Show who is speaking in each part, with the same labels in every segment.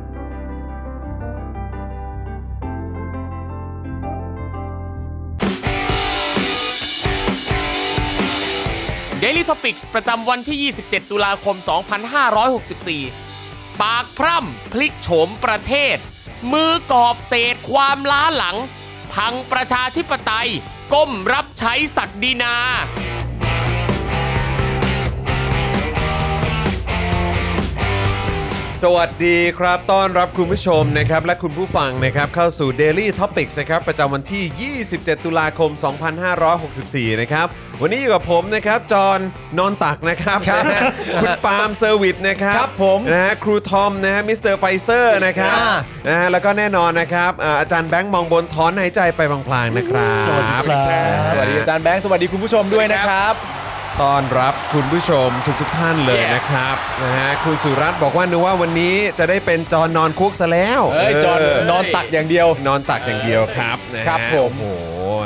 Speaker 1: Daily Topics ประจำวันที่ 27 ตุลาคม 2564 ปากพร่ำพลิกโฉมประเทศ มือกอบเศษความล้าหลัง พังประชาธิปไตย ก้มรับใช้ศักดินา
Speaker 2: สวัสดีครับ ต้อนรับคุณผู้ชมนะครับ และคุณผู้ฟังนะครับ เข้าสู่ Daily Topics นะครับ ประจำวันที่ 27 ตุลาคม 2564 นะครับ วันนี้อยู่กับผมนะครับ จอห์นนอนตักนะครับนะฮะคุณปาล์มเซอร์วิสนะครับ
Speaker 3: ครับผม
Speaker 2: นะฮะครูทอมนะฮะมิสเตอร์ไฟเซอร์นะครับ
Speaker 3: อ่า
Speaker 2: นะฮะแล้วก็แน่นอนนะครับอ่าอาจารย์แบงค์มองบนถอนหายใจไปพลางๆนะครับ
Speaker 3: สวัสดีอาจารย์แบงค์สวัสดีคุณผู้ชมด้วยนะครับ
Speaker 2: ต้อนรับคุณผู้ชมทุกทท่านเลยนะครับนะฮะคุณสุรัตน์บอกว่านึกว่าวันนี้จะได้เป็นจอนนอนคุกซะแล้ว
Speaker 3: เอ้ยจอน
Speaker 2: เ
Speaker 3: นอนตักอย่างเดียว
Speaker 2: นอนตักอย่างเดียวครับนะฮะ
Speaker 3: ครับผม
Speaker 2: โอ้โห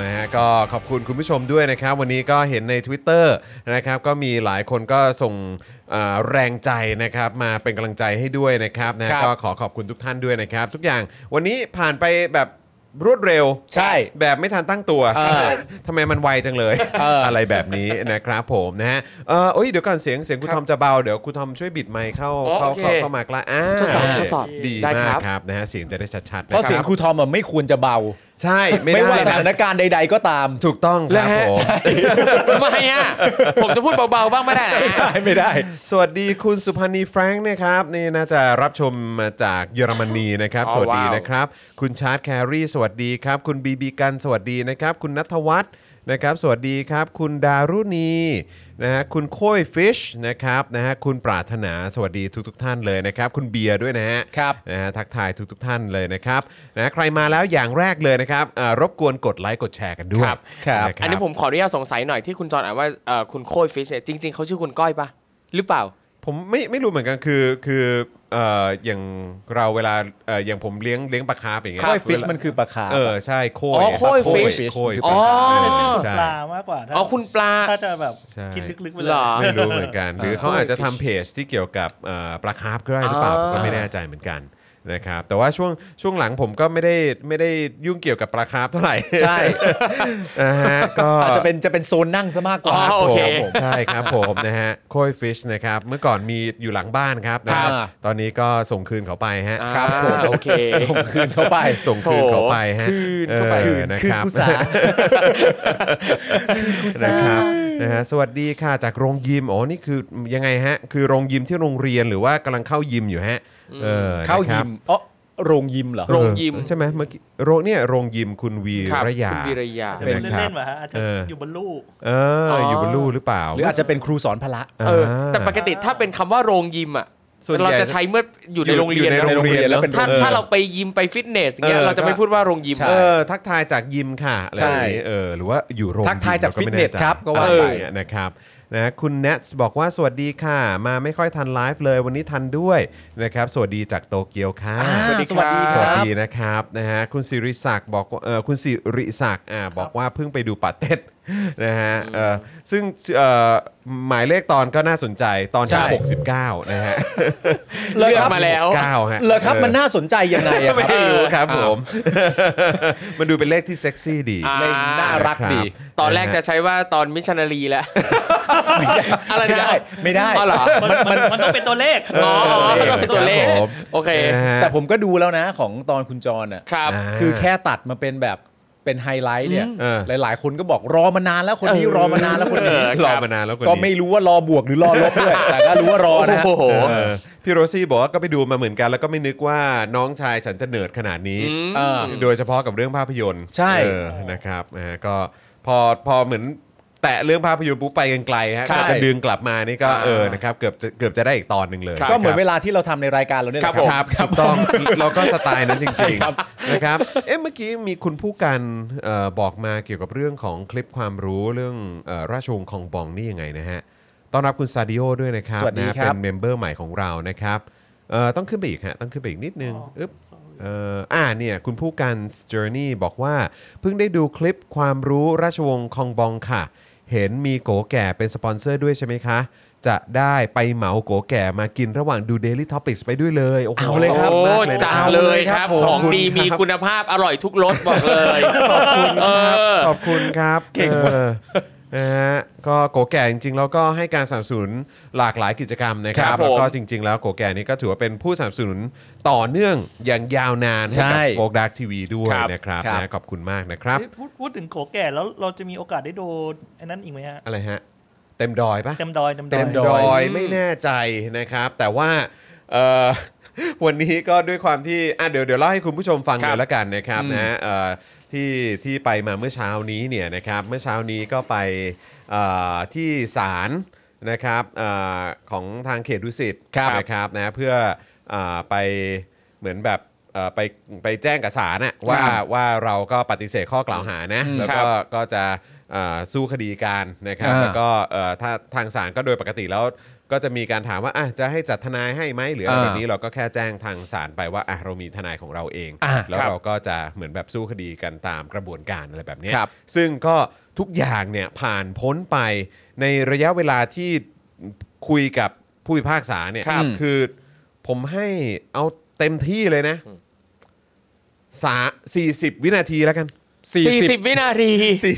Speaker 2: นะฮะก็ขอบคุณคุณผู้ชมด้วยนะครับ วันนี้ก็เห็นใน Twitter นะครับก็มีหลายคนก็ส่งเอ่อแรงใจนะครับมาเป็นกำลังใจให้ด้วยนะครับนะฮะ
Speaker 3: ครับ
Speaker 2: ก็ขอขอบคุณทุกท่านด้วยนะครับ ทุกอย่างวันนี้ผ่านไปแบบรวดเร็ว
Speaker 3: ใช่
Speaker 2: แบบไม่ทันตั้งตัว
Speaker 3: เออ
Speaker 2: ทำไมมันไวจังเลย
Speaker 3: เอออ
Speaker 2: อะไรแบบนี้นะครับผมนะฮะเออโอ้ยเดี๋ยวก่อนเสียงเสียงคุณทอมจะเบาเดี๋ยวคุณทอมช่วยบิดไมค์เข้า
Speaker 1: อ๋อ
Speaker 2: เข้า
Speaker 1: โอเค
Speaker 2: เข้าเข้ามาใกล้อ่า
Speaker 4: ทดสอบทดสอบ
Speaker 2: ดี
Speaker 4: ได้
Speaker 2: มา
Speaker 4: ครั
Speaker 2: ก
Speaker 4: บ
Speaker 2: ครับนะฮะเสียงจะได้ชัดๆนะ
Speaker 3: เพราะเสียง
Speaker 2: บ
Speaker 3: ครูทอมอะไม่ควรจะเบา
Speaker 2: ใช่ไม่
Speaker 3: ไม่ว่าส
Speaker 2: ได้
Speaker 3: ถานการณ์ใด ๆก็ตาม
Speaker 2: ถูกต้องครับผม
Speaker 1: ทำไม อ่ะ ผมจะพูดเบาๆบ้างไม่ได้เหรอฮะ
Speaker 3: ไม่ได้
Speaker 2: สวัสดีคุณสุพันธ์นีแฟรงค์นะครับนี่น่าจะรับชมมาจากเยอรมนีนะครับ
Speaker 1: อ๋อ
Speaker 2: สวัสดี
Speaker 1: ว้าว
Speaker 2: นะครับ คุณชาร์ตแครีสวัสดีครับ คุณบีบีกันสวัสดีนะครับ คุณนัทวัฒน์นะครับ สวัสดีครับ คุณดารุณีนะฮะคุณโค้ยฟิชนะครับนะฮะคุณปรารถนาสวัสดีทุกทท่านเลยนะครับ คุณเบียร์ด้วยนะฮะ
Speaker 3: ครับ
Speaker 2: นะฮะทักทายทุกทท่านเลยนะครับนะใครมาแล้วอย่างแรกเลยนะครับอ่ารบกวนกดไลค์กดแชร์กันด้วยะครับ
Speaker 1: อันนี้ผมขออนุญาตสงสัยหน่อยที่คุณจอนอ่านว่าเอ่อคุณโค้ยฟิชเนี่ยจริง ๆเขาชื่อคุณก้อยปะหรือเปล่า
Speaker 2: ผมไม่ไม่รู้เหมือนกันคือคือเอ่ออย่างเราเวลาเอ่ออย่างผมเลี้ยงเลี้ยงปลาคาร์ฟอย่างเงี้ย
Speaker 3: ค่อยฟิช
Speaker 2: เวลา
Speaker 3: มันคือปลาคาร์ฟ
Speaker 2: เออใใช่โค้ย
Speaker 1: อ๋อโค้ย
Speaker 2: ปลา
Speaker 3: fish
Speaker 2: โค้ย
Speaker 1: อ๋อ
Speaker 2: ปลาคาร์ฟ
Speaker 5: ป
Speaker 2: ใช่
Speaker 5: ลามากกว่าถ้า
Speaker 1: อ๋อคุณปลา
Speaker 5: ถ้าจะแบบ
Speaker 2: ใช่
Speaker 5: คิดลึกๆไปเล
Speaker 1: เหร
Speaker 5: ย
Speaker 1: อ
Speaker 2: ไม่รู้เหมือนกัน หรือเขา
Speaker 1: โค้ย
Speaker 2: อาจจะ
Speaker 1: fish
Speaker 2: ทำเพจที่เกี่ยวกับเอ่อปลาคาร์ฟก็ได้หรือเปล่าผ
Speaker 1: อ่า
Speaker 2: มก็ไม่แน่ใจเหมือนกันนะครับแต่ว่าช่วงช่วงหลังผมก็ไม่ได้ไม่ได้ยุ่งเกี่ยวกับปลาคาร์ฟเท่าไหร่
Speaker 3: ใช่
Speaker 2: นะฮะก็
Speaker 3: อาจจะเป็นจะเป็นโซนนั่งซะมากกว่า
Speaker 1: อ๋อโอเค
Speaker 2: ผมใช่ครับผมนะฮะโค้ยฟิชนะครับเมื่อก่อนมีอยู่หลังบ้านครับนะครับ
Speaker 3: ครับ
Speaker 2: ตอนนี้ก็ส่งคืนเขาไปฮะ
Speaker 3: ครับผม
Speaker 1: อ่าโอเค
Speaker 3: ส่งคืนเข้าไป
Speaker 2: ส่งคืนเขาไปฮะ
Speaker 1: คืนเข้าไป
Speaker 2: ออ
Speaker 3: คืน
Speaker 2: รับ
Speaker 3: กุศา
Speaker 2: นะครับนะฮะสวัสดีค่ะจากโรงยิมอ๋อนี่คือยังไงฮะ คือโรงยิมที่โรงเรียนหรือว่ากำลังเข้ายิมอยู่ฮะออนะครับ
Speaker 3: เข้ายิมอ๋อโรงยิมเหรอ
Speaker 1: โรงยิม
Speaker 2: เออใช่ไหมเมื่อกี้โรงเนี่ยโรงยิมคุณวี
Speaker 1: ครับ
Speaker 2: ระยา
Speaker 1: คุณวิระยา
Speaker 2: ใช่ไหม
Speaker 5: เป็นเล่นๆเหรอฮะอาจจะ
Speaker 2: เอออ
Speaker 5: อยู่บนลูก
Speaker 2: เอออ
Speaker 1: อ
Speaker 2: อยู่บนลู่หรือเปล่า
Speaker 3: หรืออาจจะเป็นครูสอนพละ
Speaker 1: เออแต่ป
Speaker 2: อ่า
Speaker 1: กติถ้าเป็นคำว่าโรงยิมอ่ะ
Speaker 2: ส่วนใหญ่
Speaker 1: เราจะใช้เมื่ออยู่ในโรงเรียน
Speaker 2: อยู่ในโรงเรียนแล้วเป็น
Speaker 1: ถ้า
Speaker 2: เออ
Speaker 1: ถ้าเราไปยิมไปฟิตเนสอย่างเงี้ย
Speaker 2: เออ
Speaker 1: เราจะไม่พูดว่าโรงยิม
Speaker 3: ใช่
Speaker 2: เออทักทายจากยิมค่ะอะไรอย่างนี้เออหรือว่าอยู่โรง
Speaker 3: ทักทายจาก
Speaker 2: มไม่แใจ
Speaker 3: ฟิตเนสครับก็ว่า
Speaker 2: เออ
Speaker 3: ไป
Speaker 2: นะครับนะคุณเนสบอกว่าสวัสดีค่ะ มาไม่ค่อยทันไลฟ์เลยวันนี้ทันด้วยนะครับสวัสดีจากโตเกียวค่ะ
Speaker 3: อ่า
Speaker 1: สวัสดีครับ
Speaker 2: สวัสดีนะครับนะฮะคุณสิริศักดิ์บอกว่าเออคุณสิริศักดิ์อ่าบอกว่าเพิ่งไปดูปาเต็ด นะฮะเอ่อซึ่งเอ่อหมายเลขตอนก็น่าสนใจตอนที่
Speaker 3: ใช่
Speaker 2: 69 นะฮะ
Speaker 3: หร
Speaker 1: เลือ
Speaker 3: ค
Speaker 1: ก
Speaker 3: รับ
Speaker 1: มาแล้ว
Speaker 2: 69ฮะ
Speaker 3: เหรอครับ
Speaker 2: เออ
Speaker 3: มันน่าสนใจยังไงอะค
Speaker 2: ไม่
Speaker 3: รับ
Speaker 2: รู้ครับ
Speaker 1: เออ
Speaker 2: ผม มันดูเป็นเลขที่เซ็กซี่ดี
Speaker 1: อ่า
Speaker 3: เล่นน่ารักดี
Speaker 2: ครับ
Speaker 1: ตอนแรกจะใช้ว่าตอนมิชชันนารีแล้ว อะไร
Speaker 3: ไม่
Speaker 1: นะ
Speaker 3: ได้ไม่ได้
Speaker 1: อ๋อเหรอ
Speaker 4: มันมันมันต้องเป็นตัวเลข
Speaker 1: อ๋อก็เป็นตัวเลข
Speaker 2: ครับผม
Speaker 1: โอเค
Speaker 2: นะฮะ
Speaker 3: แต่ผมก็ดูแล้วนะของตอนคุณจรอ่ะ
Speaker 1: ครับ
Speaker 2: อ่า
Speaker 3: คือแค่ตัดมาเป็นแบบเป็นไฮไลท์เนี่ย
Speaker 2: เออ
Speaker 3: หลายๆ คนก็บอกรอมานานแล้วคนนี้รอมานานแล้วคนนี้
Speaker 1: เออ
Speaker 2: รอมานานแล้วคนนี้
Speaker 3: ก็ไม่รู้ว่ารอบวกหรือรอลบด้วย แต่ก็รู้ว่ารอนะ
Speaker 1: โอ้โห
Speaker 2: เออพี่โรซี่บอกว่าก็ไปดูมาเหมือนกัน แล้วก็ไม่นึกว่าน้องชายฉันจะเนิร์ดขนาดนี้
Speaker 3: เออ
Speaker 2: โดยเฉพาะกับเรื่องภาพยนตร์
Speaker 3: ใช่
Speaker 2: เออนะครับนะฮะก็พอพอเหมือนแตะเรื่องภาพยนตร์ปุ๊บไปกันไกลฮะ
Speaker 1: ใช่
Speaker 2: ก็จะดึงกลับมานี่ก็
Speaker 1: อ่า
Speaker 2: เออนะครับเกือบจะเกือบจะได้อีกตอนหนึ่งเลย
Speaker 1: ครับ
Speaker 3: ก็เหมือนเวลาที่เราทำในรายการเราเนี่ยแหละ
Speaker 1: ผม
Speaker 2: ครับถูกต้องเราก็สไตล์นั้นจริงๆนะครับเอ๊ะเมื่อกี้มีคุณผู้กันเอ่อบอกมาเกี่ยวกับเรื่องของคลิปความรู้เรื่องเอ่อราชวงศ์คองบองนี่ยังไงนะฮะต้อนรับคุณซาดิโอด้วยนะครับ
Speaker 3: สวัสดี
Speaker 2: นะ
Speaker 3: ครั
Speaker 2: เป็
Speaker 3: บ
Speaker 2: นเมมเบอร์ใหม่ของเรานะครับเอ่อต้องขึ้นไปอีกฮะต้องขึ้นไปอีกนิดนึงอึ๊บ เอ่ออ่าเนี่ย คุณผู้การ Journey บอกว่า เพิ่งได้ดูคลิปความรู้ราชวงศ์คองบองค่ะ เห็นมีโกแก่เป็นสปอนเซอร์ด้วยใช่ไหมคะ จะได้ไปเหมาโกแก่มากินระหว่างดู Daily Topics ไปด้วยเลยโอ้โห
Speaker 3: เอาเลยครับ
Speaker 2: ข
Speaker 1: โอ้
Speaker 2: อณมากเลย
Speaker 1: จัด
Speaker 2: นะ
Speaker 1: เลยครับ
Speaker 3: เอาเลยครับผม
Speaker 1: ของดีมีคุณภาพอร่อยทุกรสบอกเลยขอบคุณเออ
Speaker 2: ขอบคุณครับเก่งนะฮะก็โกแก่จริงๆ แล้วก็ให้การสนับสนุนหลากหลายกิจกรรมนะครับ
Speaker 1: ครับผม
Speaker 2: แล้วก็จริง ๆ แล้วโกแก่นี่ก็ถือว่าเป็นผู้สนับสนุนต่อเนื่องอย่างยาวนานให้กับ
Speaker 3: ใช่
Speaker 2: สปอคดักทีวีด้วย
Speaker 1: ครับ
Speaker 2: นะครับ
Speaker 3: ครับ
Speaker 2: นะขอบคุณมากนะครับ
Speaker 4: เอ๊ะพูดพูดถึงโขแก่แล้วเราจะมีโอกาสได้ดูไอันนั้นอีกไหมฮะ
Speaker 2: อะไรฮะ เต็มดอยปะ
Speaker 4: เต็มดอยเต็มดอ
Speaker 2: เต็
Speaker 4: ย
Speaker 2: มดอยไม่แน่ใจนะครับ แต่ว่าเอ่อ วันนี้ก็ด้วยความที่อ่ะเดี๋ยวเดี๋ยวเล่าให้คุณผู้ชมฟัง
Speaker 1: ค
Speaker 2: เล
Speaker 1: รั
Speaker 2: ย
Speaker 1: บ
Speaker 2: ละกันนะครับนะเอ่อที่ที่ไปมาเมื่อเช้านี้เนี่ยนะครับเมื่อเช้านี้ก็ไปเอ่อที่ศาลนะครับเอ่อของทางเขตดุสิตนะครับนะเพื่อเอ่อไปเหมือนแบบเอ่อไปไปแจ้งกับศาลน่ะว่าว่าเราก็ปฏิเสธข้อกล่าวหานะแล้วก็ก็จะเอ่อสู้คดีการนะครับ
Speaker 3: อ่า
Speaker 2: แล้วก็เอ่อถ้าทางศาลก็โดยปกติแล้ว ก็จะมีการถามว่าอ่ะจะให้จัดทนายให้ไหมหรืออะไร
Speaker 3: อ่า
Speaker 2: แบบนี้เราก็แค่แจ้งทางศาลไปว่าอ่ะเรามีทนายของเราเอง
Speaker 3: อ่า
Speaker 2: แล้ว
Speaker 3: ครับ
Speaker 2: เราก็จะเหมือนแบบสู้คดีกันตามกระบวนการอะไรแบบเนี้ย
Speaker 3: ครับ
Speaker 2: ซึ่งก็ทุกอย่างเนี่ยผ่านพ้นไปในระยะเวลาที่คุยกับผู้พิพากษาเนี่ย
Speaker 3: ครับ
Speaker 2: คือผมให้เอาเต็มที่เลยนะสาสี่สิบวินาทีแล้วกัน
Speaker 1: สี่สิบวินาที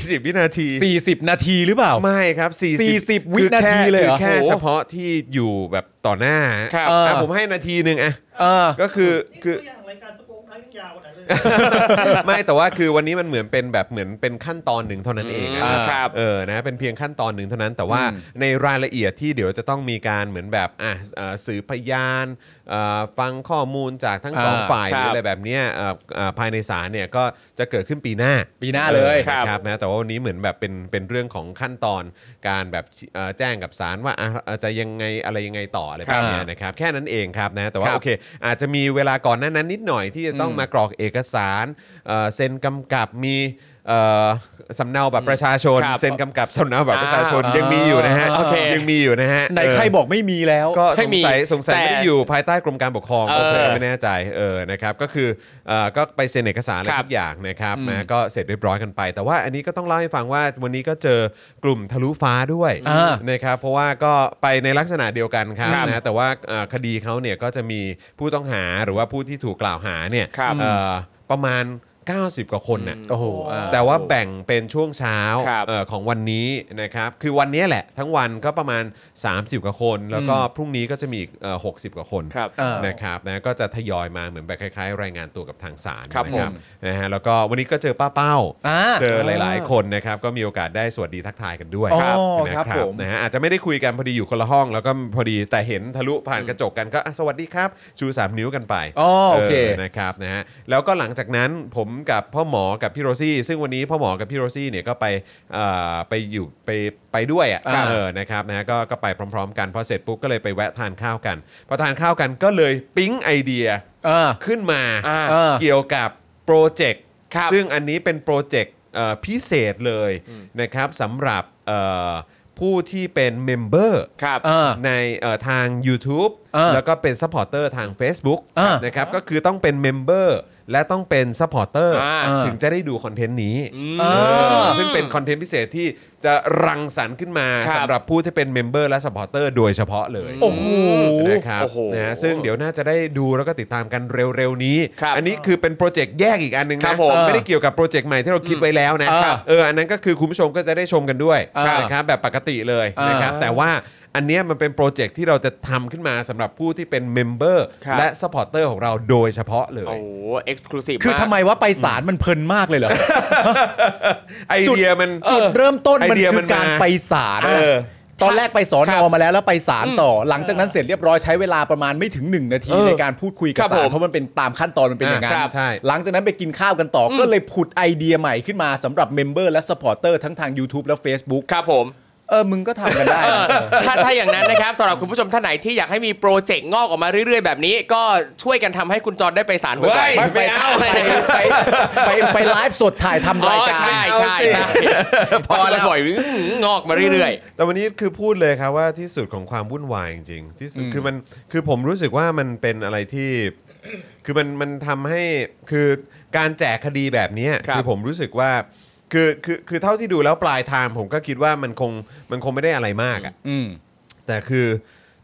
Speaker 2: 40 วินาที
Speaker 3: สี่สิบนาทีหรือเปล่า
Speaker 2: ไม่ครับ
Speaker 3: 40วินาทีเลยเหรอ
Speaker 2: คือแค่
Speaker 3: โอ้โห
Speaker 2: เฉพาะที่อยู่แบบต่อหน้า
Speaker 1: ครับ
Speaker 2: อ่ะ
Speaker 3: เออ
Speaker 2: ผมให้นาทีหนึ่งอะ
Speaker 3: เออ
Speaker 2: ก็คือคือ
Speaker 4: นี่ตัวอย่างรายการสโป๊กไลฟ์ยาวขนาดเลย
Speaker 2: ไม่แต่ว่าคือวันนี้มันเหมือนเป็นแบบเหมือนเป็นขั้นตอนหนึ่งเท่านั้นเองนะ
Speaker 1: อืมครับ
Speaker 2: เออนะเป็นเพียงขั้นตอนหนึ่งเท่านั้น แต่ว่า
Speaker 3: อืม
Speaker 2: ในรายละเอียดที่เดี๋ยวจะต้องมีการเหมือนแบบอ่ะเอ่อสืบพยานเอ่อฟังข้อมูลจากทั้งสอง
Speaker 3: อ่า
Speaker 2: ฝ่ายห
Speaker 1: ครั
Speaker 2: รือ
Speaker 1: บ
Speaker 2: อะไรแบบเนี้ยเอ่อเอ่อภายในศาลเนี่ยก็จะเกิดขึ้นปีหน้า
Speaker 3: ปีหน้าเลย
Speaker 2: ออ
Speaker 1: ครับ
Speaker 2: นะครับนะแต่ว่าวันนี้เหมือนแบบเป็นเป็นเรื่องของขั้นตอนการแบบเอ่อแจ้งกับศาลว่าอ่ะอ่ะจะยังไงอะไรยังไงต่ออะไร
Speaker 1: ค
Speaker 2: แบ
Speaker 1: รับบ
Speaker 2: เนี้ยนะครับแค่นั้นเองครับนะแต่ว่า
Speaker 1: ครับ
Speaker 2: โอเค อาจจะมีเวลาก่อนหน้านั้นนิดหน่อยที่จะต้องมากรอกเอกสารเอ่อเซ็นกำกับมีเอ่อสำเนาบัตรประชาชน
Speaker 1: ครับ
Speaker 2: เซ็นกำกับสำเนาบัตรประชาชน
Speaker 3: อ่ายั
Speaker 2: ยังมีอยู่นะฮะ
Speaker 1: โอเค
Speaker 2: ยังมีอยู่นะฮะ
Speaker 3: ไหนใคร
Speaker 2: เออ
Speaker 3: บอกไม่มีแล้ว
Speaker 2: ก็ส
Speaker 1: ให้
Speaker 2: ง
Speaker 1: มี
Speaker 2: สัยสงสัย
Speaker 1: แต่
Speaker 2: ไม่ได้อยู่ภายใต้กรมการปกครอง
Speaker 1: เออ
Speaker 2: โอเคไม่แน่ใจเออนะครับก็คือเอ่อก็ไปเซ็นเอกสารอะไร
Speaker 1: ครับ
Speaker 2: ทุกอย่างนะครับ
Speaker 3: อืม
Speaker 2: นะก็เสร็จเรียบร้อยกันไป แต่ว่าอันนี้ก็ต้องเล่าให้ฟังว่าวันนี้ก็เจอกลุ่มทะลุฟ้าด้วย
Speaker 3: อ่า
Speaker 2: นะครับเพราะว่าก็ไปในลักษณะเดียวกันครับ
Speaker 1: ครับ
Speaker 2: นะแต่ว่าเอ่อคดีเขาเนี่ยก็จะมีผู้ต้องหาหรือว่าผู้ที่ถูกกล่าวหาเนี่ย
Speaker 1: ครับ
Speaker 2: เอ่อประมาณ 90 กว่าคนน่ะ
Speaker 1: อืม
Speaker 3: โอ้โหอ่า
Speaker 2: แต่ว่าแบ่งเป็นช่วงเช้า
Speaker 1: ครับ
Speaker 2: เอ่อของวันนี้นะครับคือวันนี้แหละทั้งวันก็ประมาณ 30 กว่าคน แล้วก็พรุ่งนี้ก็จะมีอีกเอ่อ60 กว่าคน
Speaker 1: ครับ
Speaker 3: เออ
Speaker 2: นะครับนะก็จะทยอยมาเหมือนแบบคล้ายๆ รายงานตัวกับทางศาล
Speaker 1: ครับ
Speaker 2: นะ
Speaker 1: ผม
Speaker 2: นะฮะแล้วก็วันนี้ก็เจอป้าเป้า
Speaker 3: อ่า
Speaker 2: เจอหลายๆ คนนะครับก็มีโอกาสได้สวัสดีทักทายกันด้วย
Speaker 3: อ๋อ
Speaker 2: นะครับ
Speaker 3: ผม
Speaker 2: นะฮะอาจจะไม่ได้คุยกันพอดีอยู่คนละห้อง แล้วก็พอดีแต่เห็นทะลุผ่านกระจกกันก็อ่ะสวัสดีครับ ชู 3 นิ้วกันไป
Speaker 3: อ๋อโอเค
Speaker 2: นะครับนะฮะแล้วก็หลังจากนั้นผมกับพ่อหมอกับพี่โรซี่ ซึ่งวันนี้พ่อหมอกับพี่โรซี่เนี่ยก็ไปเอ่อไปอยู่ไปไปด้วยอ่ะ
Speaker 3: ครับ
Speaker 2: เออนะครับนะฮะก็ก็ไปพร้อม ๆ กันพอเสร็จปุ๊บก็เลยไปแวะทานข้าวกันพอทานข้าวกันก็เลยปิ๊งไอเดีย
Speaker 3: เออ
Speaker 2: ขึ้นมา
Speaker 1: อ่า
Speaker 3: เออ
Speaker 2: เกี่ยวกับโปรเจกต์
Speaker 1: ครับ
Speaker 2: ซึ่งอันนี้เป็นโปรเจกต์เอ่อพิเศษเลยนะครับสำหรับเอ่อผู้ที่เป็นเมมเบอร์
Speaker 1: ครับ
Speaker 3: เออ
Speaker 2: ในเอ่อทาง YouTube
Speaker 3: เออ
Speaker 2: แล้วก็เป็นซัพพอร์เตอร์ทาง Facebook
Speaker 3: เออ
Speaker 2: นะครับก็คือต้องเป็นเมมเบอร์ และต้องเป็นซัพพอร์เตอร์
Speaker 1: อ่า
Speaker 2: ถึงจะได้ดูคอนเทนต์นี้
Speaker 1: เอ
Speaker 3: เอ
Speaker 1: อ
Speaker 3: อ
Speaker 2: ซึ่งเป็นคอนเทนต์พิเศษที่จะรังสรรค์ขึ้นมา
Speaker 1: ครับ
Speaker 2: สำหรับผู้ที่เป็นเมมเบอร์และสปอร์เตอร์โดยเฉพาะเลย
Speaker 3: โอ้โห
Speaker 2: นะครับ
Speaker 1: โอ้โห
Speaker 2: นะฮะซึ่งเดี๋ยวน่าจะได้ดูแล้วก็ติดตามกันเร็ว ๆ นี้
Speaker 1: ครับ
Speaker 2: อันนี้คือเป็นโปรเจกต์แยกอีกอันหนึง
Speaker 1: ครั
Speaker 2: นะ
Speaker 1: บผม
Speaker 2: ไม่ได้เกี่ยวกับโปรเจกต์ใหม่ที่เราคิดไว้แล้วนะ
Speaker 3: เออ
Speaker 2: ครับเอออันนั้นก็คือคุณผู้ชมก็จะได้ชมกันด้วย
Speaker 3: ครับ
Speaker 2: นะครับแบบปกติเลย
Speaker 3: เออ
Speaker 2: นะครับแต่ว่าอันเนี้ยมันเป็นโปรเจกต์ที่เราจะทำขึ้นมาสำหรับผู้ที่เป็นเมมเบอร์
Speaker 1: ครับ
Speaker 2: และสปอร์เตอร์ของเราโดยเฉพาะเลย
Speaker 1: โอ้โหเอ็กซ์คลูซีฟ
Speaker 3: คือทำไมว่าไปศาลมันเพลินมากเลยเหรอ
Speaker 2: ไอเดียมัน
Speaker 3: จุดเริ่มต้น
Speaker 2: ไอ
Speaker 3: มัน
Speaker 2: เดีย
Speaker 3: คื
Speaker 2: มั
Speaker 3: อน การ
Speaker 2: มา
Speaker 3: ไปศาล
Speaker 2: เออ
Speaker 3: ตอนแรกไปสอนอมาแล้วแล้วไปศาลต่อ หลังจากนั้นเสร็จเรียบร้อยใช้เวลาประมาณไม่ถึง 1 นาที ในการพูดคุยกั
Speaker 1: ค
Speaker 3: บ
Speaker 1: รับ
Speaker 3: ศา
Speaker 1: ผ
Speaker 3: ล
Speaker 1: ม
Speaker 3: เพราะมันเป็นตามขั้นตอนมันเป็นอย่างนั้
Speaker 2: อ่าครั
Speaker 3: น
Speaker 2: บใช่
Speaker 3: หลังจากนั้นไปกินข้าวกันต่ออก็เลยผุดไอเดียใหม่ขึ้นมาสำหรับเมมเบอร์และสปอร์เตอร์ทั้งทาง YouTube และ Facebook
Speaker 1: ครับผม
Speaker 3: เออมึงก็ทำกันได้
Speaker 1: เออ
Speaker 3: นะ
Speaker 1: ถ้าถ้าอย่างนั้นนะครับสำหรับคุณผู้ชมท่านไหนที่อยากให้มีโปรเจกต์งอกออกมาเรื่อยๆ แบบนี้ ก็ช่วยกันทำให้คุณจอนได้ไปศาลบ่อย
Speaker 2: เฮ้ย
Speaker 1: ๆ
Speaker 2: ไม่เอา
Speaker 1: ป
Speaker 3: ไปไปไปไปไลฟ์สดถ่ายทำ
Speaker 1: อ๋
Speaker 3: ราย
Speaker 1: อ
Speaker 3: การ
Speaker 1: ใช่ใช่ใช่
Speaker 2: พอแล้ว
Speaker 1: บ่อยๆอื้อหืองอกมาเรื่อย
Speaker 2: แต่วันนี้คือพูดเลยครับว่าที่สุดของความวุ่นวายจริงๆที่สุดคือมันคือผมรู้สึกว่ามันเป็นอะไรที่ คือมันมันทำให้คือการแจกคดีแบบเนี้ย
Speaker 1: ครับ
Speaker 2: คือผมรู้สึกว่าคือคือคือเท่าที่ดูแล้วปลายทางผมก็คิดว่ามันคงมันคงไม่ได้อะไรมากอะ
Speaker 3: อืม
Speaker 2: แต่คือ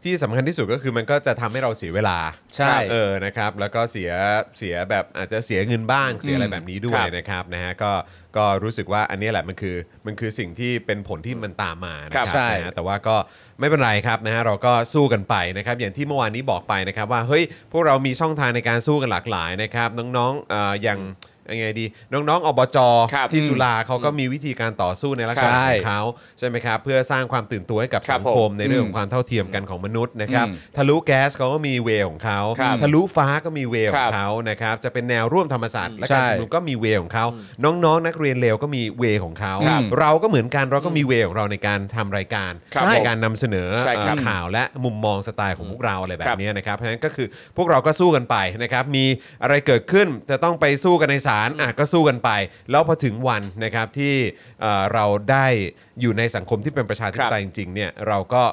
Speaker 2: ที่สำคัญที่สุดก็คือมันก็จะทำให้เราเสียเวลา
Speaker 3: ใช่
Speaker 2: เออนะครับ แล้วก็เสียเสียแบบอาจจะเสียเงินบ้างเสียอะไรแบบนี้ด้ว
Speaker 1: ค
Speaker 2: ย
Speaker 1: รับ
Speaker 2: นะครับนะฮะก็ก็รู้สึกว่าอันเนี้ยแหละมันคือมันคือสิ่งที่เป็นผลที่มันตามมา นะครับ
Speaker 3: ใช่
Speaker 2: นะฮะแต่ว่าก็ไม่เป็นไรครับนะฮะเราก็สู้กันไปนะครับ อย่างที่เมื่อวานนี้บอกไปนะครับว่าเฮ้ยพวกเรามีช่องทางในการสู้กันหลากหลายนะครับน้องๆเอ่ออย่างยังไงดี น้องๆอบจ
Speaker 1: ครับ
Speaker 2: ที่จุฬาเขาก็มีวิธีการต่อสู้ในลักษณะ
Speaker 3: ใช่
Speaker 2: ของเขาใช่ไหมครับเพื่อสร้างความตื่นตัวให้กับ
Speaker 1: ค
Speaker 2: สั
Speaker 1: รับ
Speaker 2: ง
Speaker 1: ผม
Speaker 2: คมในเรื่องของความเท่าเทียมกันของมนุษย์นะครับ
Speaker 3: อืม
Speaker 2: ทะลุแก๊สเขาก็มีเวของเขา
Speaker 1: ครับ
Speaker 2: ทะลุฟ้าก็มีเวข
Speaker 1: ค
Speaker 2: อ
Speaker 1: รั
Speaker 2: ง
Speaker 1: บ
Speaker 2: เขานะครับจะเป็นแนวร่วมธรรมศาสตร์และ
Speaker 3: ใช่
Speaker 2: การชุมนุมก็มีเวของเขาน้องๆ นักเรียนเลวก็มีเวของเขา
Speaker 3: ครับ
Speaker 2: เราก็เหมือนกันเราก็มีเวของเราในการทำรายการ
Speaker 1: ครับ
Speaker 2: ใน
Speaker 1: ผม
Speaker 2: การนำเสนอ
Speaker 1: ใช่ครับ
Speaker 2: เอ่อข่าวและมุมมองสไตล์ของพวกเราอะไรแบ
Speaker 1: ครับ บ
Speaker 2: เนี้ยนะครับเพราะฉะนั้นก็คือพวกเราก็สู้กันไปนะครับมีอะไรเกิดขึ้นจะต้องไปสู้กันในศาลอ่ะก็สู้กันไป แล้วพอถึงวันนะครับที่เอ่อเราได้อยู่ในสังคมที่เป็นประชาธิปไตยจริงๆเนี่ยเราก็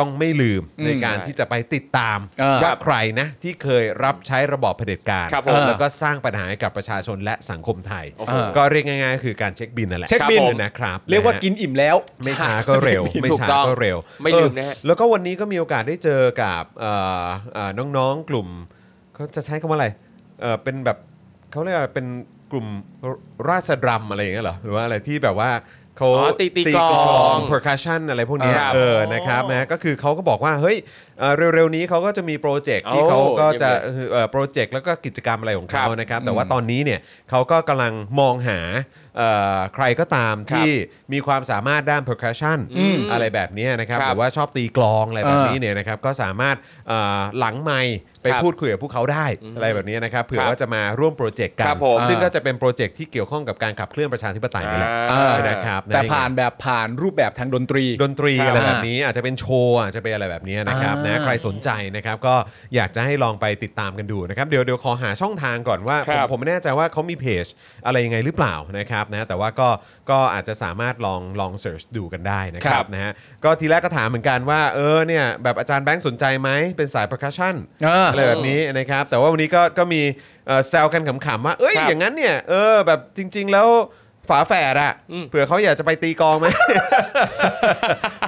Speaker 2: ต้องไม่ลืมในการ
Speaker 1: ใช่
Speaker 2: ที่จะไปติดตาม
Speaker 3: เออ
Speaker 2: ว่าใครนะที่เคยรับใช้ระบอบเผด็จการ
Speaker 1: ครับผม
Speaker 2: แล้วก็สร้างปัญหาให้กับประชาชนและสังคมไทย
Speaker 1: โอ้โห
Speaker 2: ก็เรียกง่ายๆก็คือการเช็คบินนั่นแหละ
Speaker 3: เช็คบิล
Speaker 2: รับผมนะครับ
Speaker 3: เรียกว่า
Speaker 2: ะฮะ
Speaker 3: กินอิ่มแล้ว
Speaker 2: ไม่ช้าก็เร็ว ไม่
Speaker 1: ถูก
Speaker 2: ช้า
Speaker 1: ต้อง
Speaker 2: ก็เร็ว
Speaker 1: ไม่ลืมนะฮะ
Speaker 2: เออแล้วก็วันนี้ก็มีโอกาสได้เจอกับเอ่อเอ่อน้องๆกลุ่มเขาจะใช้คำว่าอะไรเอ่อเป็นแบบเขาเรียกว่าเป็นกลุ่มราษฎรำอะไรอย่างเงี้ยเหรอหรือว่าอะไรที่แบบว่าเขา
Speaker 1: อ๋อตีตีกลอง
Speaker 2: percussion อะไรพวกเนี้ย
Speaker 1: ครับ
Speaker 2: เออนะครับนะก็คือเขาก็บอกว่าเฮ้ยเอ่อเร็วๆนี้เขาก็จะมีโปรเจกต์ที่
Speaker 1: โอ้
Speaker 2: เขาก็จะ
Speaker 1: เยี่ยมเลย
Speaker 2: เอ่อโปรเจกต์แล้วก็กิจกรรมอะไรของ
Speaker 1: ครั
Speaker 2: เขา
Speaker 1: บ
Speaker 2: นะครับแต่ว่าตอนนี้เนี่ยเขาก็กำลังมองหาเอ่อใครก็ตามที่มีความสามารถด้าน percussion
Speaker 1: อืม
Speaker 2: อะไรแบบเนี้ยนะครับ
Speaker 1: ครับ
Speaker 2: หรือว่าชอบตีกลองอะไรแบบนี้
Speaker 3: เออ
Speaker 2: เนี่ยนะครับก็สามารถเอ่อหลังไมค์ไป
Speaker 1: ครับ
Speaker 2: พูดคุยกับพวกเขาได้อะไรแบบนี้นะครับเผื่อ
Speaker 1: ครับ
Speaker 2: ว่าจะมาร่วมโปรเจกต์กั
Speaker 1: คน รับผม
Speaker 2: ซึ่งก็จะเป็นโปรเจกต์ที่เกี่ยวข้องกับการขับเคลื่อนประชาธิปไตยนี่แหละ
Speaker 3: อ่า
Speaker 2: นะครับ
Speaker 3: แต่
Speaker 2: ะ
Speaker 3: ผ่านแบบผ่านรูปแบบทางดนตรี
Speaker 2: ดนตรี
Speaker 1: ครับ
Speaker 2: อะไรแบบนี้อาจจะเป็นโชว์อาจจะเป็นอะไรแบบนี้นะครับนะ
Speaker 3: อ่า
Speaker 2: ใครสนใจนะครับก็อยากจะให้ลองไปติดตามกันดูนะครับเดี๋ยวเดี๋ยวขอหาช่องทางก่อนว่า
Speaker 1: ค
Speaker 2: ผม
Speaker 1: รับ
Speaker 2: ผมไม่แน่ใจว่าเขามีเพจอะไรยังไงหรือเปล่านะครับนะแต่ว่าก็ก็อาจจะสามารถลองลองเสิร์ชดูกันได้นะค
Speaker 1: ค
Speaker 2: รั
Speaker 1: รั
Speaker 2: บบ นะฮะก็ทีแรกก็ถามเหมือนกันว่าเออเนี่ยแบบอาจารย์แบงค์สนใจไหมเป็นสาย percussion
Speaker 3: อ่า
Speaker 2: อะไรแบบนี้นะครับแต่ว่าวันนี้ก็ก็มีเอ่อแซวกันขำๆว่าเอ้ย
Speaker 1: ครับ
Speaker 2: อย่างนั้นเนี่ยเออแบบจริง ๆ แล้วฝาแฝดอะเผื่อเขาอยากจะไปตีกลองไหม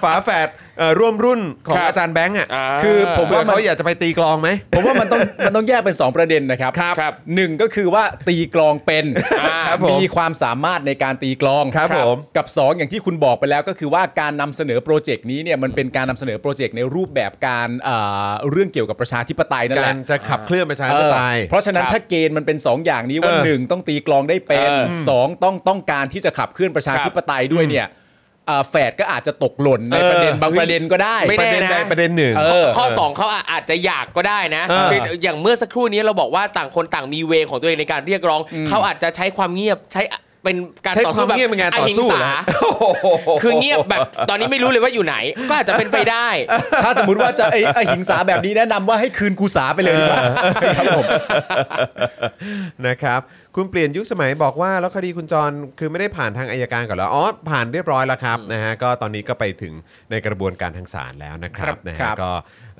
Speaker 2: ฝาแฝดเอ่อร่วมรุ่นของ
Speaker 1: ครับ
Speaker 2: อาจารย์แบงค์อ่ะ
Speaker 1: อ่า
Speaker 2: คือผม
Speaker 3: เออ
Speaker 2: ว่าเขาอยากจะไปตีกลองไหม
Speaker 3: ผมว่ามันต้อง มันต้องแยกเป็น 2 ประเด็นนะครับ
Speaker 1: ครับครับ
Speaker 3: หนึ่งก็คือว่าตีกลองเป็น
Speaker 1: อ่าครับผม
Speaker 3: มีความสามารถในการตีกลอง
Speaker 2: ครับผม
Speaker 3: กับ 2 อย่างที่คุณบอกไปแล้วก็คือว่าการนำเสนอโปรเจกต์นี้เนี่ยมันเป็นการนำเสนอโปรเจกต์ในรูปแบบการเอ่อเรื่องเกี่ยวกับประชาธิปไตยนั่นแห
Speaker 2: กา
Speaker 3: ละ
Speaker 2: รจะขับเคลื่อนประชาธิปไตย
Speaker 3: เออเพราะฉะนั้น
Speaker 1: ครับ
Speaker 3: ถ้าเกณฑ์มันเป็น 2 อย่างนี้ว่า
Speaker 2: เออ
Speaker 3: หนึ่งต้องตีกลองได้เป็น
Speaker 1: เออ
Speaker 3: สองต้องต้องการที่จะขับเคลื่อนประชาธิปไตยด้วยเนี่ยอ่าแฝดก็อาจจะตกหล่นใน
Speaker 2: เออ
Speaker 3: ประเด็นบางประเด็นก็ได้
Speaker 1: ไม่
Speaker 2: ป
Speaker 1: แ
Speaker 2: ระเด็นใด
Speaker 1: นะ
Speaker 2: ประเด็นหนึ่ง
Speaker 3: เออ
Speaker 1: ข้อ 2เขาอาจจะอยากก็ได้นะ
Speaker 2: เออ
Speaker 1: เป็นอย่างเมื่อสักครู่นี้เราบอกว่าต่างคนต่างมีเวของตัวเองในการเรียกร้อง เขาอาจจะใช้ความเงียบใช้ เป็นการ
Speaker 2: ใช้
Speaker 1: ต่อ
Speaker 2: ควา
Speaker 1: สู้
Speaker 2: ม
Speaker 1: แบบ
Speaker 2: เงียบเป็นงานต่อสู้
Speaker 1: หิง
Speaker 2: เหรอ
Speaker 1: สา
Speaker 2: ฮะโอ้โห
Speaker 1: คือเงียบแบบตอนนี้ไม่รู้เลยว่าอยู่ไหน ก็อาจจะเป็นไปได้
Speaker 3: ถ้าสมมติว่าจะไอ้ไอ้หิงสาแบบนี้แนะนำว่าให้คืนกูสาไปเลยดีกว่าครับผม
Speaker 2: นะครับคุณเปลี่ยนยุคสมัยบอกว่าแล้วคดีคุณจรคือไม่ได้ผ่านทางอายการก่อนแล้วอ๋อผ่านเรียบร้อยแล้วครับนะฮะก็ตอนนี้ก็ไปถึงในกระบวนการทางศาลแล้วนะครั
Speaker 3: ครับ บ
Speaker 2: นะ
Speaker 3: ค
Speaker 2: ฮะ
Speaker 3: รับ
Speaker 2: ก็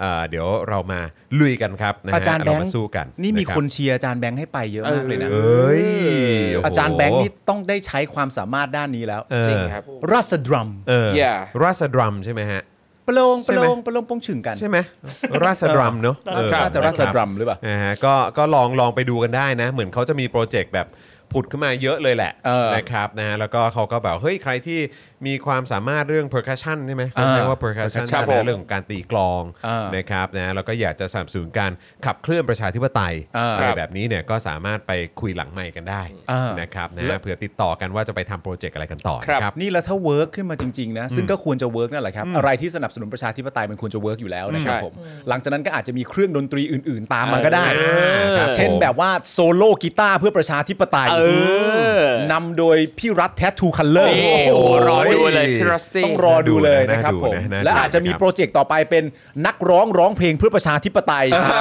Speaker 2: เอ่อเดี๋ยวเรามาลุยกันครับนะฮะ
Speaker 3: อาจารย์แบ
Speaker 2: เรา
Speaker 3: ง
Speaker 2: มา
Speaker 3: ค์
Speaker 2: สู้กัน
Speaker 3: นี่มี
Speaker 2: ะรับ
Speaker 3: คนเชียร์อาจารย์แบงค์ให้ไปเยอะมากเลยนะ
Speaker 2: เอ้ยโโห
Speaker 3: อาจารย์แบงค์นี่ต้องได้ใช้ความสามารถด้านนี้แล้ว
Speaker 2: เออ
Speaker 1: จริงครับ
Speaker 3: รัสดรัม
Speaker 2: เออ
Speaker 1: Yeah
Speaker 2: ราษฎรัมใช่ไหมฮะ
Speaker 3: ปลง
Speaker 2: ใช่
Speaker 3: ป
Speaker 2: ไหม
Speaker 3: ลงปลงปงฉึ่งกัน
Speaker 2: ใช่ไหมราษฎรัมเนอะเออ
Speaker 3: น่าจะรัส
Speaker 2: นคบ
Speaker 3: ดรัมหรือเปล่า
Speaker 2: นะฮะก็ก็ลองลองไปดูกันได้นะ เหมือนเขาจะมีโปรเจกต์แบบผุดขึ้นมาเยอะเลยแหละ
Speaker 3: เออ
Speaker 2: นะครับนะฮะแล้วก็เขาก็แบบเฮ้ยใครที่มีความสามารถเรื่อง percussion ใช่ไหม
Speaker 3: เอ
Speaker 2: เขา
Speaker 3: อ
Speaker 2: ใช้ว่า percussion
Speaker 3: ครั
Speaker 2: ใช่
Speaker 3: บ
Speaker 2: ไหม
Speaker 3: ผม
Speaker 2: เรื่องของการตีกลอง
Speaker 3: เออ
Speaker 2: นะครับนะแล้วก็อยากจะสนับสนุนการขับเคลื่อนประชาธิปไตย
Speaker 3: เอออ
Speaker 2: ไรแบบนี้เนี่ยก็สามารถไปคุยหลังไมค์กันได้
Speaker 3: เออ
Speaker 2: นะครับนะฮะเผื่อติดต่อกันว่าจะไปทำโปรเจกต์อะไรกันต่อ
Speaker 1: ครับ
Speaker 2: นะครับ
Speaker 3: นี่แล้วถ้าเวิร์กขึ้นมาจริงๆนะซึ่งก็ควรจะเวิร์กนั่นแหละครับ อะไรที่สนับสนุนประชาธิปไตยมันควรจะเวิร์กอยู่แล้วนะครับ
Speaker 1: ใช่
Speaker 3: ผมหลังจากนั้นก็อาจจะมีเครื่องดนตรีอื่น ๆ ตามมาก็ได้
Speaker 2: เออครับ
Speaker 3: เช่นแบบว่าโซโล่กีตาร์เพื่อประชาธิปไตย
Speaker 1: เออน
Speaker 3: ำโดยพี่รัฐแททูคัลเลอร์
Speaker 1: นี่โอ้โหรอดูเลยพี่รัสซี่
Speaker 3: ต้องรอดูเลยนะครับ
Speaker 2: น่าดูนะ
Speaker 3: ผม
Speaker 2: น่าดู
Speaker 3: และอาจจะมี
Speaker 2: นะครับ
Speaker 3: โปรเจกต์ต่อไปเป็นนักร้องร้องเพลงเพื่อประชาธิปไตยอ่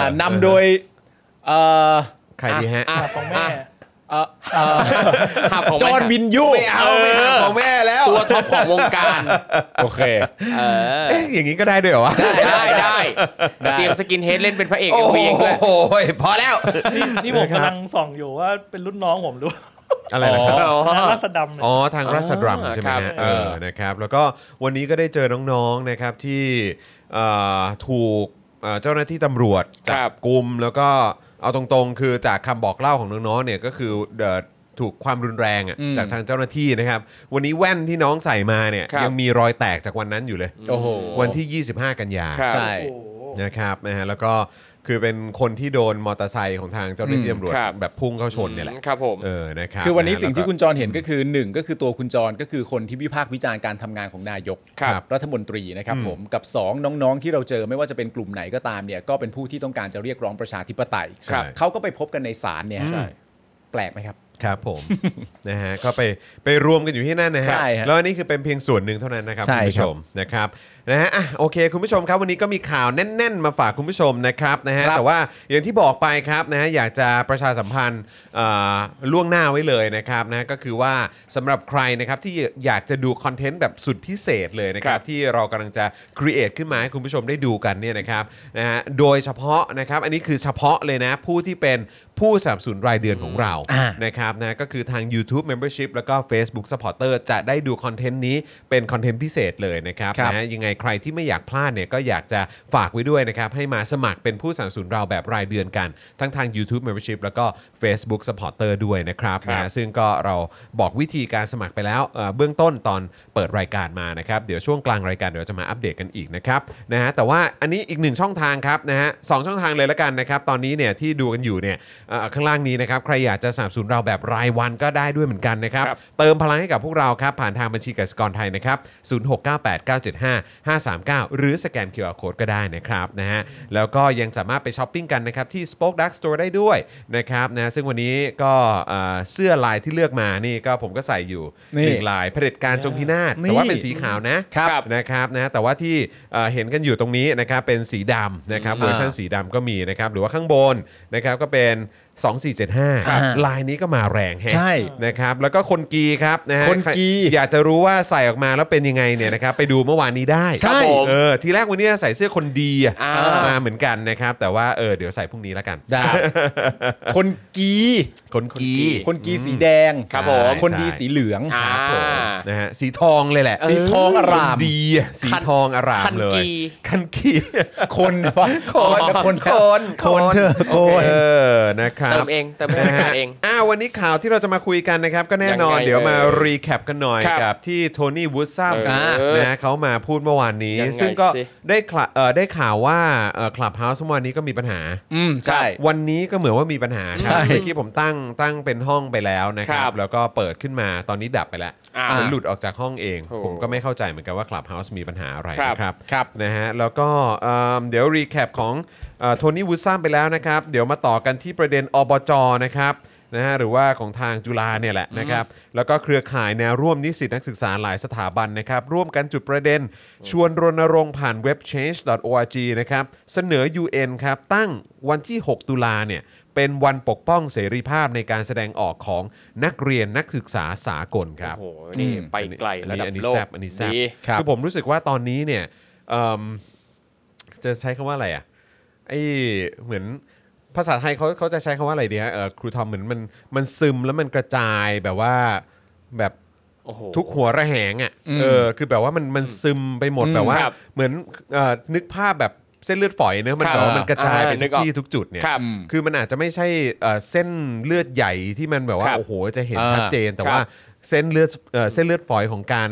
Speaker 3: านำโดยเอ่อ
Speaker 2: ใครดีฮะ
Speaker 1: อ่ะ
Speaker 4: ของแม่
Speaker 1: ะ
Speaker 3: เอ่อเอ่อ
Speaker 1: หาของ
Speaker 3: จ
Speaker 1: แม่
Speaker 3: อห์นวินยู
Speaker 2: ไม่เอาไม่เอาของแม่แล้ว
Speaker 1: ตัวท็อปของวงการ
Speaker 3: โอเค
Speaker 1: เออ
Speaker 2: เอ๊ะอย่างนี้ก็ได้ด้วยเหรอวะ
Speaker 1: ได้ได้เตรียมสกินเฮดเล่นเป็นพระเอกเอ็มวีด้วย
Speaker 2: โอ้โหพอแล้ว
Speaker 4: นี่นี่ผมกำลังส่องอยู่ว่าเป็นรุ่นน้องผมหรือเปล่า
Speaker 2: อะไรนะครับ
Speaker 4: นะรัศดำเนี่ย
Speaker 2: อ๋อ ทางราชดรัม
Speaker 1: อ่า
Speaker 2: ใช่ไหม
Speaker 1: ครับ
Speaker 2: ฮะ
Speaker 1: เอ
Speaker 2: เอ
Speaker 1: อ
Speaker 2: อนะครับแล้วก็วันนี้ก็ได้เจอน้องๆนะครับที่เอ่อถูกเอ่อเจ้าหน้าที่ตำรวจ
Speaker 1: ค
Speaker 2: จั
Speaker 1: รับบ
Speaker 2: กลุ่มแล้วก็เอาตรงๆ คือจากคำบอกเล่าของน้องๆเนี่ยก็คือเอ่อถูกความรุนแรงอะ
Speaker 3: อืม
Speaker 2: จากทางเจ้าหน้าที่นะครับ วันนี้แว่นที่น้องใส่มาเนี่ย
Speaker 1: ครับ
Speaker 2: ยังมีรอยแตกจากวันนั้นอยู่เลย
Speaker 3: โอ้โห
Speaker 2: วันที่ 25 กันยา
Speaker 1: ครับ
Speaker 3: ใช่
Speaker 4: โอ้โห
Speaker 2: นะครับนะฮะแล้วก็คือเป็นคนที่โดนมอเตอร์ไซค์ของทางเจ้าหน้าที่ตำรวจ
Speaker 1: ครับ
Speaker 2: แบบพุ่งเข้าชนเนี่ยแหละ
Speaker 1: ครับผม
Speaker 2: เออนะครับ
Speaker 3: คือวันนี้
Speaker 2: ะฮะ
Speaker 3: สิ่ง
Speaker 2: แล้วก็
Speaker 3: ที่คุณจรเห็นก็คือหนึ่งก็คือตัวคุณจรก็คือคนที่วิพากษ์วิจารณ์การทำงานของนายก
Speaker 1: ครับ
Speaker 3: รัฐมนตรีนะครับผมกับ 2 น้องๆ ที่เราเจอไม่ว่าจะเป็นกลุ่มไหนก็ตามเนี่ยก็เป็นผู้ที่ต้องการจะเรียกร้องประชาธิปไตย
Speaker 1: ครับ
Speaker 3: เขาก็ไปพบกันในศาลเนี่ย
Speaker 1: ใช่
Speaker 3: แปลกไหมครับ
Speaker 2: ครับผม นะฮะก็ไปไปรวมกันอยู่ที่นั่นนะฮะ
Speaker 3: ใช่ฮะ
Speaker 2: แล้วอันนี้คือเป็นเพียงส่วนหนึ่งเท่านั้นนะครับ
Speaker 3: ใช่
Speaker 2: คุณผู้
Speaker 3: ครั
Speaker 2: ช
Speaker 3: บ
Speaker 2: มนะครับนะฮะอ่ะโอเค คุณผู้ชมครับวันนี้ก็มีข่าวแน่น ๆ มาฝากคุณผู้ชมนะครับนะฮะแต่ว่าอย่างที่บอกไปครับนะฮะอยากจะประชาสัมพันธ์เอ่อล่วงหน้าไว้เลยนะครับนะก็คือว่าสำหรับใครนะครับที่อยากจะดูคอนเทนต์แบบสุดพิเศษเลยนะครั
Speaker 1: ครับ บ
Speaker 2: ที่เรากำลังจะครีเอทขึ้นมาให้คุณผู้ชมได้ดูกันเนี่ยนะครับนะฮะโดยเฉพาะนะครับ อันนี้คือเฉพาะเลยนะ ผู้ที่เป็นผู้สนับสนุนรายเดือนของเรา
Speaker 3: อ่า
Speaker 2: นะครับนะก็คือทาง YouTube Membership แล้วก็ Facebook Supporter จะได้ดูคอนเทนต์นี้เป็นคอนเทนต์พิเศษเลยนะครับ
Speaker 3: ครับ
Speaker 2: นะฮะยังไงใครที่ไม่อยากพลาดเนี่ยก็อยากจะฝากไว้ด้วยนะครับ ให้มาสมัครเป็นผู้สนับสนุนเราแบบรายเดือนกัน ทั้งทาง YouTube Membership แล้วก็ Facebook Supporter ด้วยนะครับ
Speaker 1: ครับ
Speaker 2: นะ ซึ่งก็เราบอกวิธีการสมัครไปแล้วเอ่อเบื้องต้นตอนเปิดรายการมานะครับ เดี๋ยวช่วงกลางรายการเดี๋ยวจะมาอัปเดตกันอีกนะครับนะฮะแต่ว่าอันนี้อีกหนึ่งช่องทางครับนะฮะสองช่องทางเลยละกันนะครับ ตอนนี้เนี่ยที่ดูกันอยู่เนี่ยเอ่อข้างล่างนี้นะครับ ใครอยากจะสนับสนุนเราแบบรายวันก็ได้ด้วยเหมือนกันนะครับ
Speaker 1: ครับ
Speaker 2: เติมพลังให้กับพวกเราครับ ผ่านทางบัญชีกสิกรไทยนะครับ 0698975539 หรือสแกน QR Code ก็ได้นะครับนะฮะแล้วก็ยังสามารถไปช้อปปิ้งกันนะครับ ที่ Spoke Dark Store ได้ด้วยนะครับนะซึ่งวันนี้ก็เอ่อเสื้อลายที่เลือกมานี่ก็ผมก็ใส่อยู่
Speaker 3: นี่
Speaker 2: หนึ่งลายเผด็จการจงพินาศ
Speaker 3: นี่
Speaker 2: แต่ว่าเป็นสีขาวนะครับ นะครับนะแต่ว่าที่เอ่อเห็นกันอยู่ตรงนี้นะครับเป็นสีดำนะครับเวอร์ชันสีดำก็มีนะครับหรือว่าข้างบนนะครับก็เป็น 2475 ลายนี้ก็มาแรงแฮะ
Speaker 3: ใช่
Speaker 2: นะครับแล้วก็คนกีครับนะฮะ
Speaker 3: คนกี
Speaker 2: ใครอยากจะรู้ว่าใส่ออกมาแล้วเป็นยังไงเนี่ยนะครับไปดูเมื่อวานนี้ได้ค
Speaker 3: ใช่
Speaker 2: รับผมเออทีแรกวันนี้ใส่เสื้อคนดีอะ
Speaker 1: อ่า
Speaker 2: มาเหมือนกันนะครับแต่ว่าเออเดี๋ยวใส่พรุ่งนี้แล้วกัน
Speaker 3: ได้ คนกี
Speaker 2: คนกี
Speaker 3: คนกีสีแดง
Speaker 1: ครับผม
Speaker 3: คนดีสีเหลือง
Speaker 1: อ่า
Speaker 2: ครับผมนะฮะสีทองเลยแหละ
Speaker 3: สีทองอร่าม
Speaker 2: คนดีอะสี
Speaker 1: คัน
Speaker 2: ทองอร่าม
Speaker 1: คัน
Speaker 2: เลย
Speaker 1: กี
Speaker 2: คันกี
Speaker 3: คนปะคน
Speaker 2: ค
Speaker 3: คนนคนเธอคน
Speaker 2: เออนะครับ
Speaker 1: เติมเองเติมบรรยากาศเอง
Speaker 2: อ่าวันนี้ข่าวที่เราจะมาคุยกันนะครับ ก็แน่นอน
Speaker 1: ยังไง
Speaker 2: เดี๋ยวมา
Speaker 1: เอ่ย
Speaker 2: รีแคปกันหน่อย
Speaker 1: ครับ
Speaker 2: กับที่โทนี่วูดซัม
Speaker 1: เออ
Speaker 2: นะเขามาพูดเมื่อวานนี้
Speaker 1: ยังไง
Speaker 2: ซึ่งก็
Speaker 1: สิ
Speaker 2: ได้ขะเอ่อได้ข่าวว่าคลับเฮาส์เมื่อวานนี้ก็มีปัญหา
Speaker 3: อืมใช่
Speaker 2: วันนี้ก็เหมือนว่ามีปัญหาค
Speaker 3: ใช่
Speaker 2: รับเมื่อกี้ผมตั้งตั้งเป็นห้องไปแล้วนะค
Speaker 1: ค
Speaker 2: รั
Speaker 1: รับ บ
Speaker 2: แล้วก็เปิดขึ้นมาตอนนี้ดับไปแล้ว
Speaker 1: อ่า
Speaker 2: ผมหลุดออกจากห้องเอง
Speaker 1: โอ้
Speaker 2: ผมก็ไม่เข้าใจเหมือนกันว่าคลับเฮาส์มีปัญหาอะไร
Speaker 1: ครับ
Speaker 2: นะครับ
Speaker 3: ครับ
Speaker 2: นะฮะแล้วก็เอิ่มเดี๋ยวรีแคปของโทนี่วูดซัมไปแล้วนะครับ เดี๋ยวมาต่อกันที่ประเด็นอบจนะครับ นะฮะหรือว่าของทางจุฬาเนี่ยแหละนะครับแล้วก็เครือข่ายแนวร่วมนิสิตนักศึกษาหลายสถาบันนะครับร่วมกันจุดประเด็น ชวนรณรงค์ผ่านเว็บ change.org นะครับเสนอ UN ครับตั้งวันที่ 6 ตุลาเนี่ยเป็นวันปกป้องเสรีภาพในการแสดงออกของนักเรียนนักศึกษาสากลครับ
Speaker 1: โอ้โหนี่ไปไกลระดับ
Speaker 2: อันนี้
Speaker 1: โล
Speaker 2: แซ
Speaker 1: ก
Speaker 2: บอันนี้แซบ
Speaker 1: ดี
Speaker 3: ครับ
Speaker 2: คือผมรู้สึกว่าตอนนี้เนี่ยเอิ่มจะใช้คำว่าอะไรอ่ะไอเหมือนภาษาไทยเขาเขาจะใช้คำว่าอะไรดีฮะเอ่อครูทอมเหมือนมันมันซึมแล้วมันกระจายแบบว่าแบบ
Speaker 1: โอ้โห
Speaker 2: ทุกหัวระแหงอ่ะเออคือแบบว่ามันมันซึมไปหมด
Speaker 3: อืม
Speaker 2: แบบว่า
Speaker 1: ครับ
Speaker 2: เหมือนเอ่อนึกภาพแบบเส้นเลือดฝอยเนื้อะมัน
Speaker 1: ครับ
Speaker 2: แบบว่ามันกระจายไป
Speaker 1: อ่านึ
Speaker 2: ทุ
Speaker 1: ก
Speaker 2: ก
Speaker 1: ออก
Speaker 2: ที่ทุกจุดเนี่ย
Speaker 1: ครับ
Speaker 2: คือมันอาจจะไม่ใช่เอ่อเส้นเลือดใหญ่ที่มันแบบว่า
Speaker 1: ครับ
Speaker 2: โอ้โหจะเห็น
Speaker 3: อ่า
Speaker 2: ชัดเจน แต่
Speaker 1: ครับ
Speaker 2: ว่าเส้นเลือดเอ่อเส้นเลือดฝอยของการ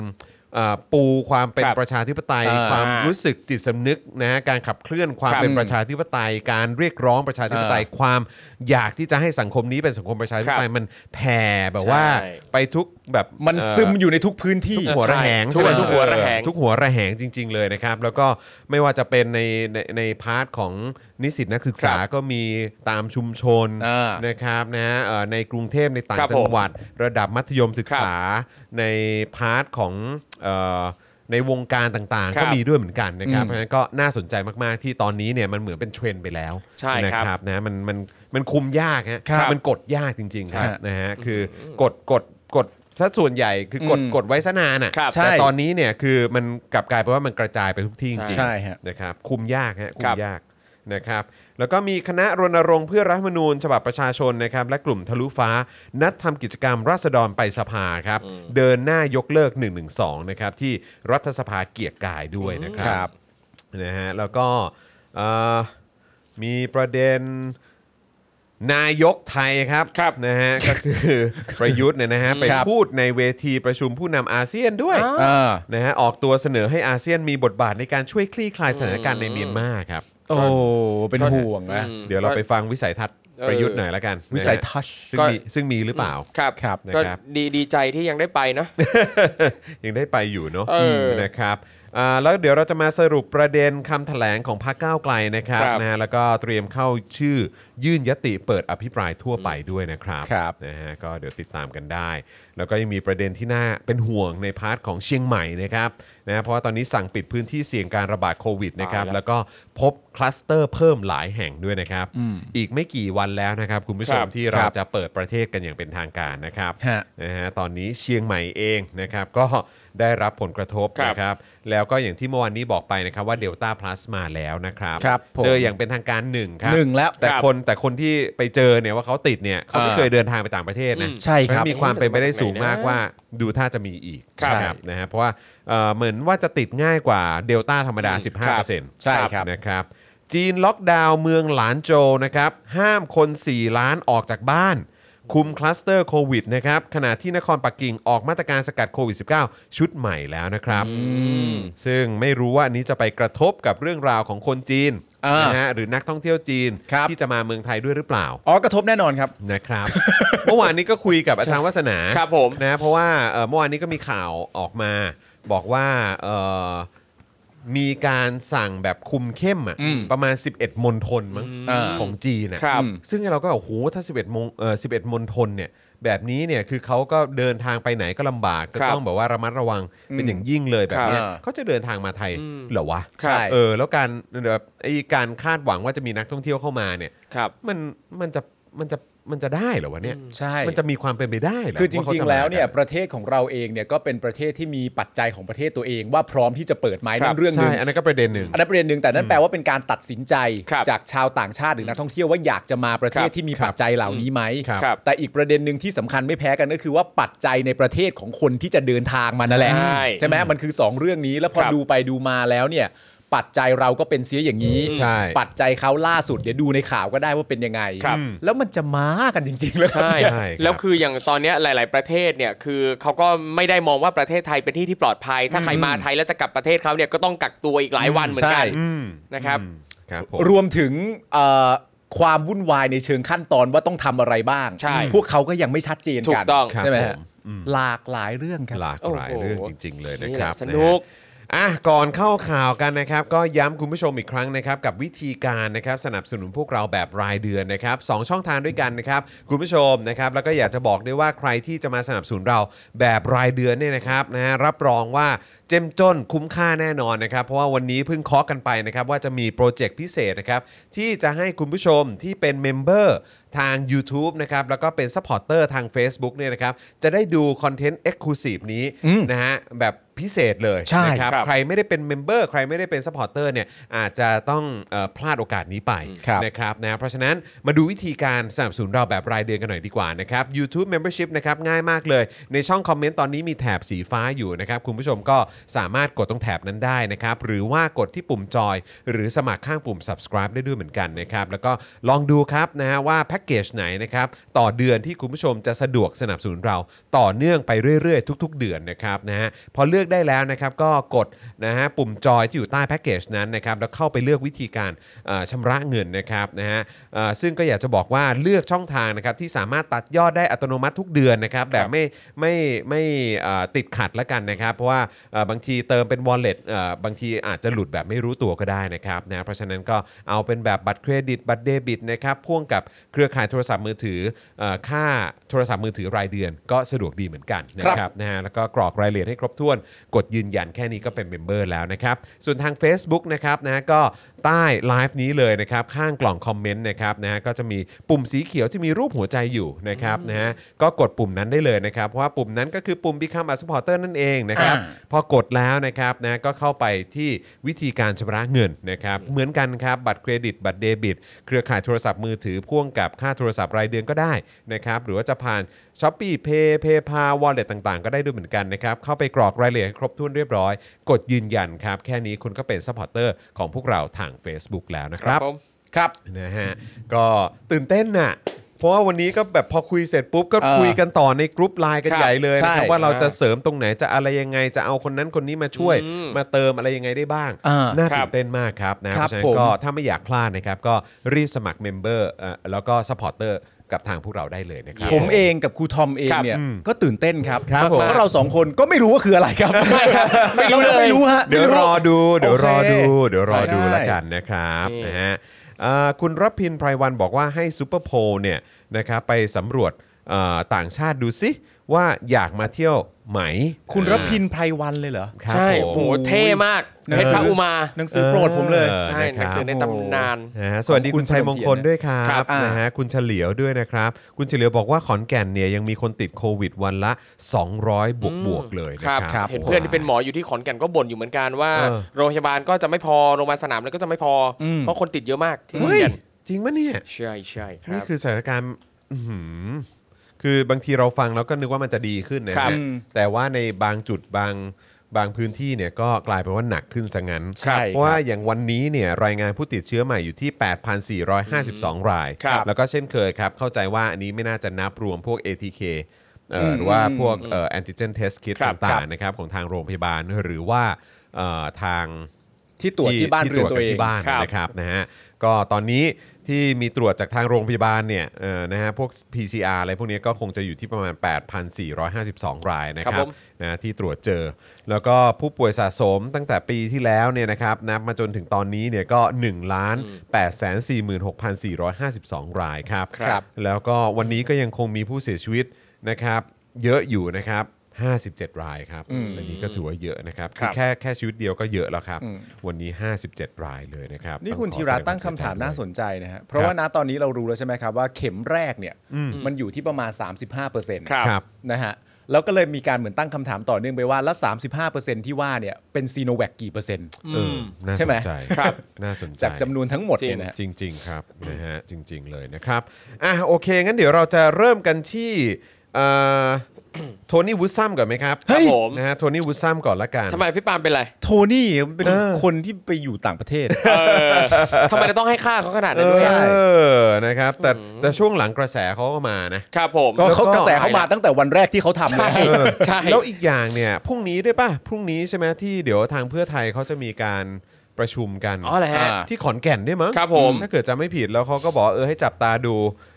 Speaker 2: เอ่อปูความเป็น
Speaker 1: ครับ
Speaker 2: ประชาธิปไตย
Speaker 3: อ่า
Speaker 2: ความรู้สึกจิตสำนึกนะฮะการขับเคลื่อนความ
Speaker 1: ครับ
Speaker 2: เป็นประชาธิปไตย การเรียกร้องประชาธิปไตย ความอยากที่จะให้สังคมนี้เป็นสังคมประชาธิปไตยมันแผ่แบบว่า
Speaker 1: ใช่
Speaker 2: ไปทุกแบบ
Speaker 3: มัน
Speaker 2: เอ่อ
Speaker 3: ซึมอยู่ในทุกพื้นที่
Speaker 2: ทุกหัวระแหง
Speaker 1: ใช่
Speaker 2: ใช่ไม
Speaker 1: ทุกหัวระแหง
Speaker 2: ทุกหัวระแหงจริง ๆ เลยนะครับ แล้วก็ไม่ว่าจะเป็นในในในพาร์ทของนิสิตนักศึกษา
Speaker 3: ครับ
Speaker 2: ก็มีตามชุมชน
Speaker 3: อ่า
Speaker 2: นะครับนะฮะเอ่อในกรุงเทพในต่าง
Speaker 1: ครับ
Speaker 2: จังหวัด ระดับมัธยมศึกษาในพาร์ทของเอ่อในวงการต่าง
Speaker 1: ค
Speaker 2: ๆ
Speaker 1: รับ
Speaker 2: ก็มีด้วยเหมือนกันนะครับ
Speaker 3: อืม
Speaker 2: เพราะฉะนั้นก็น่าสนใจมากๆที่ตอนนี้เนี่ยมันเหมือนเป็นเทรนด์ไปแล้ว
Speaker 1: ใช่
Speaker 2: นะครับ ครับนะมันมันมันคุมยากฮะ
Speaker 3: ครับ
Speaker 2: มันกดยากจริง ๆ ครับ
Speaker 3: ฮะ
Speaker 2: นะฮะคือกดกดกดซะส่วนใหญ่คือกด
Speaker 3: อืม
Speaker 2: กดไว้ซะนานอ่ะ
Speaker 1: ครับ
Speaker 3: ใช่
Speaker 2: แต่ตอนนี้เนี่ยคือมันกลับกลายเป็นว่ามันกระจายไปทุกที่จริง
Speaker 3: ใช่ฮะ
Speaker 2: ๆนะครับคุมยากฮะคุ
Speaker 1: ครั
Speaker 2: ม
Speaker 1: บ
Speaker 2: ยากนะครับ แล้วก็มีคณะรณรงค์เพื่อรัฐธรรมนูญฉบับประชาชนนะครับ และกลุ่มทะลุฟ้า นัดทำกิจกรรมราษฎรไปสภาครับ เดินหน้ายกเลิก 112 นะครับ ที่รัฐสภาเกียรติกายด้วยนะค
Speaker 3: ค
Speaker 2: รั
Speaker 3: รั
Speaker 2: บบ นะฮะแล้วก็เอ่อมีประเด็น นายกไทยครับ
Speaker 1: ครับ
Speaker 2: นะฮะ ก็คือ ประยุทธ์เนี่ยนะฮะไป
Speaker 3: ครับ
Speaker 2: พูดในเวทีประชุมผู้นำอาเซียนด้วย
Speaker 1: อ้าว
Speaker 3: อ่า
Speaker 2: นะฮะออกตัวเสนอให้อาเซียนมีบทบาทในการช่วยคลี่คลายสถานการณ์ในเมียนมาครับ
Speaker 3: โอ้ เป็นห่วงนะ
Speaker 1: อืม
Speaker 2: เดี๋ยวเราไปฟังวิสัยทัศน์ประยุทธ์หน่อยละกัน
Speaker 3: วิสัยทัศน์
Speaker 2: ซึ่งมีซึ่งมีหรือเปล่า
Speaker 1: ครับ
Speaker 3: ครับ
Speaker 1: ก็
Speaker 2: นะครับ
Speaker 1: ดีดีใจที่ยังได้ไปนะ
Speaker 2: ยังได้ไปอยู่เนาะ
Speaker 1: เออ
Speaker 2: นะครับอ่าแล้วเดี๋ยวเราจะมาสรุปประเด็นคำแถลงของพรรคก้าวไกลนะครับ
Speaker 1: ครับ
Speaker 2: นะฮะแล้วก็เตรียมเข้าชื่อยื่นยติเปิดอภิปรายทั่วไปด้วยนะครับ
Speaker 3: ครับ
Speaker 2: นะฮะก็เดี๋ยวติดตามกันได้ แล้วก็ยังมีประเด็นที่น่าเป็นห่วงในพาร์ทของเชียงใหม่นะครับนะฮะเพราะว่าตอนนี้สั่งปิดพื้นที่เสี่ยงการระบาดโควิดนะครับแล้วก็พบคลัสเตอร์เพิ่มหลายแห่งด้วยนะครับ อีกไม่กี่วันแล้วนะครับคุณผู้ชม
Speaker 1: ครับ
Speaker 2: ที่เรา
Speaker 3: ครับ
Speaker 2: จะเปิดประเทศกันอย่างเป็นทางการนะครับ
Speaker 3: ฮะ
Speaker 2: นะฮะตอนนี้เชียงใหม่เองนะครับ ก็ได้รับผลกระทบ
Speaker 1: ครับ
Speaker 2: นะครับแล้วก็อย่างที่เมื่อวานนี้บอกไปนะครับว่าเดลต้าพลัสมาแล้วนะครับ
Speaker 3: ครับผม
Speaker 2: เจออย่างเป็นทางการหนึ่งครับ
Speaker 3: หนึ่งแล้ว
Speaker 2: แต่
Speaker 1: ครับ
Speaker 2: คนแต่คนที่ไปเจอเนี่ยว่าเขาติดเนี่ยเขาไม่
Speaker 3: อ่า
Speaker 2: เคยเดินทางไปต่างประเทศนะ
Speaker 1: อืม
Speaker 3: ใช่ครับ
Speaker 2: เพาะฉะนั้นมีความเป็นไปได้สูงมาก
Speaker 1: เอ๊ะ
Speaker 2: ว่าดูท่าจะมีอีก
Speaker 1: ครับ
Speaker 2: นะนะฮะเพราะว่าเอ่อเหมือนว่าจะติดง่ายกว่าเดลต้าธรรมดา
Speaker 1: อืมครับ
Speaker 2: 15%
Speaker 3: ใช่ครับ
Speaker 2: นะครับจีนล็อกดาวน์เมืองหลานโจวนะครับห้ามคน 4 ล้านออกจากบ้าน คุมคลัสเตอร์โควิดนะครับขณะที่นครปักกิ่งออกมาตรการสกัดโควิด -19 ชุดใหม่แล้วนะครับ ซึ่งไม่รู้ว่าอันนี้จะไปกระทบกับเรื่องราวของคนจีน
Speaker 3: อ่าน
Speaker 2: นะฮะหรือนักท่องเที่ยวจีน
Speaker 3: ครับ
Speaker 2: ที่จะมาเมืองไทยด้วยหรือเปล่า
Speaker 3: อ๋อกระทบแน่นอนครับ
Speaker 2: นะครับ เมื่อวานนี้ก็คุยกับอาจารย์วัฒนา
Speaker 1: ครับผม
Speaker 2: นะเพราะว่าเอ่อเมื่อวานนี้ก็มีข่าวออกมา บอกว่าเอ่อมีการสั่งแบบคุมเข้มอะ
Speaker 3: อืม
Speaker 2: ประมาณ 11มณฑลมั้ง
Speaker 3: อ่า
Speaker 2: ของจีนนะครับ ซึ่งเราก็โอ้โหถ้า 11มงเอ่อ11มณฑลเนี่ยแบบนี้เนี่ยคือเขาก็เดินทางไปไหนก็ลำบากจะต้องแบบว่าระมัดระวังเป็นอย่างยิ่งเลยแบบเนี้ย
Speaker 3: ครับ
Speaker 2: เขาจะเดินทางมาไทยเหรอวะ
Speaker 3: ใช่
Speaker 2: เออแล้วการแบบไอ้การคาดหวังว่าจะมีนักท่องเที่ยวเข้ามาเนี่ย
Speaker 1: ครับ
Speaker 2: มันมันจะมันจะมันจะได้เหรอวะเนี่ย
Speaker 3: ใช่
Speaker 2: มันจะมีความเป็นไปได้เหรอ
Speaker 3: คือจ
Speaker 2: ว่าเขา
Speaker 3: ริง
Speaker 2: จะ
Speaker 3: ๆ
Speaker 2: มา
Speaker 3: แล้วเนี่ย
Speaker 2: กั
Speaker 3: ประเทศของเราเองเนี่ยก็เป็นประเทศที่มีปัจจัยของประเทศตัวเอง ว่าพร้อมที่จะเปิดไหมนั่นเรื่องหนึ่ง
Speaker 2: ใช่ อันนั้นก็ประเด็นหนึ่ง
Speaker 3: อันนั้นประเด็นหนึ่งแต่นั่นแปลว่าเป็นการตัดสินใจ
Speaker 1: ครับ
Speaker 3: จากชาวต่างชาติหรือนักท่องเที่ยวว่าอยากจะมาประเท
Speaker 1: ค
Speaker 3: ศ
Speaker 1: รับ
Speaker 3: ที่มีปัจจัยเหล่านี้ไหม
Speaker 2: ครับ
Speaker 1: ครับ
Speaker 3: แต่อีกประเด็นหนึ่งที่สำคัญไม่แพ้กันก็คือว่าปัจจัยในประเทศของคนที่จะเดินทางมานั่นแหละ
Speaker 1: ใช่
Speaker 3: ไหมมันคือสองเรื่องนี้แล้วพอ
Speaker 1: ครับ
Speaker 3: ดูไปดูมาแล้วเนี่ยปัจจัยเราก็เป็นเสียอย่างนี้
Speaker 2: ใช่
Speaker 3: ปัจจัยเขาล่าสุดเดี๋ยวดูในข่าวก็ได้ว่าเป็นยังไง
Speaker 1: ครับ
Speaker 3: แล้วมันจะมากันจริง ๆ แล้วครับ
Speaker 1: ใช่
Speaker 2: ใช่ครับ
Speaker 1: แล้วคืออย่างตอนเนี้ยหลาย ๆ ประเทศเนี่ยคือเขาก็ไม่ได้มองว่าประเทศไทยเป็นที่ที่ปลอดภัย ถ้าใครมาไทยแล้วจะกลับประเทศเขาเนี่ยก็ต้องกักตัวอีกหลายวันเหมือน
Speaker 3: ใช่
Speaker 1: กัน
Speaker 2: อืม
Speaker 1: นะครับ
Speaker 2: อืมครับผม
Speaker 3: รวมถึงเอ่อความวุ่นวายในเชิงขั้นตอนว่าต้องทำอะไรบ้าง
Speaker 1: ใช่
Speaker 3: พวกเขาก็ยังไม่ชัดเจน
Speaker 1: ถู
Speaker 3: กั
Speaker 1: กต้อง
Speaker 2: ครับ
Speaker 3: ใช่ไหม
Speaker 2: ผ
Speaker 3: ฮะ
Speaker 2: มอืม
Speaker 3: หลากหลายเรื่องครับ
Speaker 2: หลากหลาย
Speaker 1: โอ้โห
Speaker 2: เรื่องจริง ๆ เลยนะ
Speaker 1: นี่
Speaker 2: ค
Speaker 1: แหละ
Speaker 2: รับ
Speaker 1: สนุก
Speaker 2: ะฮะ อ่ะก่อนเข้าข่าวกันนะครับ ก็ย้ำคุณผู้ชมอีกครั้งนะครับ กับวิธีการนะครับสนับสนุนพวกเราแบบรายเดือนนะครับสองช่องทางด้วยกันนะครับ คุณผู้ชมนะครับ แล้วก็อยากจะบอกด้วยว่าใครที่จะมาสนับสนุนเราแบบรายเดือนเนี่ยนะครับนะฮะรับรองว่าเจ้มจนคุ้มค่าแน่นอนนะครับ เพราะว่าวันนี้เพิ่งเคาะกันไปนะครับ ว่าจะมีโปรเจกต์พิเศษนะครับ ที่จะให้คุณผู้ชมที่เป็นเมมเบอร์ ทาง YouTube นะครับ แล้วก็เป็นซัพพอร์เตอร์ทาง Facebook เนี่ยนะครับ จะได้ดูคอนเทนต์ Exclusive นี้นะฮะแบบพิเศษเลย
Speaker 3: ใช่
Speaker 2: นะครับ
Speaker 1: ครับ
Speaker 2: ใครไม่ได้เป็นเมมเบอร์ใครไม่ได้เป็นซัพพอร์เตอร์เนี่ยอาจจะต้องเออพลาดโอกาสนี้ไป
Speaker 3: ครับ
Speaker 2: นะครับนะเพราะฉะนั้นมาดูวิธีการสนับสนุนเราแบบรายเดือนกันหน่อยดีกว่านะครับ YouTube Membership นะครับง่ายมากเลย ในช่องคอมเมนต์ตอนนี้มีแถบสีฟ้าอยู่นะครับ คุณผู้ชมก็สามารถกดตรงแถบนั้นได้นะครับ หรือว่ากดที่ปุ่มจอย หรือสมัครข้างปุ่ม subscribe ได้ด้วยเหมือนกันนะครับ แล้วก็ลองดูครับนะฮะว่าแพ็กเกจไหนนะครับต่อเดือนที่คุณผู้ชมจะสะดวกสนับสนุนเราต่อเนื่องไปเรื่อยๆ ทุก ๆ เดือนนะครับนะฮะพอเลือกได้แล้วนะครับก็กดนะฮะปุ่มจอยที่อยู่ใต้แพ็กเกจนั้นนะครับแล้วเข้าไปเลือกวิธีการเอ่อชำระเงินนะครับนะฮะเอ่อซึ่งก็อยากจะบอกว่าเลือกช่องทางนะครับที่สามารถตัดยอดได้อัตโนมัติทุกเดือนนะครับแบบไม่ไม่ไม่เอ่อติดขัดละกันนะครับ เพราะว่าเอ่อบางทีเติมเป็น wallet เอ่อบางทีอาจจะหลุดแบบไม่รู้ตัวก็ได้นะครับนะเพราะฉะนั้นก็เอาเป็นแบบบัตรเครดิตบัตรเดบิตนะครับพ่วงกับเครือข่ายโทรศัพท์มือถือเอ่อค่าโทรศัพท์มือถือรายเดือน ก็สะดวกดีเหมือนกันนะค
Speaker 3: ครั
Speaker 2: รับ
Speaker 3: บ
Speaker 2: นะฮะแล้วก็กรอกรายละเอียดให้ครบถ้วน กดยืนยันแค่นี้ก็เป็นเมมเบอร์แล้วนะครับ ส่วนทาง Facebook นะครับนะฮะก็ใต้ไลฟ์นี้เลยนะครับ ข้างกล่องคอมเมนต์นะครับนะฮะก็จะมีปุ่มสีเขียวที่มีรูปหัวใจอยู่นะครับนะฮะก็กดปุ่มนั้นได้เลยนะครับ เพราะว่าปุ่มนั้นก็คือปุ่ม Become a supporter นั่นเองนะครับ
Speaker 3: อ่า
Speaker 2: พอกดแล้วนะครับนะก็เข้าไปที่วิธีการชำระเงินนะครับ เหมือนกันครับ บัตรเครดิต บัตรเดบิต เครือข่ายโทรศัพท์มือถือพ่วงกับค่าโทรศัพท์รายเดือนก็ได้นะครับ หรือว่าจะผ่าน s h o p e e Pay Pay p a l Wallet ต่างๆ ก็ได้ด้วยเหมือนกันนะครับ เข้าไปกรอกรายละเอียดให้ครบถ้วนเรียบร้อย กดยืนยันครับ แค่นี้คุณก็เป็นซัพพอร์เตอร์ของพวกเราทาง Facebook แล้วนะค
Speaker 1: ครั
Speaker 2: รั
Speaker 1: บบ ผม
Speaker 3: ครับ
Speaker 2: นะฮะก็ตื่นเต้นน่ะเพราะว่าวันนี้ก็แบบพอคุยเสร็จปุ๊บก็
Speaker 3: เออ
Speaker 2: คุยกันต่อในกรุ๊ปไลน์กัน
Speaker 1: ครับ
Speaker 2: ใหญ่เลยนะครับ
Speaker 3: ใช่
Speaker 2: ว่าเราจะเสริมตรงไหนจะอะไรยังไงจะเอาคนนั้นคนนี้มาช่วย
Speaker 1: อืม
Speaker 2: มาเติมอะไรยังไงได้บ้าง
Speaker 3: อ่า
Speaker 2: น่า
Speaker 1: ครั
Speaker 2: ตื่
Speaker 1: บ
Speaker 2: นเต้นมากครับนะเพ
Speaker 3: ครับ
Speaker 2: ราะฉะนั้นก็
Speaker 3: ผม
Speaker 2: ถ้าไม่อยากพลาดนะครับก็รีบสมัครเมมเบอร์แล้วก็สปอร์เตอร์กับทางพวกเราได้เลยนะครับ
Speaker 3: ผมเองกับครูทอมเอง
Speaker 1: ครับ
Speaker 3: เนี่ยก็ตื่นเต้นครับ
Speaker 2: ครับผม
Speaker 3: เพราะเราสองคนก็ไม่รู้ว่าคืออะไรครับ
Speaker 1: ใช่ครับไม่รู้เลย
Speaker 3: าก็ไม่รู้ฮะ
Speaker 2: เดี๋ยวรอดู เดี๋ยวรอดู
Speaker 3: โอเค
Speaker 2: เดี๋ยวรอดู
Speaker 3: ใช่ได้
Speaker 2: แล้วกันนะครับ
Speaker 1: นี่
Speaker 2: นะฮะเอ่อคุณรพินไพรวันบอกว่าให้ซูเปอร์โพลเนี่ยนะครับไปสำรวจเอ่อต่างชาติดูสิว่าอยากมาเที่ยวไหม
Speaker 3: คุณรพินไพรวันเลยเหรอ
Speaker 2: ครับ
Speaker 1: ใช่
Speaker 2: ผม
Speaker 1: โหเท่มาก
Speaker 3: หนัง
Speaker 1: เพชรพ
Speaker 3: สือ
Speaker 1: ระอุมา
Speaker 3: หนังสือโปรดผมเลย
Speaker 2: อ
Speaker 1: ใช่
Speaker 2: อะ
Speaker 1: ห
Speaker 2: ค
Speaker 1: นั
Speaker 2: รับ
Speaker 1: งสือในตำนาน
Speaker 2: นะฮะสวัสดี
Speaker 3: ขอบคุ
Speaker 2: คุณ ณชัยมงคลด้วยครั
Speaker 1: ครับ บ
Speaker 3: อ่าน
Speaker 2: นะฮะคุณเฉลียวด้วยนะครับ คุณเฉลียวบอกว่าขอนแก่นเนี่ยยังมีคนติดโควิดวันละ 200 บวก
Speaker 1: อืม
Speaker 2: บวกๆเลยนะ
Speaker 1: ครับ
Speaker 2: ค
Speaker 3: ครั
Speaker 2: รับ
Speaker 3: บ
Speaker 1: เห็นเพื่อนที่เป็นหมออยู่ที่ขอนแก่นก็บ่นอยู่เหมือนกันว่า
Speaker 2: เออ
Speaker 1: โรงพยาบาลก็จะไม่พอโรงพยาบาลสนามแล้วก็จะไม่พออ
Speaker 3: ม
Speaker 1: เพราะคนติดเยอะมากที่ขอน
Speaker 2: เฮ้ย
Speaker 1: แก่น
Speaker 2: จริงปะเนี่ย
Speaker 1: ใช่ใช่ครั
Speaker 2: นี่
Speaker 1: บ
Speaker 2: คือสถานการณ์อื้อหือคือบางทีเราฟังแล้วก็นึกว่ามันจะดีขึ้นนะครับฮะแต่ว่าในบางจุดบางบางพื้นที่เนี่ยก็กลายเป็นว่าหนักขึ้นซะงั้น
Speaker 3: ใช่
Speaker 2: เพราะว่าอย่างวันนี้เนี่ยรายงานผู้ติดเชื้อใหม่อยู่ที่ 8,452 ราย
Speaker 1: ครับ
Speaker 2: แล้วก็เช่นเคยครับ เข้าใจว่าอันนี้ไม่น่าจะนับรวมพวก ATK เอ่อหรือว่าพวกแอนติเจนเทสคิด
Speaker 3: ครับ
Speaker 2: ต่าง
Speaker 3: ครับ
Speaker 2: ๆนะครับของทางโรงพยาบาลหรือว่าเอ่อทาง
Speaker 3: ที่ตรวจที่บ้านเรือนตัวเอง
Speaker 2: ที่ตรวจกันที่บ้าน
Speaker 1: ครับ
Speaker 2: นะครับนะฮะก็ตอนนี้ที่มีตรวจจากทางโรงพยาบาลเนี่ยเอ่อนะฮะพวก PCR อะไรพวกนี้ก็คงจะอยู่ที่ประมาณ 8,452 รายนะค
Speaker 1: ครั
Speaker 2: รับบ
Speaker 1: ผม
Speaker 2: นะที่ตรวจเจอ แล้วก็ผู้ป่วยสะสมตั้งแต่ปีที่แล้วเนี่ยนะครับนับมาจนถึงตอนนี้เนี่ยก็1ล้าน8 4 6 4 5 2 รายครับ
Speaker 1: ครับ
Speaker 2: แล้วก็วันนี้ก็ยังคงมีผู้เสียชีวิตนะครับเยอะอยู่นะครับ 57 รายครับอันนี้ก็ถือว่าเยอะนะครับ
Speaker 1: ครับ
Speaker 2: แค่แค่ชีวิตเดียวก็เยอะแล้วครับ วันนี้ 57 รายเลยนะครับ
Speaker 3: นี่คุ
Speaker 2: อ
Speaker 3: ณ
Speaker 2: งขอ
Speaker 3: ธีระ
Speaker 2: แสด
Speaker 3: ตั้งคำถามน่าสนใจนะฮะ เพราะว่าณตอนนี้เรารู้แล้วใช่ไหมครับว่าเข็มแรกเนี่ยมันอยู่ที่ประมาณ 35%
Speaker 1: ครับ
Speaker 2: ครับ
Speaker 3: นะฮะ แล้วก็เลยมีการเหมือนตั้งคำถามต่อเนื่องไปว่า แล้ว 35%ที่ว่าเนี่ยเป็นซีโนแวคกี่เปอร์เซ็นต์
Speaker 2: เออน่า
Speaker 3: ใช่
Speaker 2: ส
Speaker 3: ไหม
Speaker 2: นใจ
Speaker 1: ครับ
Speaker 2: น่าสนใจ
Speaker 3: จากจำนวนทั้งหมดเนี่ยนะฮะ
Speaker 2: จริง ๆ ครับ นะฮะจริง ๆ เลยนะครับอ่ะโอเค งั้นเดี๋ยวเราจะเริ่มกันที่เอ่อ โทนี่วูดซัมก่อนไหมครับ
Speaker 1: เฮ้ยครับผม
Speaker 2: นะฮะโทนี่วูดซัมก่อนละกัน
Speaker 1: ทำไมพี่ปาล์มเป็นไร
Speaker 3: โทนี่เป็นคนที่ไปอยู่ต่างประเทศ
Speaker 1: เออ ทำไมเราต้องให้ค่าเขาขนาดนั้นด้วย
Speaker 3: ใช่
Speaker 2: เออนะครับ แต่แต่ช่วงหลังกระแสเขาก็มานะ
Speaker 1: ครับผม
Speaker 3: ก็
Speaker 2: แล้วก็
Speaker 3: เขากระแสเขามาตั้งแต่วันแรกที่เขาทำเล
Speaker 1: ใช่
Speaker 3: ย
Speaker 2: เออ
Speaker 1: ใช่
Speaker 2: แล้วอีกอย่างเนี่ยพรุ่งนี้ด้วยป่ะ พรุ่งนี้ใช่ไหมที่เดี๋ยวทางเพื่อไทยเขาจะมีการประชุมกัน
Speaker 1: อ๋อแหละฮะ
Speaker 3: อ่า
Speaker 2: ที่ขอนแก่นด้วยมั้ง
Speaker 1: ครับผม
Speaker 2: ถ้าเกิดจะไม่ผิดแล้วเขาก็บอกว่าเออให้จับตาดู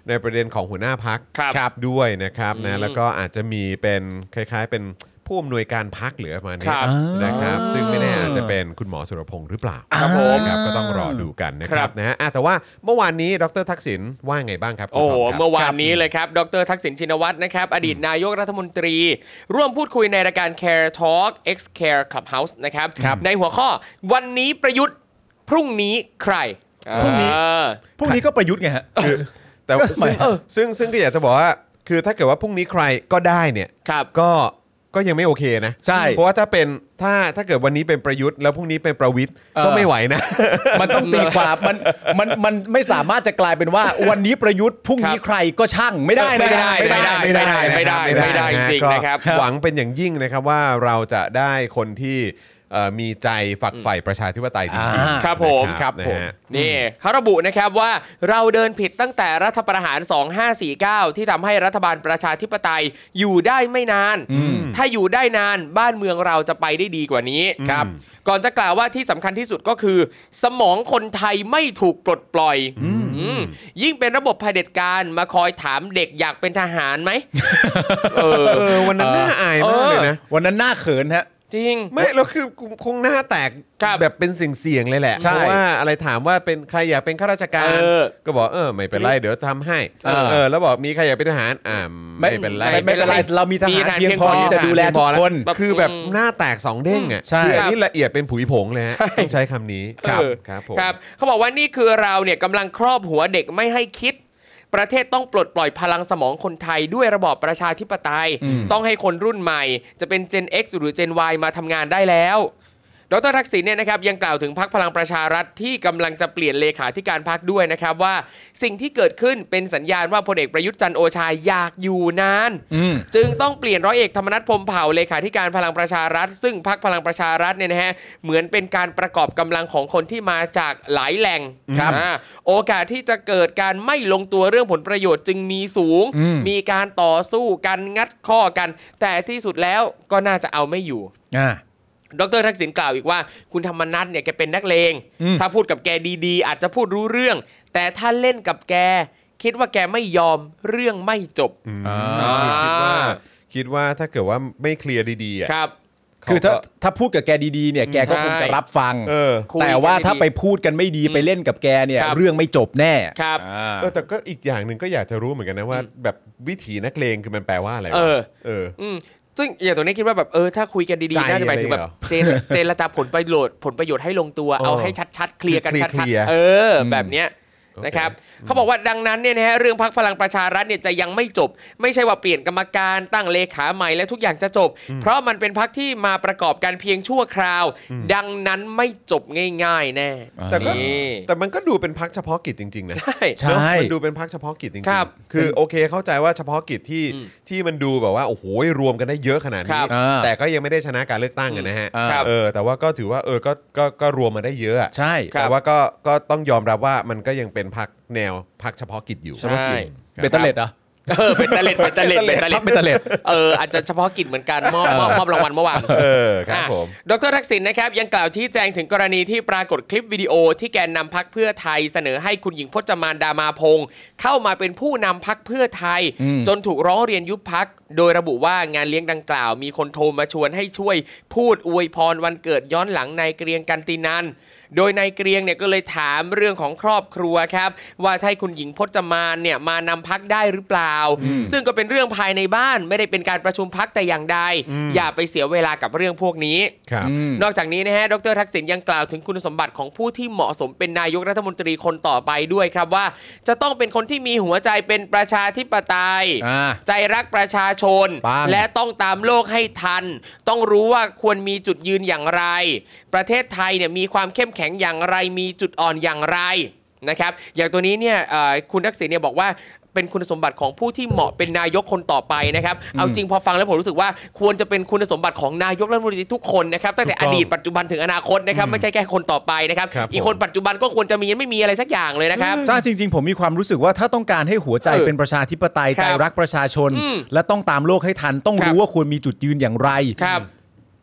Speaker 2: ในประเด็นของหัวหน้าพัก
Speaker 1: ครับ
Speaker 2: ด้วยนะครับนะแล้วก็อาจจะมีเป็นคล้ายๆเป็น ผู้อำนวยการพักหรือประมาณ
Speaker 1: ค
Speaker 2: นี้
Speaker 1: รับ
Speaker 2: นะครับ
Speaker 3: อ่า
Speaker 2: ซึ่งไม่แน่อาจจะเป็นคุณหมอสุรพงษ์หรือเปล่า
Speaker 1: ครับผม
Speaker 2: นะครับก็ต้องรอดูกันนะค
Speaker 1: ครั
Speaker 2: รับบ นะฮะอ่ะแต่ว่าเมื่อวานนี้ดรทักษิณว่าไงบ้างครับ
Speaker 1: โอ้โห
Speaker 2: คุณทมครับ
Speaker 1: เมื่อวานนี้เลยครับ ดรทักษิณชินวัตรนะครับ อดีตนายกรัฐมนตรี ร่วมพูดคุยในรายการ Care Talk X Care Clubhouse นะครับ
Speaker 3: ครับ
Speaker 1: ในหัวข้อวันนี้ประยุทธ์ พรุ่งนี้ใคร
Speaker 3: พรุ่งนี้
Speaker 1: เออ
Speaker 3: พวกนี้ก็ประยุทธ์ไงฮะ
Speaker 2: คือแต่ว่า
Speaker 3: ก็
Speaker 2: ซึ่ง
Speaker 3: เออ
Speaker 2: ซึ่งซึ่งก็อยากจะบอกว่าคือถ้าเกิดว่าพรุ่งนี้ใครก็ได้เนี่ย
Speaker 1: ครับ
Speaker 2: ก็ก็ยังไม่โอเคนะ
Speaker 3: ใช่
Speaker 2: เพราะว่าถ้าเป็นถ้าถ้าเกิดวันนี้เป็นประยุทธ์แล้วพรุ่งนี้เป็นประวิทย์
Speaker 3: เออ
Speaker 2: ก็ไม่ไหวนะ
Speaker 3: มันต้องตีความมันมันมันไม่สามารถจะกลายเป็นว่า วันนี้ประยุทธ์พรุ่งนี้
Speaker 1: ครับ
Speaker 3: ใครก็ช่างไม่ได้นะ
Speaker 1: ไม่ได้ไม่ได้ไม่ได้ไม่ได้
Speaker 2: นะ
Speaker 1: ไม่ได้
Speaker 2: นะ
Speaker 1: จริง
Speaker 2: ก็
Speaker 1: ๆนะครับ
Speaker 2: หวังเป็นอย่างยิ่งนะครับว่าเราจะได้คนที่เอ่อมีใจฝักใฝ่ประชาธิปไตยจริง
Speaker 3: อ่า
Speaker 2: ๆ
Speaker 1: ครับผม
Speaker 2: นะ
Speaker 1: ผม
Speaker 2: นะฮะ
Speaker 1: นี่เขาระบุนะครับว่าเราเดินผิดตั้งแต่รัฐประหาร 2549 ที่ทำให้รัฐบาลประชาธิปไตยอยู่ได้ไม่นาน ถ้าอยู่ได้นานบ้านเมืองเราจะไปได้ดีกว่านี้
Speaker 2: ครับ
Speaker 1: ก่อนจะกล่าวว่าที่สำคัญที่สุดก็คือ สมองคนไทยไม่ถูกปลดปล่อยอืมยิ่งเป็นระบบเผด็จการมาคอยถามเด็กอยากเป็นทหารไหม เออ
Speaker 2: เออวันนั้นน่าอายมากเลยนะ
Speaker 3: วันนั้นหน้าเขินฮะ
Speaker 1: จริง
Speaker 2: ไม่เราคือคงหน้าแตก
Speaker 1: ครับ
Speaker 2: แบบเป็นสิ่งเสี่ยงๆเลยแหละ
Speaker 3: ใช่
Speaker 2: เพราะว่าอะไรถามว่าเป็นใครอยากเป็นข้าราชการ
Speaker 1: เออ
Speaker 2: ก็บอกเออไม่เป็นไรเดี๋ยวทำให้
Speaker 1: เออ
Speaker 2: เออแล้วบอกมีใครอยากเป็นทหารอ่าไม่เป็นไร
Speaker 3: ไม่เป็นไรเรามีท
Speaker 1: มี
Speaker 3: หา
Speaker 1: ทหา
Speaker 3: ร
Speaker 1: ร
Speaker 3: เพียง
Speaker 1: เพียง
Speaker 3: พอ
Speaker 1: พอ
Speaker 3: ที่จะดูแลทุกคน
Speaker 1: แบบ
Speaker 2: คือแบบ
Speaker 1: อืม
Speaker 2: หน้าแตกสองเด้งอ่ะ
Speaker 3: ใช่
Speaker 2: คืออันนี้ละเอียดเป็นผุยผงเลยฮะ
Speaker 1: ใช่
Speaker 2: ต้องใช้คำนี้ครับ
Speaker 1: เออ
Speaker 2: ครับผม
Speaker 1: ครับเขาบอกว่านี่คือเราเนี่ยกำลังครอบหัวเด็กไม่ให้คิด ประเทศต้องปลดปล่อยพลังสมองคนไทยด้วยระบอบประชาธิปไตย ต้องให้คนรุ่นใหม่ จะเป็น Gen X หรือ Gen Y มาทำงานได้แล้ว ดรทักษิณเนี่ยนะครับยังกล่าวถึงพักพลังประชารัฐที่กำลังจะเปลี่ยนเลขาธิการพักด้วยนะครับว่าสิ่งที่เกิดขึ้นเป็นสัญญาณว่าพลเอกประยุทธ์จันทร์โอชาอยากอยู่นาน จึงต้องเปลี่ยนร้อยเอกธรรมนัฐพรหมเผ่าเลขาธิการพลังประชารัฐ ซึ่งพักพลังประชารัฐเนี่ยนะฮะเหมือนเป็นการประกอบกำลังของคนที่มาจากหลายแหล่ง
Speaker 3: ครับ
Speaker 1: อ่าโอกาสที่จะเกิดการไม่ลงตัวเรื่องผลประโยชน์จึงมีสูง
Speaker 3: อืม
Speaker 1: มีการต่อสู้กันงัดข้อกัน แต่ที่สุดแล้วก็น่าจะเอาไม่อยู่
Speaker 3: อ่า
Speaker 1: ดรทักษิณกล่าวอีกว่า คุณธรรมนัทเนี่ยแกเป็นนักเลง
Speaker 3: อืม
Speaker 1: ถ้าพูดกับแกดีๆ อาจจะพูดรู้เรื่อง แต่ถ้าเล่นกับแก คิดว่าแกไม่ยอมเรื่องไม่จบ
Speaker 2: อืม
Speaker 3: อ่า
Speaker 2: คิดว่าคิดว่าถ้าเกิดว่าไม่เคลียร์ดีๆอ่ะ
Speaker 1: ครับ
Speaker 2: เข
Speaker 3: คือถ้า
Speaker 2: ก็
Speaker 3: ถ้าพูดกับแกดีๆเนี่ยแกก็คงจะรับฟัง
Speaker 2: เออ
Speaker 1: คุยกัน
Speaker 3: แต่ว่า
Speaker 1: ดีๆ
Speaker 3: ถ้าไปพูดกันไม่ดีไปเล่นกับแกเนี่ย
Speaker 1: ครับ
Speaker 3: เรื่องไม่จบแน่
Speaker 1: ครับ
Speaker 3: อ่า
Speaker 2: เออแต่ก็อีกอย่างหนึ่งก็อยากจะรู้เหมือนกันนะว่า แบบวิถีนักเลงคือมันแปลว่าอะไรวะ
Speaker 1: เออ
Speaker 2: เออ
Speaker 1: อืมซึ่งอย่างตัวนี้คิดว่าแบบเออถ้าคุยกันดี
Speaker 2: ใจ
Speaker 1: ๆน่าจะหมายถึงแบบเจนเจรจาผลประโยชน์ผลประโยชน์ให้ลงตัว เอาให้ชัดๆ เคลียร์กัน
Speaker 2: เคลี
Speaker 1: ชัด
Speaker 2: ยร์
Speaker 1: ๆ เออ แบบเนี้ย
Speaker 2: โอเค
Speaker 1: นะครับเขาบอกว่าดังนั้นเนี่ยนะฮะเรื่องพักพลังประชารัฐเนี่ยจะยังไม่จบ ไม่ใช่ว่าเปลี่ยนกรรมการตั้งเลขาใหม่และทุกอย่างจะจบ เพราะมันเป็นพักที่มาประกอบกันเพียงชั่วคราว ดังนั้นไม่จบง่ายๆ แน่
Speaker 3: อ่า
Speaker 2: แต่ก็
Speaker 1: นี่
Speaker 2: แต่มันก็ดูเป็นพักเฉพาะกิจจริงๆนะ
Speaker 1: ใช่
Speaker 3: ใช่
Speaker 2: เนอะมันดูเป็นพักเฉพาะกิจจริง
Speaker 1: ครับ
Speaker 2: ๆ คือโอเคเข้าใจว่าเฉพาะกิจที่
Speaker 1: อืม
Speaker 2: ที่มันดูแบบว่าโอ้โหรวมกันได้เยอะขนาด
Speaker 1: ครั
Speaker 2: นี้
Speaker 1: บ
Speaker 3: อ่า
Speaker 2: แต่ก็ยังไม่ได้ชนะการเลือกตั้งอะนะฮะ
Speaker 3: อืมครับ
Speaker 2: เออแต่ว่าก็ถือว่าเออก็ก็ก็รวมมาได้เยอะอะ
Speaker 3: ใช่
Speaker 1: ครับ
Speaker 2: แต่ว่าก็ก็ต้องยอมรับว่ามันก็ยังเป็นพักแนวพักเฉพาะกิจอยู่
Speaker 1: ใช่
Speaker 3: เบตเตอร์เลดเหรอ
Speaker 1: เออเป็นตะเล็ดเป็นตะเล็ดเป็นตะเล็ด
Speaker 3: พักเบตเตอร์เลด
Speaker 1: เอออาจจะเฉพาะกิจเหมือนกันมอบมอบมอบรางวัลเมื่อวาน
Speaker 2: เออครับผม
Speaker 1: อ่ะดรทักษิณนะครับยังกล่าวชี้แจงถึงกรณีที่ปรากฏคลิปวิดีโอที่แกนนำพักเพื่อไทย เสนอให้คุณหญิงพจมานดามาพงศ์เข้ามาเป็นผู้นำพักเพื่อไทย
Speaker 3: อืม
Speaker 1: จนถูกร้องเรียนยุบพัก โดยระบุว่างานเลี้ยงดังกล่าว มีคนโทรมาชวนให้ช่วยพูดอวยพรวันเกิดย้อนหลังนายเกรียงกันตินันโดยนายเกรียงเนี่ยก็เลยถามเรื่องของครอบครัวครับ ว่าใช่คุณหญิงพจมานเนี่ยมานำพักได้หรือเปล่า ซึ่งก็เป็นเรื่องภายในบ้านไม่ได้เป็นการประชุมพักแต่อย่างใดอย่าไปเสียเวลากับเรื่องพวกนี้
Speaker 2: ครับ
Speaker 1: นอกจากนี้นะฮะ ดรทักษิณยังกล่าวถึงคุณสมบัติของผู้ที่เหมาะสมเป็นนายกรัฐมนตรีคนต่อไปด้วยครับว่า จะต้องเป็นคนที่มีหัวใจเป็นประชาธิปไตย
Speaker 3: อ่า
Speaker 1: ใจรักประชาชน
Speaker 3: ปัง
Speaker 1: และต้องตามโลกให้ทัน ต้องรู้ว่าควรมีจุดยืนอย่างไร ประเทศไทยเนี่ยมีความเข้มแข็งอย่างไร มีจุดอ่อนอย่างไรนะครับ อย่างตัวนี้เนี่ยเอ่อคุณทักษิณเนี่ยบอกว่าเป็นคุณสมบัติของผู้ที่เหมาะเป็นนายกคนต่อไปนะครับ เอาจริงพอฟังแล้วผมรู้สึกว่าควรจะเป็นคุณสมบัติของนายกรัฐมนตรีทุกคนนะครับตั้งแต่
Speaker 2: ถูก
Speaker 1: อ
Speaker 2: ต้อง
Speaker 1: ดีตปัจจุบันถึงอนาคตนะครับไม่ใช่แค่คนต่อไปนะครับ
Speaker 2: ครับผม
Speaker 1: อีกคนปัจจุบันก็ควรจะมีไม่มีอะไรสักอย่างเลยนะครับ
Speaker 3: ใช่จริง ๆ ผมมีความรู้สึกว่าถ้าต้องการให้หัวใจ
Speaker 1: เออ
Speaker 3: เป็นประชาธิปไตย
Speaker 1: ครั
Speaker 3: ใจ
Speaker 1: บ
Speaker 3: รักประชาชน
Speaker 1: อืม
Speaker 3: และต้องตามโลกให้ทัน ต้อง
Speaker 1: ครับ
Speaker 3: รู้ว่าควรมีจุดยืนอย่างไร
Speaker 1: ครับ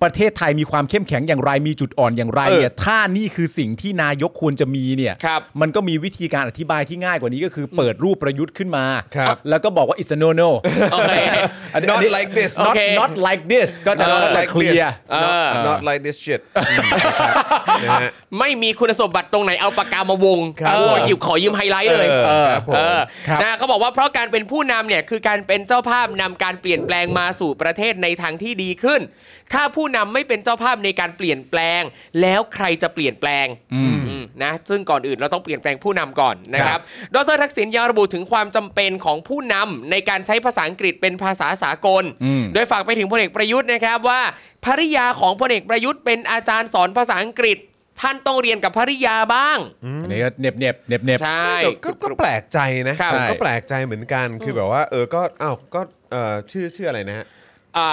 Speaker 3: ประเทศไทยมีความเข้มแข็งอย่างไรมีจุดอ่อนอย่างไรเนี่ย
Speaker 1: เออ
Speaker 3: ถ้านี่คือสิ่งที่นายกควรจะมีเนี่ย
Speaker 1: ครับ
Speaker 3: มันก็มีวิธีการอธิบายที่ง่ายกว่านี้ก็คือเปิดรูปประยุทธ์ขึ้นมา
Speaker 2: ครับ
Speaker 3: แล้วก็บอกว่า it's a no no
Speaker 1: โอเค
Speaker 3: อันนี้
Speaker 2: not
Speaker 3: อันนี้
Speaker 2: like this
Speaker 1: โอ
Speaker 3: not
Speaker 1: เค
Speaker 3: not like this ก็จะ
Speaker 2: not
Speaker 3: ก็จะ
Speaker 2: like
Speaker 3: เคลียร์
Speaker 2: this not-
Speaker 1: เออ
Speaker 2: not like this shit อืมนะครับนะฮะ
Speaker 1: ไม่มีคุณสมบัติตรงไหนเอาปากกามาวง
Speaker 2: ครับ
Speaker 1: เออหยิบขอยืมไฮไลท์เลย
Speaker 2: เออครับผม
Speaker 1: เออ
Speaker 3: ครับ
Speaker 1: นะเขาบอกว่าเพราะการเป็นผู้นำเนี่ยคือการเป็นเจ้าภาพนำการเปลี่ยนแปลงมาสู่ประเทศในทางที่ดีขึ้น ถ้าผู้นำไม่เป็นเจ้าภาพในการเปลี่ยนแปลง แล้วใครจะเปลี่ยนแปลงอืมนะซึ่งก่อนอื่นเราต้องเปลี่ยนแปลงผู้นำก่อนนะค
Speaker 3: ครั
Speaker 1: รับบ ดรทักษิณยังระบุถึงความจำเป็นของผู้นำในการใช้ภาษาอังกฤษเป็นภาษาสากล โดยฝากไปถึงพลเอกประยุทธ์นะครับว่าภริยาของพลเอกประยุทธ์เป็นอาจารย์สอนภาษาอังกฤษ ท่านต้องเรียนกับภริยาบ้าง
Speaker 3: อันนี้ก็เน็บเน็บเน็บเน็บ
Speaker 1: ใช่
Speaker 2: แต่ก็ก็แปลกใจนะครับ ก็แปลกใจเหมือนกันคือแบบว่าเออก็อ้าวก็เอ่อชื่อชื่ออะไรนะฮะ
Speaker 1: อ่า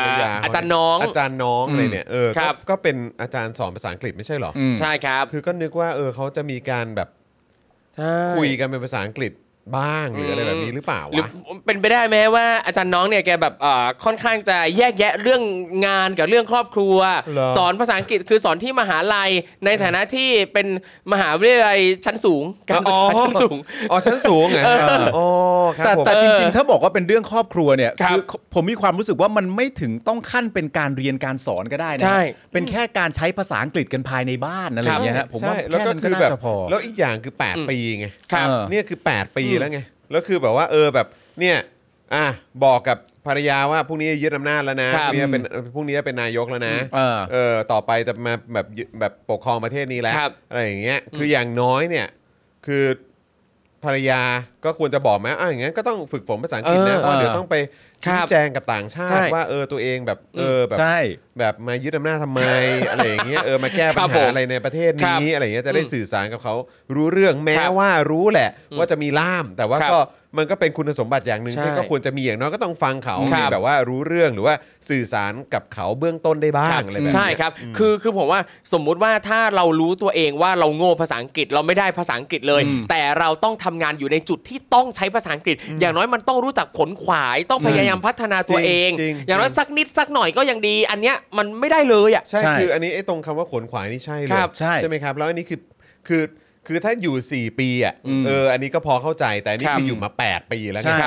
Speaker 2: ภรรยา
Speaker 1: อาจารย์น้อง
Speaker 2: อาจารย์น้อง
Speaker 3: อืม
Speaker 2: อะไรเนี่ยเออก็
Speaker 1: ครับ
Speaker 2: ก็เป็นอาจารย์สอนภาษาอังกฤษไม่ใช่เหรออ
Speaker 3: อืม
Speaker 1: ใช่ครับ
Speaker 2: คือก็นึกว่าเออเขาจะมีการแบบคุยกันเป็นภาษาอังกฤษบ้างหรืออะไรแบบนี้หรือเปล่า
Speaker 1: หรือ
Speaker 2: วะ
Speaker 1: เป็นไปได้ไหมว่าอาจารย์น้องเนี่ยแกแบบเอ่อค่อนข้างจะแยกแยะเรื่องงานกับเรื่องครอบครัว
Speaker 2: เหรอ
Speaker 1: สอนภาษาอังกฤษคือสอนที่มหาลัยในฐานะที่เป็นมหาวิทยาลัยชั้นสูงการศึกษาชั้นสูง
Speaker 2: อ๋อชั้นสูงเหรออ๋อครับ
Speaker 3: แต่
Speaker 2: ผม
Speaker 3: แต่
Speaker 1: เออ
Speaker 3: จริง ๆ ถ้าบอกว่าเป็นเรื่องครอบครัวเนี่ย
Speaker 1: ครับ
Speaker 3: อผมมีความรู้สึกว่ามันไม่ถึงต้องขั้นเป็นการเรียนการสอนก็ได้นะ
Speaker 1: ใช่
Speaker 3: เป็นแค่การใช้ภาษาอังกฤษกันภายในบ้านอะไรอย่างเงี้ยฮะผมว่า
Speaker 2: ใช่
Speaker 3: แค่นั้นก็น่าจะพอ
Speaker 2: แล้วอีกอย่างคือ
Speaker 1: อืม
Speaker 2: 8 ปีไง
Speaker 1: ครับ
Speaker 2: เออเนี่ยคือ 8 ปีแล้วไง แล้วคือแบบว่าเออแบบเนี่ยอ่ะบอกกับภรรยาว่าพรุ่งนี้ยึดอำนาจแล้วนะครับ เนี่ยเป็นพรุ่งนี้เป็นนายกแล้วนะ
Speaker 3: เออ
Speaker 2: เออต่อไปจะมาแบบยึดแบบปกครองประเทศนี้แล้ว
Speaker 1: ครับ
Speaker 2: อะไรอย่างเงี้ยคืออย่างน้อยเนี่ยคือภรรยาก็ควรจะบอกไหมอ่ะอย่างงั้นก็ต้องฝึกฝนภาษาอังกฤษนะเพ
Speaker 1: เออ
Speaker 2: ราะเดี๋ยวต้องไป
Speaker 1: ครั
Speaker 2: ชี้
Speaker 1: บ
Speaker 2: แจงกับต่างชา
Speaker 1: ใช่
Speaker 2: ติว่าเออตัวเองแบบเออแบบ
Speaker 3: ใช่
Speaker 2: แบบมายึดอำนาจทำไม อะไรอย่างเงี้ยเออมาแก้ปั
Speaker 1: ครับ
Speaker 2: ญ
Speaker 1: ผ
Speaker 2: หาม อะไรในประเทศ
Speaker 1: ครับ
Speaker 2: นี้อะไรอย่างเงี้ยจะได้
Speaker 1: อืม
Speaker 2: สื่อสารกับเขารู้เรื่องแม้
Speaker 1: ครับ
Speaker 2: ว่ารู้แหละ ว่าจะมีล่าม แต่ว่า
Speaker 1: ครับ
Speaker 2: ก็มันก็เป็นคุณสมบัติอย่างหนึ่ง
Speaker 1: ใช่
Speaker 2: ที่ก็ควรจะมีอย่างน้อยก็ต้องฟังเขา
Speaker 1: ครับ
Speaker 2: แบบว่ารู้เรื่องหรือว่าสื่อสารกับเขาเบื้องต้นได้บ้างอะไรแบบเนี้ย
Speaker 1: ใช่ครับ คือคือผมว่าสมมุติว่าถ้าเรารู้ตัวเองว่าเราโง่ภาษาอังกฤษเราไม่ได้ภาษาอังกฤษเลย
Speaker 3: อืม
Speaker 1: แต่เราต้องทำงานอยู่ในจุดที่ต้องใช้ภาษาอังกฤษ อย่างน้อยมันต้องรู้จักขนขวาย ต้องพยายามพัฒนาตัวเอง
Speaker 2: จริงๆ
Speaker 1: อย่างน้อยสักนิดสักหน่อยก็ยังดี อันเนี้ยมันไม่ได้เลยอ่ะ
Speaker 2: ใช่
Speaker 3: ใช่
Speaker 2: คืออันนี้ไอ้ตรงคำว่าขนขวายนี่ใช่เล
Speaker 1: ค
Speaker 2: ย
Speaker 1: รับ
Speaker 3: ใช่
Speaker 2: ไหมครับ แล้วอันนี้คือคือคือถ้าอยู่ 4 ปีอ่ะ
Speaker 3: อืม
Speaker 2: เอออันนี้ก็พอเข้าใจแต่อันนี่
Speaker 1: ครับ
Speaker 2: คืออยู่มา 8 ปีแล้วไง
Speaker 3: ใช่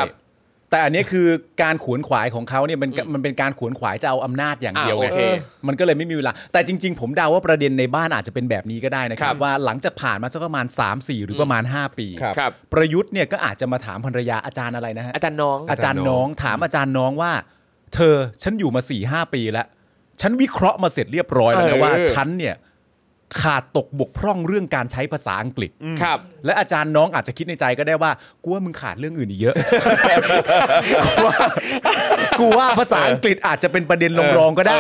Speaker 3: แต่อันเนี้ยคือการขวนขวายของเขาเนี่ยมันก็มันเป็นการขวนขวายจะเอาอำนาจอย่างเดียวไง
Speaker 1: อ่าโอเค
Speaker 3: มันก็เลยไม่มีเวลา แต่จริง ๆ ผมเดาว่าประเด็นในบ้านอาจจะเป็นแบบนี้ก็ได้นะครั
Speaker 1: ครับ บ
Speaker 3: ว่าหลังจากผ่านมาสักประมาณ 3 4 หรือประมาณ 5 ปี
Speaker 2: ครับ
Speaker 1: ครับ
Speaker 3: ประยุทธ์เนี่ยก็อาจจะมาถามภรรยาอาจารย์อะไรนะฮะ
Speaker 1: อาจารย์น้อง
Speaker 3: อาจารย์น้องถามอาจารย์น้องว่า เธอฉันอยู่มาสี่ห้าปีแล้ว ฉันวิเคราะห์มาเสร็จเรียบร้อยแล้ว
Speaker 1: เอ
Speaker 3: นะ
Speaker 1: อ
Speaker 3: ว่าฉันเนี่ยขาดตกบกพร่องเรื่องการใช้ภาษาอังกฤษ
Speaker 1: ครับ
Speaker 3: และอาจารย์น้องอาจจะคิดในใจก็ได้ว่ากูว่ามึงขาดเรื่องอื่นอีกเยอะ กูว่ากูว่าภาษาอังกฤษอาจจะเป็นประเด็นรองๆก็ได้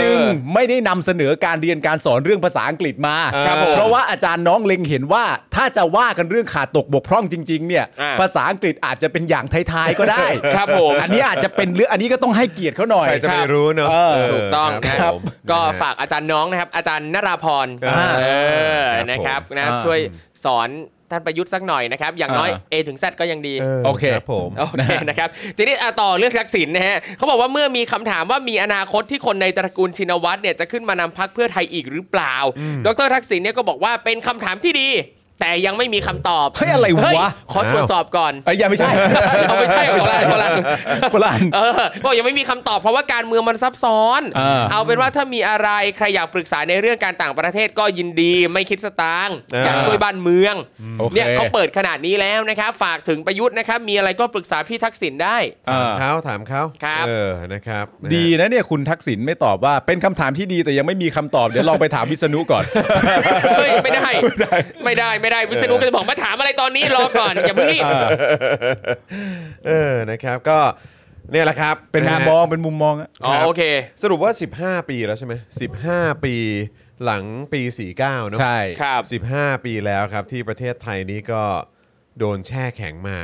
Speaker 3: จึงไม่ได้นำเสนอการเรียนการสอนเรื่องภาษาอังกฤษมา
Speaker 1: ครับผม
Speaker 3: เพราะว่าอาจารย์น้องเล็งเห็นว่า ถ้าจะว่ากันเรื่องขาดตกบกพร่องจริง ๆ เนี่ย
Speaker 1: อ่า
Speaker 3: ภาษาอังกฤษอาจจะเป็นอย่างท้ายๆก็ได้
Speaker 1: ครับผม
Speaker 3: อันนี้อาจจะเป็นเรื่องอันนี้ก็ต้องให้เกียรติเขาหน่อย
Speaker 2: ใครจะไปรู้เนาะ
Speaker 3: เออ
Speaker 2: เ
Speaker 1: ถูกต้อง
Speaker 2: ครับ
Speaker 1: นะครับ
Speaker 2: ผม
Speaker 1: ก็
Speaker 2: นะฮะ
Speaker 1: ฝากอาจารย์น้องนะครับ อาจารย์นราพร
Speaker 2: อ่า
Speaker 1: เออ
Speaker 2: ครับ
Speaker 1: นะครับ
Speaker 2: ผม
Speaker 1: นะ
Speaker 3: อ่า
Speaker 1: ช่วยสอนท่านประยุทธ์สักหน่อยนะครับ อย่างน้อย
Speaker 3: อ่า
Speaker 1: A ถึง Z ก็ยังดี
Speaker 3: โอเค
Speaker 2: รับผม
Speaker 1: โอเคนะครับทีนี้อ่ะต่อเรื่องทักษิณนะฮะเขาบอกว่าเมื่อมีคำถามว่ามีอนาคตที่คนในตระกูลชินวัตรเนี่ยจะขึ้นมานำพักเพื่อไทยอีกหรือเปล่า ดรทักษิณเนี่ยก็บอกว่าเป็นคำถามที่ดี แต่ยังไม่มีคำตอบ
Speaker 3: เฮ้ยอะไรวะ
Speaker 1: เฮ้ยขอตรวจสอบก่อน
Speaker 3: เอ้ยอย่าไม่ใช่
Speaker 1: เอาไม่ใช่ของเราของเรา
Speaker 3: คนละอัน
Speaker 1: เออบอกยังไม่มีคำตอบเพราะว่าการเมืองมันซับซ้อน
Speaker 3: อ่า
Speaker 1: เอาเป็นว่าถ้ามีอะไรใครอยากปรึกษาในเรื่องการต่างประเทศก็ยินดีไม่คิดสตางค์
Speaker 2: อ่า
Speaker 1: อยากช่วยบ้านเมือง
Speaker 3: โอค
Speaker 1: เนี่ยเขาเปิดขนาดนี้แล้วนะครับ ฝากถึงประยุทธ์นะครับ มีอะไรก็ปรึกษาพี่ทักษิณได้
Speaker 3: อ่า
Speaker 2: ถามเขาถามเขา
Speaker 1: ครับ
Speaker 2: เออนะครับนะฮะ
Speaker 3: ดีนะเนี่ยคุณทักษิณไม่ตอบว่าเป็นคำถามที่ดีแต่ยังไม่มีคำตอบ เดี๋ยวลองไปถาม วิษณุก่อน
Speaker 1: เฮ้ยไม่ได้ ไม่ได้ไม่ได้วิษณุก็จะบอกมาถามอะไรตอนนี้รอก่อนอย่าเพิ่งรีบ
Speaker 2: เออ นะครับ ก็เนี่ยแหละครับ
Speaker 3: เป็นมุม
Speaker 2: ะฮะ
Speaker 3: มองเป็นมุมมองอะ
Speaker 1: อ๋อโอเค
Speaker 2: สรุปว่า 15 ปีแล้วใช่ไหม15 ปีหลังปี 49เนอะ
Speaker 3: ใช่
Speaker 1: ครับ
Speaker 2: 15 ปีแล้วครับ ที่ประเทศไทยนี้ก็โดนแช่แข็งมา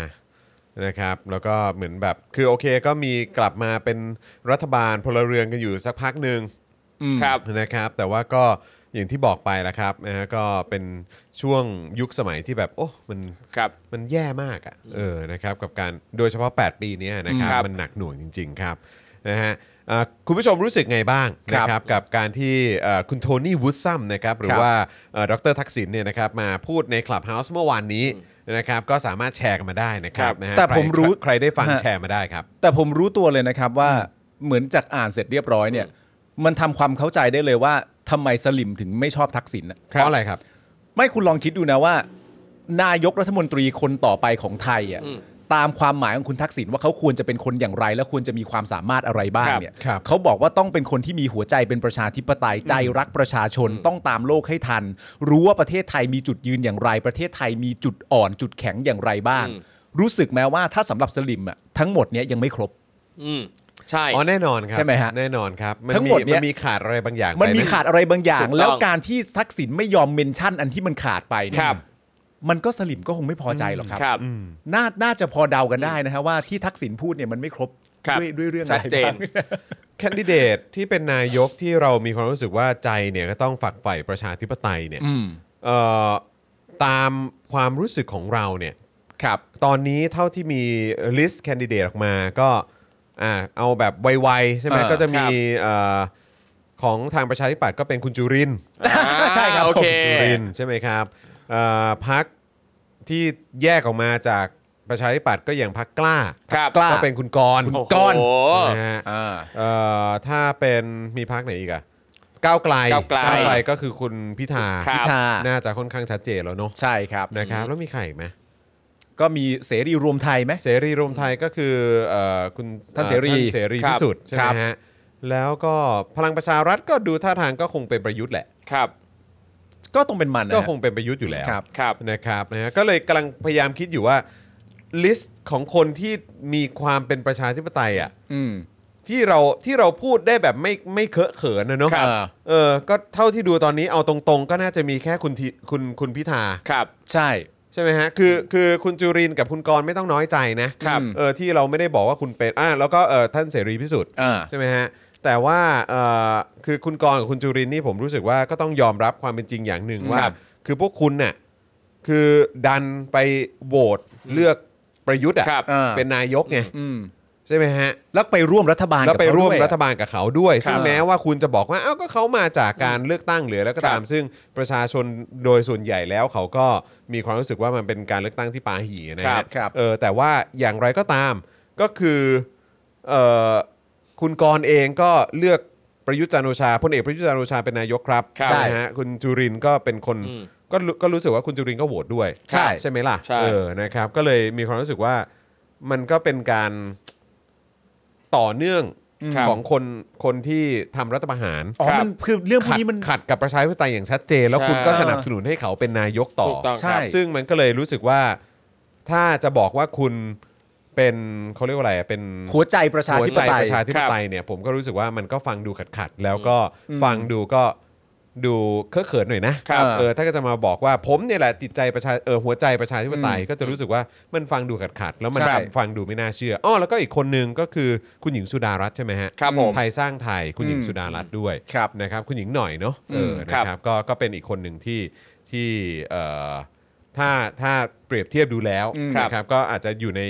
Speaker 2: นะครับ แล้วก็เหมือนแบบ คือโอเคก็มีกลับมาเป็นรัฐบาลพลเรือนกันอยู่สักพักหนึ่ง
Speaker 1: ครับ
Speaker 2: นะครับแต่ว่าก็อย่างที่บอกไปแล้วครับนะฮะก็เป็นช่วงยุคสมัยที่แบบโอ้มัน
Speaker 1: ครับ
Speaker 2: มันแย่มากอะ่ะเออนะครับกับการโดยเฉพาะ 8 ปีเนี้ยนะครับ
Speaker 1: ครับ
Speaker 2: มันหนักหน่วงจริง ๆ ครับนะฮะ อ่าคุณผู้ชมรู้สึกไงบ้าง
Speaker 3: ค
Speaker 2: นะ
Speaker 3: รับ
Speaker 2: ครับกับการที่เอ่อคุณโทนี่วูดซัมนะครับหรือ
Speaker 3: ครับ
Speaker 2: ว่าเอ่อดรทักษิณเนี่ยนะครับมาพูดในคลับเฮาส์เมื่อวานนี้นะครับก็สามารถแชร์กันมาได้นะครั
Speaker 1: ครับ บ
Speaker 2: นะฮะ
Speaker 3: แต่
Speaker 2: ใค
Speaker 3: ผมรู้
Speaker 2: ใครได้ฟัง
Speaker 3: ฮะ
Speaker 2: แชร์มาได้ครับ
Speaker 3: แต่ผมรู้ตัวเลยนะครับว่าเหมือนจากอ่านเสร็จเรียบร้อยเนี่ย มันทำความเข้าใจได้เลยว่าทำไมสลิมถึงไม่ชอบทักษิณน่ะ
Speaker 2: เพราะอะไรครับ
Speaker 3: ไม่คุณลองคิดดูนะว่า นายกรัฐมนตรีคนต่อไปของไทยอ่ะ
Speaker 1: อืม
Speaker 3: ตามความหมายของคุณทักษิณว่าเขาควรจะเป็นคนอย่างไร และควรจะมีความสามารถอะไรบ้าง
Speaker 1: ครับ
Speaker 3: เนี่ย
Speaker 2: ครับ
Speaker 3: เขาบอกว่าต้องเป็นคนที่มีหัวใจเป็นประชาธิปไตยใจรักประชาชนต้องตามโลกให้ทัน รู้ว่าประเทศไทยมีจุดยืนอย่างไร ประเทศไทยมีจุดอ่อน จุดแข็งอย่างไรบ้าง
Speaker 1: อืม
Speaker 3: รู้สึกแม้ว่าถ้าสำหรับสลิมอ่ะทั้งหมดเนี้ยยังไม่ครบ
Speaker 1: อืมใช่
Speaker 2: อ๋อแน่นอนครับ
Speaker 3: ใช่ไหมฮะ
Speaker 2: แน่นอนครับมัน
Speaker 3: ทั้ง
Speaker 2: มี
Speaker 3: หมดเนี่ย
Speaker 2: มันมีขาดอะไรบางอย่าง
Speaker 3: มัน
Speaker 2: ไป
Speaker 3: มี
Speaker 2: ไห
Speaker 3: ขาดอะไรบางอย่าง
Speaker 1: ถูกต้อง
Speaker 3: แล้วการที่ทักษิณไม่ยอมเมนชั่นอันที่มันขาดไปเนี่
Speaker 1: ค
Speaker 3: ย
Speaker 1: รับ
Speaker 3: มันก็สลิมก็คงไม่พอใจหรอกครับ
Speaker 1: ครับ
Speaker 3: น่าน่าจะพอเดากันได้นะฮะว่าที่ทักษิณพูดเนี่ยมันไม่ครบ
Speaker 1: ครับ
Speaker 3: ด้วยด้วยเรื่องอะ
Speaker 1: ชั
Speaker 3: ไร
Speaker 1: ดเจน
Speaker 3: บ้าง
Speaker 2: แคนดิเดตที่เป็นนายกที่เรามีความรู้สึกว่าใจเนี่ยก็ต้องฝักใฝ่ประชาธิปไตยเนี่ยเอ่อตามความรู้สึกของเราเนี่ย
Speaker 3: ครับ
Speaker 2: ตอนนี้เท่าที่มีลิสต์แคนดิเดตออกมาก็อ่าเอาแบบไวๆใช่ไหม
Speaker 3: เออ
Speaker 2: ก็จะมี
Speaker 1: ครับ
Speaker 2: เอ่อของทางประชาธิปัตย์ก็เป็นคุณจุรินทร์
Speaker 1: อ่า
Speaker 3: ใช่ครับ
Speaker 1: โอเค
Speaker 2: จุรินทร์ใช่ไหมครับเอ่อพักที่แยกออกมาจากประชาธิปัตย์ก็อย่างพักกล้า
Speaker 1: ครับ
Speaker 3: กล้า
Speaker 2: ก็เป็นคุณกรณ์
Speaker 1: โโห
Speaker 3: ก้อน
Speaker 2: นะฮะ
Speaker 3: อ่า
Speaker 2: เอ่อถ้าเป็นมีพักไหนอีกอะก้าวไกล
Speaker 1: ก้าวไกล
Speaker 2: ก็คือคุณพิธา
Speaker 1: ครับ
Speaker 3: พิธา
Speaker 2: น่าจะค่อนข้างชัดเจนแล้วเนาะ
Speaker 3: ใช่ครับ
Speaker 2: นะครับแล้วมีใครอีกไหม
Speaker 3: ก็มีเสรีรวมไทยไหม
Speaker 2: เสรีรวมไทยก็คือเอ่อคุณ
Speaker 3: ท่านเสรี
Speaker 2: อ่อท่านเสรี
Speaker 1: ครับ
Speaker 2: พิสุทธิ์ใช่ไห
Speaker 3: ครั
Speaker 2: ม
Speaker 3: บ
Speaker 2: ฮะแล้วก็พลังประชารัฐก็ดูท่าทางก็คงเป็นประยุทธ์แหละ
Speaker 1: ครับ
Speaker 3: ก็ต้องเป็นมันนะ
Speaker 2: ก็
Speaker 3: ฮะ
Speaker 2: คงเป็นประยุทธ์อยู่แล้ว
Speaker 3: ครับ
Speaker 1: ครับ
Speaker 2: นะครับนะฮะก็เลยกำลังพยายามคิดอยู่ว่าลิสต์ของคนที่มีความเป็นประชาธิปไตยอ่ะ
Speaker 3: อืม
Speaker 2: ที่เราที่เราพูดได้แบบไม่ไม่เคอะเขินนะเนาะ
Speaker 3: ครับ
Speaker 2: เออ ก็เท่าที่ดูตอนนี้เอาตรงๆ ก็น่าจะมีแค่คุณทีคุณคุณพิธา
Speaker 1: ครับ
Speaker 3: ใช่
Speaker 2: ใช่ไหมฮะคือคือคุณจุรินทร์กับคุณกรณ์ไม่ต้องน้อยใจนะครับ เออที่เราไม่ได้บอกว่าคุณเป็นอ่าแล้วก็เออท่านเสรีพิสุทธิ์
Speaker 3: อ่า
Speaker 2: ใช่ไหมฮะแต่ว่าเออคือคุณกรณ์กับคุณจุรินทร์นี่ผมรู้สึกว่าก็ต้องยอมรับความเป็นจริงอย่างหนึ่งว่า
Speaker 3: ครับ
Speaker 2: คือพวกคุณน่ะคือดันไปโหวตเลือกประยุทธ์อ่ะ
Speaker 1: ครับ
Speaker 3: อ่า
Speaker 2: เป็นนายกไง
Speaker 3: อืม
Speaker 2: ใช่ไหมฮะ
Speaker 3: แล้วไปร่วมรัฐบาล
Speaker 2: แล้วไป
Speaker 3: กับเขา
Speaker 2: ร่วม
Speaker 3: ด้วยอะ
Speaker 2: รัฐบาลกับเขาด้วย ซึ่ง
Speaker 3: ครับ
Speaker 2: แม้ว่าคุณจะบอกว่าอ้าวก็เขามาจากการเลือกตั้งเหลือแล้วก็ตาม
Speaker 3: ครับ
Speaker 2: ซึ่งประชาชนโดยส่วนใหญ่แล้วเขาก็มีความรู้สึกว่ามันเป็นการเลือกตั้งที่ปาหีนะ
Speaker 3: ค
Speaker 2: ค
Speaker 3: รั
Speaker 2: รั
Speaker 3: บบ ครับ
Speaker 2: เออแต่ว่าอย่างไรก็ตามก็คือเอ่อคุณกรณ์เองก็เลือกประยุทธ์จันทร์โอชาพลเอกประยุทธ์จันทร์โอชาเป็นนายกครับ
Speaker 1: ครับ
Speaker 2: ใช่ไหมฮะคุณจุรินทร์ก็เป็นคน
Speaker 1: อืม
Speaker 2: ก็รู้ก็รู้สึกว่าคุณจุรินทร์ก็โหวตด้วย
Speaker 3: ใช่
Speaker 2: ใช่ไหมล่ะ
Speaker 1: ใช่
Speaker 2: เออนะครับ ก็เลยมีความรู้สึกว่ามันก็เป็นการ ต่อเนื่อง
Speaker 1: ครับ
Speaker 2: ของคนคนที่ทำรัฐประหาร
Speaker 3: อ๋อมันคือเรื่องพวก
Speaker 2: ขัด
Speaker 3: นี้มัน
Speaker 2: ขัดกับประชาธิปไตยอย่างชัดเจน แล้ว
Speaker 1: ใช่
Speaker 2: คุณก็สนับสนุนให้เขาเป็นนายกต่
Speaker 1: ถูกต้องครับ
Speaker 2: ใช่ซึ่งมันก็เลยรู้สึกว่าถ้าจะบอกว่าคุณเป็นเขาเรียกว่าอะไรอะเป็น
Speaker 3: หัวใจประชา
Speaker 2: หัว
Speaker 3: ธิป
Speaker 2: ใจ
Speaker 3: ไต
Speaker 2: ป
Speaker 3: ย
Speaker 2: ระชาธิปไตยเนี่ยผมก็รู้สึกว่ามันก็ฟังดูขัดขัดๆแล้วก็ฟังดูก็ดูเคอะเขินหน่อยนะครับ เออถ้าก็จะมาบอกว่าผมเนี่ยแหละจิตใจประชาเออหัวใจประชาธิปไตยก็จะรู้สึกว่ามันฟังดูขัดขัดๆแล้วมัน
Speaker 3: ใช่
Speaker 2: ฟังดูไม่น่าเชื่ออ้อแล้วก็อีกคนนึงก็คือคุณหญิงสุดารัตน์ใช่ไหมฮะ
Speaker 1: ครับผม
Speaker 2: ไทยสร้างไทยคุณหญิงสุดารัตน์ด้วย
Speaker 3: ครับ
Speaker 2: นะครับคุณหญิงหน่อยเนาะเออ
Speaker 3: ม
Speaker 2: นะครับ ครับก็ก็เป็นอีกคนหนึ่งที่ที่เอ่อถ้าถ้าเปรียบเทียบดูแล้ว
Speaker 1: ครับ
Speaker 2: นะครับก็อาจจะอยู่ใน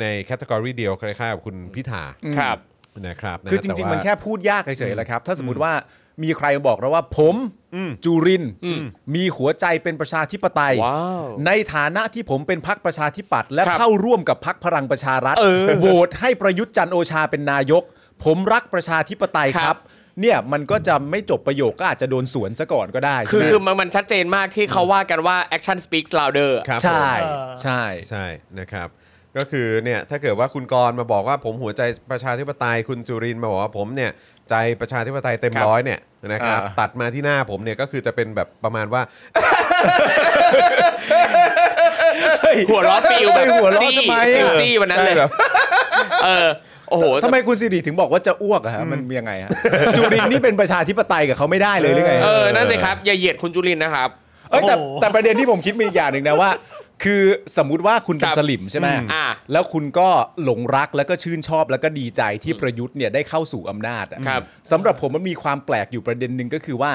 Speaker 2: ในแคตตากรีเดียวคล้ายๆกับคุณพิธา
Speaker 1: ครับ
Speaker 2: นะครับนะ
Speaker 3: คือจริง
Speaker 2: ต่
Speaker 3: ๆ
Speaker 2: ว่า
Speaker 3: มันแค่พูดยากเฉยๆแหละครับ ถ้าสมมติว่ามีใครมาบอกเราว่าผม
Speaker 2: อืม
Speaker 3: จุรินทร์มีหัวใจเป็นประชาธิปไตย
Speaker 1: ว้าว
Speaker 3: ในฐานะที่ผมเป็นพักประชาธิปัตย์และ
Speaker 1: ครับ
Speaker 3: เข้าร่วมกับพักพลังประชารัฐ
Speaker 1: เออ
Speaker 3: โหวตให้ประยุทธ์จันทร์โอชาเป็นนายก ผมรักประชาธิปไตย
Speaker 1: ค
Speaker 3: ค
Speaker 1: รั
Speaker 3: รับ
Speaker 1: บ
Speaker 3: เนี่ยมันก็จะไม่จบประโยคก็อาจจะโดนสวนซะก่อนก็ได้
Speaker 1: คือ
Speaker 3: ใช่
Speaker 1: คือ
Speaker 3: ไห
Speaker 1: มันมันชัดเจนมากที่เขาว่ากันว่า action speaks louder
Speaker 2: ครั
Speaker 3: ม
Speaker 2: บ
Speaker 3: ใช่
Speaker 2: ผม
Speaker 3: ใช่
Speaker 2: ใช่นะครับ ก็คือเนี่ยถ้าเกิดว่าคุณกรณ์มาบอกว่าผมหัวใจประชาธิปไตยคุณจุรินทร์มาบอกว่าผมเนี่ยใจประชาธิปไตยเต็มร้อยเนี่ยนะครับตัดมาที่หน้าผมเนี่ยก็คือจะเป็นแบบประมาณว่า
Speaker 1: หัวล้อฟิลแบบ
Speaker 3: เฮ้ยหัวเร้อ
Speaker 1: จี้
Speaker 3: ทำไม
Speaker 1: ฟิล
Speaker 3: อะ
Speaker 1: จี้วันนั้นเลย
Speaker 2: ใช่แบบ
Speaker 1: เออ โอ้โห
Speaker 3: ทำไมคุณสิริถึงบอกว่าจะอ้วกอะฮะมันยังไงฮะจุรินทร์นี่เป็นประชาธิปไตยกับเขาไม่ได้เลยหรือไง
Speaker 1: เออ นั่นสิครับ อย่าเหยียดคุณจุลินนะครับ
Speaker 3: เอ้ยแต่
Speaker 4: โอ้โห
Speaker 3: แต่ประเด็นที่ผมคิดมีอีกอย่างหนึ่งนะว่า คือสมมุติว่าคุณ
Speaker 1: ค
Speaker 3: เป็
Speaker 1: น รับ
Speaker 3: สลิมใช่ไหม
Speaker 1: อืมอ่า
Speaker 3: แล้วคุณก็หลงรักแล้วก็ชื่นชอบแล้วก็ดีใจที่ประยุทธ์เนี่ยได้เข้าสู่อำนาจอะ
Speaker 1: ครับ
Speaker 3: สำหรับผมมันมีความแปลกอยู่ประเด็นหนึ่งก็คือว่า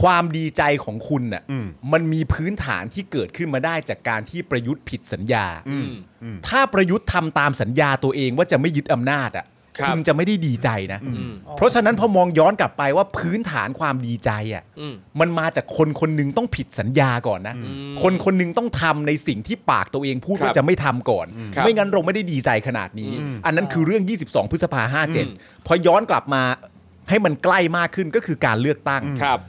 Speaker 3: ความดีใจของคุณน่ะ
Speaker 2: อืม
Speaker 3: มันมีพื้นฐานที่เกิดขึ้นมาได้จากการที่ประยุทธ์ผิดสัญญา ถ้าประยุทธ์ทำตามสัญญาตัวเองว่าจะไม่ยึดอำนาจอ่ะ
Speaker 1: ครับ
Speaker 3: ณจะไม่ได้ดีใจนะ
Speaker 1: อืม
Speaker 3: เพราะฉะนั้นพอมองย้อนกลับไปว่าพื้นฐานความดีใจอ่ะ
Speaker 1: อืม
Speaker 3: มันมาจากคนคนหนึ่งต้องผิดสัญญาก่อนนะ
Speaker 1: ม
Speaker 3: คนคนหนึ่งต้องทำในสิ่งที่ปากตัวเองพูด
Speaker 1: ครับ
Speaker 3: ว่าจะไม่ทำก่อน
Speaker 1: ครับ
Speaker 3: ไม่งั้นเราไม่ได้ดีใจขนาดนี้
Speaker 1: อืม
Speaker 3: อันนั้นคือเรื่อง 22 พฤษภาห้า
Speaker 1: อื
Speaker 3: เจ็ด
Speaker 1: ม
Speaker 3: พอย้อนกลับมาให้มันใกล้มากขึ้นก็คือการเลือกตั้ง
Speaker 1: ครับ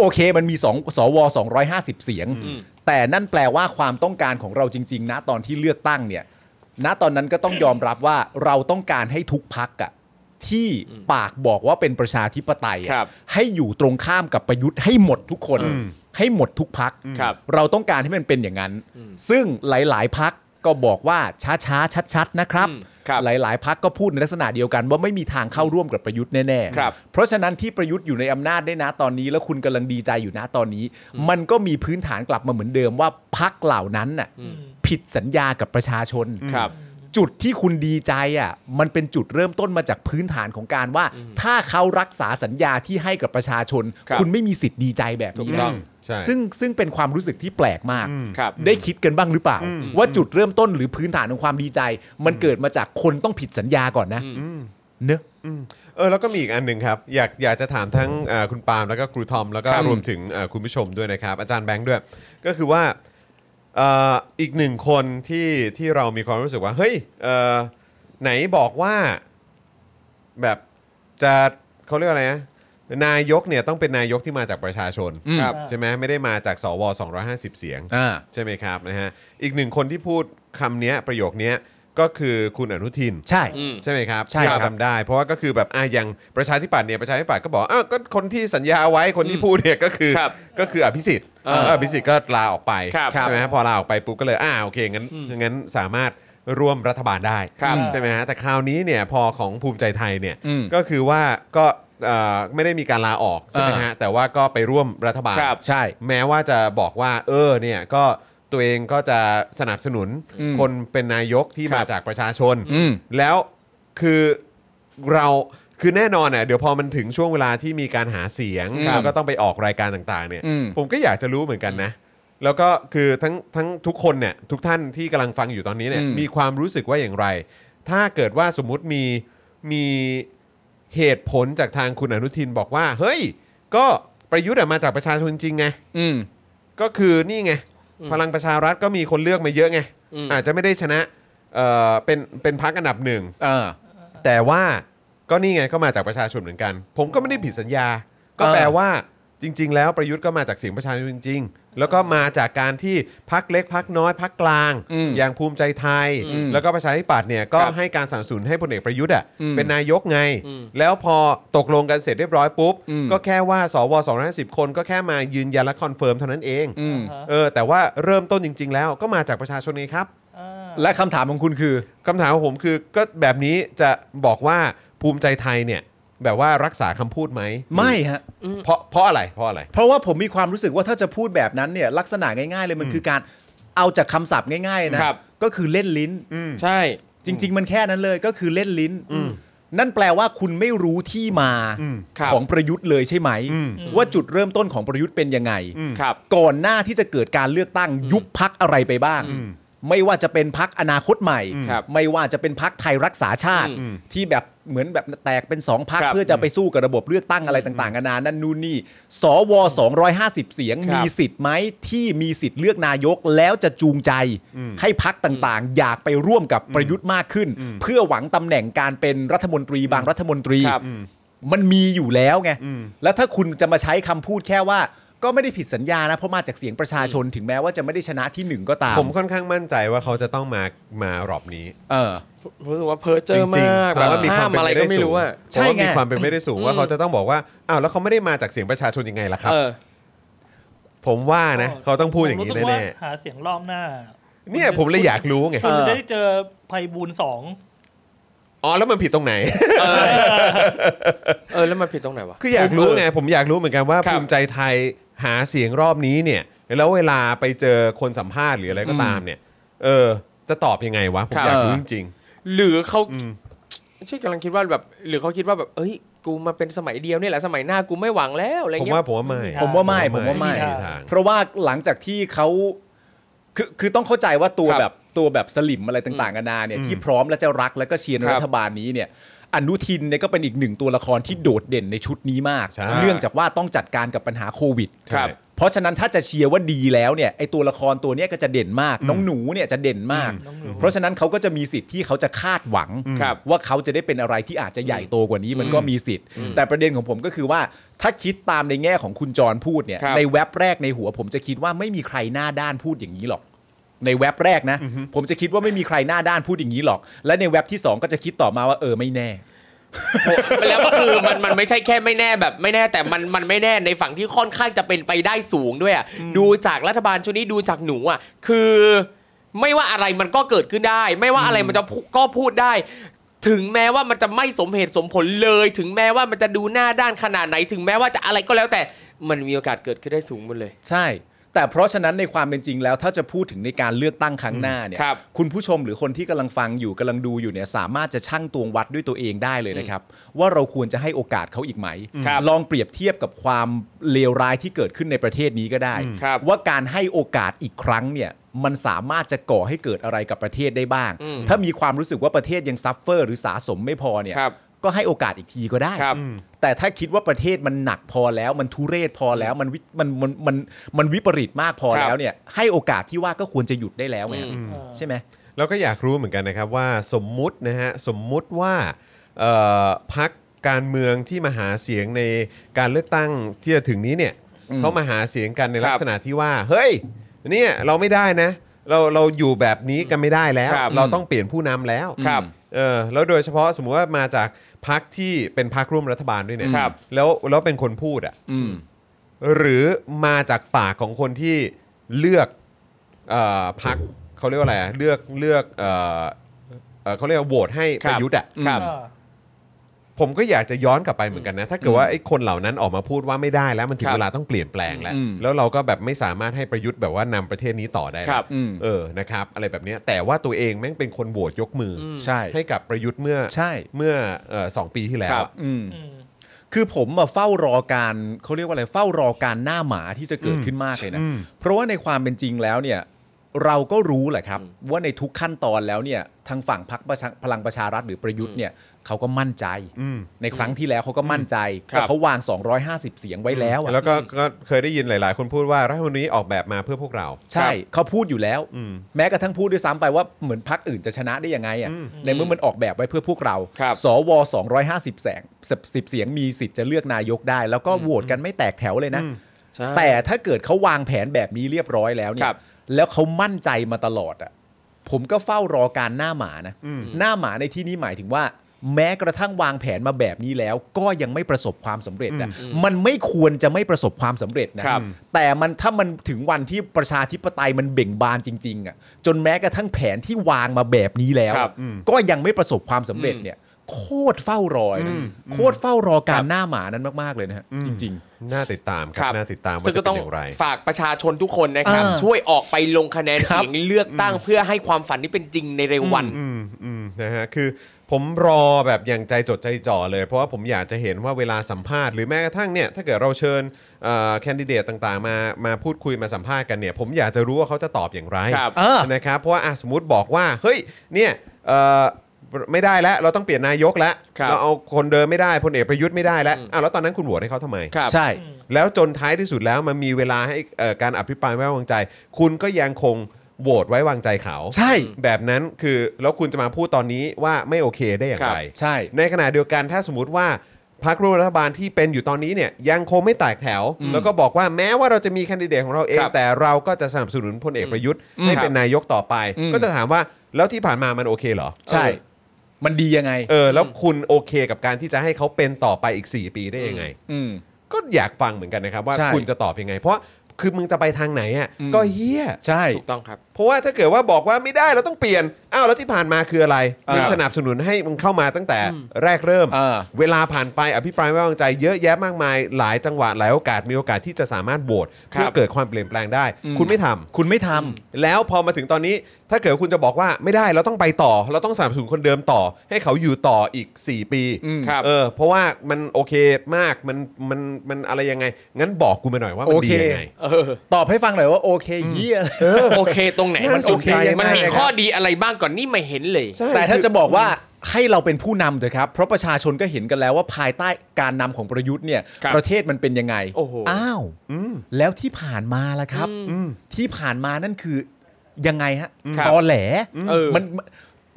Speaker 3: โอเคมันมี2สว250 เสียง
Speaker 1: อืม
Speaker 3: แต่นั่นแปลว่าความต้องการของเราจริง ๆ นะตอนที่เลือกตั้งเนี่ยณตอนนั้นก็ต้องยอมรับว่าเราต้องการให้ทุกพักอะที่ปากบอกว่าเป็นประชาธิปไตยอะ
Speaker 1: ครับ
Speaker 3: ให้อยู่ตรงข้ามกับประยุทธ์ให้หมดทุกคน ให้หมดทุกพัก
Speaker 1: ครับ
Speaker 3: เราต้องการให้มันเป็นอย่างนั้น ซึ่งหลาย ๆ พักก็บอกว่าช้าๆชัด ๆ นะครับ
Speaker 1: อืมครับ
Speaker 3: หลาย ๆ พักก็พูดในลักษณะเดียวกันว่าไม่มีทางเข้าร่วมกับประยุทธ์แน่ๆ
Speaker 1: ครับ
Speaker 3: เพราะฉะนั้นที่ประยุทธ์อยู่ในอำนาจได้นะตอนนี้ แล้วคุณกำลังดีใจอยู่นะตอนนี้ มันก็มีพื้นฐานกลับมาเหมือนเดิมว่าพักเหล่านั้นน่ะผิดสัญญากับประชาชน
Speaker 1: ครับ
Speaker 3: จุดที่คุณดีใจอ่ะมันเป็นจุดเริ่มต้นมาจากพื้นฐานของการว่า ถ้าเขารักษาสัญญาที่ให้กับประชาชน
Speaker 1: ครับ
Speaker 3: ณไม่มีสิทธิ์ดีใจแบบ
Speaker 1: ถู
Speaker 3: นี้
Speaker 1: กต้อ
Speaker 3: นะ
Speaker 1: ง
Speaker 2: ใช่
Speaker 3: ซึ่งซึ่งเป็นความรู้สึกที่แปลกมาก
Speaker 1: ครับ
Speaker 3: ได้คิดกันบ้างหรือเปล่า ว่าจุดเริ่มต้นหรือพื้นฐานของความดีใจ มันเกิดมาจากคนต้องผิดสัญญาก่อนนะเนอะ
Speaker 2: เออแล้วก็มีอีกอันหนึ่งครับ อยากอยากจะถามทั้งเอ่อคุณปาล์มแล้วก็ครูทอม แล้วก็
Speaker 3: ครับ
Speaker 2: รวมถึงเอ่อคุณผู้ชมด้วยนะครับ อาจารย์แบงค์ด้วย ก็คือว่าเอ่ออีกหนึ่งคนที่ที่เรามีความรู้สึกว่า เฮ้ยเอ่อไหนบอกว่าแบบจะเขาเรียกอะไรนะนายกเนี่ยต้องเป็นนายกที่มาจากประชาชน
Speaker 3: อืม
Speaker 1: ครับ
Speaker 2: ใช่ไหมไม่ได้มาจากสว250 เสียง
Speaker 3: อ่า
Speaker 2: ใช่ไหมครับนะฮะอีกหนึ่งคนที่พูดคำเนี้ยประโยคเนี้ยก็คือคุณอนุทิน
Speaker 3: ใช่
Speaker 1: อืม
Speaker 2: ใช่ไหมครับ
Speaker 3: ใช่
Speaker 2: ที่
Speaker 3: ครั
Speaker 2: เรา
Speaker 3: บ
Speaker 2: จำได้ เพราะว่าก็คือแบบอ่ะอย่างประชาธิปัตย์เนี่ยประชาธิปัตย์ก็บอกอ้าวก็คนที่สัญญาไว้คนที่พูดเนี่ยก็คือ
Speaker 1: ครับ
Speaker 2: ก็คืออภิสิทธิ์
Speaker 1: เออ
Speaker 2: แล้วอภิสิทธิ์ก็ลาออกไป
Speaker 1: ครับ
Speaker 2: ใช่ไหมฮะพอลาออกไปปุ๊บก็เลยอ่าโอเคงั้นงั้นสามารถร่วมรัฐบาลได้
Speaker 1: ครับ
Speaker 2: ใช่ไหมฮะแต่คราวนี้เนี่ยพอของภูมิใจไทยเนี่ย
Speaker 3: อืม
Speaker 2: ก็คือว่าก็เอ่อไม่ได้มีการลาออกใช่ไหมฮะแต่ว่าก็ไปร่วมรัฐบาล
Speaker 1: ครับ
Speaker 3: ใช่
Speaker 2: แม้ว่าจะบอกว่า เออเนี่ยก็ตัวเองก็จะสนับสนุน
Speaker 3: อืม
Speaker 2: คนเป็นนายกที่
Speaker 1: ครับ
Speaker 2: มาจากประชาชน
Speaker 3: อืม
Speaker 2: แล้วคือเราคือแน่นอนเน่ะเดี๋ยวพอมันถึงช่วงเวลาที่มีการหาเสียง
Speaker 3: ครับ
Speaker 2: แล้วก็ต้องไปออกรายการต่างๆเนี่ย
Speaker 3: อืม
Speaker 2: ผมก็อยากจะรู้เหมือนกันนะ แล้วก็คือทั้งทั้งทุกคนเนี่ยทุกท่านที่กำลังฟังอยู่ตอนนี้เนี่ย
Speaker 3: อืม
Speaker 2: มีความรู้สึกว่าอย่างไร ถ้าเกิดว่าสมมุติมีมีเหตุผลจากทางคุณอนุทินบอกว่า เฮ้ย ก็ประยุทธ์อะมาจากประชาชนจริงไง
Speaker 3: อืม
Speaker 2: ก็คือนี่ไง พลังประชารัฐก็มีคนเลือกมาเยอะไง
Speaker 1: อืม
Speaker 2: อาจจะไม่ได้ชนะเอ่อเป็นเป็นพักอันดับหนึ่ง
Speaker 3: เออ
Speaker 2: แต่ว่าก็นี่ไงก็มาจากประชาชนเหมือนกัน ผมก็ไม่ได้ผิดสัญญา ก็
Speaker 3: เออ
Speaker 2: แปลว่าจริง ๆ แล้วประยุทธ์ก็มาจากเสียงประชาชนจริง ๆ แล้วก็มาจากการที่พักเล็กพักน้อยพักกลาง
Speaker 3: อืม
Speaker 2: อย่างภูมิใจไทย
Speaker 3: อืม
Speaker 2: แล้วก็ประชาธิปัตย์เนี่ยก็
Speaker 1: ครับ
Speaker 2: ให้การสนับสนุนให้พลเอกประยุทธ์อ่ะ
Speaker 3: อืม
Speaker 2: เป็นนายกไง
Speaker 1: อืม
Speaker 2: แล้วพอตกลงกันเสร็จเรียบร้อยปุ๊บ
Speaker 3: อืม
Speaker 2: ก็แค่ว่าสว250 คนก็แค่มายืนยันและคอนเฟิร์มเท่านั้นเอง
Speaker 3: อืม
Speaker 4: ฮะ
Speaker 2: เออแต่ว่าเริ่มต้นจริง ๆ แล้วก็มาจากประชาชนไงครับ
Speaker 4: อ่า
Speaker 3: และคำถามของคุณคือ
Speaker 2: คำถามของผมคือก็แบบนี้จะบอกว่าภูมิใจไทยเนี่ย แบบว่ารักษาคำพูดไหม
Speaker 3: ไม่ฮะ
Speaker 2: เพราะเพราะอะไรเพราะอะไร
Speaker 3: เพราะว่าผมมีความรู้สึกว่าถ้าจะพูดแบบนั้นเนี่ย ลักษณะง่ายๆเลยมันคือการเอาจากคำศัพท์ง่ายๆนะ
Speaker 1: ครับ
Speaker 3: ก็คือเล่นลิ้น
Speaker 1: ใช่
Speaker 3: จริง ๆ มันแค่นั้นเลยก็คือเล่นลิ้น นั่นแปลว่าคุณไม่รู้ที่มา
Speaker 2: อืม
Speaker 1: ครับ
Speaker 3: ของประยุทธ์เลยใช่ไหม ว่าจุดเริ่มต้นของประยุทธ์เป็นยังไง
Speaker 2: อืม
Speaker 1: ครับ
Speaker 3: ก่อนหน้าที่จะเกิดการเลือกตั้งยุบพักอะไรไปบ้าง ไม่ว่าจะเป็นพักอนาคตใหม่
Speaker 1: ครับ
Speaker 3: ไม่ว่าจะเป็นพักไทยรักษาชาติ
Speaker 1: อืม
Speaker 3: ที่แบบเหมือนแบบแตกเป็นสองพัก
Speaker 1: ครับ
Speaker 3: เพื่อจะไปสู้กับระบบเลือกตั้งอะไรต่างๆกันานานั่นนู่นนี่สว250 เสียง
Speaker 1: ครับ
Speaker 3: มีสิทธิ์ไหมที่มีสิทธิ์เลือกนายกแล้วจะจูงใจ ให้พักต่างๆ อยากไปร่วมกับประยุทธ์มากขึ้น เพื่อหวังตำแหน่งการเป็นรัฐมนตรีบางรัฐมนตรี
Speaker 1: ครับ
Speaker 3: มันมีอยู่แล้วไง แล้วถ้าคุณจะมาใช้คำพูดแค่ว่า ก็ไม่ได้ผิดสัญญานะ เพราะมาจากเสียงประชาชนถึงแม้ว่าจะไม่ได้ชนะที่หนึ่งก็ตาม
Speaker 2: ผมค่อนข้างมั่นใจว่าเขาจะต้องมามารอบนี้
Speaker 3: เออ
Speaker 1: ผมรู้สึกว่าเพ้อเจอ
Speaker 2: จ
Speaker 1: ร์
Speaker 2: ริง
Speaker 1: มาก
Speaker 2: ๆ
Speaker 1: แบบ
Speaker 2: ว่ามีความเป็นไป
Speaker 1: ห้อะไร
Speaker 2: ได้
Speaker 1: ก็ไม่
Speaker 2: สูง
Speaker 1: รู้อ่ะ
Speaker 2: เพราะว่า
Speaker 3: ใช่ไง
Speaker 2: มีความเป็นไปได้สูงว่า
Speaker 1: อืม
Speaker 2: เขาจะต้องบอกว่าอ้าวแล้วเขาไม่ได้มาจากเสียงประชาชนยังไงล่ะครับ
Speaker 1: เออ
Speaker 2: ผมว่านะ
Speaker 4: อ๋อ
Speaker 2: เขาต้องพูดอย่าง
Speaker 4: ผม
Speaker 2: นี้
Speaker 4: รู้สึกว่า
Speaker 2: แน่
Speaker 4: หาเสียงรอบหน้า
Speaker 2: ๆเนี่ยผมเลยอยากรู้ไง
Speaker 3: เอ
Speaker 4: คุณ
Speaker 3: อ
Speaker 4: จะได้เจอไพบูลย์สอง
Speaker 2: อ๋อแล้วมันผิดตรงไหน
Speaker 1: เออ เออ แล้วมันผิดตรงไหนวะ
Speaker 2: คืออยากรู้ไงผมอยากรู้เหมือนกันว่า
Speaker 1: ครับ
Speaker 2: ภูมิใจไทยหาเสียงรอบนี้เนี่ย แล้วเวลาไปเจอคนสัมภาษณ์หรืออะไรก็ตามเนี่ย เออ จะตอบยังไงวะ ผม
Speaker 1: ครับ
Speaker 2: อยากรู้จริง
Speaker 1: หรือเขา
Speaker 2: อืม
Speaker 1: ชื่อกำลังคิดว่าแบบ หรือเขาคิดว่าแบบ เอ้ย กูมาเป็นสมัยเดียวนี่แหละ สมัยหน้ากูไม่หวังแล้วอะไร
Speaker 2: ๆ ผม
Speaker 1: เงี้
Speaker 2: ว่าย ผมว่าไม่
Speaker 4: ครั
Speaker 3: ผ
Speaker 4: บ
Speaker 3: มว่าไม่ผมว่าไม่
Speaker 2: ไม่มีทาง
Speaker 3: เพราะว่าหลังจากที่เขาคือคือต้องเข้าใจว่าตัว
Speaker 1: ครับ
Speaker 3: แบบ ตัวแบบสลิมอะไรต่างๆกันานาเนี่ยที่พร้อมและจะรักและก็เชียร์ใน
Speaker 1: ครับ
Speaker 3: รัฐบาลนี้เนี่ยอนุทินเนี่ยก็เป็นอีกหนึ่งตัวละครที่โดดเด่นในชุดนี้มาก
Speaker 2: ใช่
Speaker 3: เนื่องจากว่าต้องจัดการกับปัญหาโควิด
Speaker 1: ครับ
Speaker 3: เพราะฉะนั้นถ้าจะเชียร์ว่าดีแล้วเนี่ยไอตัวละครตัวเนี้ยก็จะเด่นมาก น้องหนูเนี่ยจะเด่นมาก
Speaker 4: น้องหนู
Speaker 3: เพราะฉะนั้นเขาก็จะมีสิทธิ์ที่เขาจะคาดหวัง
Speaker 1: ครับ
Speaker 3: ว่าเขาจะได้เป็นอะไรที่อาจจะใหญ่โตกว่านี้มันก็มีสิทธิ์ แต่ประเด็นของผมก็คือว่าถ้าคิดตามในแง่ของคุณจรพูดเนี่ย
Speaker 1: ครับ
Speaker 3: ในแว็บแรกในหัว ผมจะคิดว่าไม่มีใครหน้าด้านพูดอย่างนี้หรอก ในแว็บแรกนะ ผมจะคิดว่าไม่มีใครหน้าด้านพูดอย่างนี้หรอก และในแว็บที่สองก็จะคิดต่อมาว่าเออไม่แน่
Speaker 1: แล้วก็คือมันมันไม่ใช่แค่ไม่แน่แบบไม่แน่แต่มันมันไม่แน่ในฝั่งที่ค่อนข้างจะเป็นไปได้สูงด้วยอ่ะดูจากรัฐบาลชุดนี้ดูจากหนูอ่ะคือไม่ว่าอะไรมันก็เกิดขึ้นได้ ไม่ว่าอะไรมันจะพูก็พูดได้ ถึงแม้ว่ามันจะไม่สมเหตุสมผลเลย ถึงแม้ว่ามันจะดูหน้าด้านขนาดไหน ถึงแม้ว่าจะอะไรก็แล้วแต่มันมีโอกาสเกิดขึ้นได้สูงหมดเลย
Speaker 3: ใช่ แต่เพราะฉะนั้นในความเป็นจริงแล้วถ้าจะพูดถึงในการเลือกตั้งครั้งหน้าเนี่ย
Speaker 1: ครับ
Speaker 3: ณผู้ชมหรือคนที่กำลังฟังอยู่กำลังดูอยู่เนี่ยสามารถจะชั่งตวงวัดด้วยตัวเองได้เลยนะครับ ว่าเราควรจะให้โอกาสเขาอีกไหม
Speaker 1: ครับ
Speaker 3: ลองเปรียบเทียบกับความเลวร้ายที่เกิดขึ้นในประเทศนี้ก็ได้
Speaker 1: ครับ
Speaker 3: ว่าการให้โอกาสอีกครั้งเนี่ยมันสามารถจะก่อให้เกิดอะไรกับประเทศได้บ้าง
Speaker 1: อืม
Speaker 3: ถ้ามีความรู้สึกว่าประเทศยังซัฟเฟอร์หรือสะสมไม่พอเนี่ย
Speaker 1: ครับ
Speaker 3: ก็ให้โอกาสอีกทีก็ได้
Speaker 1: ครับ
Speaker 3: แต่ถ้าคิดว่าประเทศมันหนักพอแล้วมันทุเรศพอแล้วมันวิมันมันมันมันวิปริตมากพอ
Speaker 1: ครับ
Speaker 3: แล้วเนี่ยให้โอกาสที่ว่าก็ควรจะหยุดได้แล้วไง
Speaker 1: อืม
Speaker 4: เออ
Speaker 3: ใช่ไหม
Speaker 2: เราก็อยากรู้เหมือนกันนะครับว่าสมมุตินะฮะสมมุติว่าเอ่อพักการเมืองที่มาหาเสียงในการเลือกตั้งที่จะถึงนี้เนี่ยเขามาหาเสียงกันใน
Speaker 1: ครับ
Speaker 2: ลักษณะที่ว่า เฮ้ยเนี่ยเราไม่ได้นะ เราเราอยู่แบบนี้กันไม่ได้แล้ว
Speaker 1: ครับ
Speaker 2: เราต้องเปลี่ยนผู้นำแล้ว
Speaker 1: ครับ
Speaker 2: เออแล้วโดยเฉพาะสมมุติว่ามาจากพักที่เป็นพักร่วมรัฐบาลด้วยเนี่ย
Speaker 1: ครับ
Speaker 2: แล้วแล้วเป็นคนพูดอ่ะ
Speaker 3: อืม
Speaker 2: หรือมาจากปากของคนที่เลือกเออพักเขาเรียกว่าอะไรอะเลือกเลือกเอ่อเอ่อเขาเรียกว่าโหวตให้ป
Speaker 1: ครับ
Speaker 2: ระยุทธ์อ่ะ
Speaker 1: ครับ
Speaker 4: เออ
Speaker 2: ผมก็อยากจะย้อนกลับไปเหมือนกันนะ ถ้าเกิดว่าไอ้คนเหล่านั้นออกมาพูดว่าไม่ได้แล้วมันถึ
Speaker 1: ค
Speaker 2: ง
Speaker 1: รับ
Speaker 2: เวลาต้องเปลี่ยนแปลงแล้ว
Speaker 3: อืม
Speaker 2: แล้วเราก็แบบไม่สามารถให้ประยุทธ์แบบว่านำประเทศนี้ต่อได้
Speaker 1: ครับ
Speaker 3: อืม
Speaker 2: เออนะครับอะไรแบบเนี้ยแต่ว่าตัวเองแม่งเป็นคนโหวตยกมืออ
Speaker 3: ใช่
Speaker 2: ให้กับประยุทธ์เมื่อ
Speaker 3: ใช่
Speaker 2: เมื่อเอ่อสองปีที่แล้ว
Speaker 1: ครั
Speaker 2: อะ
Speaker 1: บ
Speaker 3: อืม
Speaker 4: อืม
Speaker 3: คือผมมาเฝ้ารอการเขาเรียกว่าอะไรเฝ้ารอการหน้าหมาที่จะเกิดขึ้นมากเลยนะ
Speaker 2: อืม
Speaker 3: เพราะว่าในความเป็นจริงแล้วเนี่ย เราก็รู้แหละครับ ว่าในทุกขั้นตอนแล้วเนี่ยทางฝั่งพรรคประชาพลังประชารัฐหรือประยุทธ์เนี่ยเขาก็มั่นใจ
Speaker 2: อืม
Speaker 3: ในครั้งที่แล้วเขาก็มั่นใจ
Speaker 1: ครับ
Speaker 3: ก็เขาวาง 250 เสียงไว้แล้วอะ
Speaker 2: แล้วก็ก็เคยได้ยินหลาย ๆ คนพูดว่ารัฐธรรมนูญนี้ออกแบบมาเพื่อพวกเรา
Speaker 3: ใช่เขาพูดอยู่แล้ว
Speaker 2: อืม
Speaker 3: แม้กระทั่งพูดด้วยซ้ำไปว่าเหมือนพักอื่นจะชนะได้ยังไงอ่ะ
Speaker 2: อืม
Speaker 3: ในเมื่อมันออกแบบไว้เพื่อพวกเรา
Speaker 1: ครับ
Speaker 3: สว 250เสียงสิบเสียงมีสิทธิ์จะเลือกนายกได้ แล้วก็โหวตกันไม่แตกแถวเลยนะ
Speaker 1: ใช่
Speaker 3: แต่ถ้าเกิดเขาวางแผนแบบนี้เรียบร้อยแล้วเนี่
Speaker 1: ครั
Speaker 3: ย
Speaker 1: บ
Speaker 3: แล้วเขามั่นใจมาตลอดอ่ะผมก็เฝ้ารอการหน้าหมานะ
Speaker 2: อืม
Speaker 3: หน้าหมาในที่นี้หมายถึงว่า แม้กระทั่งวางแผนมาแบบนี้แล้ว ก็ยังไม่ประสบความสำเร็จอ่ะมันไม่ควรจะไม่ประสบความสำเร็จนะ
Speaker 1: ครับ
Speaker 3: แต่มันถ้ามันถึงวันที่ประชาธิปไตยมันเบ่งบานจริงๆอ่ะจนแม้กระทั่งแผนที่วางมาแบบนี้แล้ว
Speaker 1: ครับ
Speaker 2: อืม
Speaker 3: ก็ยังไม่ประสบความสำเร็จเนี่ย โคตรเฝ้ารอยนะ
Speaker 2: อืม
Speaker 3: โคตรเฝ้ารอการหน้าหมานั้นมากๆเลยนะฮะจริง
Speaker 2: น่าติดตามค
Speaker 1: ครั
Speaker 2: รับบ น่าติดตามว่า
Speaker 1: ซึ่ง
Speaker 2: จะ
Speaker 1: ก็
Speaker 2: เป็
Speaker 1: ต้อน ง
Speaker 2: อย่างไร
Speaker 1: ฝากประชาชนทุกคนนะครับ
Speaker 3: อ่า
Speaker 1: ช่วยออกไปลงคะแนน
Speaker 3: ครับ
Speaker 1: เสียงเลือกตั้งเพื่อให้ความฝันนี้เป็นจริงในเร็ววัน
Speaker 2: อืมอืมนะฮะคือผมรอแบบอย่างใจจดใจจ่อเลย เพราะว่าผมอยากจะเห็นว่าเวลาสัมภาษณ์หรือแม้กระทั่งเนี่ยถ้าเกิดเราเชิญแคนดิเดตต่างๆ มามาพูดคุยมาสัมภาษณ์กันเนี่ย ผมอยากจะรู้ว่าเขาจะตอบอย่างไร
Speaker 1: ครับ
Speaker 3: เออ
Speaker 2: นะครับเพราะว่าอ่ะสมมติบอกว่าเฮ้ยเนี่ยเอ่อไม่ได้แล้วเราต้องเปลี่ยนนายกแล้ว
Speaker 1: ครับ
Speaker 2: เราเอาคนเดิมไม่ได้พลเอกประยุทธ์ไม่ได้แล้วอ้าวแล้วตอนนั้นคุณโหวตให้เขาทำไม
Speaker 1: ครับ
Speaker 3: ๆ ใช่
Speaker 2: แล้วจนท้ายที่สุดแล้วมันมีเวลาให้เอ่อการอภิปรายไม่ไว้วางใจ คุณก็ยังคงโหวตไว้วางใจเขา
Speaker 3: ใช่
Speaker 2: แบบนั้นคือแล้วคุณจะมาพูดตอนนี้ว่าไม่โอเคได้อย่างไร
Speaker 3: ใช่
Speaker 2: ในขณะเดียวกันถ้าสมมติว่าพรรคร่วมรัฐบาลที่เป็นอยู่ตอนนี้เนี่ยยังคงไม่แตกแถว แล้วก็บอกว่าแม้ว่าเราจะมีแคนดิเดตของเราเอง
Speaker 1: ครับ
Speaker 2: แต่เราก็จะสนับสนุนพลเอกประยุทธ์ให้
Speaker 1: ครับ
Speaker 2: เป็นนายกต่อไป
Speaker 3: อืม
Speaker 2: ก็จะถามว่าแล้วที่ผ่านมามันโอเคเหรอ
Speaker 3: ใช่ มันดียังไง
Speaker 2: เออแล้วคุณโอเคกับการที่จะให้เขาเป็นต่อไปอีก 4 ปีได้ยังไง
Speaker 3: อืม
Speaker 2: ก็อยากฟังเหมือนกันนะครับว่า
Speaker 3: ใช่
Speaker 2: คุณจะตอบยังไง เพราะคือมึงจะไปทางไหนอ่ะ
Speaker 3: อืม
Speaker 2: ก็เฮี้ย
Speaker 3: ใช่
Speaker 1: ถูกต้องครับ
Speaker 2: เพราะว่าถ้าเกิดว่าบอกว่าไม่ได้เราต้องเปลี่ยนอ้าวแล้วที่ผ่านมาคืออะไรมึง
Speaker 3: อ่า
Speaker 2: สนับสนุนให้มึงเข้ามาตั้งแต่แรกเริ่ม
Speaker 3: อ่า
Speaker 2: เวลาผ่านไปอภิปรายไม่ไว้วางใจเยอะแยะมากมาย หลายจังหวะหลายโอกาสมีโอกาสที่จะสามารถโหวต
Speaker 1: ครับ
Speaker 2: เพื่อเกิดความเปลี่ยนแปลงได้
Speaker 3: อืม
Speaker 2: คุณไม่ทำ
Speaker 3: คุณไม่ทำ
Speaker 2: แล้วพอมาถึงตอนนี้ ถ้าเกิดคุณจะบอกว่าไม่ได้เราต้องไปต่อ เราต้องสามสูนคนเดิมต่อ ให้เขาอยู่ต่ออีก 4 ปี
Speaker 3: อืม
Speaker 1: ครับ
Speaker 2: เออเพราะว่ามันโอเคมากมันมันมันอะไรยังไง งั้นบอกกูมาหน่อยว่ามัน
Speaker 3: โอ
Speaker 2: ดี
Speaker 3: เค
Speaker 2: ยังไง
Speaker 1: เออ
Speaker 3: ตอบให้ฟังหน่อยว่าโอเคเยี่ย
Speaker 1: โอเคตรงไหนมัน
Speaker 2: น่าสนใจ
Speaker 1: มันมี
Speaker 3: มาก
Speaker 1: ข้อดีอะไรบ้างก่อนนี่ไม่เห็นเลย
Speaker 2: ใช่
Speaker 3: แต่ถ้า
Speaker 2: คือ
Speaker 3: จะบอกว่าให้เราเป็นผู้นำเถอะครับ เพราะประชาชนก็เห็นกันแล้วว่าภายใต้การนำของประยุทธ์เนี่ย
Speaker 1: ครับ
Speaker 3: ประเทศมันเป็นยังไง
Speaker 1: โอ้โห
Speaker 3: ว
Speaker 2: อืม
Speaker 3: แล้วที่ผ่านมาล่ะครับ
Speaker 2: อืม
Speaker 3: ที่ผ่านมานั่นคือยังไงฮะ
Speaker 1: ครับ
Speaker 3: ตอแหล
Speaker 1: เออ
Speaker 3: มันมัน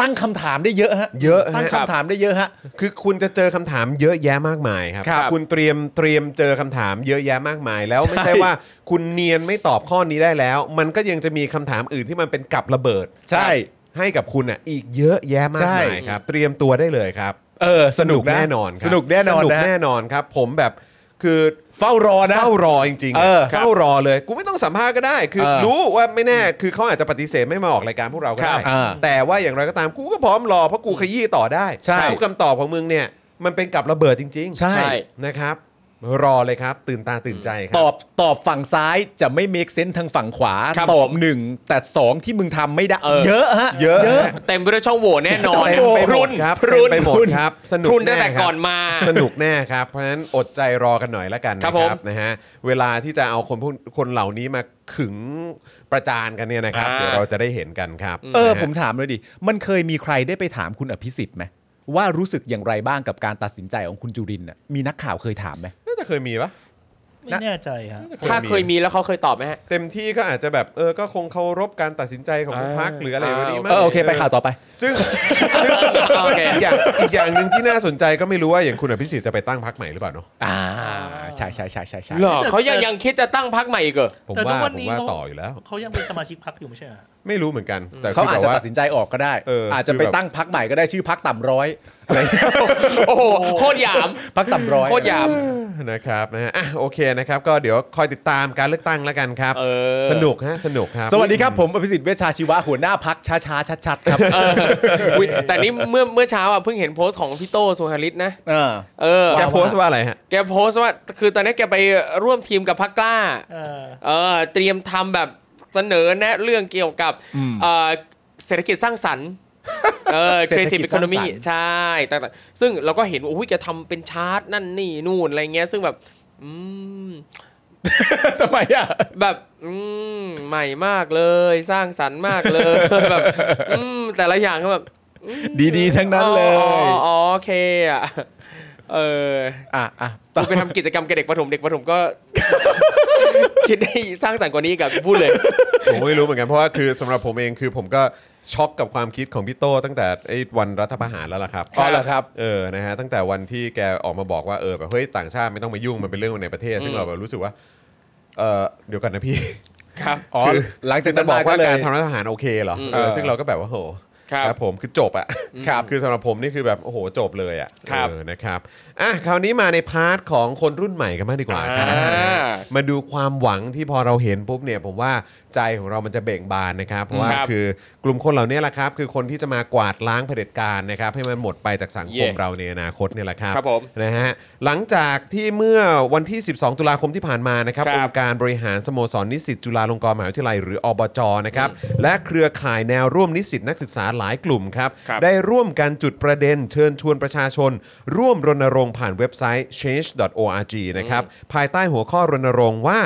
Speaker 3: ตั้งคำถามได้เยอะฮะ
Speaker 2: เยอะฮะ
Speaker 3: ตั้งคำถามได้เยอะฮะ
Speaker 2: คือคุณจะเจอคำถามเยอะแยะมากมายครับ
Speaker 3: ครับ
Speaker 2: ณเตรียมเตรียมเจอคำถามเยอะแยะมากมาย แล้วไม่
Speaker 3: ใช่
Speaker 2: ใช่ว่าคุณเนียนไม่ตอบข้อนี้ได้แล้ว มันก็ยังจะมีคำถามอื่นที่มันเป็นกับระเบิด
Speaker 3: ใช่
Speaker 2: ให้กับคุณอ่ะอีกเยอะแยะมาก
Speaker 3: ใช่
Speaker 2: มายครับ เตรียมตัวได้เลยครับ
Speaker 3: เออสนุกะ
Speaker 2: แน่นอนครับ
Speaker 3: สนุกแน่นอน
Speaker 2: สนุก
Speaker 3: นะ
Speaker 2: แน่นอนครับ ผมแบบคือ
Speaker 3: เฝ้ารอนะ
Speaker 2: เฝ้ารอจริงๆ
Speaker 3: เออ
Speaker 2: เฝ้ารอเลยกูไม่ต้องสัมภาษณ์ก็ได้ คือ
Speaker 3: เออ
Speaker 2: รู้ว่าไม่แน่คือเขาอาจจะปฏิเสธไม่มาออกรายการพวกเราก็ได้
Speaker 3: ครับอ่า
Speaker 2: แต่ว่าอย่างไรก็ตามกูก็พร้อมรอเพราะกูขยี้ต่อได้
Speaker 3: ใช่
Speaker 2: ทุกคำตอบของมึงเนี่ยมันเป็นกับระเบิดจริง ๆ
Speaker 3: ใช่
Speaker 1: ใช่
Speaker 2: นะครับ รอเลยครับ ตื่นตาตื่นใจครั
Speaker 3: ตอบตอบฝั่งซ้ายจะไม่ make sense ทางฝั่งขวา
Speaker 1: ครับ
Speaker 3: ตอบ
Speaker 1: ผม
Speaker 3: หนึ่งแต่สองที่มึงทำไม่ได้
Speaker 1: เออ
Speaker 3: เยอะฮะ
Speaker 2: เยอะ
Speaker 3: เยอะ
Speaker 2: ฮะ
Speaker 1: เต็มไปด้วยช่องโหว่แน่นอน
Speaker 2: เต็มไปหมดครับ
Speaker 1: พรุน
Speaker 2: เต็มไปหม
Speaker 1: พรุ
Speaker 2: ด
Speaker 1: น
Speaker 2: ครับ สนุก
Speaker 1: พรุนตั้งแต่
Speaker 2: ครับ
Speaker 1: ก่อนมา
Speaker 2: สนุกแน่ครับ เพราะฉะนั้นอดใจรอกันหน่อยละกัน
Speaker 1: ครั
Speaker 2: นะ
Speaker 1: บผม
Speaker 2: ครับนะฮะเวลาที่จะเอาคนพวกคนเหล่านี้มาขึงประจานกันเนี่ยนะครับ
Speaker 1: อ่า
Speaker 2: เดี๋ยวเราจะได้เห็นกันครับ
Speaker 3: เออ
Speaker 2: นะฮะ
Speaker 3: ผมถามเลยดิ มันเคยมีใครได้ไปถามคุณอภิสิทธิ์ไหมว่ารู้สึกอย่างไรบ้างกับการตัดสินใจของคุณจุรินทร์น่ะมีนักข่าวเคยถามไหม
Speaker 2: น่าจะเคยมีปะ
Speaker 4: ไม่แน่ใจฮะ
Speaker 2: น่จะ
Speaker 1: ถ้าเคยมีแล้วเขาเคยตอบไหมฮะ
Speaker 2: เต็มที่ก็อาจจะแบบเออก็คงเคารพการตัดสินใจของ
Speaker 1: อ่า
Speaker 2: พรรคหรืออะไรแบบนี้
Speaker 1: อ่า
Speaker 2: มาก
Speaker 3: เออโอเคไปข่าวต่อไป
Speaker 2: ซึ่งซึ่ง
Speaker 1: โอเค
Speaker 2: อีกอย่างอีกอย่างหนึ่งที่น่าสนใจก็ไม่รู้ว่าอย่างคุณอภิสิทธิ์จะไปตั้งพรรคใหม่หรือเปล่าเนาะ
Speaker 3: อ่าใช่ใช่ใช่ใช่ใช่
Speaker 1: หรอเขายังยังคิดจะตั้งพักใหม่อีกเหรอ
Speaker 2: ผม
Speaker 4: แต่
Speaker 2: ว่า
Speaker 4: ณวัน
Speaker 2: ผ
Speaker 4: นี้
Speaker 2: มว่า
Speaker 4: เขา
Speaker 2: ต่ออยู่แล้ว
Speaker 4: เขายังเป็นสมาชิกพรรคอยู่ไม่ใช่เหรอ
Speaker 2: ไม่รู้เหมือนกัน แต่
Speaker 3: เขา
Speaker 2: คือ
Speaker 3: อา
Speaker 2: แบบ
Speaker 3: จจะ
Speaker 2: ว่า
Speaker 3: ตัดสินใจออกก็ได้
Speaker 2: เอออ
Speaker 3: อาจจะไปตั้งพักใหม่ก็ได้ชื่อพักต่ำร้อยอะไร
Speaker 1: โอ้โหโคตรหยาม
Speaker 3: พักต่ำร้อย
Speaker 1: โคตรหยาม
Speaker 2: นะครับนะฮะอ่ะโอเคนะครับ ก็เดี๋ยวคอยติดตามการเลือกตั้งแล้วกันครับ
Speaker 1: เออ
Speaker 2: สนุกฮะสนุกครับ
Speaker 3: สวัสดีครับผมอภิสิทธิ์เวชชาชีวะหัวหน้าพักช้าช้าชัดชัดๆครับ
Speaker 1: เอออุ๊ยแต่นี่เมื่อเมื่อเช้าอ่ะเพิ่งเห็นโพสต์ของพี่โตสุฮาริตนะ
Speaker 3: เออ
Speaker 1: เออ
Speaker 2: แกโพสต์ว่าอะไรฮะ
Speaker 1: แกโพสต์ว่า คือตอนนี้แกไปร่วมทีมกับพักกล้า
Speaker 4: เออ
Speaker 1: เออเตรียมทำแบบเสนอแนะเรื่องเกี่ยวกับ
Speaker 3: อืม
Speaker 1: เอ่อเศรษฐกิจสร้างสรรค์เออ
Speaker 3: เศรษฐกิจ
Speaker 1: creative
Speaker 3: สร้างสรรค์
Speaker 1: economy ใช่แต่แต่ซึ่งเราก็เห็นว่าอุ้ยแกทำเป็นชาร์ตนั่นนี่นู่นอะไรเงี้ย ซึ่งแบบ อืม
Speaker 3: ทำไมอ่ะ
Speaker 1: แบบอืมใหม่มากเลย สร้างสรรค์มากเลย แบบอืมแต่ละอย่างก็แบบอืม
Speaker 3: ดีๆทั้งนั้นเลย
Speaker 1: อ๋ออ๋ออ๋อโอเคอ่ะเออ
Speaker 3: อ่ะอ่ะ
Speaker 1: กูไปทำกิจกรรมกับเด็กประถมเด็กประถมก็ คิดได้สร้างสรรค์กว่านี้อีกับพูดเลย
Speaker 2: ผมไม่รู้เหมือนกันเพราะว่าคือสำหรับผมเองคือผมก็ช็อกกับความคิดของพี่โต้ตั้งแต่ไอ้วันรัฐประหารแล้วล่ะครับ
Speaker 3: อ๋อเหรอครับ
Speaker 2: เออนะฮะตั้งแต่วันที่แกออกมาบอกว่าเออแบบเฮ้ยต่างชาติไม่ต้องมายุ่งมันเป็นเรื่องในประเทศ ซึ่งเราแบบรู้สึกว่าเออเดี๋ยวกันนะพี่
Speaker 1: ครับ
Speaker 3: อ๋อหลังจาก
Speaker 2: จะ
Speaker 3: นั้น
Speaker 2: บ
Speaker 3: บอก อก
Speaker 2: ว่า
Speaker 3: ว่าเล
Speaker 2: กาย รทำรัฐประหารโอเคเหรอ
Speaker 1: อืม
Speaker 2: เออซึ่งเราก็แบบว่าโห
Speaker 1: ครับ
Speaker 2: ครับผมคือจบอะ
Speaker 3: ครับ
Speaker 2: คือสำหรับผมนี่คือแบบโอ้โหจบเลยอะ
Speaker 1: ครับ
Speaker 2: เออนะครับอ่ะคราวนี้มาในพาร์ทของคนรุ่นใหม่กันมากดีกว่าครับ มาดูความหวังที่พอเราเห็นปุ๊บเนี่ยผมว่าใจของเรามันจะเบ่งบานนะครับ เพราะว่า
Speaker 1: ครับ
Speaker 2: คือกลุ่มคนเหล่านี้แหละครับ คือคนที่จะมากวาดล้างเผด็จการนะครับ ให้มันหมดไปจากสังคม
Speaker 1: เย่
Speaker 2: เราในอนาคตเนี่ยแหละครับ
Speaker 1: ครับผม
Speaker 2: นะฮะหลังจากที่เมื่อวันที่ 12 ตุลาคมที่ผ่านมานะครับ
Speaker 1: ครับ
Speaker 2: องค์การบริหารสโมสรนิสิตจุฬาลงกรณ์มหาวิทยาลัยหรืออบจนะครับและเครือข่ายแนวร่วมนิสิตนักศึกษาหลายกลุ่มครับ
Speaker 1: ครับ
Speaker 2: ได้ร่วมกันจุดประเด็นเชิญชวนประชาชน ร่วมรณรงค์ผ่านเว็บไซต์ change.org นะครับ ภายใต้หัวข้อรณรงค์ว่า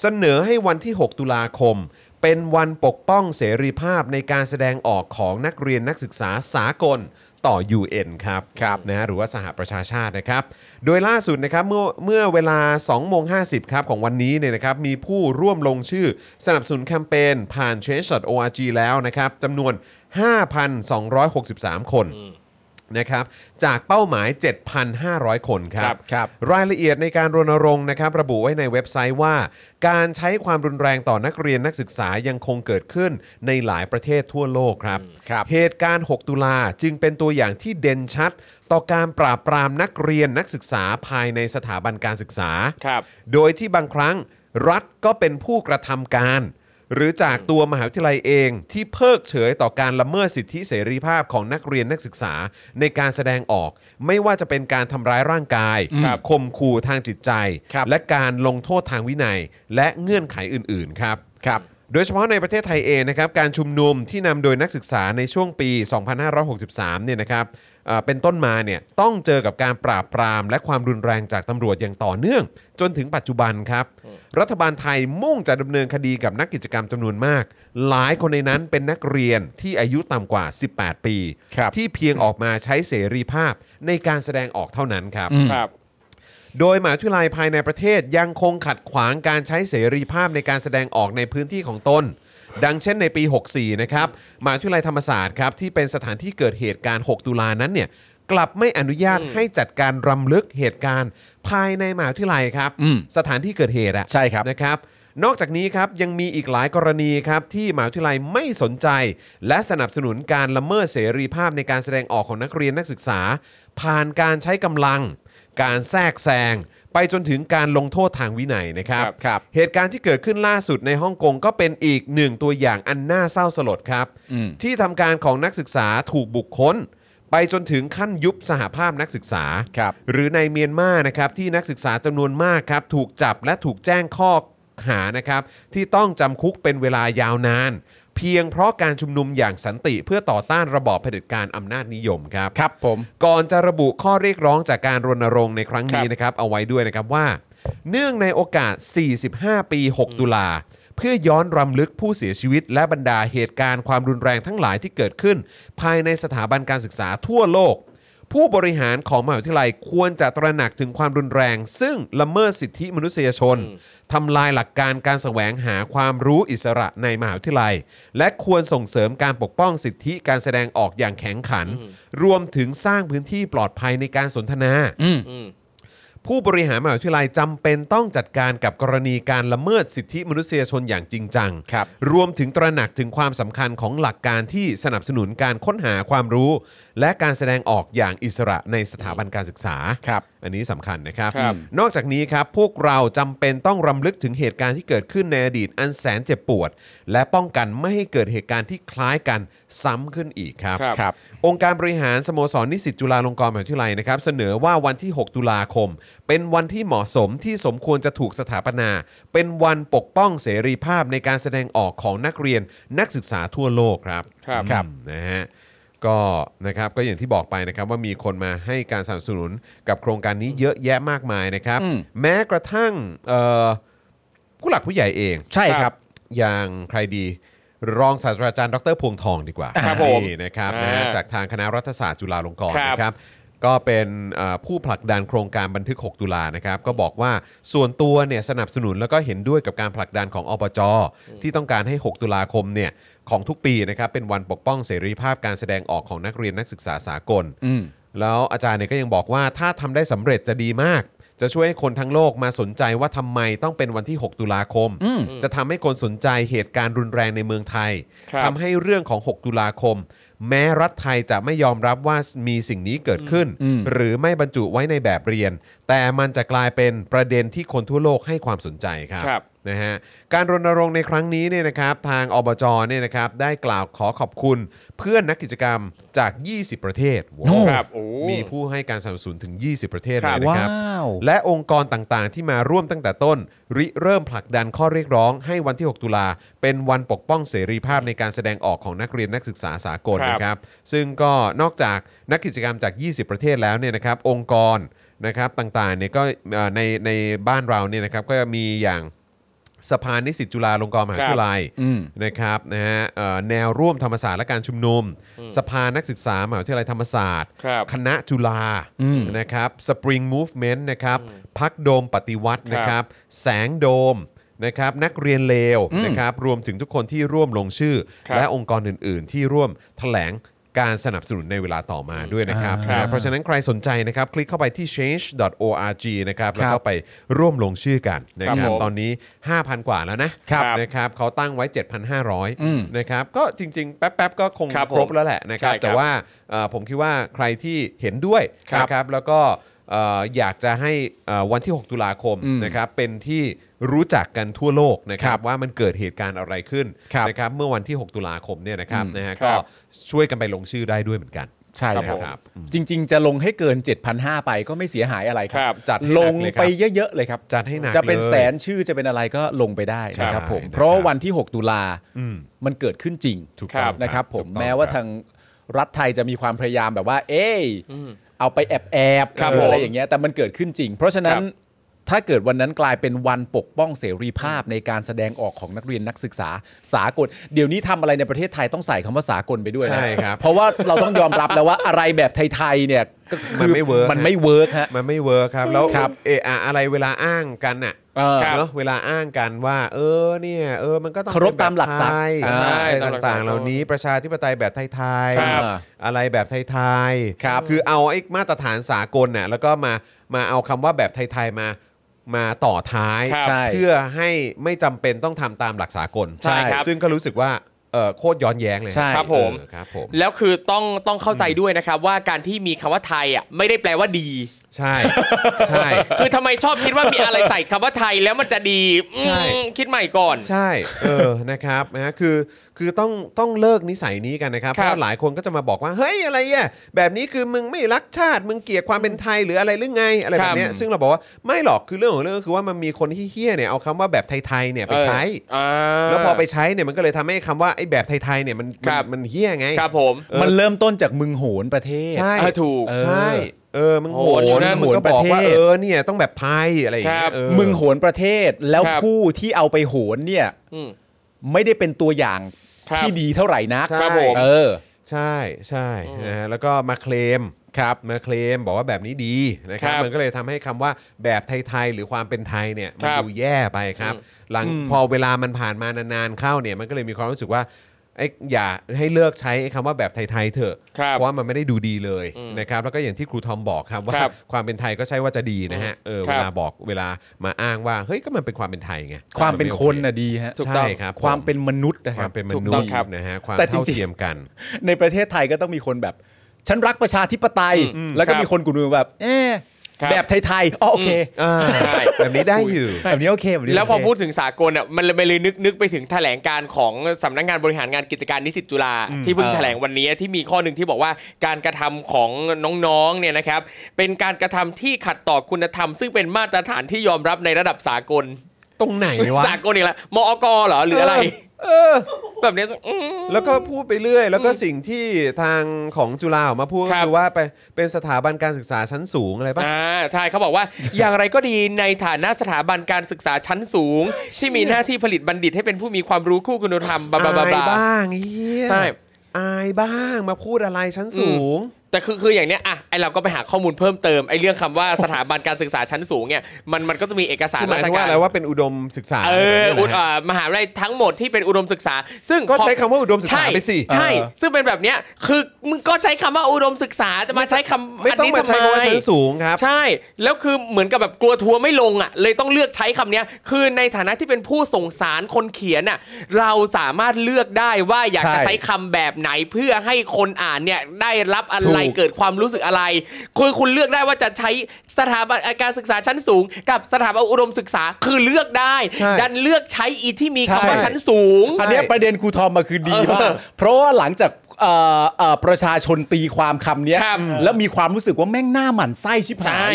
Speaker 2: เสนอให้วันที่ 6 ตุลาคม เป็นวันปกป้องเสรีภาพในการแสดงออกของนักเรียนนักศึกษาสากลต่อ UN ครับครับนะฮะหรือว่าสหประชาชาตินะครับ โดยล่าสุดนะครับเมื่อเมื่อเวลา2โมง50ครับของวันนี้เนี่ยนะครับมีผู้ร่วมลงชื่อสนับสนุนแคมเปญผ่าน change.org แล้วนะครับจำนวน 5,263 คน นะครับจากเป้าหมาย 7,500 คนครั
Speaker 1: ครับ บครับ
Speaker 2: รายละเอียดในการรณรงค์นะครับระบุไว้ในเว็บไซต์ว่า การใช้ความรุนแรงต่อนักเรียนนักศึกษายังคงเกิดขึ้นในหลายประเทศทั่วโลกครับ
Speaker 3: ครับ
Speaker 2: เหตุการณ์ 6 ตุลาจึงเป็นตัวอย่างที่เด่นชัด ต่อการปราบปรามนักเรียนนักศึกษาภายในสถาบันการศึกษา
Speaker 1: ครับ
Speaker 2: โดยที่บางครั้งรัฐก็เป็นผู้กระทำการ หรือจากตัวมหาวิทยาลัยเองที่เพิกเฉยต่อการละเมิดสิทธิเสรีภาพของนักเรียนนักศึกษาในการแสดงออก ไม่ว่าจะเป็นการทำร้ายร่างกาย
Speaker 1: ครับ
Speaker 2: ข่มขู่ทางจิตใจ
Speaker 3: ครับ
Speaker 2: และการลงโทษทางวินัย และเงื่อนไขอื่น ๆ ครับ
Speaker 3: ครับ
Speaker 2: โดยเฉพาะในประเทศไทยเองนะครับการชุมนุมที่นำโดยนักศึกษาในช่วงปี 2563 เนี่ยนะครับอ่าเป็นต้นมาเนี่ยต้องเจอกับการปราบปรามและความรุนแรงจากตำรวจอย่างต่อเนื่อง จนถึงปัจจุบันครับ รัฐบาลไทยมุ่งจะดำเนินคดีกับนักกิจกรรมจำนวนมาก หลายคนในนั้นเป็นนักเรียนที่อายุต่ำกว่า 18 ปี
Speaker 3: ครับ
Speaker 2: ที่เพียงออกมาใช้เสรีภาพในการแสดงออกเท่านั้นครับ
Speaker 1: ครับ
Speaker 2: โดยหมหาวิทยาลัยภายในประเทศยังคงขัดขวางการใช้เสรีภาพในการแสดงออกในพื้นที่ของตน ดังเช่นในปี 64 นะครับหมหาวิทยาลัยธรรมศาสตร์ครับที่เป็นสถานที่เกิดเหตุการณ์ 6 ตุลานั้นเนี่ยกลับไม่อนุญาตให้จัดการรำลึกเหตุการณ์ ภายในหมหาวิทยาลัยครับ
Speaker 3: อืม
Speaker 2: สถานที่เกิดเหตุอะ
Speaker 3: ใช่ครับ
Speaker 2: นะครับนอกจากนี้ครับยังมีอีกหลายกรณีครับที่หมหาวิทยาลัยไม่สนใจ และสนับสนุนการละเมิดเสรีภาพในการแสดงออกของนักเรียนนักศึกษา ผ่านการใช้กำลัง การแทรกแซง ไปจนถึงการลงโทษทางวินัยนะครับ
Speaker 3: ครับ
Speaker 2: เหตุการณ์ที่เกิดขึ้นล่าสุดในฮ่องกงก็เป็นอีกหนึ่งตัวอย่างอันน่าเศร้าสลดครับ
Speaker 3: อืม
Speaker 2: ที่ทำการของนักศึกษาถูกบุคคล ไปจนถึงขั้นยุบสหภาพนักศึกษา
Speaker 3: ครับ
Speaker 2: หรือในเมียนมานะครับที่นักศึกษาจำนวนมากครับถูกจับและถูกแจ้งข้อหานะครับที่ต้องจำคุกเป็นเวลายาวนาน เพียงเพราะการชุมนุมอย่างสันติเพื่อต่อต้านระบอบเผด็จการอำนาจนิยมครับ
Speaker 3: ครับผม
Speaker 2: ก่อนจะระบุข้อเรียกร้องจากการรณรงค์ในครั้งนี้นะครับเอาไว้ด้วยนะครับว่า เนื่องในโอกาส 45 ปี 6 ตุลา เพื่อย้อนรำลึกผู้เสียชีวิต และบรรดาเหตุการณ์ความรุนแรงทั้งหลายที่เกิดขึ้น ภายในสถาบันการศึกษาทั่วโลก ผู้บริหารของมหาวิทยาลัยควรจะตระหนักถึงความรุนแรง ซึ่งละเมิดสิทธิมนุษยชนทำลายหลักการการแสวงหาความรู้อิสระในมหาวิทยาลัย และควรส่งเสริมการปกป้องสิทธิการแสดงออกอย่างแข็งขัน รวมถึงสร้างพื้นที่ปลอดภัยในการสนทนา
Speaker 1: อืม
Speaker 2: ผู้บริหารมหาวิทยาลัยจำเป็นต้องจัดการกับกรณีการละเมิดสิทธิมนุษยชนอย่างจริงจัง
Speaker 3: ครับ
Speaker 2: รวมถึงตระหนักถึงความสำคัญของหลักการที่สนับสนุนการค้นหาความรู้ และการแสดงออกอย่างอิสระในสถาบันการศึกษา
Speaker 3: ครับ
Speaker 2: อันนี้สำคัญนะครับ
Speaker 1: ครับ
Speaker 2: นอกจากนี้ครับ พวกเราจำเป็นต้องรำลึกถึงเหตุการณ์ที่เกิดขึ้นในอดีตอันแสนเจ็บปวด และป้องกันไม่ให้เกิดเหตุการณ์ที่คล้ายกันซ้ำขึ้นอีกครับ
Speaker 1: ครับ
Speaker 3: ครับ
Speaker 2: องค์การบริหารสโมสรนิสิตจุฬาลงกรณ์มหาวิทยาลัยนะครับ เสนอว่าวันที่ 6 ตุลาคม เป็นวันที่เหมาะสมที่สมควรจะถูกสถาปนา เป็นวันปกป้องเสรีภาพในการแสดงออกของนักเรียนนักศึกษาทั่วโลกครับ
Speaker 1: ครับ
Speaker 3: ครับ
Speaker 2: นะฮะก็นะครับก็อย่างที่บอกไปนะครับว่ามีคนมาให้การสนับสนุนกับโครงการนี้เยอะแยะมากมายนะครับ
Speaker 3: อืม
Speaker 2: แม้กระทั่งเอ่อผู้หลักผู้ใหญ่เอง
Speaker 3: ใช่ครับ
Speaker 2: อย่างใครดีรองศาสตราจารย์ดรพวงทองดีกว่า
Speaker 1: ครับผม
Speaker 2: นี่นะครับ
Speaker 1: อ่าน
Speaker 2: นะฮะจากทางคณะรัฐศาสตร์จุฬาลงกรณ์
Speaker 1: ครับ
Speaker 2: นะครับ ก็เป็นเอ่อผู้ผลักดันโครงการบันทึก 6 ตุลานะครับ ก็บอกว่าส่วนตัวเนี่ยสนับสนุนแล้วก็เห็นด้วยกับการผลักดันของอปจที่ต้องการให้ 6 ตุลาคมเนี่ยของทุกปีนะครับเป็นวันปกป้องเสรีภาพการแสดงออกของนักเรียนนักศึกษาสากล
Speaker 3: อืม
Speaker 2: แล้วอาจารย์เนี่ยก็ยังบอกว่าถ้าทำได้สำเร็จจะดีมาก จะช่วยให้คนทั้งโลกมาสนใจว่าทำไมต้องเป็นวันที่ 6 ตุลาคม
Speaker 3: อืม
Speaker 2: จะทำให้คนสนใจเหตุการณ์รุนแรงในเมืองไทย
Speaker 1: ครับ
Speaker 2: ทำให้เรื่องของ 6 ตุลาคม แม้รัฐไทยจะไม่ยอมรับว่ามีสิ่งนี้เกิดขึ้น
Speaker 3: อืม
Speaker 2: หรือไม่บรรจุไว้ในแบบเรียน แต่มันจะกลายเป็นประเด็นที่คนทั่วโลกให้ความสนใจครับ
Speaker 1: ครับ
Speaker 2: นะฮะการรณรงค์ในครั้งนี้เนี่ยนะครับทางอบจเนี่ยนะครับได้กล่าวขอขอบคุณเพื่อนนักกิจกรรมจาก 20 ประเทศว้าว
Speaker 1: ครับโอ้
Speaker 2: มีผู้ให้การสนับสนุนถึง 20 ประเทศ
Speaker 1: ค
Speaker 2: เล
Speaker 1: รับ
Speaker 2: ยนะครับ
Speaker 3: ว้าว
Speaker 2: และองค์กรต่างๆ ที่มาร่วมตั้งแต่ต้น ริเริ่มผลักดันข้อเรียกร้องให้วันที่ 6 ตุลา เป็นวันปกป้องเสรีภาพในการแสดงออกของนักเรียนนักศึกษาสากล
Speaker 1: ครับ
Speaker 2: นะครับ ซึ่งก็นอกจากนักกิจกรรมจาก 20 ประเทศแล้วเนี่ยนะครับ องค์กรนะครับต่างๆเนี่ยก็เอ่อในในบ้านเราเนี่ยนะครับก็มีอย่างสภานิสิตจุฬาลงกรณ์มหาวิทยาลัย
Speaker 3: อืม
Speaker 2: นะครับนะฮะเอ่อแนวร่วมธรรมศาสตร์และการชุมนุม สภานักศึกษามหาวิทยาลัยธรรมศาสตร์
Speaker 1: ครับ
Speaker 2: คณะจุฬา
Speaker 3: อืม
Speaker 2: นะครับสปริงมูฟเมนต์นะครับพักโดมปฏิวัติ
Speaker 1: ครับ
Speaker 2: นะครับแสงโดมนะครับนักเรียนเลว
Speaker 3: อืม
Speaker 2: นะครับรวมถึงทุกคนที่ร่วมลงชื่อ
Speaker 1: ครับ
Speaker 2: และองค์กรอื่น ๆ ที่ร่วมแถลงการสนับสนุนในเวลาต่อมาด้วยนะครับ
Speaker 1: ครับ
Speaker 2: นะเพราะฉะนั้นใครสนใจนะครับ คลิกเข้าไปที่ change.org นะครับแล้วก็ไปร่วมลงชื่อกันนะครับตอนนี้ 5,000 กว่าแล้วนะ
Speaker 1: ครับ
Speaker 2: นะครับเขาตั้งไว้
Speaker 3: อืม
Speaker 2: 7,500นะครับก็จริงๆ แป๊บๆ ก็คง
Speaker 1: ครับ
Speaker 2: ครบ
Speaker 1: ผม
Speaker 2: แล้วแหละนะครับ
Speaker 1: ใช่ครับ
Speaker 2: แต่ว่าเอ่อผมคิดว่าใครที่เห็นด้วย
Speaker 1: ครับ
Speaker 2: นะครับแล้วก็เอ่ออยากจะให้เอ่อวันที่ 6 ตุลาคม
Speaker 3: อืม
Speaker 2: นะครับเป็นที่รู้จักกันทั่วโลกนะครั
Speaker 3: ครับ บ
Speaker 2: ว่ามันเกิดเหตุการณ์อะไรขึ้น
Speaker 3: ครับ
Speaker 2: นะครับเมื่อวันที่ 6 ตุลาคมเนี่ยนะครับ
Speaker 3: อืม
Speaker 2: นะฮะ
Speaker 1: ครั
Speaker 2: ก็
Speaker 1: บ
Speaker 2: ช่วยกันไปลงชื่อได้ด้วยเหมือนกัน
Speaker 3: ใช่
Speaker 1: ครับ
Speaker 3: ครับ
Speaker 1: ผม
Speaker 3: จริง ๆ จะลงให้เกิน 7,500 ไปก็ไม่เสียหายอะไรค
Speaker 1: ครั
Speaker 3: รับ
Speaker 2: จัดให้ห
Speaker 3: ล
Speaker 2: นัก
Speaker 3: ง
Speaker 2: เลยครับ
Speaker 3: ไปเยอะๆเลยครับ
Speaker 2: จัดให้หนัก
Speaker 3: จะเป็น
Speaker 2: เลย
Speaker 3: แสนชื่อจะเป็นอะไรก็ลงไปได้นะครับ
Speaker 2: ใช่
Speaker 3: ผม
Speaker 2: นะครับ
Speaker 3: เพราะว่าวันที่ 6 ตุลา
Speaker 2: อืม
Speaker 3: มันเกิดขึ้นจริง
Speaker 2: ถูกต้อง
Speaker 3: นะครับผม
Speaker 2: ถูกต้อง
Speaker 3: แม้ว่า
Speaker 2: ครับ
Speaker 3: ทางรัฐไทยจะมีความพยายามแบบว่า เอ้ยเอาไปแอบแอบๆ
Speaker 1: ครับ
Speaker 3: เอออะไร
Speaker 1: ผม
Speaker 3: อย่างเงี้ยแต่มันเกิดขึ้นจริง เพราะฉะนั้น
Speaker 1: ครับ
Speaker 3: ถ้าเกิดวันนั้นกลายเป็นวันปกป้องเสรีภาพในการแสดงออกของนักเรียนนักศึกษาสากล เดี๋ยวนี้ทำอะไรในประเทศไทยต้องใส่คำว่าสากลไปด้วยนะ
Speaker 2: ใช่ครับ
Speaker 3: เพราะว่าเราต้องยอมรับแล้วว่าอะไรแบบไทยๆเนี่ยก็คื
Speaker 2: มันไม่เวิร์ก
Speaker 3: มันไม่เวิร์กฮะ
Speaker 2: มันไม่เวิร์คครับ แล้ว
Speaker 3: ครับ
Speaker 2: เอออะอะไรเวลาอ้างกันน่ะ
Speaker 3: เออ
Speaker 1: ครับ
Speaker 2: เนาะเวลาอ้างกันว่า เออเนี่ยเออมันก็ต้อง
Speaker 3: เคารพ
Speaker 2: ป็นแบบ
Speaker 3: ตามหลักสากล
Speaker 2: ไทย
Speaker 3: อ่า
Speaker 2: อะไร
Speaker 1: ตามหลักสากล
Speaker 2: ต่างๆ เหล่านี้ประชาธิปไตยแบบไทย
Speaker 1: ครับ
Speaker 2: ๆอะไรแบบไทยๆ
Speaker 3: ครับ
Speaker 2: คือเอาไอ้มาตรฐานสากลน่ะแล้วก็มามาเอาคำว่าแบบไทยๆมามาต่อท้าย
Speaker 1: ครับ
Speaker 3: ใช่
Speaker 2: เพื่อให้ไม่จำเป็นต้องทำตามหลักสากล
Speaker 1: ใช่ครับ
Speaker 2: ซึ่งก็รู้สึกว่าเออโคตรย้อนแย้งเลย
Speaker 3: ใช่
Speaker 1: ครับผม
Speaker 2: เออครับผม
Speaker 1: แล้วคือต้องต้องเข้าใจด้วยนะครับ ว่าการที่มีคำว่าไทยอ่ะไม่ได้แปลว่าดี
Speaker 2: ใช่ ใช่
Speaker 1: คือทำไมชอบคิดว่ามีอะไรใส่คำว่าไทยแล้วมันจะดีอืม
Speaker 2: ใช่
Speaker 1: คิดใหม่ก่อน
Speaker 2: ใช่ เออ นะครับ นะ คือ คือต้อง ต้องเลิกนิสัยนี้กันนะครับ เพ
Speaker 1: ครับ
Speaker 2: ราะหลายคนก็จะมาบอกว่า เฮ้ย อะไรอ่ะแบบนี้คือมึงไม่รักชาติ มึงเกลียดความเป็นไทยหรืออะไรหรือไง อะไร
Speaker 1: ค
Speaker 2: แบ
Speaker 1: รับบ
Speaker 2: เนี้ยซึ่งเราบอกว่า ไม่หรอก คือเรื่องของเรื่องก็คือว่ามันมีคนที่เฮี้ยเนี่ย เอาคำว่าแบบไทยๆ เนี่ยไปใช้ แล้วพอไปใช้เนี่ย มันก็เลยทำให้คำว่าไอ้แบบไทยๆ เนี่ย มัน
Speaker 1: ครับ
Speaker 2: มันเฮี้ยไง
Speaker 1: ครับผม
Speaker 2: เออ
Speaker 3: มันเริ่มต้นจากมึงโหนประเทศ
Speaker 2: ใช่
Speaker 1: เออถูก
Speaker 3: เอ
Speaker 2: ใช่ เออ มึงโห
Speaker 1: โหนอยู่
Speaker 2: น
Speaker 1: นะ
Speaker 2: มึงก็บอกว่า
Speaker 3: ประเทศ
Speaker 2: เออ เนี่ย ต้องแบบไทย อะไรอย่างเงี้
Speaker 1: ค
Speaker 2: ย
Speaker 1: รับ
Speaker 2: เออ
Speaker 3: มึงโหนประเทศแล้ว
Speaker 1: ครับ
Speaker 3: ผู้ที่เอาไปโหนเนี่ย
Speaker 1: อืม
Speaker 3: ไม่ได้เป็นตัวอย่าง
Speaker 1: ครับ
Speaker 3: ที่ดีเท่าไหร่นัก
Speaker 2: ใช่
Speaker 1: ครับผม
Speaker 3: เออ
Speaker 2: ใช่ใช่
Speaker 1: อืม
Speaker 2: นะฮะแล้วก็มาเคลมครับมาเคลมบอกว่าแบบนี้ดีนะครับ
Speaker 1: ครับ
Speaker 2: มันก็เลยทำให้คำว่าแบบไทยๆหรือความเป็นไทยเนี่ยมัน
Speaker 1: ครับ
Speaker 2: ดูแย่ไปครับ หลัง
Speaker 3: อืม
Speaker 2: พอเวลามันผ่านมานานๆเข้าเนี่ยมันก็เลยมีความรู้สึกว่าไอ้อย่าให้เลิกใช้ไอ้คำว่าแบบไทยๆเถอะ
Speaker 1: ครับ
Speaker 2: เพราะว่ามันไม่ได้ดูดีเลย
Speaker 1: อืม
Speaker 2: นะครับแล้วก็อย่างที่ครูทอมบอกครับว่า
Speaker 1: ครับ
Speaker 2: ความเป็นไทยก็ใช่ว่าจะดีนะฮะเออ
Speaker 1: ครั
Speaker 2: เว
Speaker 1: บ
Speaker 2: ลาบอกเวลามาอ้างว่าเฮ้ยก็มันเป็นความเป็นไทยไง
Speaker 3: ความเป็นคน
Speaker 2: มั
Speaker 3: น่ะดีฮะ
Speaker 1: ถูกต้อง
Speaker 2: ใช่ครับ
Speaker 3: ความเป็นมนุษย์
Speaker 2: ค
Speaker 3: นะครั
Speaker 2: วา
Speaker 3: บ
Speaker 2: มเป็นม
Speaker 1: ถูก
Speaker 2: นุ
Speaker 1: ต้อ
Speaker 2: ษ
Speaker 1: ง
Speaker 2: ย์
Speaker 1: ครับ
Speaker 2: นะฮะความ
Speaker 3: แต่จริ
Speaker 2: เท่าง
Speaker 3: ๆ
Speaker 2: เทียมกัน
Speaker 3: ในประเทศไทยก็ต้องมีคนแบบ ฉันรักประชาธิปไตย แล้วก็
Speaker 1: ครับ
Speaker 3: มีคนกลุ่มหนึงแบบเอ๊ะ
Speaker 1: ครับ
Speaker 3: แบบไทยๆอ๋อโอเค
Speaker 2: อ่า
Speaker 1: ใช่
Speaker 2: แบบนี้ได้อยู่
Speaker 3: แบบนี้โอเคแบบนี้
Speaker 1: แล้วพอ
Speaker 3: โเค
Speaker 1: พูดถึงสากลอ่ะมันเลยมันเลยนึกนึกไปถึงแถลงการของสำนักงานบริหารงานกิจการนิสิตจุฬาที่เพิ่ง
Speaker 3: เออ
Speaker 1: แถลงวันนี้ที่มีข้อหนึ่งที่บอกว่าการกระทำของน้องๆเนี่ยนะครับเป็นการกระทำที่ขัดต่อคุณธรรม ซึ่งเป็นมาตรฐานที่ยอมรับในระดับสากล
Speaker 2: ตรงไหนวะ
Speaker 1: สากลอีกแล้วมอกเหรอหรืออะไร
Speaker 2: เออ
Speaker 1: แบบเนี้ยอืม
Speaker 2: แล้วก็พูดไปเรื่อย แล้วก็สิ่งที่ทางของจุฬาออกมาพูดก็
Speaker 1: ครับ
Speaker 2: คือว่าไปเป็นสถาบันการศึกษาชั้นสูงอะไรปะ
Speaker 1: อ่าใช่เขาบอกว่า อย่างไรก็ดีในฐานะสถาบันการศึกษาชั้นสูง ที่มีหน้าที่ผลิตบัณฑิตให้เป็นผู้มีความรู้คู่คุณธรรมบลาบลา
Speaker 2: อาย
Speaker 1: บลาบลา
Speaker 2: บ้างไอ้เฮีย
Speaker 1: ใช่
Speaker 2: อายบ้างมาพูดอะไรชั้นสูง
Speaker 1: แต่คือคืออย่างเนี้ยอ่ะไอเราก็ไปหาข้อมูลเพิ่มเติมไอเรื่องคำ ว่าสถาบันการศึกษาชั้นสูงเนี่ยมันมันก็จะมีเอกสาร
Speaker 2: คือหมาย
Speaker 1: ราช
Speaker 2: ถึงว่า
Speaker 1: การ
Speaker 2: อะไรว่าเป็นอุดมศึกษา
Speaker 1: เออ
Speaker 2: แบบ
Speaker 1: อุ
Speaker 2: นี้
Speaker 1: ด
Speaker 2: นะฮะ
Speaker 1: อ่ามหาวิทยาลัยทั้งหมดที่เป็นอุดมศึกษา ซึ่ง
Speaker 2: ก็
Speaker 1: พอ
Speaker 2: ใช้คำว่าอุดมศึก
Speaker 1: ใช่
Speaker 2: ษาไปสิ
Speaker 1: ใช่
Speaker 3: เออ
Speaker 1: ซึ่งเป็นแบบเนี้ยคือมึงก็ใช้คำว่าอุดมศึกษาจะมาใช้คำ
Speaker 2: ไม่ต้องมาใช้คำว่าชั้นสูงครับ
Speaker 1: ใช่ แล้วคือเหมือนกับแบบกลัวทัวร์ไม่ลงอ่ะเลยต้องเลือกใช้คำเนี้ยคือในฐานะที่เป็นผู้ส่งสารคนเขียนอ่ะเราสามารถเลือกได้ว่าอยากจะ
Speaker 3: ใช่
Speaker 1: ใช้คำแบบไหนเพื่อให้คนอ่านเนี่ยได้รับอะไร อะไร
Speaker 3: ถูก
Speaker 1: เกิดความรู้สึกอะไร คือคุณเลือกได้ว่าจะใช้สถาบันการศึกษาชั้นสูง กับสถาบันอุดมศึกษาคือเลือกได้
Speaker 2: ใช่
Speaker 1: ดันเลือกใช้อีที่มี
Speaker 3: ใช่
Speaker 1: คำว่าชั้นสูง
Speaker 2: ใช่
Speaker 3: อันเนี้ยประเด็นครูทอมมาคือดี
Speaker 1: เออ
Speaker 3: มากเพราะว่าหลังจากเอ่อเอ่อประชาชนตีความคำเนี้ย
Speaker 1: ครับ
Speaker 3: แล้วมีความรู้สึกว่าแม่งหน้าหมันไส้ชิบหาย
Speaker 1: ใช่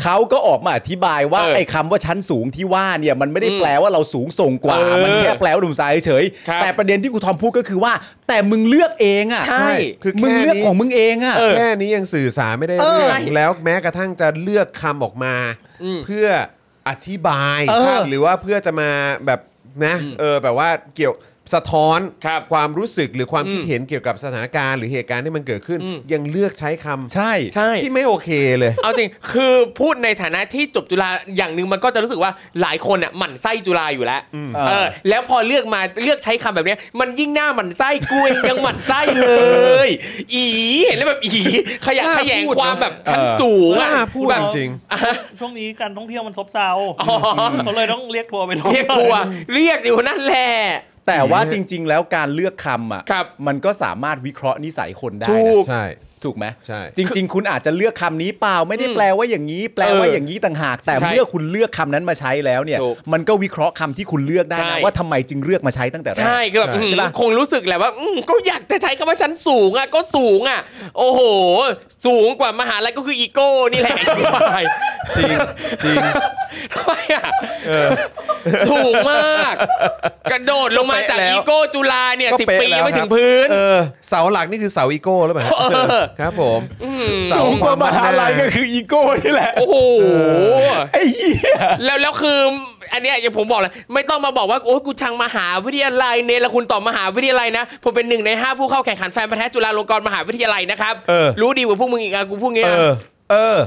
Speaker 3: เขาก็ออกมาอธิบายว่า
Speaker 1: เออ
Speaker 3: ไอ้คำว่าชั้นสูงที่ว่าเนี่ยมันไม่ได้
Speaker 1: อืม
Speaker 3: แปลว่าเราสูงส่งกว่า
Speaker 1: เออ
Speaker 3: มันแค่แปลว่าดุมสายเฉย
Speaker 1: ครับ
Speaker 3: แต่ประเด็นที่ครูทอมพูดก็คือว่า แต่มึงเลือกเองอ่ะ
Speaker 1: ใช่
Speaker 2: คือแค่นี้
Speaker 3: มึงเลือกของมึงเองอ่ะ
Speaker 1: เออ
Speaker 2: แค่นี้ยังสื่อสารไม่ได้
Speaker 3: เออ
Speaker 2: เรื่องแล้วแม้กระทั่งจะเลือกคำออกมา เพื่ออธิบาย
Speaker 3: เออ
Speaker 2: หรือว่าเพื่อจะมาแบบนะเออแบบว่าเกี่ยวสะท้อน
Speaker 1: ครับ
Speaker 2: วามรู้สึกหรือความ
Speaker 1: อืม
Speaker 2: คิดเห็นเกี่ยวกับสถานการณ์หรือเหตุการณ์ที่มันเกิดขึ้น
Speaker 1: อืม
Speaker 2: ยังเลือกใช้คำ
Speaker 3: ใช่
Speaker 1: ใช่
Speaker 2: ที่ไม่โอเคเลย
Speaker 1: เอาจริงคือพูดในฐานะที่จบจุฬาอย่างหนึ่งมันก็จะรู้สึกว่าหลายคนอ่ะหมั่นไส้จุฬาอยู่แล้วเออ แล้วพอเลือกมาเลือกใช้คำแบบเนี้ยมันยิ่งหน้าหมั่นไส้กูเองยังหมั่นไส้เลย อีเห็นแล้วแบบอีขยะ
Speaker 2: น่า
Speaker 1: แขยง
Speaker 2: พูดนะ
Speaker 1: ความแบบชั้น
Speaker 3: เออ
Speaker 1: สูงอ่ะ
Speaker 2: น่าพูด
Speaker 1: แบบ
Speaker 2: จริง
Speaker 4: ช่วงนี้การท่องเที่ยวมันซบเซา
Speaker 1: อ๋อ
Speaker 4: เขาเลยต้องเรียกทัวร์ไปลง
Speaker 1: เรียกทัวร์เรียกอยู่นั่นแหละ
Speaker 3: แต่ว่าจริง ๆ แล้วการเลือกคำอ่ะ
Speaker 1: ครับ
Speaker 3: มันก็สามารถวิเคราะห์นิสัยคนได้
Speaker 1: ถู
Speaker 3: นะ
Speaker 1: ก
Speaker 2: ๆใช่
Speaker 3: ถูกไหม
Speaker 2: ใช่
Speaker 3: จริง ๆ คุณอาจจะเลือกคำนี้เปล่าไม่ได้แปลว่าอย่างนี้ แปลว่าอย่างนี้ต่างหาก แต่
Speaker 1: ใช่
Speaker 3: เมื่อคุณเลือกคำนั้นมาใช้แล้วเนี่ย
Speaker 1: ถูก
Speaker 3: มันก็วิเคราะห์คำที่คุณเลือกได้
Speaker 1: ใช่
Speaker 3: นะว่าทำไมจึงเลือกมาใช้ตั้งแต่แรก
Speaker 1: ใช่คือแบบ
Speaker 2: ใช่
Speaker 1: อืม
Speaker 3: ใช่ปะ
Speaker 1: คงรู้สึกแหละว่าอืมก็อยากจะใช้คำว่าฉันสูงอ่ะก็สูงอ่ะ โอ้โห สูงกว่ามหาลัยก็คืออีโก้นี่แหละ ไอ้
Speaker 2: จริงจริง
Speaker 1: ทำไมอ่ะ สูงมาก กระโดดลงมาจา
Speaker 2: ก็
Speaker 1: ก
Speaker 2: เป๊ะแล้ว
Speaker 1: อีโก้จุฬาเนี่ย
Speaker 2: ก็
Speaker 1: สิบ
Speaker 2: เะ
Speaker 1: ปี
Speaker 2: แล้ว
Speaker 1: ไม่
Speaker 2: ครับ
Speaker 1: ถึงพื้น
Speaker 2: เออเสาหลักนี่คือเสาอีโก้หรือเปล่าฮะ
Speaker 1: เออ
Speaker 2: ครับผมเ
Speaker 3: สูงกว่ามหาลัยก็
Speaker 2: ค
Speaker 3: คืออีโก้นี่แหละ
Speaker 1: โอ้โห
Speaker 3: ไอ้เหี้ย
Speaker 1: แล้วแล้วคืออันเนี้ยอย่างผมบอกเลยไม่ต้องมาบอกว่าโอ้ยกูชังมหาวิทยาลัยเนรคุณต่อมหาวิทยาลัยนะ ผมเป็นหนึ่งในห้าผู้เข้าแข่งขันแฟนพันธ์แท้จุฬาลงกรณ์มหาวิทยาลัยนะครับ รู้ดีกว่าพวกมึงอีกอะกูพูดงี้
Speaker 2: เอ
Speaker 1: นะ
Speaker 2: อ เออ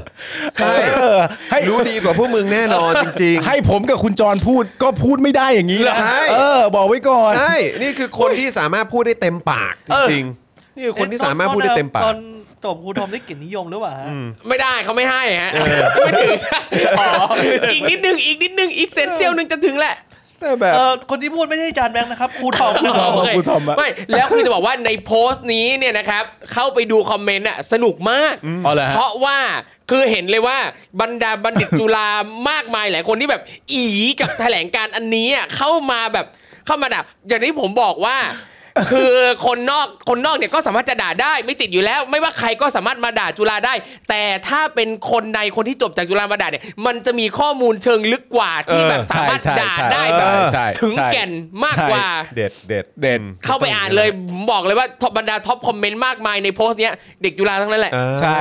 Speaker 2: ใช่
Speaker 3: เออให้
Speaker 2: รู้ดีกว่าพวกมึงแน่นอนจริงๆ
Speaker 3: ให้ผมกับคุณจรพูดก็พูดไม่ได้อย่างนี้นะ
Speaker 2: ใช่
Speaker 3: เออ บอกไว้ก่อน
Speaker 2: ใช่ นี่คือคนที่สามารถพูดได้เต็มปากจ
Speaker 1: เออ
Speaker 2: ริงๆ นี่คือคนที่สามารถพูดได้เต็มปาก
Speaker 4: ตอนจบครูทอมได้เกียรตินิยมหรือเปล่าฮะ
Speaker 1: ไม่ได้เขาไม่ให้ฮะไม่ถึงอีกนิดนึงอีกนิดนึงอีกเศษเสี้ยวนึงจะถึงแหละ
Speaker 2: แต่แบบ
Speaker 4: เออคนที่พูดไม่ใช่อาจานแบงค์นะครับครูทอมนะ
Speaker 3: ข
Speaker 4: ครั
Speaker 3: อ
Speaker 4: บบ
Speaker 3: คุณคุณทอมอะ
Speaker 1: ไม่แล้วคือจะบอกว่าในโพสต์นี้เนี่ยนะครับ เข้าไปดูคอมเมนต์อะสนุกมาก
Speaker 3: อ๋อเหรอ
Speaker 1: เพ
Speaker 3: ฮะ
Speaker 1: ราะว่าคือเห็นเลยว่าบรรดาบัณฑิตจุฬามากมายหลายคนที่แบบอีกับแถลงการอันนี้อ่ะเข้ามาแบบเข้ามาดับอย่างที่ผมบอกว่า คือคนนอกคนนอกเนี่ยก็สามารถจะด่าได้ไม่ติดอยู่แล้ว ไม่ว่าใครก็สามารถมาด่าจุฬาได้ แต่ถ้าเป็นคนในคนที่จบจากจุฬามาด่าเนี่ยมันจะมีข้อมูลเชิงลึกกว่าที่
Speaker 2: เออ
Speaker 1: แบบสามารถ
Speaker 3: ใช่ใช่
Speaker 1: ด่า
Speaker 3: ใช่
Speaker 1: ได้แบบ
Speaker 3: ใช่ใช่
Speaker 1: ถึง
Speaker 3: ใช่
Speaker 1: แก่นมากกว่า
Speaker 2: เด็ดเด็ด
Speaker 3: เด็ด
Speaker 1: เข้าไปอ่านเลยผมบอกเลยว่าท็อปบรรดาท็อปคอมเมนต์มากมายในโพสต์เนี้ยเด็กจุฬาทั้งนั้นแหละ
Speaker 2: อ่า
Speaker 3: ใช่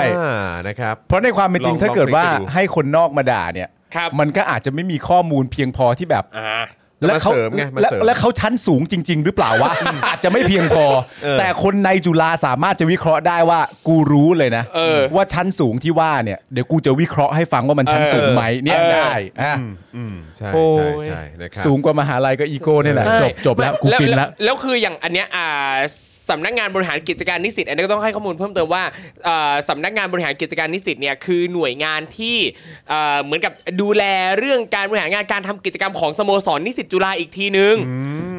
Speaker 2: นะครับ
Speaker 3: เพราะในความเป็นจริง
Speaker 2: ลอง
Speaker 3: ถ้าเกิดว่า
Speaker 2: ลองไปดู
Speaker 3: ให้คนนอกมาด่าเนี่ย
Speaker 1: ครับ
Speaker 3: มันก็อาจจะไม่มีข้อมูลเพียงพอที่แบบ
Speaker 1: อ่า
Speaker 2: แล้วมาเสริมไงมา
Speaker 3: และ
Speaker 2: เสริม
Speaker 3: และเขาชั้นสูงจริง ๆ หรือเปล่าวะอาจจะไม่เพียงพอ
Speaker 2: เออ
Speaker 3: แต่คนในจุฬาสามารถจะวิเคราะห์ได้ว่ากูรู้เลยนะ
Speaker 1: เออ
Speaker 3: ว่าชั้นสูงที่ว่าเนี่ยเดี๋ยวกูจะวิเคราะห์ให้ฟังว่ามันชั้นสูงไหมเนี่ย
Speaker 1: เออ
Speaker 3: ได้อ่ะ
Speaker 2: อืมอืมใช่
Speaker 3: โอ้
Speaker 2: ใช่
Speaker 3: ย
Speaker 2: ใช่นะครับ
Speaker 3: สูงกว่ามหาลัยก็อีโก้เนี่ยแหละ
Speaker 1: ใช่
Speaker 3: จบจบแล้ว
Speaker 1: ไม่
Speaker 3: กูฟินแล้ว
Speaker 1: แแล้วคืออย่างอันเนี้ยอ่าสำนักงานบริหารกิจการนิสิตอันนี้ก็ต้องให้ข้อมูลเพิ่มเติมว่าอ่าสำนักงานบริหารกิจการนิสิตเนี่ยคือหน่วยงานที่อ่าเหมือนกับดูแลเรื่องการบริหารงานการทำกิจกรรมของสโมสรนิสิตจุฬาอีกทีนึง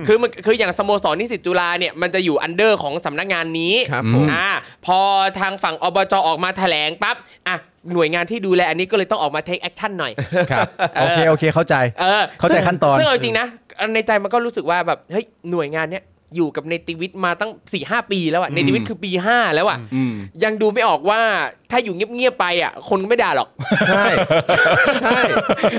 Speaker 1: คือมันคืออย่างสโมสรนิสิตจุฬาเนี่ยมันจะอยู่อันเดอร์ของสำนักงานนี้
Speaker 2: ครับผม
Speaker 1: อ่าพอทางฝั่งอบจออกมาแถลงปั๊บอ่ะหน่วยงานที่ดูแลอันนี้ก็เลยต้องออกมาเทคแอคชั่นหน่อย
Speaker 3: ครับโอเคโอเคเข้าใจ
Speaker 1: ออ
Speaker 3: เข้าใจ
Speaker 1: ซึ่ง
Speaker 3: ขั้นตอน
Speaker 1: ซึ่งเอาจริงนะ ในใจมันก็รู้สึกว่าแบบเฮ้ยหน่วยงานเนี้ยอยู่กับเนติวิทย์มาตั้ง4ี่หปีแล้วอะเนติวิทย์คือปี 5 แล้วอะยังดูไม่ออกว่าถ้าอยู่เงียบๆไปอะคนไม่ด่าหรอก
Speaker 2: ใช่ ใช่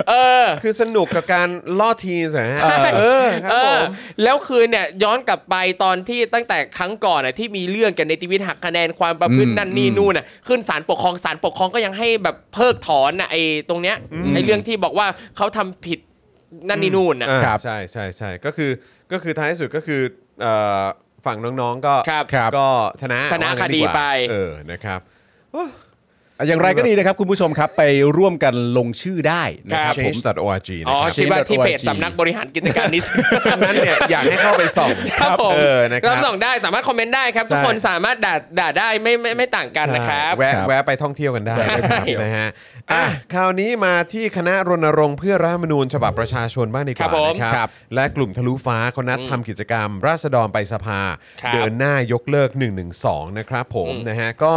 Speaker 1: เออ
Speaker 2: คือสนุกกับการล่อทีสนะฮะเออครับ
Speaker 1: เอ
Speaker 2: ผ
Speaker 1: อ
Speaker 2: ม
Speaker 1: แล้วคือเนี่ยย้อนกลับไปตอนที่ตั้งแต่ครั้งก่อนอะที่มีเรื่องกันเนติวิทย์หักคะแนนความประพฤติ
Speaker 3: อืม
Speaker 1: นั่นนี่
Speaker 3: อืม
Speaker 1: นู่นอะขึ้นศาลปกครองศาลปกครองก็ยังให้แบบเพิกถอนอะไอ้ตรงเนี้ยไอ้เรื่องที่บอกว่าเขาทำผิดนั่นนี่นู่นอะ
Speaker 2: อ่า
Speaker 3: ครับ
Speaker 2: ใช่ใช่ใช่ก็คือก็คือท้ายสุดก็คือเอ่อฝั่งน้องๆก็
Speaker 1: ครับ
Speaker 3: ครับ
Speaker 2: ก็ชนะ
Speaker 1: ชนะ
Speaker 2: ว่างั้
Speaker 1: คดี
Speaker 2: กว่า
Speaker 1: ไป
Speaker 2: เออนะครับ
Speaker 3: อย่างไรก็ดีนะครับ คุณผู้ชมครับไปร่วมกันลงชื่อได้นะค
Speaker 1: ครั
Speaker 3: รับ
Speaker 1: บ
Speaker 2: ผม .org นะ
Speaker 1: อ๋อ
Speaker 2: ครับ
Speaker 1: คิดว่าที่เพจ
Speaker 3: change.org
Speaker 1: สำนักบริหารกิจการนิสิต
Speaker 2: ดังนั้นเนี่ยอยากให้เข้าไปส่อง
Speaker 1: ครับผม
Speaker 2: เออนะค
Speaker 1: รั
Speaker 2: รั
Speaker 1: บบ ส่งได้สามารถคอมเมนต์ได้ครับ ทุก
Speaker 2: ใช่
Speaker 1: คนสามารถด่าด่าได้ไม่ไม่ไม่ต่างกันนะครับ
Speaker 2: ใช่แวะ
Speaker 3: ครับ
Speaker 2: แวะไปท่องเที่ยวกันได้
Speaker 1: ใช่
Speaker 2: นะครับนะฮะอ่ะคราวนี้มาที่คณะรณรงค์เพื่อรัฐธรรมนูญฉบับประชาชนบ้างดีกว่านะครับ และกลุ่มทะลุฟ้าเขานัดทำกิจกรรม ราษฎรไปสภา
Speaker 1: ครับ
Speaker 2: เดินหน้ายกเลิก 112 นะครับผมนะฮะก็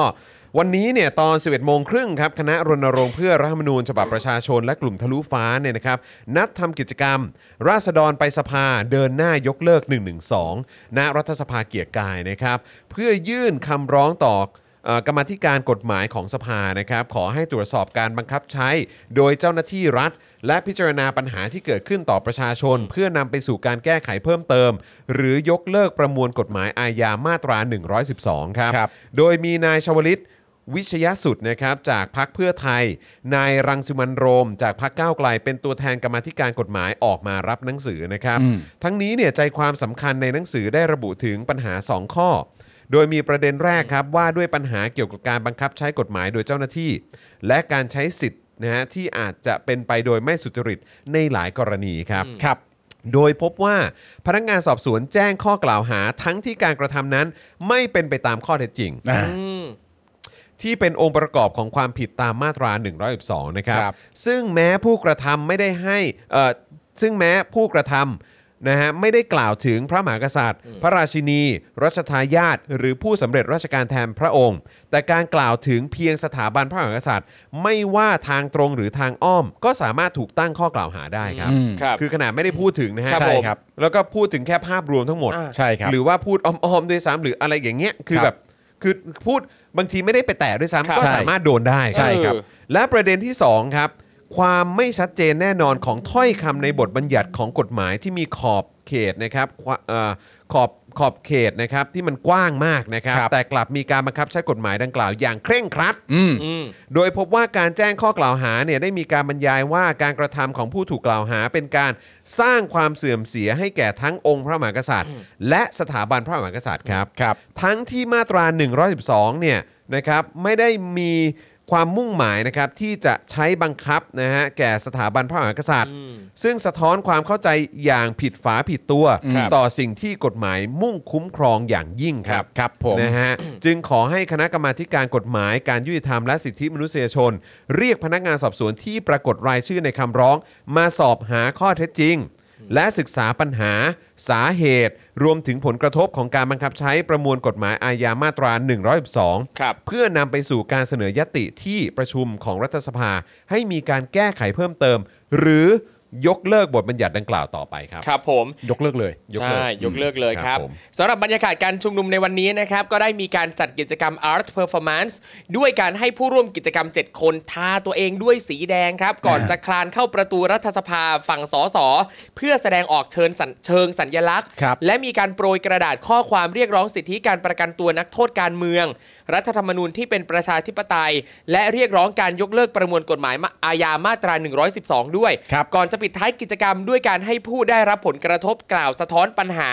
Speaker 2: วันนี้เนี่ยตอน 11 โมงครึ่งครับ คณะรณรงค์เพื่อรัฐธรรมนูญฉบับประชาชน และกลุ่มทะลุฟ้าเนี่ยนะครับ นัดทำกิจกรรม ราษฎรไปสภาเดินหน้ายกเลิก 112ณรัฐสภาเกียรติกายนะครับ เพื่อยื่นคำร้องต่อ เอ่อกรรมาธิการกฎหมายของสภานะครับ ขอให้ตรวจสอบการบังคับใช้ โดยเจ้าหน้าที่รัฐ และพิจารณาปัญหาที่เกิดขึ้นต่อประชาชน เพื่อนำไปสู่การแก้ไขเพิ่มเติม หรือยกเลิกประมวลกฎหมายอาญามาตรา 112 ครับ
Speaker 3: ครับ
Speaker 2: โดยมีนายชวลิต วิชยสุดนะครับจากพักเพื่อไทย นายรังสิมันโรม จากพักก้าวไกล เป็นตัวแทนกรรมาธิการกฎหมายออกมารับหนังสือนะครับ ทั้งนี้เนี่ยใจความสำคัญในหนังสือได้ระบุถึงปัญหา 2 ข้อ โดยมีประเด็นแรกครับว่าด้วยปัญหาเกี่ยวกับการบังคับใช้กฎหมายโดยเจ้าหน้าที่ และการใช้สิทธิ์นะฮะที่อาจจะเป็นไปโดยไม่สุจริตในหลายกรณีครับ
Speaker 3: ครับ
Speaker 2: โดยพบว่าพนักงานสอบสวนแจ้งข้อกล่าวหาทั้งที่การกระทำนั้น ไม่เป็นไปตามข้อเท็จจริง ที่เป็นองค์ประกอบของความผิดตามมาตรา 112 นะครับ
Speaker 3: ครับ
Speaker 2: ซึ่งแม้ผู้กระทำไม่ได้ให้เอ่อซึ่งแม้ผู้กระทำ นะฮะไม่ได้กล่าวถึงพระมหากษัตริย์ พระราชินี รัชทายาทหรือผู้สำเร็จราชการแทนพระองค์ แต่การกล่าวถึงเพียงสถาบันพระมหากษัตริย์ ไม่ว่าทางตรงหรือทางอ้อม ก็สามารถถูกตั้งข้อกล่าวหาได้ครับ
Speaker 3: อืม
Speaker 1: ครับ
Speaker 2: คือขนาดไม่ได้พูดถึงนะฮะ
Speaker 3: ครับผมใช่ครับ
Speaker 2: แล้วก็พูดถึงแค่ภาพรวมทั้งหมด
Speaker 1: อ่า
Speaker 3: ใช่ครับ
Speaker 2: หรือว่าพูดอ้อมๆด้วยซ้ำหรืออะไรอย่างเงี้ยคือ
Speaker 3: ครับ
Speaker 2: แบบคือพูดบางทีไม่ได้ไปแตะด้วย
Speaker 1: ครั
Speaker 2: ซ้ำ
Speaker 1: บ
Speaker 2: ก็สามารถโดนได้
Speaker 3: ใช่ครับ
Speaker 1: เออ
Speaker 2: และประเด็นที่สองครับ ความไม่ชัดเจนแน่นอนของถ้อยคำในบทบัญญัติของกฎหมายที่มีขอบเขตนะครับควะเอ่อขอบขอบเขตนะครับที่มันกว้างมากนะครับ แต่กลับมีการบังคับใช้กฎหมายดังกล่าวอย่างเคร่งครัด
Speaker 3: อืม
Speaker 1: อืม
Speaker 2: โดยพบว่าการแจ้งข้อกล่าวหาเนี่ยได้มีการบรรยายว่าการกระทำของผู้ถูกกล่าวหาเป็นการสร้างความเสื่อมเสียให้แก่ทั้งองค์พระมหากษัตริย์ และสถาบันพระมหากษัตริย์ครับ
Speaker 3: ครับ
Speaker 2: ทั้งที่มาตรา 112เนี่ยนะครับไม่ได้มีความมุ่งหมายนะครับที่จะใช้บังคับนะฮะแก่สถาบันพระมหากษัตริย์ ซึ่งสะท้อนความเข้าใจอย่างผิดฝาผิดตัว
Speaker 1: ครับ
Speaker 2: ต่อสิ่งที่กฎหมายมุ่งคุ้มครองอย่างยิ่งครับ
Speaker 3: ครับผม
Speaker 2: นะฮะ จึงขอให้คณะกรรมาธิการกฎหมายการยุติธรรมและสิทธิมนุษยชน เรียกพนักงานสอบสวนที่ปรากฏรายชื่อในคำร้อง มาสอบหาข้อเท็จจริง และศึกษาปัญหา สาเหตุ รวมถึงผลกระทบของการบังคับใช้ประมวลกฎหมายอาญามาตรา 112
Speaker 1: ครับ
Speaker 2: เพื่อนำไปสู่การเสนอยติที่ประชุมของรัฐสภา ให้มีการแก้ไขเพิ่มเติม หรือยกเลิกบทบัญญัติดังกล่าวต่อไปครับ
Speaker 1: ครับผม
Speaker 3: ยกเลิกเลย
Speaker 2: ยกเลิก
Speaker 1: ใช่ยกเลิกเลย
Speaker 2: อืม
Speaker 1: ครับ
Speaker 2: ครับผม
Speaker 1: สำหรับบรรยากาศการชุมนุมในวันนี้นะครับ ก็ได้มีการจัดกิจกรรม Art Performance ด้วยการให้ผู้ร่วมกิจกรรม 7 คนทาตัวเองด้วยสีแดงครับ ก่อนจะคลานเข้าประตูรัฐสภาฝั่งสสเพื่อแสดงออกเชิญสัญเชิงสัญลักษณ์
Speaker 3: ครับ
Speaker 1: และมีการโปรยกระดาษข้อความเรียกร้องสิทธิการประกันตัวนักโทษการเมือง รัฐธรรมนูญที่เป็นประชาธิปไตย และเรียกร้องการยกเลิกประมวลกฎหมายมาอาญามาตรา 112 ด้วย
Speaker 3: ครับ
Speaker 1: ก่อนจะปิดท้ายกิจกรรมด้วยการให้ผู้ได้รับผลกระทบกล่าวสะท้อนปัญหา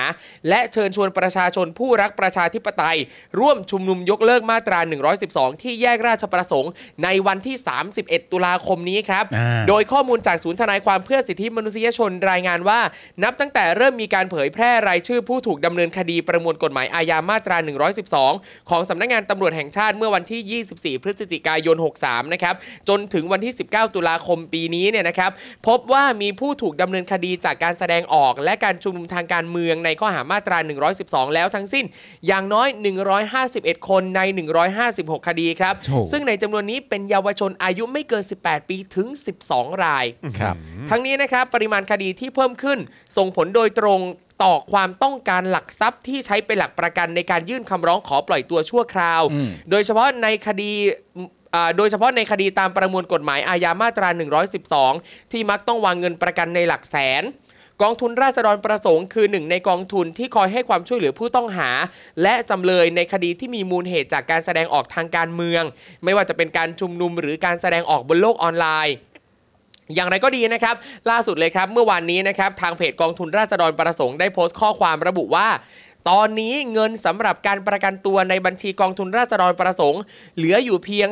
Speaker 1: และเชิญชวนประชาชนผู้รักประชาธิปไตย ร่วมชุมนุมยกเลิกมาตรา 112 ที่แยกราชประสงค์ในวันที่ 31 ตุลาคมนี้ครับ
Speaker 3: อ่า
Speaker 1: โดยข้อมูลจากศูนย์ทนายความเพื่อสิทธิมนุษยชนรายงานว่า นับตั้งแต่เริ่มมีการเผยแพร่รายชื่อผู้ถูกดำเนินคดีประมวลกฎหมายอาญามาตรา 112 ของสำนักงานตำรวจแห่งชาติเมื่อวันที่ 24 พฤศจิกายน 63 นะครับ จนถึงวันที่ 19 ตุลาคมปีนี้เนี่ยนะครับ พบว่ามีผู้ถูกดำเนินคดีจากการแสดงออก และการชุมนุมทางการเมืองในข้อหามาตรา 112 แล้วทั้งสิ้น อย่างน้อย 151 คนใน 156 คดีครับ
Speaker 3: โถ่
Speaker 1: ซึ่งในจำนวนนี้เป็นเยาวชนอายุไม่เกิน 18 ปีถึง 12 ราย
Speaker 3: ครับ
Speaker 1: ทั้งนี้นะครับปริมาณคดีที่เพิ่มขึ้น ส่งผลโดยตรงต่อความต้องการหลักทรัพย์ที่ใช้เป็นหลักประกันในการยื่นคำร้องขอปล่อยตัวชั่วคราว
Speaker 3: อืม
Speaker 1: โดยเฉพาะในคดีอ่าโดยเฉพาะในคดีตามประมวลกฎหมายอาญามาตรา 112 ที่มักต้องวางเงินประกันในหลักแสน กองทุนราษฎรประสงค์คือหนึ่งในกองทุนที่คอยให้ความช่วยเหลือผู้ต้องหา และจำเลยในคดีที่มีมูลเหตุจากการแสดงออกทางการเมือง ไม่ว่าจะเป็นการชุมนุมหรือการแสดงออกบนโลกออนไลน์ อย่างไรก็ดีนะครับ ล่าสุดเลยครับ เมื่อวานนี้นะครับ ทางเพจกองทุนราษฎรประสงค์ได้โพสต์ข้อความระบุว่า ตอนนี้เงินสำหรับการประกันตัวในบัญชีกองทุนราษฎรประสงค์ เหลืออยู่เพียง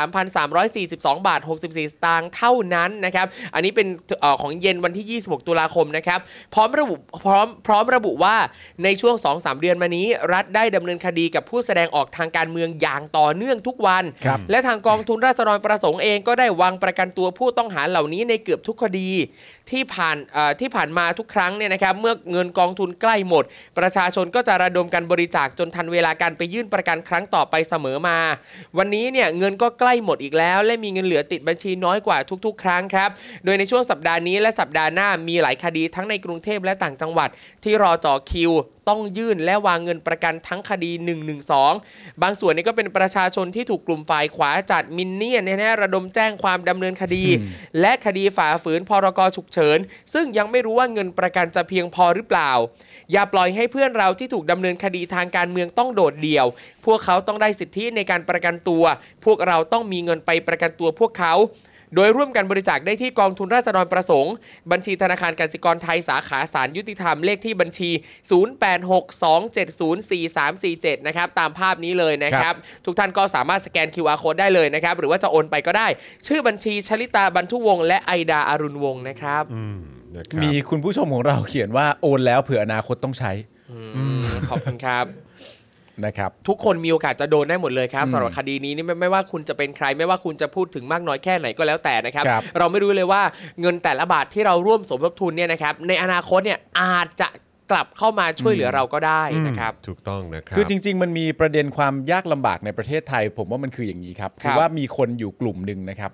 Speaker 1: 323,342 บาท 64 สตางค์เท่านั้นนะครับ อันนี้เป็นเอ่อของเย็นวันที่ 26 ตุลาคมนะครับ พร้อมระบุพร้อมพร้อมระบุว่าในช่วง 2-3 เดือนมานี้ รัฐได้ดำเนินคดีกับผู้แสดงออกทางการเมืองอย่างต่อเนื่องทุกวัน
Speaker 3: ครับ
Speaker 1: และทางกองทุนราษฎรประสงค์เองก็ได้วางประกันตัวผู้ต้องหาเหล่านี้ในเกือบทุกคดี ที่ผ่านเอ่อที่ผ่านมาทุกครั้งเนี่ยนะครับเมื่อเงินกองทุนใกล้หมด ประชาชนก็จะระดมกันบริจาคจนทันเวลาการไปยื่นประกันครั้งต่อไปเสมอมา วันนี้เนี่ยเงินก็ใกล้หมดอีกแล้ว และมีเงินเหลือติดบัญชีน้อยกว่าทุก ๆ ครั้งครับ โดยในช่วงสัปดาห์นี้และสัปดาห์หน้ามีหลายคดีทั้งในกรุงเทพและต่างจังหวัด ที่รอจ่อคิว ต้องยื่นและวางเงินประกันทั้งคดี 112 บางส่วนนี่ก็เป็นประชาชนที่ถูกกลุ่มฝ่ายขวาจัดมินเนี่ยนเนยนะระดมแจ้งความดำเนินคดี และคดีฝ่าฝืนพรกฉุกเฉิน ซึ่งยังไม่รู้ว่าเงินประกันจะเพียงพอหรือเปล่า อย่าปล่อยให้เพื่อนเราที่ถูกดำเนินคดีทางการเมืองต้องโดดเดี่ยว พวกเขาต้องได้สิทธิในการประกันตัว พวกเราต้องมีเงินไปประกันตัวพวกเขา โดยร่วมกันบริจาคได้ที่กองทุนราษฎรประสงค์ บัญชีธนาคารกสิกรไทยสาขาสารยุติธรรมเลขที่บัญชี 0862704347 นะครับ ตามภาพนี้เลยนะครับ ทุกท่านก็สามารถสแกน QR code ได้เลยนะครับ หรือว่าจะโอนไปก็ได้ ชื่อบัญชีชลิตาบรรทุวงศ์และไอดาอารุณวงศ์นะครับ
Speaker 2: อืมนะครับ
Speaker 3: มีคุณผู้ชมของเราเขียนว่าโอนแล้วเผื่ออนาคตต้องใช้
Speaker 1: อืม ขอบคุณครับ
Speaker 3: นะครับ
Speaker 1: ทุกคนมีโอกาสจะโดนได้หมดเลยครับ
Speaker 3: อืม
Speaker 1: สำหรับคดีนี้นี่ไม่ไม่ว่าคุณจะเป็นใคร ไม่ว่าคุณจะพูดถึงมากน้อยแค่ไหนก็แล้วแต่นะครับ
Speaker 3: ครับ
Speaker 1: เราไม่รู้เลยว่าเงินแต่ละบาทที่เราร่วมสมทบทุนเนี่ยนะครับในอนาคตเนี่ยอาจจะกลับเข้ามาช่วยเหลือเราก็ได้นะครับ
Speaker 2: ถูกต้องนะครับ
Speaker 3: คือจริง ๆ มันมีประเด็นความยากลำบากในประเทศไทย ผมว่ามันคืออย่างนี้ครับ
Speaker 1: ครับ
Speaker 3: ว่ามีคนอยู่กลุ่มหนึ่งนะครับ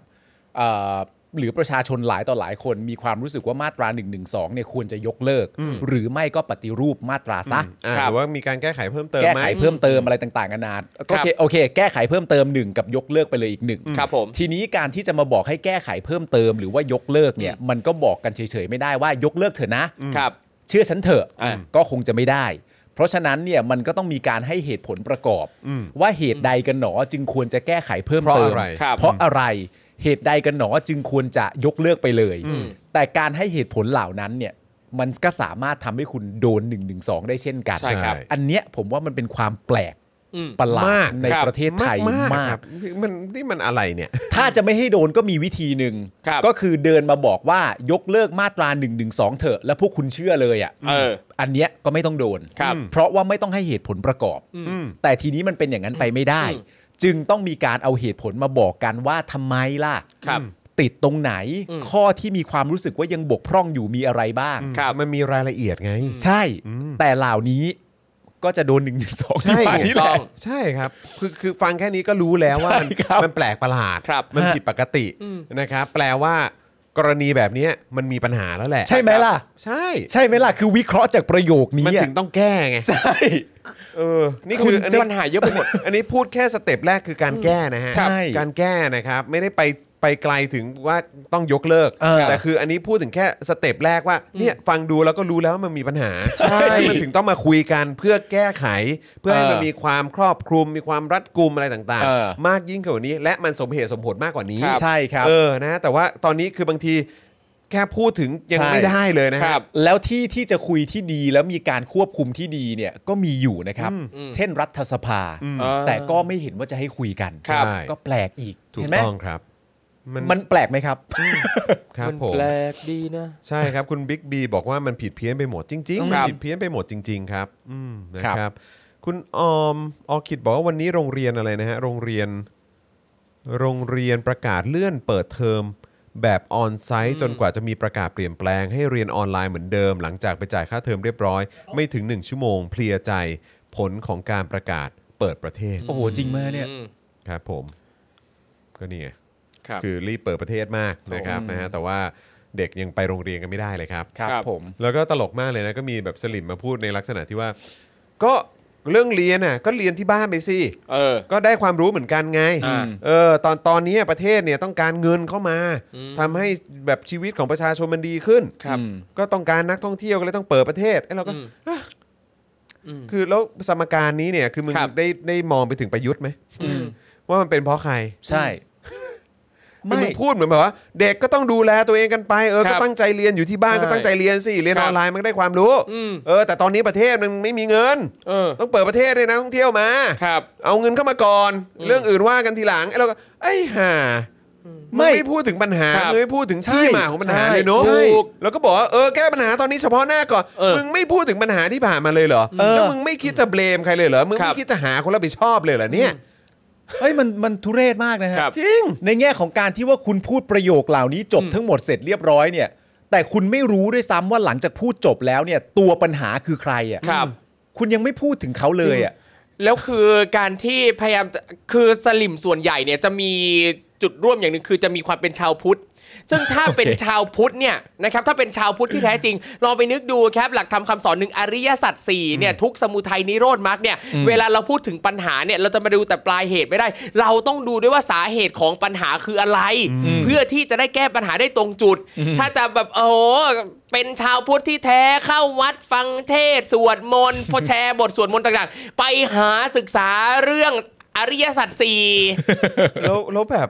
Speaker 3: เอ่อหรือประชาชนหลายต่อหลายคนมีความรู้สึกว่ามาตรา1นึเนี่ยควรจะยกเลิก หรือไม่ก็ปฏิรูปมาตราซะ
Speaker 2: อ่า
Speaker 1: ครั
Speaker 2: ห
Speaker 1: บ
Speaker 2: รือว่ามีการแก้ไขเพิ่มเติม
Speaker 3: แก้
Speaker 2: ไหม
Speaker 3: ไขเพิ่มเติมอะไรต่างๆนานาก็โอเคโอเค แก้ไขเพิ่มเติมหนึ่งกับยกเลิกไปเลยอีกหนึ่ง
Speaker 1: ครับผม
Speaker 3: ทีนี้การที่จะมาบอกให้แก้ไขเพิ่มเติม หรือว่ายกเลิกเนี่ยมันก็บอกกันเฉยๆไม่ได้ว่ายกเลิกเถอะนะ
Speaker 1: ครับ
Speaker 3: เชื่อฉันเถอะ
Speaker 1: อ่า
Speaker 3: ก็คงจะไม่ได้ เพราะฉะนั้นเนี่ยมันก็ต้องมีการให้เหตุผลประกอบ
Speaker 2: อืม
Speaker 3: ว่าเหตุใดกันหนอจึงควรจะแก้ไขเพิ่ม
Speaker 2: เพราะ
Speaker 3: เติม
Speaker 2: อะไร
Speaker 1: ครับ
Speaker 3: เพราะอะไรเหตุใดกันหนอจึงควรจะยกเลิกไปเลย
Speaker 1: อืม
Speaker 3: แต่การให้เหตุผลเหล่านั้นเนี่ยมันก็สามารถทำให้คุณโดน1นึได้เช่นกัน
Speaker 1: ใช่ครับ
Speaker 3: อันเนี้ยผมว่ามันเป็นความแปลก
Speaker 1: อืม
Speaker 3: ประหลาด
Speaker 2: มาก
Speaker 3: ใน
Speaker 1: ครับ
Speaker 3: ประเทศไทย
Speaker 2: มากๆ
Speaker 3: มา
Speaker 2: ค
Speaker 3: ก
Speaker 2: รับมันนี่มันอะไรเนี่ย
Speaker 3: ถ้าจะไม่ให้โดนก็มีวิธีหนึ่ง
Speaker 1: ครับ
Speaker 3: ก็คือเดินมาบอกว่ายกเลิกมาตรา1นึเถอะ แล้วพวกคุณเชื่อเลยอะ
Speaker 1: เออ
Speaker 3: อันเนี้ยก็ไม่ต้องโดน
Speaker 1: ครับ
Speaker 3: เพราะว่าไม่ต้องให้เหตุผลประกอบ
Speaker 2: อืม
Speaker 3: แต่ทีนี้มันเป็นอย่างนั้นไปไม่ได้
Speaker 1: อืม
Speaker 3: จึงต้องมีการเอาเหตุผลมาบอกกันว่าทำไมล่ะ
Speaker 1: ครับ
Speaker 3: ติดตรงไหน
Speaker 1: อืม
Speaker 3: ข้อที่มีความรู้สึกว่ายังบกพร่องอยู่มีอะไรบ้าง
Speaker 1: ครับ
Speaker 2: มันมีรายละเอียดไง
Speaker 3: ใช่
Speaker 2: อืม
Speaker 3: แต่เหล่านี้ก็จะโดนหนึ่งหนึ่งสองที่ผ่านนี่แห
Speaker 1: ต้
Speaker 3: ละ
Speaker 1: อง
Speaker 2: ใช่ครับ คือคือฟังแค่นี้ก็รู้แล้วว่ามัน
Speaker 3: ใช่ครับ
Speaker 2: มันแปลกประหลาด
Speaker 1: ครับ
Speaker 2: มัน
Speaker 3: ฮะ
Speaker 2: ผิดปกติ
Speaker 1: อืม
Speaker 2: นะครับ แปลว่ากรณีแบบเนี้ยมันมีปัญหาแล้วแหละ
Speaker 3: ใช่ไหมล่ะ
Speaker 2: ใช่
Speaker 3: ใช่ไหมล่ะคือวิเคราะห์จากประโยคนี้
Speaker 2: มัน
Speaker 3: อะ
Speaker 2: ถึงต้องแก้ไง
Speaker 3: ใช่
Speaker 2: เออนี่คืออัน
Speaker 1: จะ
Speaker 2: นี้
Speaker 1: ปัญหาเยอะไปหมด
Speaker 2: อันนี้พูดแค่สเต็ปแรกคือการแก้นะฮะ
Speaker 3: ใช่
Speaker 2: การแก้นะครับ ไม่ได้ไปไปไกลถึงว่าต้องยกเลิก
Speaker 3: เออ
Speaker 2: แต่คืออันนี้พูดถึงแค่สเต็ปแรกว่าเนี่ยฟังดูแล้วก็รู้แล้วว่ามันมีปัญหา
Speaker 1: ใช่
Speaker 2: แล้วมันถึงต้องมาคุยกันเพื่อแก้ไข เพื่อให้มัน
Speaker 1: เออ
Speaker 2: มีความครอบคลุมมีความรัดกุมอะไรต่าง
Speaker 3: เออ
Speaker 2: ๆ มากยิ่งกว่านี้ และมันสมเหตุสมผลมากกว่านี้
Speaker 1: ครับ
Speaker 3: ใช่ครับ
Speaker 2: เออนะแต่ว่าตอนนี้คือบางทีแค่พูดถึงยัง
Speaker 3: ใช่
Speaker 2: ไม่ได้เลยนะฮะ
Speaker 1: ครับ
Speaker 3: แล้วที่ที่จะคุยที่ดีแล้วมีการควบคุมที่ดีเนี่ยก็มีอยู่นะครับ
Speaker 1: อืม
Speaker 3: เช่นรัฐสภา
Speaker 2: อืม
Speaker 1: อ่า
Speaker 3: แต่ก็ไม่เห็นว่าจะให้คุยกัน
Speaker 1: ครับ
Speaker 2: ใช่
Speaker 3: ก็แปลกอีก
Speaker 2: ถูก
Speaker 3: เห็นไหม
Speaker 2: ต้องครับ มัน
Speaker 3: มันแปลกไหมครับ
Speaker 2: ครับ
Speaker 1: มัน
Speaker 2: ผม
Speaker 1: แปลกดีนะ
Speaker 2: ใช่ครับ คุณบิ๊กบีบอกว่ามันผิดเพี้ยนไปหมดจริงๆ
Speaker 1: ค
Speaker 2: มั
Speaker 1: รั
Speaker 2: น
Speaker 1: บ
Speaker 2: ผิดเพี้ยนไปหมดจริง ๆ ครับ อืมนะค
Speaker 3: ครั
Speaker 2: รับ
Speaker 3: บ
Speaker 2: คุณออมออคิดบอกว่าวันนี้โรงเรียนอะไรนะฮะโรงเรียน โรงเรียนประกาศเลื่อนเปิดเทอมแบบออนไซต์จนกว่าจะมีประกาศเปลี่ยนแปลงให้เรียนออนไลน์เหมือนเดิม หลังจากไปจ่ายค่าเทอมเรียบร้อย ไม่ถึง 1 ชั่วโมง เพลียใจผลของการประกาศเปิดประเทศ
Speaker 3: โอ้โหจริงมากเนี่ย
Speaker 1: อืม
Speaker 2: ครับผม ก็นี่ไง
Speaker 1: ครับ
Speaker 2: คือรีบเปิดประเทศมากนะครับนะฮะแต่ว่าเด็กยังไปโรงเรียนกันไม่ได้เลยครับ
Speaker 3: ครับ
Speaker 1: ครับ
Speaker 3: ผม
Speaker 2: แล้วก็ตลกมากเลยนะ ก็มีแบบสลิมมาพูดในลักษณะที่ว่า ก็เรื่องเรียนน่ะก็เรียนที่บ้านไปสิ
Speaker 1: เออ
Speaker 2: ก็ได้ความรู้เหมือนกันไง
Speaker 1: อ่า
Speaker 2: เออตอนตอนนี้ประเทศเนี่ยต้องการเงินเข้ามาทำให้แบบชีวิตของประชาชนมันดีขึ้น
Speaker 1: ครับ
Speaker 3: อืม
Speaker 2: ก็ต้องการนักท่องเที่ยวก็เลยต้องเปิดประเทศไอ้เราก็
Speaker 1: อืม
Speaker 2: ฮะ
Speaker 1: อืม
Speaker 2: คือแล้วสมการนี้เนี่ยคือมึง
Speaker 1: ครับ
Speaker 2: ได้ได้มองไปถึงประยุทธ์ไหม
Speaker 1: อืม
Speaker 2: ว่ามันเป็นเพราะใคร
Speaker 3: ใช่
Speaker 2: คือ
Speaker 3: ไม่
Speaker 2: มันพูดเหมือนแบบว่า เด็กก็ต้องดูแลตัวเองกันไปเออ
Speaker 1: ครับ
Speaker 2: ก็ตั้งใจเรียนอยู่ที่บ้าน
Speaker 1: ใช่
Speaker 2: ก็ตั้งใจเรียนสิเรียน
Speaker 1: ครั
Speaker 2: อบ อนไลน์มันก็ได้ความรู้
Speaker 1: อืม
Speaker 2: เออ แต่ตอนนี้ประเทศมันไม่มีเงิน
Speaker 1: เออ
Speaker 2: ต้องเปิดประเทศเลยนะท่องเที่ยวมา
Speaker 1: ครับ
Speaker 2: เอาเงินเข้ามาก่อน
Speaker 1: อืม
Speaker 2: เรื่องอื่นว่ากันทีหลังไอ้เราก็ไอ้ห่า
Speaker 3: ไม่
Speaker 2: ไม่พูดถึงปัญหา
Speaker 1: ครับ
Speaker 2: มึงไม่พูดถึง
Speaker 3: ใช่
Speaker 2: ที่มาของปัญหา
Speaker 1: ใช่
Speaker 2: เลยเนอะ
Speaker 1: ถูก
Speaker 2: แล้วก็บอกว่าเออแก้ปัญหาตอนนี้เฉพาะหน้าก่อน
Speaker 1: เออ
Speaker 2: มึงไม่พูดถึงปัญหาที่ผ่านมาเลยเหรอ
Speaker 3: เออ
Speaker 2: แล้วมึงไม่คิดจะเบลมใครเลยเหรอมึง
Speaker 1: ครั
Speaker 2: ไม่
Speaker 1: บ
Speaker 2: คิดจะหาคนรับผิดชอบเลยเหรอเนี่ย
Speaker 3: เฮ้ยมันมันทุเรศมากนะฮะ
Speaker 1: ครับ
Speaker 2: จริง
Speaker 3: ในแง่ของการที่ว่าคุณพูดประโยคเหล่านี้จบ
Speaker 1: อืม
Speaker 3: ทั้งหมดเสร็จเรียบร้อยเนี่ย แต่คุณไม่รู้ด้วยซ้ำว่าหลังจากพูดจบแล้วเนี่ย ตัวปัญหาคือใครอ่ะ
Speaker 1: ครับ
Speaker 3: คุณยังไม่พูดถึงเขาเลยอ่ะ
Speaker 1: แล้วคือการที่พยายามจะคือสลิมส่วนใหญ่เนี่ยจะมีจุดร่วมอย่างหนึ่งคือจะมีความเป็นชาวพุทธ ซึ่งถ้าเป็นชาวพุทธเนี่ยนะครับถ้าเป็นชาวพุทธที่แท้จริง ลองไปนึกดูครับ หลักธรรมคำสอนหนึ่งอริยสัจสี่เนี่ยทุกข์สมุทัยนิโรธมรรคเนี่ยเวลาเราพูดถึงปัญหาเนี่ยเราจะมาดูแต่ปลายเหตุไม่ได้ เราต้องดูด้วยว่าสาเหตุของปัญหาคืออะไร เพื่อที่จะได้แก้ปัญหาได้ตรงจุด ถ้าจะแบบโอ้โหเป็นชาวพุทธที่แท้เข้าวัดฟังเทศน์สวดมนต์ พอแชร์บทสวดมนต์ต่างๆ ไปหาศึกษาเรื่องอริยสัจสี่
Speaker 2: แล้วแล้วแบบ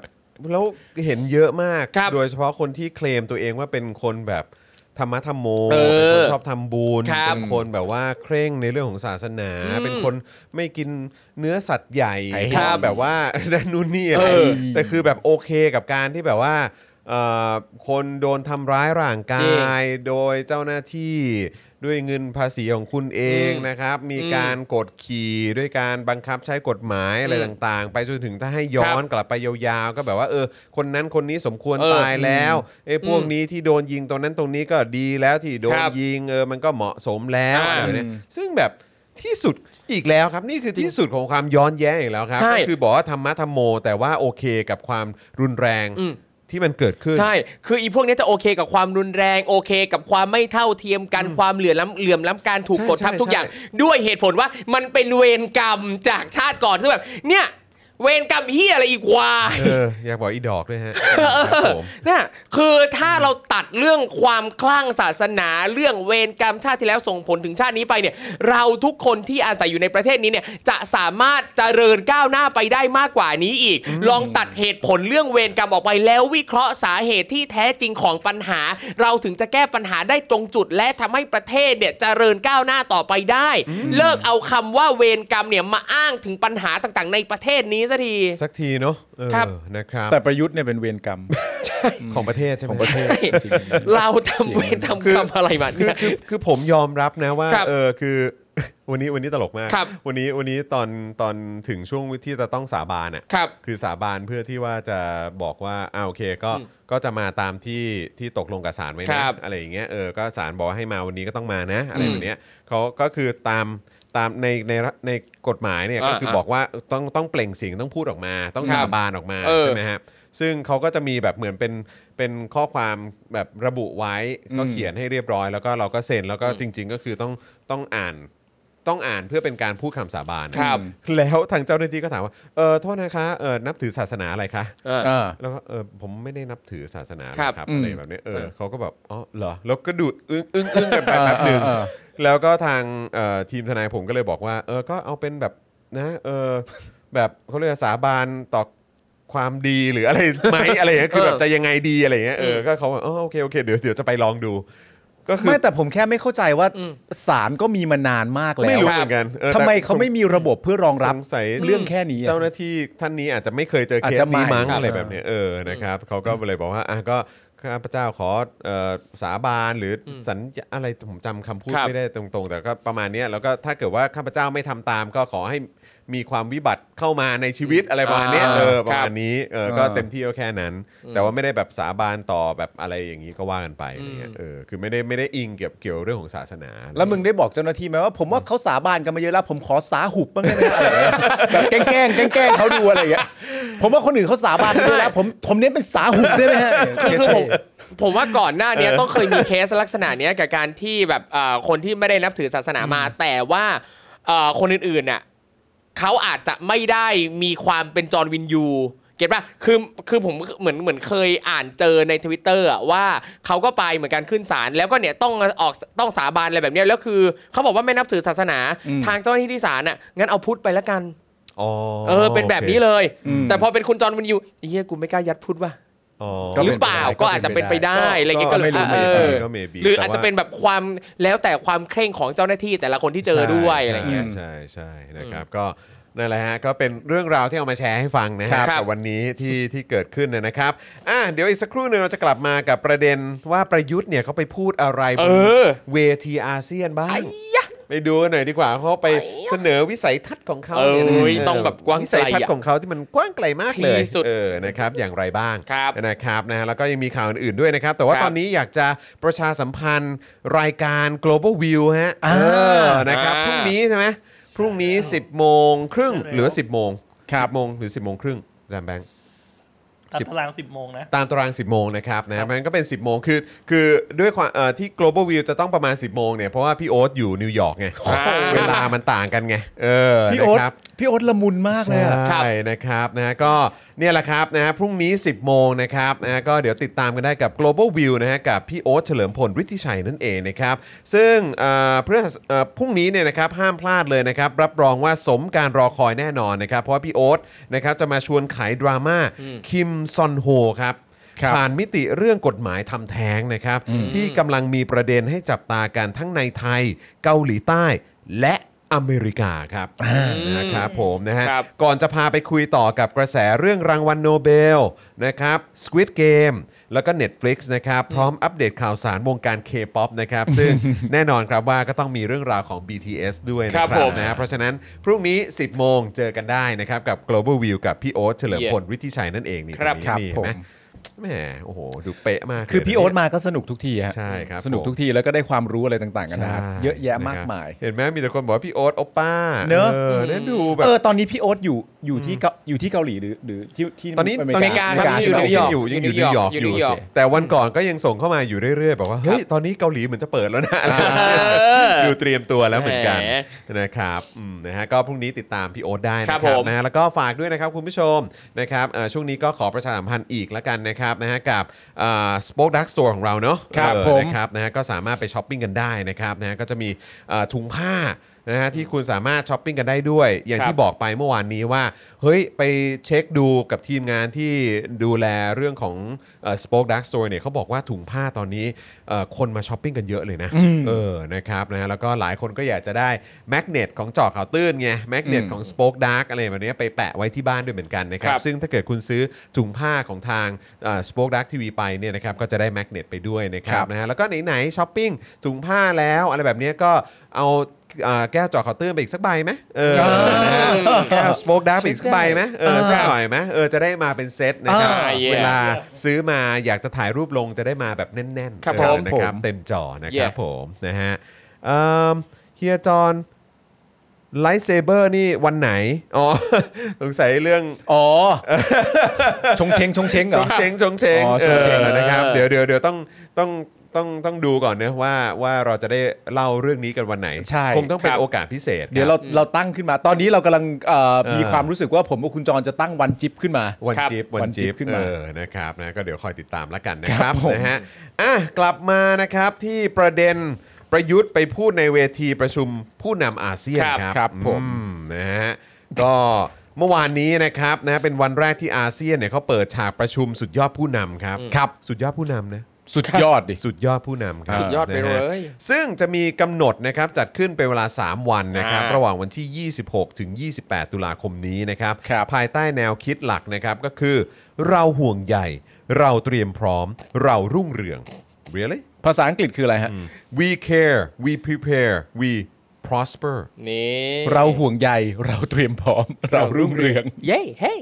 Speaker 2: แล้วเห็นเยอะมาก
Speaker 1: ครับ
Speaker 2: โดยเฉพาะคนที่เคลมตัวเองว่าเป็นคนแบบธรรมะธรรมโม
Speaker 1: เออ
Speaker 2: เป็นคนชอบทำบุญ
Speaker 1: ครับ
Speaker 2: เป็นคนแบบว่าเคร่งในเรื่องของศาสนา
Speaker 1: อืม
Speaker 2: เป็นคนไม่กินเนื้อสัตว์ใหญ่
Speaker 3: ไอ้
Speaker 2: ช
Speaker 1: ครั
Speaker 2: อบบ แบบว่า นั่นนู่นนี่อะไร
Speaker 1: เออ
Speaker 2: แต่คือแบบโอเคกับการที่แบบว่าเอ่อคนโดนทำร้ายร่างกาย โดยเจ้าหน้าที่ ด้วยเงินภาษีของคุณเอง
Speaker 1: อืม
Speaker 2: นะครับ มีการกดขี่ด้วยการบังคับใช้กฎหมายอะไร
Speaker 1: อืม
Speaker 2: ต่างๆ ไปจนถึงถ้าให้ย้อนกลับไปยาวๆ ก็แบบว่าเออ คนนั้นคนนี้สมควร
Speaker 1: เออ
Speaker 2: ตายแล้วไอ้พวก
Speaker 1: อืม
Speaker 2: นี้ที่โดนยิงตรงนั้นตรงนี้ก็ดีแล้วที่โดน
Speaker 1: ครับ
Speaker 2: ยิงเออมันก็เหมาะสมแล้ว
Speaker 1: อ่า
Speaker 2: อะไรแบบเนี้ยซึ่งแบบที่สุดอีกแล้วครับ นี่คือที่สุดของความย้อนแย้งอีกแล้วครับ
Speaker 1: ใช่
Speaker 2: ก็คือบอกว่าธรรมะธรรมโม แต่ว่าโอเคกับความรุนแรง
Speaker 1: อืม
Speaker 2: ที่มันเกิดขึ้น
Speaker 1: ใช่ คืออีพวกเนี้ยจะโอเคกับความรุนแรงโอเค กับความไม่เท่าเทียมกันความเหลื่อมล้ำเหลื่อมล้ำการถูก
Speaker 2: ใช่
Speaker 1: กดทับ
Speaker 2: ใช่
Speaker 1: ทุกอย่าง
Speaker 2: ใช่
Speaker 1: ด้วยเหตุผลว่ามันเป็นเวรกรรมจากชาติก่อนซึ่งแบบเนี่ยเวรกรรมเฮียอะไรอีกวาย
Speaker 2: เอออยากบอกอีดอกด้วยฮะครับผม
Speaker 1: น่ะคือถ้าเราตัดเรื่องความคลั่งศาสนาเรื่องเวรกรรมชาติที่แล้วส่งผลถึงชาตินี้ไปเนี่ย เราทุกคนที่อาศัยอยู่ในประเทศนี้เนี่ยจะสามารถเจริญก้าวหน้าไปได้มากกว่านี้อีก ลองตัดเหตุผลเรื่องเวรกรรมออกไปแล้ววิเคราะห์สาเหตุที่แท้จริงของปัญหา เราถึงจะแก้ปัญหาได้ตรงจุด และทำให้ประเทศเนี่ยเจริญก้าวหน้าต่อไปได้ เลิกเอาคำว่าเวรกรรมเนี่ยมาอ้างถึงปัญหาต่างๆ ในประเทศนี้ซะที
Speaker 2: สักทีเนาะเออ
Speaker 1: ครับ
Speaker 2: นะครับ
Speaker 3: แต่ประยุทธ์เนี่ยเป็นเวรกรรม
Speaker 2: ของประเทศใช่ไหม
Speaker 3: ของประเทศ จริง
Speaker 1: เราทำเวรทำกรรมอะไร มา
Speaker 2: คือ
Speaker 1: เนี่ย
Speaker 2: คือคือผมยอมรับนะว่า
Speaker 1: ครับ
Speaker 2: เออคือ วันนี้วันนี้ตลกมาก
Speaker 1: ครับ
Speaker 2: วันนี้วันนี้ตอนตอนถึงช่วงที่จะต้องสาบานอ่ะ
Speaker 1: ครับ
Speaker 2: คือสาบานเพื่อที่ว่าจะบอกว่าอ่าโอเคก็ก็จะมาตามที่ที่ตกลงกับศาลไว้
Speaker 1: ค
Speaker 2: นะ
Speaker 1: รับ
Speaker 2: อะไรอย่างเงี้ยเออก็ศาลบอกให้มาวันนี้ก็ต้องมานะอะไร
Speaker 1: อืม
Speaker 2: แบบเนี้ยเขาก็คือตามตามในในในกฎหมายเนี่ย
Speaker 1: อ่า
Speaker 2: ก็คือบอกว่าต้องต้องเปล่งเสียงต้องพูดออกมา ต้อง
Speaker 1: ครั
Speaker 2: สา
Speaker 1: บบ
Speaker 2: านออกมา
Speaker 1: เออ
Speaker 2: ใช่ไหมฮะซึ่งเขาก็จะมีแบบเหมือนเป็นเป็นข้อความแบบระบุไว้ก็
Speaker 3: อืม
Speaker 2: เขียน เขียนให้เรียบร้อยแล้วก็เราก็เซ็นแล้วก็จริง ๆ ก็คือต้องต้องอ่านต้องอ่านเพื่อเป็นการพูดคำสาบานนะครับ แล้วทางเจ้าหน้าที่ก็ถามว่าเออโทษนะคะเออนับถือศาสนาอะไรคะ
Speaker 1: เออ
Speaker 3: เออ
Speaker 2: แล้วก็เออผมไม่ได้นับถือศาสนาเลย
Speaker 1: ครับ
Speaker 2: ครับ
Speaker 3: อืม
Speaker 2: อะไรแบบเนี้ยเอ
Speaker 1: เอ
Speaker 2: อ
Speaker 1: อ
Speaker 2: เขาก็แบบอ๋อเหรอแล้วก็ดูดอึ้งอึ้งอึ้งกันไปแป๊บหนึ่ง
Speaker 3: เออเออ
Speaker 2: แล้วก็ทางเอ่อทีมทนายผมก็เลยบอกว่าเออก็เอาเป็นแบบนะเออแบบเขาเรียกว่าสาบานต่อความดีหรืออะไรไหมอะไรอย่างเงี้ยคือแบบจะยังไงดีอะไรอย่างเงี้ยเออก็เขาว่าอ๋อโอเคโอเคเดี๋ยวเดี๋ยวจะไปลองดู ก็คือ
Speaker 3: ไม่แต่ผมแค่ไม่เข้าใจว่า
Speaker 1: อืม
Speaker 3: ศาลก็มีมานานมากแล้ว
Speaker 2: ไม่รู้
Speaker 1: ครับ
Speaker 2: เหมือนกันออ
Speaker 3: ทำไม
Speaker 2: แต่
Speaker 3: เขาไม่มีระบบเพื่อรองรับ
Speaker 2: สงสัย
Speaker 3: เรื่องแค่นี้อะ
Speaker 2: เจ้าหน้าที่ท่านนี้อาจจะไม่เคยเจอ
Speaker 3: อา
Speaker 2: เค
Speaker 3: จ
Speaker 2: ส
Speaker 3: จะ
Speaker 2: นี้
Speaker 3: ไม่
Speaker 2: มั้ง
Speaker 3: ครับ
Speaker 2: อะไรแบบเนี้ยเออนะครับเขาก็เลยบอกว่าอ่ะก็ข้าพเจ้าขอเอ่อสาบานหรืออสัญญาอะไรผมจำคำพูด
Speaker 1: ครับ
Speaker 2: ไม่ได้ตรงๆ แต่ก็ประมาณเนี้ยแล้วก็ถ้าเกิดว่าข้าพเจ้าไม่ทำตาม ก็ขอให้มีความวิบัติเข้ามาในชีวิตอะไรประมาณเนี้ย
Speaker 1: อ่า
Speaker 2: เออประ
Speaker 1: ครั
Speaker 2: มาณ
Speaker 1: บ
Speaker 2: นี้เออก็เต็มที่ก็แค่นั้น แต่ว่าไม่ได้แบบสาบานต่อแบบอะไรอย่างนี้ก็ว่ากันไปอะไรเงี้ยเออคือไม่ได้ไม่ได้อิงเกี่ยวเกี่ยวเรื่องของศาสนา
Speaker 3: แล้วมึงได้บอกเจ้าหน้าที่ไหมว่าผมว่าเขาสาบานกันมาเยอะแล้ว ผมขอสาหุบบ้างได้ไหม อะไรอย่างเงี้ยแบบแกล้งแกล้งแกล้งเขาดูอะไรอย่างเงี้ยผมว่าคนอื่นเขาสาบานกันเยอะแล้ว ผมผมเน้นเป็นสาหุบได้ไหมฮะ
Speaker 1: คือคือผมผมว่าก่อนหน้าเนี้ยต้องเคยมีเคสลักษณะเนี้ยกับการที่แบบเอ่อคนที่ไม่ได้นับถือศาสนามา แต่ว่าเอ่อคนอื่นๆน่ะเขาอาจจะไม่ได้มีความเป็นจอร์นวินยู เก็ตป่ะคือคือผมเหมือนเหมือนเคยอ่านเจอในทวิตเตอร์ว่าเขาก็ไปเหมือนกันขึ้นศาลแล้วก็เนี่ยต้องออกต้องสาบานอะไรแบบเนี้ยแล้วคือเขาบอกว่าไม่นับถือศาสนา
Speaker 3: อืม
Speaker 1: ทางเจ้าหน้าที่ที่ศาลน่ะงั้นเอาพุทธไปละกัน
Speaker 2: อ๋อ
Speaker 1: เออเป็นแบบนี้เลย
Speaker 3: อืม
Speaker 1: แต่พอเป็นคุณจอร์นวินยูไอ้เฮียกูไม่กล้ายัดพุทธว่ะ
Speaker 2: อ๋อ
Speaker 3: ก็
Speaker 1: ห
Speaker 3: ป็
Speaker 1: รือน
Speaker 3: ไป
Speaker 1: เปล่า
Speaker 3: ได้
Speaker 1: ก็อาจจะเป็นไปได้
Speaker 3: ก็
Speaker 1: อะไรเงี้ย
Speaker 3: ก็
Speaker 1: ก็เล
Speaker 3: ไม่
Speaker 1: ย
Speaker 3: รู้
Speaker 1: เออ
Speaker 2: ก็ maybe
Speaker 1: หรือ
Speaker 2: แต่ว่า
Speaker 1: อาจจะเป็นแบบความแล้วแต่ความเคร่งของเจ้าหน้าที่แต่ละคนที่เจอด้วยอะไรเงี้ย
Speaker 2: ใช่ใช่ใช่นะครับก็นั่นแหละฮะก็เป็นเรื่องราวที่เอามาแชร์ให้ฟังนะ
Speaker 1: ค
Speaker 2: ฮะ
Speaker 1: รับ
Speaker 2: กับวันนี้ที่ที่เกิดขึ้นเนยนะครับอ่ะเดี๋ยวอีกสักครู่หนึงเราจะกลับมากับประเด็นว่าประยุทธ์เนี่ยเขาไปพูดอะไรบน
Speaker 1: เออ
Speaker 2: เวทีอาเซียนบ้างไปดูกันหน่อยดีกว่าเขาไปเสนอวิสัยทัศน์ของเขาเนี่ยนะ
Speaker 1: เอ้ยต้องแบบกว้างไกล
Speaker 2: วิ
Speaker 1: อะ
Speaker 2: สัยทัศน์ของเขาที่มันกว้างไกลมากเลย
Speaker 1: ที่สุด
Speaker 2: เออนะครับอย่างไรบ้าง
Speaker 1: ครับ
Speaker 2: นะครับนะฮะแล้วก็ยังมีข่าวอื่นๆด้วยนะครับ แต่ว่า
Speaker 1: ครับ
Speaker 2: ตอนนี้อยากจะประชาสัมพันธ์รายการ global view ฮะ
Speaker 3: อ่า
Speaker 2: เออนะครับพ
Speaker 1: อ่า
Speaker 2: รุ่งนี้ นี้ใช่ไหมพรุ่งนี้ 10 โมงครึ่งหรือ 10 โมง
Speaker 3: ครับ
Speaker 2: 10โมงหรือ 10 โมงครึ่งอาจารย์แบงค์
Speaker 4: ตั ด
Speaker 2: สิบ
Speaker 4: ตารางสิบโมงนะ
Speaker 2: ตามตาราง 10 โมงนะครับ
Speaker 4: ครั
Speaker 2: นะ
Speaker 4: บ
Speaker 2: มันก็เป็น 10 โมงคือคือด้วยความเอ่อที่ global view จะต้องประมาณ 10 โมงเนี่ยเพราะว่าพี่โอ๊ตอยู่นิวยอร์กไง
Speaker 1: อ่า
Speaker 2: เวลามันต่างกันไงเออ
Speaker 3: พี่
Speaker 2: นะ
Speaker 3: โอ๊ต
Speaker 2: ครับ
Speaker 3: พี่โอ๊ตละมุนมากเลยอะ
Speaker 1: ครับ
Speaker 2: ใช่นะครับนะก็เนี่ยแหละครับนะพรุ่งนี้ 10 โมงนะครับนะก็เดี๋ยวติดตามกันได้กับ global view นะฮะกับพี่โอ๊ตเฉลิมพลฤทธิชัยนั่นเองนะครับ ซึ่งเอ่อเพื่อเอ่อพรุ่งนี้เนี่ยนะครับห้ามพลาดเลยนะครับ รับรองว่าสมการรอคอยแน่นอนนะครับ เพราะว่าพี่โอ๊ตนะครับจะมาชวนขายดราม่าคิมซอนโฮครับ
Speaker 3: ครับ
Speaker 2: ผ่านมิติเรื่องกฎหมายทำแท้งนะครับ ที่กำลังมีประเด็นให้จับตากันทั้งในไทย เกาหลีใต้ และ อเมริกาครับนะครับผมนะฮะ
Speaker 1: ครับ
Speaker 2: ก่อนจะพาไปคุยต่อกับกระแสเรื่องรางวัลโนเบลนะครับ Squid Game แล้วก็ Netflix นะครับ พร้อมอัปเดตข่าวสารวงการ K-POP นะครับ ซึ่ง แน่นอนครับว่าก็ต้องมีเรื่องราวของ BTS ด้วยนะค
Speaker 1: ครั
Speaker 2: รับบ
Speaker 1: ผม
Speaker 2: นะฮะเพราะฉะนั้นพรุ่งนี้ 10 โมงเจอกันได้นะครับ กับ Global View กับพี่โอ๊ตเฉลิมพลวิทิชัยนั่นเองนี่
Speaker 1: ครับ
Speaker 2: ตงนี้นี่เห็นไหม
Speaker 3: ครับผม
Speaker 2: แหมโอ้โหดูเป๊ะมากเลย
Speaker 3: คือพี่
Speaker 2: นะ
Speaker 3: โอ๊
Speaker 2: เนี่ย
Speaker 3: ตมาก็สนุกทุกทีฮะ
Speaker 2: ใช่ครับ
Speaker 3: สนุก
Speaker 2: ผม
Speaker 3: ทุกทีแล้วก็ได้ความรู้อะไรต่างๆกันนะครับเยอะแยะมากมาย
Speaker 2: เห็นไหมมีแต่คนบอกว่าพี่โอ๊ตโอปป้า
Speaker 3: เนอะ
Speaker 2: เน่ยดูแบบ
Speaker 3: เออตอนนี้พี่โอ๊ตอยู่อยู่ที่เกาอยู่ที่เกาหลีหรือหรือที่ที่
Speaker 2: ตอนนี้
Speaker 3: อเม
Speaker 2: ตอน
Speaker 3: ริ
Speaker 2: นี้
Speaker 3: กา
Speaker 1: อ
Speaker 2: ตอน
Speaker 1: เมริกา
Speaker 2: นี้ยั
Speaker 1: ครับ
Speaker 2: ง
Speaker 1: อ
Speaker 2: อยู่ ยู่
Speaker 1: นิวยอร์ก
Speaker 2: ยังอยู่นิวยอร์กอยู่
Speaker 1: อยู่นิวยอร์ก
Speaker 2: โอเคแต่วันก่อนก็ยังส่งเข้ามาอยู่เรื่อยๆบอกว่าเฮ้ยตอนนี้เกาหลีเหมือนจะเปิดแล้วนะอะไร อย่างเงี้ยดูเตรียมตัวแล้วเหมือนกัน
Speaker 1: แห
Speaker 2: นะครับอืมนะฮะก็พรุ่งนี้ติดตามพี่โอ๊ตได้นะค
Speaker 1: ครั
Speaker 2: รับบ
Speaker 1: ผม
Speaker 2: นะฮะแล้วก็ฝากด้วยนะครับคุณผู้ชมนะครับเอ่อช่วงนี้ก็ขอประชาสัมพันธ์อีกแล้วกันนะครับนะฮะกับสป็อคดักสโตร์ของเราเนาะ
Speaker 3: ครับ
Speaker 2: เออ
Speaker 3: ผม
Speaker 2: นะครับนะฮะก็สามารถไปช้อปปิ้งกันได้นะครับนะฮะก็จะมีเอ่อถุงผ้านะฮะที่คุณสามารถช้อปปิ้งกันได้ด้วยอย่าง
Speaker 1: ครับ
Speaker 2: ที่ บอกไปเมื่อวานนี้ว่า เฮ้ย ไปเช็คดูกับทีมงานที่ดูแลเรื่องของสป็อคดักสโตร์เนี่ยเขาบอกว่าถุงผ้าตอนนี้เอ่อคนมาช้อปปิ้งกันเยอะเลยนะ เออนะครับนะแล้วก็หลายคนก็อยากจะได้แมกเนตของเจอข่าวตื้นไงแมกเนตของสป็อคดักอะไรแบบเนี้ยไปแปะไว้ที่บ้านด้วยเหมือนกันนะครับ
Speaker 1: ครับ
Speaker 2: ซึ่งถ้าเกิดคุณซื้อถุงผ้าของทางสป็อคดักทีวีไปเนี่ยนะครับก็จะได้แมกเนตไปด้วยนะครั
Speaker 3: ครับ บ
Speaker 2: นะฮะแล้วก็ไหนๆช้อปปิ้งถุงผ้าแล้วอะไรแบบเนี้ยก็เอาเอ่อแก้วเจอข่าวตื้นไปอีกสักใบไหมเออ นะฮะแก้วสโมกดาร์กอีกสักใบไหมเออสักหน่อยไหมเออจะได้มาเป็นเซตนะครับ
Speaker 1: อ่าเยี่ยม
Speaker 2: เวลาซื้อมาอยากจะถ่ายรูปลงจะได้มาแบบแน่นๆ
Speaker 1: ครับ
Speaker 2: เออ
Speaker 1: ผม
Speaker 2: นะครับ
Speaker 3: ผม
Speaker 2: เต็มจอนะ
Speaker 1: เยี่
Speaker 2: ค
Speaker 1: ย
Speaker 2: รับ
Speaker 1: ม
Speaker 2: ผมนะฮะเอิ่มเฮียจอนไลท์เซเบอร์นี่วันไหน อ๋อ สงสัยเรื่อง
Speaker 3: อ๋อ ชงเชงชงเชงเห
Speaker 2: ช
Speaker 3: รอ
Speaker 2: งเชงชงเชง
Speaker 3: อ๋อ
Speaker 2: เอ
Speaker 3: ชงเชง
Speaker 2: อนะครับ
Speaker 3: เออ
Speaker 2: เดี๋ยวเดี๋ยวเดี๋ยวต้องต้องต้องต้องดูก่อนเนะว่าว่าเราจะได้เล่าเรื่องนี้กันวันไหนคงต้องเป็นโอกาสพิเศษคบ
Speaker 3: เดี๋ยวเราเราตั้งขึ้นมา ตอนนี้เรากำลังเอ่อ
Speaker 2: เออ
Speaker 3: มีความรู้สึกว่าผมกับคุณจรจะตั้งวันจิบขึ้นมา
Speaker 2: วัน
Speaker 1: ครับ
Speaker 2: จิ๊บ
Speaker 3: วั
Speaker 2: วัน
Speaker 3: นจิ๊
Speaker 2: จิ๊บบ
Speaker 3: ขึ้นมา
Speaker 2: เออนะครับนะก็เดี๋ยวคอยติดตามแล้วกันนะครับ
Speaker 3: ครับผม
Speaker 2: นะฮะอ่ะกลับมานะครับที่ประเด็นประยุทธ์ไปพูดในเวทีประชุมผู้นำอาเซียน
Speaker 1: ครับ
Speaker 2: ครับ
Speaker 3: ครับผม
Speaker 2: อืนะฮะก็เมื่อวานนี้นะครับนะเป็นวันแรกที่อาเซียนเนี่ยเขาเปิดฉากประชุมสุดยอดผู้นำครับ
Speaker 3: ครับ
Speaker 2: สุดยอดผู้นำนะ
Speaker 3: สุดยอดดิ
Speaker 2: สุดยอดผู้นำครับ
Speaker 1: สุดยอดไปเลย
Speaker 2: นะฮะซึ่งจะมีกำหนดนะครับจัดขึ้นเป็นเวลา 3 วันนะครับ
Speaker 1: อ่า
Speaker 2: ระหว่างวันที่ 26 ถึง 28 ตุลาคมนี้นะครับ
Speaker 3: ครับ
Speaker 2: ภายใต้แนวคิดหลักนะครับก็คือ เราห่วงใหญ่ เราเตรียมพร้อม เรารุ่งเรือง really
Speaker 3: ภาษาอังกฤษคืออะไรฮะ
Speaker 2: we care we prepare we prosper
Speaker 1: นี่
Speaker 3: เราห่วงใยเราเตรียมพร้อ ม เรารุ่งเรือง
Speaker 1: เย้เฮ้ย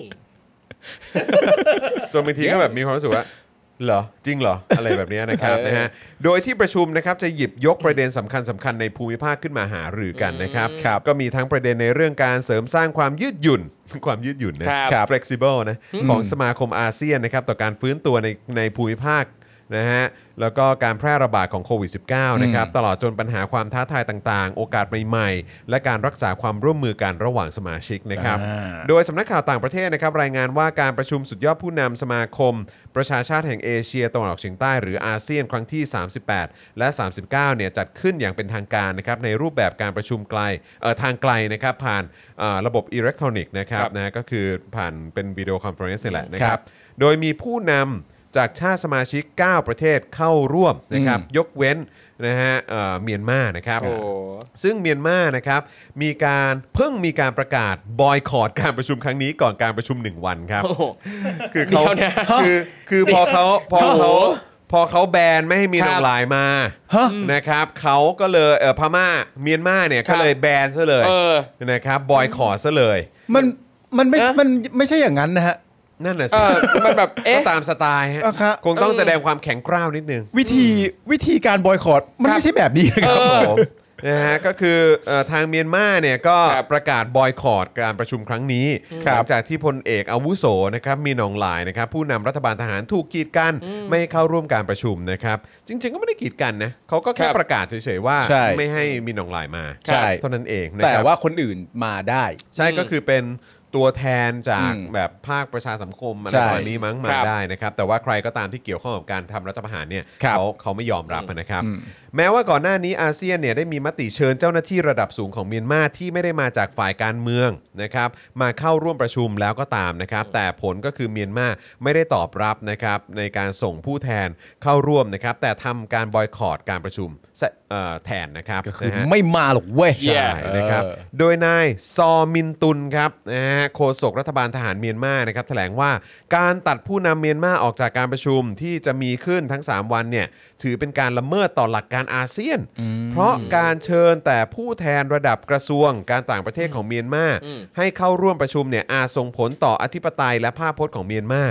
Speaker 2: จนบางทีก็แบบมีความรู้สึกว่าเหรอจริงเหรอ อะไรแบบเนี้ยนะครับ
Speaker 1: เออ
Speaker 2: นะฮะโดยที่ประชุมนะครับจะหยิบยกประเด็นสำคัญสคัญๆในภูมิภาคขึ้นมาหารือกันนะครับ
Speaker 3: ครับ
Speaker 2: ก็มีทั้งประเด็นในเรื่องการเสริมสร้างความยืดหยุ่น ความยืดหยุ่นนะ
Speaker 1: ครับ
Speaker 2: flexible นะของสมาคมอาเซียนนะครับต่อการฟื้นตัวในในภูมิภาคนะฮะแล้วก็การแพร่ระบาดของโควิด -19 นะครับตลอดจนปัญหาความท้าทายต่างๆ โอกาสใหม่ๆ และการรักษาความร่วมมือกันระหว่างสมาชิกนะครับ
Speaker 3: อ่า
Speaker 2: โดยสำนักข่าวต่างประเทศนะครับรายงานว่าการประชุมสุดยอดผู้นำสมาคม ประชาชาติแห่งเอเชียตะวันออกเฉียงใต้หรืออาเซียนครั้งที่ 38 และ 39 เนี่ยจัดขึ้นอย่างเป็นทางการนะครับในรูปแบบการประชุมไกลเอ่อทางไกลนะครับผ่านเอ่อระบบอิเล็กทรอนิกส์นะครับ
Speaker 1: ครับ
Speaker 2: นะก็คือผ่านเป็นวิดีโอคอนเฟอเรนซ์นี่แหละนะค
Speaker 3: ค
Speaker 2: รั
Speaker 3: รับ บ
Speaker 2: โดยมีผู้นำจากชาติสมาชิก 9 ประเทศเข้าร่วมนะครับยกเว้นนะฮะเอ่อเมียนมานะครับ
Speaker 1: โอ้
Speaker 2: ซึ่งเมียนมานะครับมีการเพิ่งมีการประกาศบอยคอรดการประชุมครั้งนี้ก่อนการประชุม 1 วันครับ คือเขา
Speaker 1: เดี๋ยวนะ
Speaker 2: คือคือพอเขาพอเขา
Speaker 1: โอ้โห
Speaker 2: พอเขาแบนไม่ให้มี
Speaker 1: ครับ
Speaker 2: นองลายมานะครับเขาก็เลยเออพม่าเมียนมาเนี่ย
Speaker 1: ครั
Speaker 2: ก็
Speaker 1: บ
Speaker 2: เลยแบนซะเลย
Speaker 1: เออ
Speaker 2: นะครับบอยคอรดซะเลย
Speaker 3: มันมันไม่
Speaker 1: เอ๊ะ
Speaker 3: มันไม่ใช่อย่างนั้นนะฮะ
Speaker 2: นั่นน่ะ
Speaker 1: เอ
Speaker 2: สิ
Speaker 1: อมันแบบเอ๊ะ
Speaker 2: ก็ตามสไตล์ฮะ
Speaker 3: อ่ะครับ
Speaker 2: คงต้อง
Speaker 1: เออ
Speaker 2: แสดงความแข็งกร้าวนิดนึง
Speaker 3: วิธีวิธีการบอยคอรดมันไม่ใช่แบบนี้นะ
Speaker 1: เอ
Speaker 3: ครับ
Speaker 1: อ
Speaker 2: ผมนะฮะก็คือเอ่อทางเมียนมาเนี่ยก็
Speaker 1: ครับ
Speaker 2: ประกาศบอยคอรดการประชุมครั้งนี้
Speaker 3: ครั
Speaker 2: ห
Speaker 3: บ
Speaker 2: ลังจากที่พลเอกอาวุโสนะครับมีนองหลายนะครับผู้นำรัฐบาลทหารถูกกีดกันไม่ให้เข้าร่วมการประชุมนะครับจริง ๆ ก็ไม่ได้กีดกันนะเขาก็แค่
Speaker 1: ครับ
Speaker 2: ประกาศเฉยๆว่า
Speaker 3: ใช่
Speaker 2: ไม่ให้มีนองหลายมา
Speaker 3: ใช่
Speaker 2: เท่านั้นเองนะ
Speaker 3: แต่
Speaker 2: ครับ
Speaker 3: ว่าคนอื่นมาได้
Speaker 2: ใช่ก็คือเป็นตัวแทนจาก
Speaker 3: อืม
Speaker 2: แบบภาคประชาสังคมอะไร
Speaker 3: ใช่
Speaker 2: ประมาณนี้มั้งมา
Speaker 1: ครับ
Speaker 2: ได้นะครับแต่ว่าใครก็ตามที่เกี่ยวข้องกับการทำรัฐประหารเนี่ย
Speaker 3: ครับ
Speaker 2: เขาเขาไม่ยอมรับนะครับ แม้ว่าก่อนหน้านี้อาเซียนเนี่ยได้มีมติเชิญเจ้าหน้าที่ระดับสูงของเมียนมาที่ไม่ได้มาจากฝ่ายการเมืองนะครับมาเข้าร่วมประชุมแล้วก็ตามนะครับ แต่ผลก็คือเมียนมาไม่ได้ตอบรับนะครับในการส่งผู้แทนเข้าร่วมนะครับแต่ทำการบอยคอรดการประชุมซะ เอ่อแทนนะครับ
Speaker 3: ก็คือ
Speaker 2: นะฮะ
Speaker 3: ไม่มาหรอกเว้ย
Speaker 1: เหี้ย
Speaker 2: ใช่นะครับ
Speaker 3: เออ
Speaker 2: โดยนายซอมินตุนครับนะฮะโฆษกรัฐบาลทหารเมียนมานะครับแถลงว่าการตัดผู้นำเมียนมาออกจากการประชุมที่จะมีขึ้นทั้ง 3 วันเนี่ยถือเป็นการละเมิดต่อหลักการอาเซียน เพราะการเชิญแต่ผู้แทนระดับกระทรวงการต่างประเทศของเมียนมาให้เข้าร่วมประชุมเนี่ยอาจส่งผลต่ออธิปไตยและภาพพจน์ของเมียนมา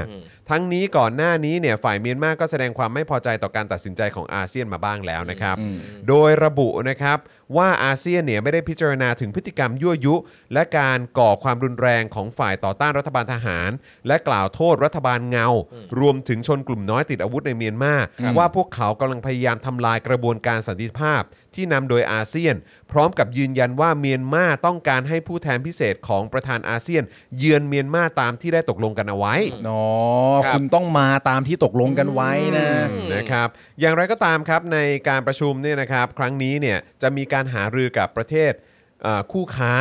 Speaker 2: ทั้งนี้ก่อนหน้านี้เนี่ยฝ่ายเมียนมาก็แสดงความไม่พอใจต่อการตัดสินใจของอาเซียนมาบ้างแล้วนะครับ โดยระบุนะครับว่าอาเซียนเนี่ยไม่ได้พิจารณาถึงพฤติกรรมยั่วยุ และการก่อความรุนแรงของฝ่ายต่อต้านรัฐบาลทหาร และกล่าวโทษรัฐบาลเงา รวมถึงชนกลุ่มน้อยติดอาวุธในเมียนมาว่าพวกเขากำลังพยายามทำลายกระบวนการสันติภาพ ที่นำโดยอาเซียน พร้อมกับยืนยันว่าเมียนมาต้องการให้ผู้แทนพิเศษของประธานอาเซียน เยือนเมียนมาตามที่ได้ตกลงกันเอาไว้
Speaker 3: เนาะ
Speaker 1: ครับ
Speaker 3: คุณต้องมาตามที่ตกลงกันไว้นะ
Speaker 2: นะครับอย่างไรก็ตามครับในการประชุมเนี่ยนะครับครั้งนี้เนี่ยจะมีการหารือกับประเทศเอ่อคู่ค้า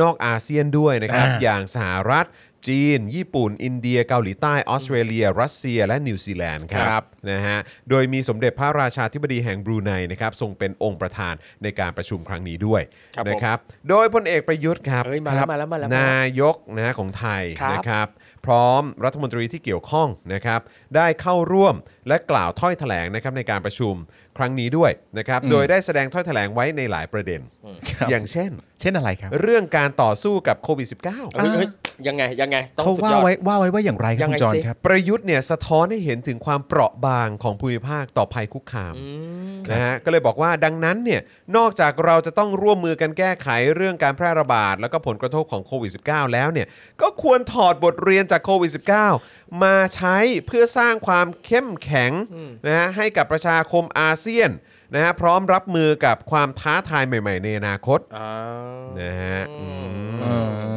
Speaker 2: นอกอาเซียนด้วยนะครับ
Speaker 3: อ่า
Speaker 2: อย่างสหรัฐ จีน ญี่ปุ่น อินเดีย เกาหลีใต้ออสเตรเลีย รัสเซีย และนิวซีแลนด์ค
Speaker 3: ครั
Speaker 2: รับบ นะฮะโดยมีสมเด็จพระราชาธิบดีแห่งบรูไนนะครับทรงเป็นองค์ประธานในการประชุมครั้งนี้ด้วย
Speaker 1: ครับผม
Speaker 2: นะครับโดยพลเอกประยุทธ์ครับ
Speaker 1: เอ้ยมา
Speaker 2: ค
Speaker 1: แล้ว
Speaker 2: รับ
Speaker 1: มาแล้วมาแล้ว
Speaker 2: นายกนะฮะของไทย
Speaker 1: ครับ
Speaker 2: นะ นะครับพร้อมรัฐมนตรีที่เกี่ยวข้องนะครับได้เข้าร่วมและกล่าวถ้อยแถลงนะครับในการประชุมครั้งนี้ด้วยนะครับโดยได้แสดงถ้อยแถลงไว้ในหลายประเด็น
Speaker 3: ครับ
Speaker 2: อย่างเช่น
Speaker 3: เช่นอะไรครับ
Speaker 2: เรื่องการต่อสู้กับโควิด
Speaker 1: เฮ้ยเฮ้ยยังไงยังไงต้อง
Speaker 3: เขา
Speaker 1: สุด
Speaker 3: ว่าย
Speaker 1: อด
Speaker 3: ไว้ว่าไว้ว่าอย่างไรครั
Speaker 1: ยั
Speaker 3: บ
Speaker 1: ง
Speaker 3: คุ
Speaker 1: ไง
Speaker 3: ณจร
Speaker 1: สิ
Speaker 3: ครับ
Speaker 2: -19 ประยุทธ์เนี่ยสะท้อนให้เห็นถึงความเปราะบางของภูมิภาคต่อภัยคุกคาม
Speaker 1: อืม
Speaker 2: นะฮะก็เลยบอกว่าดังนั้นเนี่ยนอกจากเราจะต้องร่วมมือกันแก้ไขเรื่องการแพร่ระบาด แล้วก็ผลกระทบของโควิด -19 แล้วเนี่ยก็ควรถอดบทเรียนจากโควิด -19 มาใช้เพื่อสร้างความเข้มแข็งนะฮะให้กับประชาคมอาเซียนนะฮะพร้อมรับมือกับความท้าทายใหม่ๆ ในอนาคต
Speaker 1: อ่า
Speaker 2: นะฮะอืม
Speaker 3: เออ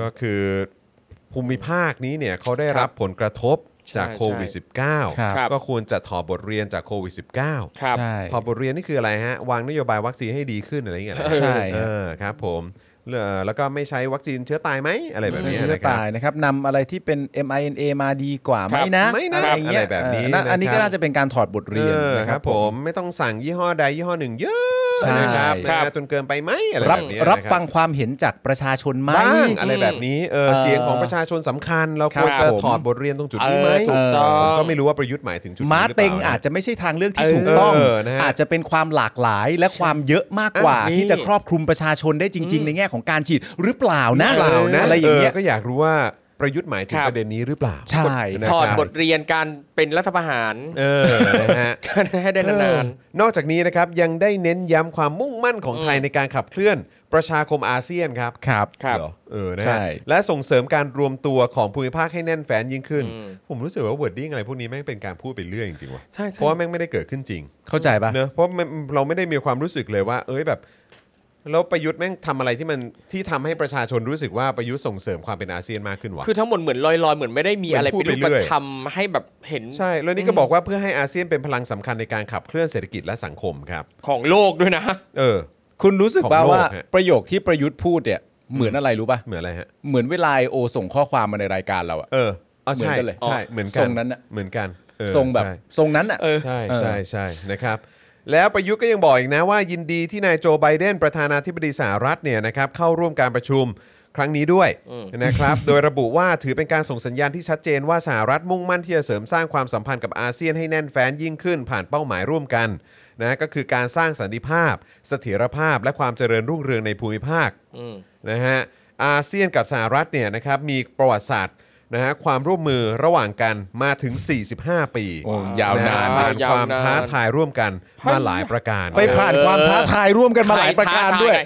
Speaker 2: ก็คือภูมิภาคนี้เนี่ยเขาได้รับผลกระทบจาก
Speaker 1: ใช่
Speaker 2: โควิด
Speaker 1: ใช่
Speaker 3: ครับ
Speaker 2: -19 ก็ควรจะถอดบทเรียนจากโควิด -19
Speaker 1: ครับ
Speaker 3: ใช่
Speaker 2: พอบทเรียนนี่คืออะไรฮะ วางนโยบายวัคซีนให้ดีขึ้นอะไรอย่างเงี้ยเหรอ
Speaker 3: ใช่
Speaker 2: เออครับผมเอ่อแล้วก็ไม่ใช้วัคซีนเชื้อตายไหมอะไรแบบ
Speaker 3: ไม่
Speaker 2: นี้
Speaker 3: ใช่จะ
Speaker 2: นะครับ
Speaker 3: ตายนะครับนำอะไรที่เป็น mINA มาดีกว่าไหมนะ
Speaker 2: ไม่นะ
Speaker 3: อะไร
Speaker 2: อะ
Speaker 3: เงี้ย
Speaker 2: ไรแบบนี้
Speaker 3: เออน่าอันนี้
Speaker 2: นะครับ
Speaker 3: ก็น่าจะเป็นการถอดบทเรียน
Speaker 2: เออ
Speaker 3: นะ
Speaker 2: ค
Speaker 3: ค
Speaker 2: รั
Speaker 3: รั
Speaker 2: บบ ผ
Speaker 3: ผม ม
Speaker 2: ไม่ต้องสั่งยี่ห้อใดยี่ห้อหนึ่งเยอะ
Speaker 3: ใช่
Speaker 2: นะครับ
Speaker 1: ครับ
Speaker 2: นะจนเกินไปไหมอะไร
Speaker 3: รั
Speaker 2: แบบ บนี้
Speaker 3: รับ
Speaker 2: นะค
Speaker 3: ฟังความเห็นจากประชาชนไหม
Speaker 2: บ้างอะไรแบบนี้เออ
Speaker 3: เออ
Speaker 2: เสียงของประชาชนสำคัญ เรา
Speaker 3: ค
Speaker 2: ค
Speaker 3: รั
Speaker 2: วร
Speaker 3: บ
Speaker 2: จะ
Speaker 3: ผม
Speaker 2: ถอดบทเรียนตรงจุด
Speaker 1: เอ
Speaker 2: นี้ไหม
Speaker 1: อถูกต้อ
Speaker 2: ผม
Speaker 1: ง
Speaker 2: ก็ไม่รู้ว่าประยุทธ์หมายถึงจุดนี้
Speaker 3: ม้า
Speaker 2: หรือปล่
Speaker 3: เต็ง
Speaker 2: นะ
Speaker 3: อาจจะไม่ใช่ทางเลือกที่
Speaker 1: เออ
Speaker 3: ถูกต้อง
Speaker 2: เออนะฮะ
Speaker 3: อาจจะเป็นความหลากหลายและความเยอะมากกว่า
Speaker 1: อ่ะนี่
Speaker 3: ที่จะครอบคลุมประชาชนได้จริง ๆ ในแง่ของการฉีดหรือเปล่านะ
Speaker 2: เปล่านะ
Speaker 3: อะไรอย่างเงี้ย
Speaker 2: ก็อยากรู้ว่าประยุทธ์หมายถึง
Speaker 1: ครับ
Speaker 2: ประเด็นนี้หรือเปล่า
Speaker 3: ใช่
Speaker 2: นะครับ
Speaker 1: ถอดบทเรียนการเป็นรัฐประหาร
Speaker 2: เออนะฮะ
Speaker 1: ให้ได้นาน
Speaker 2: เออนอกจากนี้นะครับยังได้เน้นย้ำความมุ่งมั่นของไทยในการขับเคลื่อนประชาคมอาเซียนครับ
Speaker 3: ครับ
Speaker 1: ครับ
Speaker 2: เหอเออนะ
Speaker 3: ใช่
Speaker 2: ฮะและส่งเสริมการรวมตัวของภูมิภาคให้แน่นแฟ้นยิ่งขึ้น ผมรู้สึกว่า w ว r d ดดิ้งอะไรพวกนี้แม่งเป็นการพูดไปเรื่อยจริงๆว่ะ
Speaker 1: ๆ ใช่
Speaker 2: เพ
Speaker 1: ใช่
Speaker 2: ราะว่าแม่งไม่ได้เกิดขึ้นจริง
Speaker 3: เข้าใจปะ
Speaker 2: เนอะเพราะมันเราไม่ได้มีความรู้สึกเลยว่า เอ้ยแบบแล้วประยุทธ์แม่งทำอะไรที่มันที่ทำให้ประชาชนรู้สึกว่าประยุทธ์ส่งเสริมความเป็นอาเซียนมากขึ้นวะ
Speaker 1: คือทั้งหมดเหมือนลอยๆ เหมือนไม่ได้มีอะไร
Speaker 2: เหมือนพู
Speaker 1: เป็
Speaker 2: ด
Speaker 1: น
Speaker 2: ไป
Speaker 1: รูป
Speaker 2: เรื่อย
Speaker 1: ธรรมให้แบบเห็น
Speaker 2: ใช่แล้วนี่ก็บอกว่าเพื่อให้อาเซียนเป็นพลังสำคัญในการขับเคลื่อนเศรษฐกิจและสังคมครับ
Speaker 1: ของโลกด้วยนะ
Speaker 2: เออ
Speaker 3: คุณรู้สึก
Speaker 2: ของ
Speaker 3: ป่า
Speaker 2: โลก
Speaker 3: ว่า
Speaker 2: ฮะ
Speaker 3: ประโยคที่ประยุทธ์พูดเนี่ยเหมือนอะไรรู้ป่ะ
Speaker 2: เหมือนอะไรฮะ
Speaker 3: เหมือนเวลาไอโอส่งข้อความมาในรายการเราอะ
Speaker 2: เออเอาใช่
Speaker 3: เหมือนกันเลย
Speaker 2: ใช่ เหมือนกัน
Speaker 3: ทรงนั้นน่ะ
Speaker 2: เหมือนกันเออ
Speaker 3: ทรงแบบ
Speaker 2: ใช่
Speaker 3: ทรงนั้นอะ
Speaker 1: เออ
Speaker 2: ใช่
Speaker 3: เออ
Speaker 2: ใช่ใช่นะครับ แล้วประยุทธ์ก็ยังบอกอีกนะว่ายินดีที่นายโจไบเดนประธานาธิบดีสหรัฐเนี่ยนะครับเข้าร่วมการประชุมครั้งนี้ด้วยนะครับ โดยระบุว่าถือเป็นการส่งสัญญาณที่ชัดเจนว่าสหรัฐมุ่งมั่นที่จะเสริมสร้างความสัมพันธ์กับอาเซียนให้แน่นแฟ้นยิ่งขึ้น ผ่านเป้าหมายร่วมกันนะ ก็คือการสร้างสันติภาพ เสถียรภาพ และความเจริญรุ่งเรืองในภูมิภาค
Speaker 1: อืม
Speaker 2: นะฮะอาเซียนกับสหรัฐเนี่ยนะครับมีประวัติศาสตร์นะฮะความร่วมมือระหว่างกันมาถึง 45 ปี
Speaker 3: โอ้ยาวนา
Speaker 2: ะ
Speaker 3: น
Speaker 2: ฮะผ่าน
Speaker 1: ยาว
Speaker 2: ความ
Speaker 1: นาน
Speaker 2: ท้าทายร่วมกันมาหลายประการ
Speaker 3: ไปผ่านความท้าทายร่วมกันมาหลายประการด้วย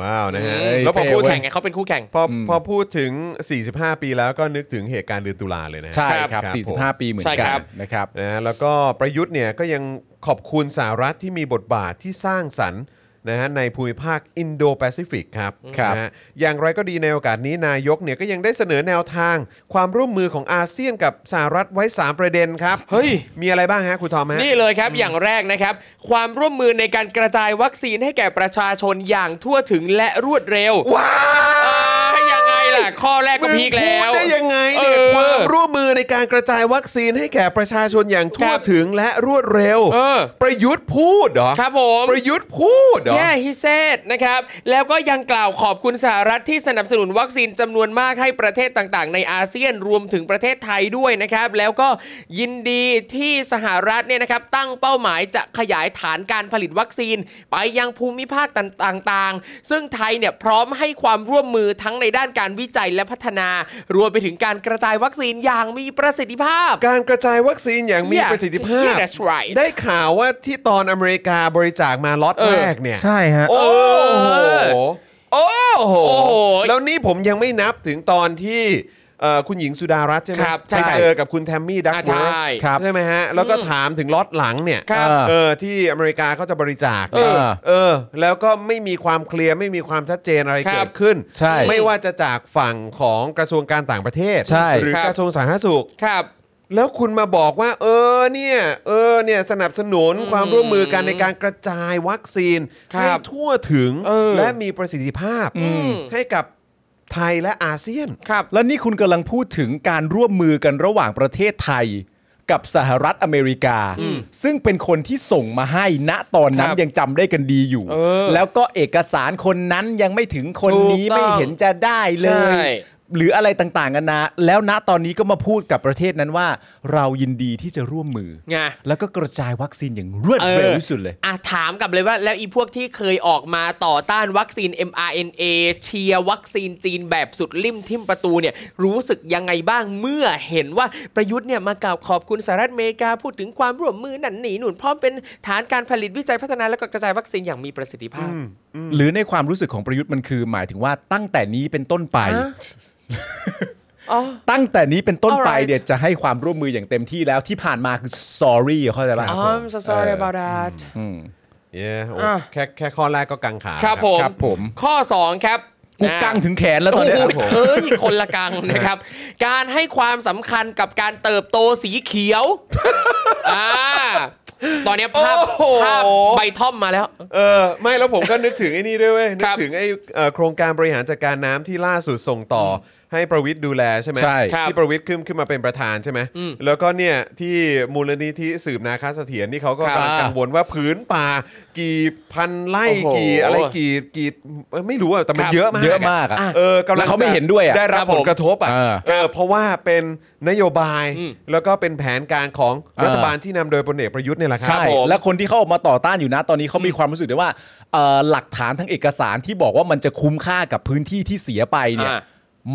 Speaker 2: ว้าวนะฮะ
Speaker 3: เฮ้ย
Speaker 2: แล้วพอ
Speaker 3: เท่
Speaker 2: พู
Speaker 1: คู่
Speaker 2: ด
Speaker 3: เว้
Speaker 2: ถึ
Speaker 1: แข่
Speaker 2: ง
Speaker 1: งไงเขาเป็นคู่แข่ง
Speaker 2: พอพอพูดถึง 45 ปีแล้วก็นึกถึงเหตุการณ์เดือนตุลาเลยนะ
Speaker 3: ใช่
Speaker 2: ค
Speaker 3: ค
Speaker 2: รั
Speaker 3: รับ บ 45 ปีเหมือน
Speaker 1: ใช่
Speaker 3: กั
Speaker 1: ครับ
Speaker 3: นนะครับ
Speaker 2: นะฮะแล้วก็ประยุทธ์เนี่ยก็ยังขอบคุณสหรัฐที่มีบทบาทที่สร้างสรรค์นะฮะในภูมิภาคอินโดแปซิฟิกครับ
Speaker 3: ครับ
Speaker 2: นะฮะอย่างไรก็ดีในโอกาสนี้นายกเนี่ยก็ยังได้เสนอแนวทาง ความร่วมมือของอาเซียนกับสหรัฐไว้ 3 ประเด็นครับ
Speaker 1: เฮ้ย
Speaker 2: มีอะไรบ้างฮะครูทอมฮะ
Speaker 1: นี่เลยครับอย่างแรกนะครับ ความร่วมมือในการกระจายวัคซีนให้แก่ประชาชนอย่างทั่วถึงและรวดเร็ว
Speaker 2: ว้า
Speaker 1: อ่ายังไงล่ะ แต่ข้อแรกก็พีคแล้
Speaker 2: พูด
Speaker 1: ว
Speaker 2: ได้ยังไงเนี่ย
Speaker 1: เออ
Speaker 2: ความร่วมมือในการกระจายวัคซีนให้แก่ประชาชนอย่างทั่ว
Speaker 1: ครับ
Speaker 2: ถึงและรวดเร็ว
Speaker 1: เออ
Speaker 2: ประยุทธ์พูดเหรอ
Speaker 1: ครับผม
Speaker 2: ประยุทธ์พูดเหรอ
Speaker 1: แย่ฮิเซตนะครับ แล้วก็ยังกล่าวขอบคุณสหรัฐที่สนับสนุนวัคซีนจำนวนมากให้ประเทศต่างๆ ในอาเซียนรวมถึงประเทศไทยด้วยนะครับ แล้วก็ยินดีที่สหรัฐเนี่ยนะครับ ตั้งเป้าหมายจะขยายฐานการผลิตวัคซีน ไปยังภูมิภาคต่างๆ ซึ่งไทยเนี่ยพร้อมให้ความร่วมมือทั้งในด้านการวิจัยและพัฒนา รวมไปถึงการกระจายวัคซีนอย่างมีประสิทธิภาพ
Speaker 2: การกระจายวัคซีนอย่างมี
Speaker 1: Yeah,
Speaker 2: ประสิทธิภาพ
Speaker 1: yeah, that's right
Speaker 2: ได้ข่าวว่าที่ตอนอเมริกาบริจาคมาล็อต
Speaker 1: เออ
Speaker 2: แรกเนี่ย
Speaker 3: ใช่ฮะ
Speaker 2: โอ้โห โอ้โห
Speaker 1: โอ้โห
Speaker 2: แล้วนี่ผมยังไม่นับถึงตอนที่เอ่อคุณหญิงสุดารัตน์ใช่ไหม
Speaker 1: ครับใช่
Speaker 2: ไปเจอกับคุณแทมมี่ดักเวิร์ธ
Speaker 1: อ่าใช่
Speaker 2: ครับใช่ไหมฮะ แล้วก็ถามถึงล็อตหลังเนี่ย
Speaker 1: ครับ
Speaker 2: เออที่อเมริกาเขาจะบริจาค
Speaker 1: เออ
Speaker 2: เนี่ยเออ แล้วก็ไม่มีความเคลียร์ไม่มีความชัดเจนอะไร
Speaker 1: ครั
Speaker 2: เกิ
Speaker 1: บ
Speaker 2: ดขึ้น
Speaker 3: ใช่
Speaker 2: ไม่ว่าจะจากฝั่งของกระทรวงการต่างประเทศ
Speaker 3: ใช่
Speaker 2: หรือ
Speaker 1: ครับ
Speaker 2: กระทรวงสาธารณสุข
Speaker 1: ครับ
Speaker 2: แล้วคุณมาบอกว่า เออเนี่ยเออเนี่ยสนับสนุนความร่วมมือกันในการกระจายวัคซีน
Speaker 1: ครับ
Speaker 2: ให้ทั่วถึง
Speaker 1: เออ
Speaker 2: และมีประสิทธิภาพ
Speaker 1: อืม
Speaker 2: ให้กับไทยและอาเซียน
Speaker 1: ครับ
Speaker 3: แล้วนี่คุณกำลังพูดถึงการร่วมมือกันระหว่างประเทศไทย กับสหรัฐอเมริกา ซึ่งเป็นคนที่ส่งมาให้ณตอนนั้น
Speaker 1: ครับ
Speaker 3: ยังจำได้กันดีอยู่
Speaker 1: เออ
Speaker 3: แล้วก็เอกสารคนนั้นยังไม่ถึงคนนี้
Speaker 1: ถูกต้
Speaker 3: ไม่
Speaker 1: อง
Speaker 3: เห็นจะได้เล
Speaker 1: ใช่
Speaker 3: ย หรืออะไรต่างๆกันานะ แล้วณตอนนี้ก็มาพูดกับประเทศนั้นว่า เรายินดีที่จะร่วมมือ
Speaker 1: ไง
Speaker 3: แล้วก็กระจายวัคซีนอย่างรวดเร็วที่สุดเลย
Speaker 1: อ่ะถามกลับเลยว่าแล้วอีพวกที่เคยออกมาต่อต้านวัคซีน mRNA เชียร์วัคซีนจีนแบบสุดลิ่มทิมประตูเนี่ยรู้สึกยังไงบ้างเมื่อเห็นว่าประยุทธ์เนี่ยมากล่าวขอบคุณสหรัฐอเมริกาพูดถึงความร่วมมือหนันหนีหนุนพร้อมเป็นฐานการผลิตวิจัยพัฒนาและก็กระจายวัคซีนอย่างมีประสิทธิภาพ
Speaker 3: หรือในความรู้สึกของประยุทธ์มันคือ หมายถึงว่าตั้งแต่นี้เป็นต้นไป
Speaker 1: ฮะ อ๋อ
Speaker 3: ตั้งแต่นี้เป็นต้นไป
Speaker 1: Alright
Speaker 3: เดี๋ยวจะให้ความร่วมมืออย่างเต็มที่แล้วที่ผ่านมาคือ sorry เข้าใจป่ะ
Speaker 1: อ๋อ I'm so sorry
Speaker 3: เออ
Speaker 1: about that
Speaker 3: อืม
Speaker 2: Yeah โอ้
Speaker 1: อ่ะ
Speaker 2: แค่แค่ข้อแรกก็กังขา
Speaker 1: ครับผม
Speaker 3: ครับผม
Speaker 1: ข้อ 2 ครับ
Speaker 3: กู
Speaker 1: นะ
Speaker 3: กั้งถึงแขนแล้วตอนเนี้ย
Speaker 1: โอ้โหเอ้ยคนละกังนะครับ การให้ความสำคัญกับการเติบโตสีเขียว อ่าตอนเนี้ยภาพ
Speaker 2: โอ้โห
Speaker 1: ภาพใบท่อมมาแล้ว
Speaker 2: เออไม่แล้วผมก็นึกถึงไอ้นี่ด้วยเว้ยนึ
Speaker 1: ค
Speaker 2: ก
Speaker 1: รับ
Speaker 2: ถึงไอ้เอ่อโครงการบริหารจัดการน้ำที่ล่าสุดส่งต่ออให้ประวิทย์ดูแลใช่ไหม
Speaker 3: ใช่
Speaker 1: ครับ
Speaker 2: ที่ประวิทย์ขึ้นขึ้นมาเป็นประธานใช่ไหม
Speaker 1: อืม
Speaker 2: แล้วก็เนี่ยที่มูลนิธิสืบนาคาเสถียรนี่เขาก็
Speaker 1: ค
Speaker 2: กำ
Speaker 1: รับ
Speaker 2: ลังกังวลว่าผืนป่ากี่พันไร่
Speaker 1: โอ้โห
Speaker 2: กี่อะไรกี่กี่เอ้ยไม่รู้อะแต่มัน
Speaker 1: ครับ
Speaker 2: เยอะมาก
Speaker 3: เยอะมากอะ
Speaker 2: เออกำลั
Speaker 3: แล้
Speaker 2: ง
Speaker 3: วเขาไม่
Speaker 2: จะ
Speaker 3: เห็นด้วยอะ
Speaker 2: ได้รับ
Speaker 1: ครับ
Speaker 2: ผ
Speaker 1: ผ
Speaker 2: ล
Speaker 1: มม
Speaker 2: กระทบอ่ะ
Speaker 3: เออ
Speaker 2: เออเพราะว่าเป็นนโยบาย
Speaker 1: อืม
Speaker 2: แล้วก็เป็นแผนการของรัฐ
Speaker 3: เออ
Speaker 2: บาลที่นำโดยพลเอกประยุทธ์เนี่ยแหละครั
Speaker 3: ใช่
Speaker 1: ครับผม
Speaker 3: และคนที่เขาออกมาต่อต้านอยู่นะตอนนี้เขามีความรู้สึกได้ว่าเอ่อหลักฐานทางเอกสารที่บอกว่ามันจะคุ้มค่ากับพื้นที่ที่เสียไปเนี่ย
Speaker 1: อ่า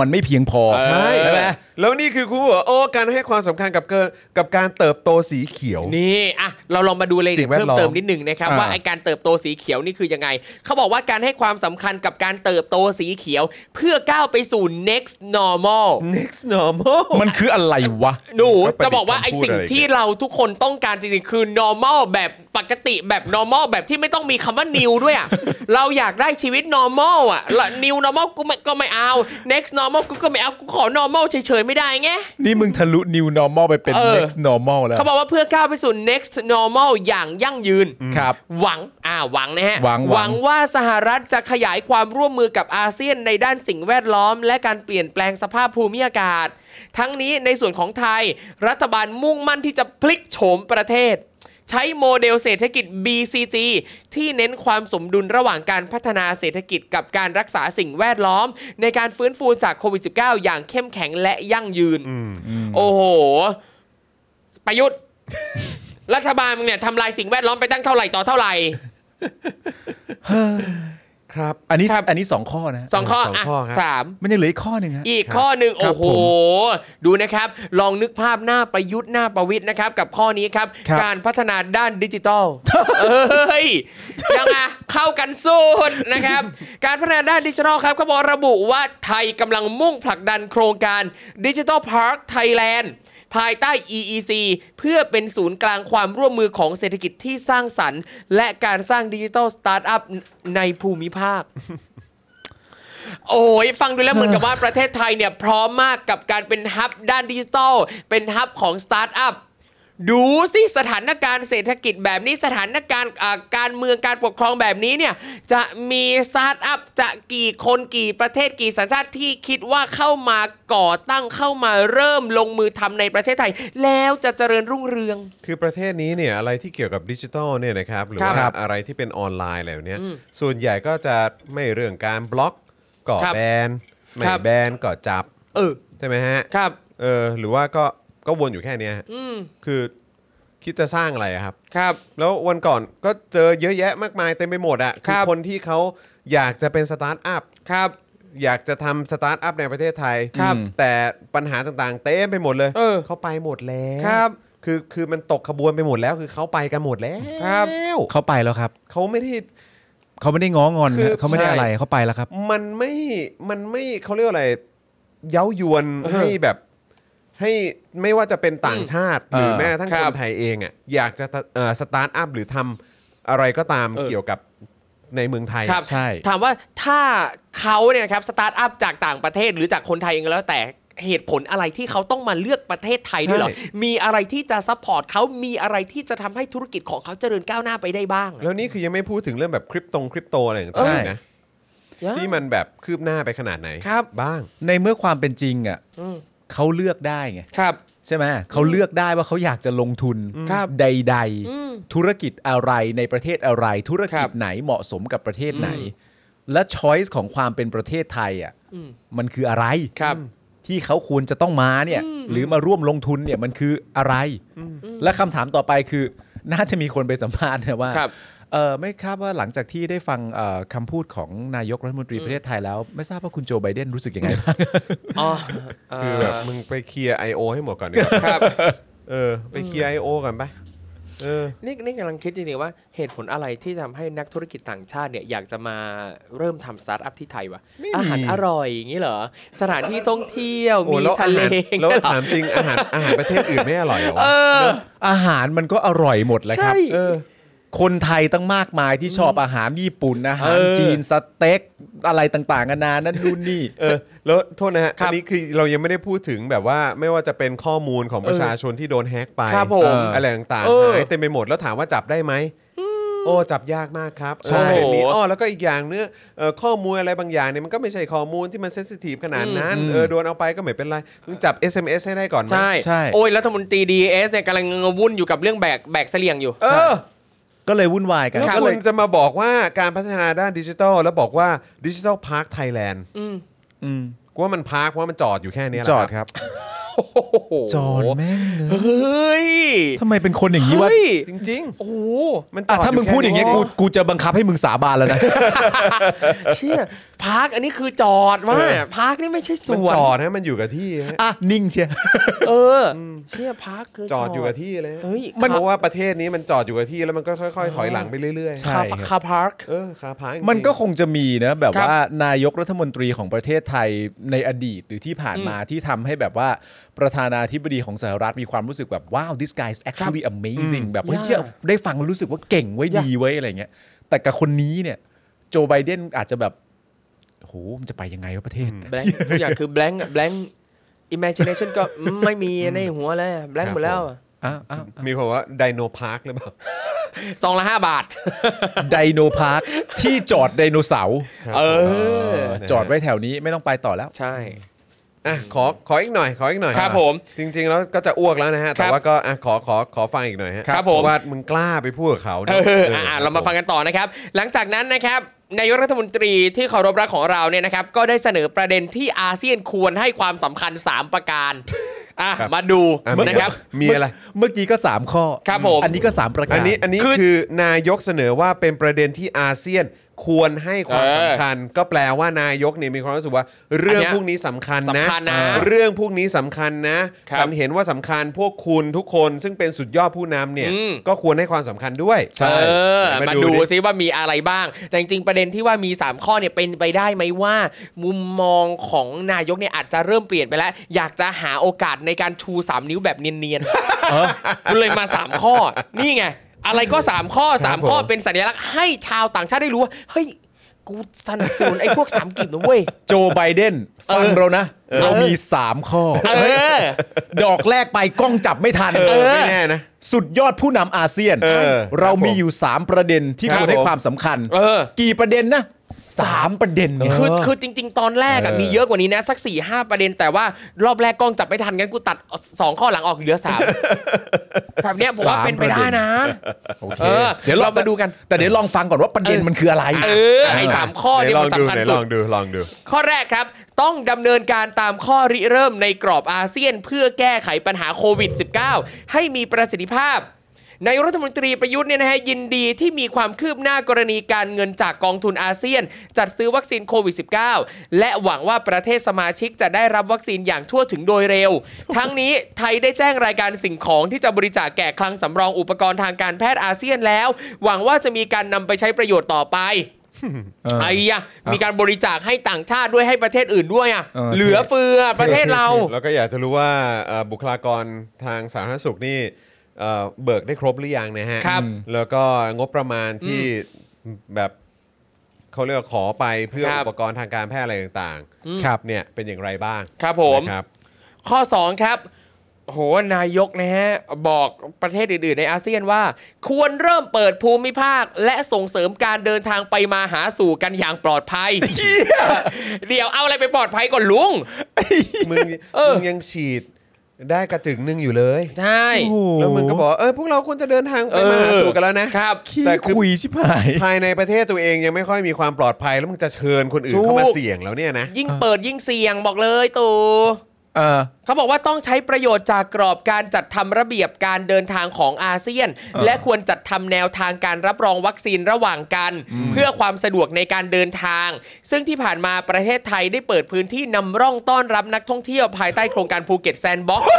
Speaker 3: มันไม่เพียงพอ
Speaker 1: ใช่
Speaker 3: ใช่ไหม
Speaker 2: แล้วนี่คือคุณบอกว่าโอ้การให้ความสำคัญกับเกินกับการเติบโตสีเขียว
Speaker 1: นี่อ่ะเราลองมาดูเลย
Speaker 2: สิ่งแวด
Speaker 1: เพิ่ม
Speaker 2: ล้อม
Speaker 1: เติมนิดนึงนะครับ
Speaker 3: อ่า
Speaker 1: ว่าไอการเติบโตสีเขียวนี่คือยังไง เขาบอกว่าการให้ความสำคัญกับการเติบโตสีเขียว เพื่อก้าวไปสู่ next normal
Speaker 2: next normal
Speaker 3: มันคืออะไรวะ
Speaker 1: หนู
Speaker 2: ก็ประดิษฐ์
Speaker 1: จะบอกว่าไอ
Speaker 2: คำพูด
Speaker 1: สิ่ง
Speaker 2: อะไร
Speaker 1: ที่เราทุกคนต้องการจริงๆ คือ normal แบบปกติแบบ normal แบบที่ไม่ต้องมีคำว่า new ด้วย อ่ะ เราอยากได้ชีวิต normal อ่ะละ new normal กูไม่ก็ไม่เอา next normal กูก็ไม่เอา กูขอ normal เฉยๆ ไม่ได้ไง
Speaker 3: นี่มึงทะลุ new normal ไปเป็น
Speaker 1: เออ
Speaker 3: next normal แล้ว
Speaker 1: เขาบอกว่าเพื่อก้าวไปสู่ next normal อย่างยั่งยืน
Speaker 3: ครับ
Speaker 1: หวัง อ่า หวังนะฮะ
Speaker 3: หวังหวัง
Speaker 1: ว่าสหรัฐจะขยายความร่วมมือกับอาเซียนในด้านสิ่งแวดล้อม และการเปลี่ยนแปลงสภาพภูมิอากาศ ทั้งนี้ในส่วนของไทย รัฐบาลมุ่งมั่นที่จะพลิกโฉมประเทศ ใช้โมเดลเศรษฐกิจ BCG ที่เน้นความสมดุลระหว่างการพัฒนาเศรษฐกิจกับการรักษาสิ่งแวดล้อม ในการฟื้นฟูจากโควิด -19 อย่างเข้มแข็งและยั่งยืน โอ้โห ประยุทธ์ รัฐบาลมึงเนี่ยทำลายสิ่งแวดล้อมไปตั้งเท่าไหร่ต่อเท่าไหร่
Speaker 2: ครับ
Speaker 3: อันนี้
Speaker 1: ครับ
Speaker 3: อันนี้สองข้อนะ
Speaker 1: สองข้ออ่ะสาม
Speaker 3: มันยังเหลืออีกข้อหนึ่งฮะ
Speaker 1: อีกข้อหนึ่ง
Speaker 3: ค
Speaker 1: โอ้
Speaker 3: รับ
Speaker 1: โห ดูนะครับ ลองนึกภาพหน้าประยุทธ์หน้าประวิทย์นะครับ กับข้อนี้ครับ
Speaker 3: ครับ
Speaker 1: การพัฒนาด้านดิจิตอลเอ้ยยังไงเข้ากันสุดนะครับ การพัฒนาด้านดิจิทัลครับเขาบอกระบุว่าไทยกำลังมุ่งผลักดันโครงการดิจิ t a ลพาร์คไทยแลนด์ภายใต้ EEC เพื่อเป็นศูนย์กลางความร่วมมือของเศรษฐกิจที่สร้างสรรค์ และการสร้างดิจิทัลสตาร์ทอัพในภูมิภาค โอ้ยฟังดูแล้วเหมือนกับว่าประเทศไทยเนี่ย พร้อมมากกับการเป็นฮับด้านดิจิทัลเป็นฮับของสตาร์ทอัพ ดูสิสถานการณ์เศรษฐกิจแบบนี้สถานการณ์อ่าการเมืองการปกครองแบบนี้เนี่ยจะมีสตาร์ทอัพจะกี่คนกี่ประเทศกี่สัญชาติที่คิดว่าเข้ามาก่อตั้งเข้ามาเริ่มลงมือทำในประเทศไทย แล้วจะเจริญรุ่งเรือง
Speaker 2: คือประเทศนี้เนี่ยอะไรที่เกี่ยวกับดิจิทัลเนี่ยนะครับหรือว่า
Speaker 1: ครับ
Speaker 2: อะไรที่เป็นออนไลน์อะไรแบบเนี้ยส่วนใหญ่ก็จะไม่เรื่องการบล็อกก่อ
Speaker 1: ครับ
Speaker 2: แบนไม่
Speaker 1: ครับ
Speaker 2: แบนก่อจับ
Speaker 1: เออ
Speaker 2: ใช่ไหมฮะ
Speaker 1: ครับ
Speaker 2: เออหรือว่าก็ก็วนอยู่แค่เนี้ยฮะ
Speaker 1: อืม
Speaker 2: คือคิดจะสร้างอะไรอะครับ
Speaker 1: ครับ
Speaker 2: แล้ววันก่อนก็เจอเยอะแยะมากมายเต็มไปหมดอะ
Speaker 1: ครับ
Speaker 2: คนที่เขาอยากจะเป็นสตาร์ทอัพ
Speaker 1: ครับ
Speaker 2: อยากจะทำสตาร์ทอัพในประเทศไทย
Speaker 1: ครับ
Speaker 2: แต่ปัญหาต่างๆ เต็มไปหมดเลย
Speaker 1: เออ
Speaker 2: ไปหมดแล้ว
Speaker 1: ครับ
Speaker 2: คือคือมันตกขบวนไปหมดแล้วคือเขาไปกันหมดแล้ว
Speaker 1: ครับ
Speaker 3: เขาไปแล้วครับ
Speaker 2: เขาไม่ได้
Speaker 3: เขาไม่ได้ง้องอน
Speaker 2: คือ
Speaker 3: นะเขาไม่ได้อะไรเขาไปแล้วครับ
Speaker 2: มันไม่มันไม่เขาเรียกว่าอะไรเย้ายวน
Speaker 1: เออ
Speaker 2: ให้แบบให้ไม่ว่าจะเป็นต่างชาติ หรือ
Speaker 3: เออ
Speaker 2: แม้กระทั้ง
Speaker 1: ครั
Speaker 2: ค
Speaker 1: บ
Speaker 2: นไทยเองอ่ะอยากจะสตาร์ทอัพหรือทำอะไรก็ตาม
Speaker 1: เออ
Speaker 2: เกี่ยวกับในเมืองไทย
Speaker 1: ครับ
Speaker 3: ใช่
Speaker 1: ถามว่าถ้าเขาเนี่ยนะครับสตาร์ทอัพจากต่างประเทศหรือจากคนไทยเองก็แล้วแต่เหตุผลอะไรที่เขาต้องมาเลือกประเทศไทยด้วยเหรอ
Speaker 2: ใช่
Speaker 1: มีอะไรที่จะซัพพอร์ตเขามีอะไรที่จะทำให้ธุรกิจของเขาเจริญก้าวหน้าไปได้บ้างอะ
Speaker 2: แล้วนี่คือยังไม่พูดถึงเรื่องแบบคริปตงคริปโตอะไรอย่าง
Speaker 3: เอ
Speaker 2: เงี้
Speaker 3: อ
Speaker 2: ยนะที่มันแบบคืบหน้าไปขนาดไหน
Speaker 1: ครับ
Speaker 2: บ้าง
Speaker 3: ในเมื่อความเป็นจริงอ่ะ
Speaker 1: อืม
Speaker 3: เขาเลือกได้ไง
Speaker 1: ครับ
Speaker 3: ใช่ไหมเขาเลือกได้ว่าเขาอยากจะลงทุน
Speaker 1: ครับ
Speaker 3: ใด
Speaker 1: อืม
Speaker 3: ๆ ธุรกิจอะไรในประเทศอะไร ธุร
Speaker 1: ครั
Speaker 3: กิจ
Speaker 1: บ
Speaker 3: ไหนเหมาะสมกับประเทศไหน
Speaker 1: อืม
Speaker 3: และช้อยส์ของความเป็นประเทศไทยอ่ะ
Speaker 1: อืม
Speaker 3: มันคืออะไร
Speaker 1: ครับ
Speaker 3: ที่เขาควรจะต้องมาเนี่ยหรือมาร่วมลงทุนเนี่ยมันคืออะไร และคำถามต่อไปคือ น่าจะมีคนไปสัมภาษณ์นะว่า
Speaker 1: ครับ
Speaker 3: เออไม่ทราบว่าหลังจากที่ได้ฟังเอ่อคำพูดของนายกรัฐมนตรีประเทศไทยแล้ว ไม่ทราบว่าคุณโจไบเดนรู้สึกยังไงบ้าง
Speaker 1: อ๋อ
Speaker 2: คือแบบมึงไปเคลียร์ I.O. ให้หมดก่อนดีกว่า
Speaker 1: ครับ
Speaker 2: เออไปเคลียร์ I.O. ก่อนไปเออ
Speaker 1: นี่นี่กำลังคิดจริงๆว่าเหตุผลอะไรที่ทำให้นักธุรกิจต่างชาติเนี่ยอยากจะมาเริ่มทำสตาร์ทอัพที่ไทยวะอาหารอร่อยอย่างนี้เหรอ สถานที่ท่องเที่ยว
Speaker 2: โอ้
Speaker 1: มี
Speaker 2: แล้วอา
Speaker 1: ทะเล
Speaker 2: หาร
Speaker 1: อย่าง
Speaker 2: แล้ว
Speaker 1: เงี้ยเหรอ
Speaker 2: ถามจริงอาหารอาหารประเทศอื่นไม่อร่อยเหรอวะ
Speaker 1: เออ
Speaker 3: อาหารมันก็อร่อยหมดแหล้วค
Speaker 1: ใช่
Speaker 3: รับ
Speaker 2: เออ
Speaker 3: คนไทยตั้งมากมายที่ชอบอาหารญี่ปุ่นอาหาร
Speaker 1: เออ
Speaker 3: จีนสเต็กอะไรต่างๆกันานานั่นนู่นนี่
Speaker 2: เออแล้วโทษนะฮะ
Speaker 1: ครั
Speaker 2: อัน
Speaker 1: บ
Speaker 2: นี้คือเรายังไม่ได้พูดถึงแบบว่าไม่ว่าจะเป็นข้อมูลของประชาชนที่โดนแฮกไป
Speaker 1: ครับผม
Speaker 2: เอออะไรต่าง
Speaker 1: เออ
Speaker 2: ๆหายเต็มไปหมดแล้วถามว่าจับได้ไหมโอ้จับยากมากครับ
Speaker 1: ใช่
Speaker 2: เออแบบนี้อ้อแล้วก็อีกอย่างเนื้อเอ่อข้อมูลอะไรบางอย่างเนี่ยมันก็ไม่ใช่ข้อมูลที่มันเซนซิทีฟขนาดนั้น
Speaker 3: อืม
Speaker 2: เออโดนเอาไปก็ไม่เป็นไรมึงจับ SMS ให้ได้ก่อนไหม
Speaker 1: ใช่
Speaker 3: ใช่
Speaker 1: โอ้ยรัฐมนตรีดีเอสเนี่ยกำลังวุ่นอยู่กับเรื่องแบกแบกเสลียงอยู่
Speaker 2: เออ
Speaker 3: ก็เลยวุ่นวายกัน
Speaker 2: แล้ว
Speaker 3: ก็
Speaker 2: คุ
Speaker 3: เล
Speaker 2: ณ
Speaker 3: ย
Speaker 2: จะมาบอกว่าการพัฒนาด้านดิจิทัลแล้วบอกว่าดิจิทัลพาร์คไทยแลนด์
Speaker 1: อืม
Speaker 3: อืม
Speaker 2: กูว่ามันพาร์คเพราะว่ามันจอดอยู่แค่เนี้ยแห
Speaker 3: จ
Speaker 2: ละ
Speaker 3: อ
Speaker 2: ค
Speaker 3: ด
Speaker 2: รับ
Speaker 3: ครับ
Speaker 1: โอ้โห
Speaker 3: จอดแม่งเลย
Speaker 1: เฮ้ย
Speaker 3: ทำไมเป็นคนอย่างนี้วะ
Speaker 1: เฮ้ย
Speaker 2: จริง
Speaker 1: โอ้โห
Speaker 2: ๆ มันจอ
Speaker 3: อ่ะ
Speaker 2: ด
Speaker 3: ถ้ามึง
Speaker 2: แค่
Speaker 3: พูดอย่างเงี้ย
Speaker 2: นี้
Speaker 3: กูกูจะบังคับให้มึงสาบานแล้วนะ
Speaker 1: เชี่ยพาร์คอันนี้คือจอดมา
Speaker 2: เออ
Speaker 1: พาร์คนี่ไม่ใช่ส
Speaker 2: มัน
Speaker 1: วน
Speaker 2: จอดนะมันอยู่กับที่ฮะ
Speaker 3: อ่ะ นิ่งเชียร์
Speaker 1: เอออเชี่ยพาร์คคือ
Speaker 2: จอดอยู่กับที่เลยฮะ
Speaker 1: เฮ้ย
Speaker 3: มัน
Speaker 2: เพราะว่าประเทศนี้มันจอดอยู่กับที่แล้วมันก็ค่อย ๆ ถอยหลังไปเรื่อย
Speaker 3: ใช่
Speaker 1: คา
Speaker 3: ครับ
Speaker 1: คาพาร์ค
Speaker 2: ๆเออขาพังจริงๆ
Speaker 3: มันก็คงจะมีนะ แบบ
Speaker 1: ครับ
Speaker 3: ว่านายกรัฐมนตรีของประเทศไทยในอดีตหรือที่ผ่านมาที่ทำให้แบบว่าประธานาธิบดีของสหรัฐมีความรู้สึกแบบ ว้าว this guy is actually amazing แบบเฮ้ย
Speaker 1: ยาก
Speaker 3: เหี้ยได้ฟังแล้วรู้สึกว่าเก่งไว้ย
Speaker 1: ยาก
Speaker 3: ดีไว้ยอะไรเงี้ย แต่กับคนนี้เนี่ย โจไบเดนอาจจะแบบโหมันจะไปยังไงวะประเทศ
Speaker 1: แบงทุกอย่างคือแบงอะแบง imagination ก็ไม่มีในหัวเลยแบงหมดแล้วอะ
Speaker 3: อ้าวอ้าว
Speaker 2: มีคนว่าไดโนพาร์คหรือเปล่า
Speaker 1: ซองละห้าบาท
Speaker 3: ไดโนพาร์คที่จอดไดโนเสาร์
Speaker 2: ครับ
Speaker 1: เออ
Speaker 3: เออจอดไว้แถวนี้ไม่ต้องไปต่อแล้ว
Speaker 1: ใช่
Speaker 2: อ่ะขอขออีกหน่อยขออีกหน่อย
Speaker 1: ครับผม
Speaker 2: จริง ๆ แล้วก็จะอ้วกแล้วนะฮะ แต่ว่าก็อ่ะขอขอขอฟังอีกหน่อยฮะ
Speaker 1: ครับผม
Speaker 2: ว่ามึงกล้าไปพูดกับเขา
Speaker 1: เอ
Speaker 2: นี่ย
Speaker 1: ออ่ะอ่ะเรามาฟังกันต่อนะครับ หลังจากนั้นนะครับ นายกรัฐมนตรีที่เคารพรักของเราเนี่ยนะครับ ก็ได้เสนอประเด็นที่อาเซียนควรให้ความสำคัญ 3 ประการ อ่ะ มาดู
Speaker 2: อ่ะมี
Speaker 1: นะครับ
Speaker 2: มีอะไร
Speaker 3: เมื่อกี้ก็ 3 ข้อ
Speaker 1: ครับผม
Speaker 3: อันนี้ก็ 3 ประการ
Speaker 2: อันนี้อันนี้
Speaker 1: คือ
Speaker 2: คือนายกเสนอว่าเป็นประเด็นที่อาเซียนควรให้ความ
Speaker 1: เออ
Speaker 2: สำคัญ ก็แปลว่านายกเนี่ยมีความรู้สึกว่า เรื่องพวกนี้สำคัญนะ
Speaker 1: สำคัญนะ
Speaker 2: เออเรื่องพวกนี้สำคัญนะครับ ฉันเห็นว่าสำคัญพวกคุณทุกคนซึ่งเป็นสุดยอดผู้นำเนี่ย
Speaker 1: อืม
Speaker 2: ก็ควรให้ความสำคัญด้วย
Speaker 1: เออ
Speaker 2: ไหน
Speaker 1: มาดู
Speaker 2: ดิ
Speaker 1: ซิว่ามีอะไรบ้าง แต่จริงๆประเด็นที่ว่ามี 3 ข้อเนี่ยเป็นไปได้ไหมว่า มุมมองของนายกเนี่ยอาจจะเริ่มเปลี่ยนไปแล้ว อยากจะหาโอกาสในการชู 3 นิ้วแบบเนียนๆคุณเลยมา 3 ข้อ นี่ไง อะไรก็ 3 ข้อ
Speaker 2: ครับผม
Speaker 1: 3 ข้อเป็นสัญลักษณ์ให้ชาวต่างชาติได้รู้ว่าเฮ้ย กูสนับสนุนไอ้พวกสามกีบนะเว้ย
Speaker 3: โจไบเดนฟังเรานะ
Speaker 1: เออ
Speaker 3: เรามี 3 ข้อ
Speaker 1: เออ
Speaker 3: ดอกแรกไปกล้องจับไม่ทัน
Speaker 1: เออ
Speaker 2: ไม่แน่นะ
Speaker 3: สุดยอดผู้นำอาเซียน
Speaker 2: เออ
Speaker 3: เรา
Speaker 2: ครับผม
Speaker 3: มีอยู่ 3 ประเด็นที่
Speaker 2: ครับ
Speaker 3: ควรให้
Speaker 2: ผม
Speaker 3: ความสำคัญ
Speaker 1: เออ
Speaker 3: กี่ประเด็นนะ 3 ประเด็นเนี่ย
Speaker 1: คือคือจริง ๆ ตอนแรกอะ
Speaker 3: เออ
Speaker 1: มีเยอะกว่านี้นะ สัก4ี่หประเด็นแต่ว่ารอบแรกกล้องจับไม่ทันงั้นกูตัด 2 ข้อหลังออกเหลือสามแบบเนี้ยผมว่าเป็นไปได้นะ
Speaker 3: โอเค
Speaker 1: เออ
Speaker 3: เดี๋ยว
Speaker 1: เรามาดูกัน
Speaker 3: แต่เดี๋ยวลองฟังก่อนว่าประเด็นมันคืออะไร
Speaker 1: เออไอ้สามข้อ
Speaker 2: ไหน
Speaker 1: เนี่ย
Speaker 2: ลองดู
Speaker 1: มันสำคัญ
Speaker 2: ไหน
Speaker 1: สุ
Speaker 2: ล
Speaker 1: ด
Speaker 2: องดูลองดู
Speaker 1: ข้อแรกครับ ต้องดำเนินการตามข้อริเริ่มในกรอบอาเซียนเพื่อแก้ไขปัญหาโควิด -19 ให้มีประสิทธิภาพนายกรัฐมนตรีประยุทธ์เนี่ยนะฮะยินดีที่มีความคืบหน้ากรณีการเงินจากกองทุนอาเซียน จัดซื้อวัคซีนโควิด -19 และหวังว่าประเทศสมาชิกจะได้รับวัคซีนอย่างทั่วถึงโดยเร็ว ทั้งนี้ไทยได้แจ้งรายการสิ่งของที่จะบริจาคแก่คลังสำรองอุปกรณ์ทางการแพทย์อาเซียนแล้ว หวังว่าจะมีการนำไปใช้ประโยชน์ต่อไป
Speaker 3: เออ
Speaker 1: ไอ้ยะมีการบริจาคให้ต่างชาติด้วยให้ประเทศอื่นด้วยอ่ะ
Speaker 3: เออ
Speaker 1: เหลือเฟือประเทศเรา
Speaker 2: แล้วก็อยากจะรู้ว่าเอ่อบุคลากรทางสาธารณสุขนี่เอ่อเบิกได้ครบหรือยังนะฮะ
Speaker 1: ครับ
Speaker 2: แล้วก็งบประมาณที่แบบเขาเรียกว่าขอไปเพื่อ
Speaker 1: ครับ
Speaker 2: อุปกรณ์ทางการแพทย์อะไรต่าง
Speaker 3: ครับ
Speaker 2: ๆ เนี่ยเป็นอย่างไรบ้าง
Speaker 1: ครับผม
Speaker 2: นะครับ
Speaker 1: ข้อ 2 ครับ โห นายกนะฮะ บอกประเทศอื่น ๆ ในอาเซียนว่า ควรเริ่มเปิดภูมิภาค และส่งเสริมการเดินทางไปมาหาสู่กันอย่างปลอดภัย เดี๋ยวเอาอะไรไปปลอดภัยก่อนลุง
Speaker 2: มึง
Speaker 1: เออ
Speaker 2: มึงยังฉีดได้กระจึงหนึงอยู่เลย
Speaker 1: ใช่
Speaker 2: แล้วมึงก็บอกเออพวกเราควรจะเดินทางไปมาหาสู่กันแล้วนะครับ
Speaker 3: ขี้
Speaker 2: แต่คือ
Speaker 3: คุยชิบหาย
Speaker 2: ภายในประเทศตัวเองยังไม่ค่อยมีความปลอดภัยแล้วมึงจะเชิญคนอื่นเข้ามา
Speaker 1: ถูก
Speaker 2: เสี่ยงแล้วเนี่ยนะ
Speaker 1: ยิ่งเปิดยิ่งเสี่ยงบอกเลยตู่
Speaker 3: เออ
Speaker 1: เขาบอกว่าต้องใช้ประโยชน์จากกรอบการจัดทำระเบียบการเดินทางของอาเซียน และควรจัดทำแนวทางการรับรองวัคซีนระหว่างกัน เพื่อความสะดวกในการเดินทาง ซึ่งที่ผ่านมาประเทศไทยได้เปิดพื้นที่นำร่องต้อนรับนักท่องเที่ยวภายใต้โครงการภูเก็ตแซนด์บ็อกซ์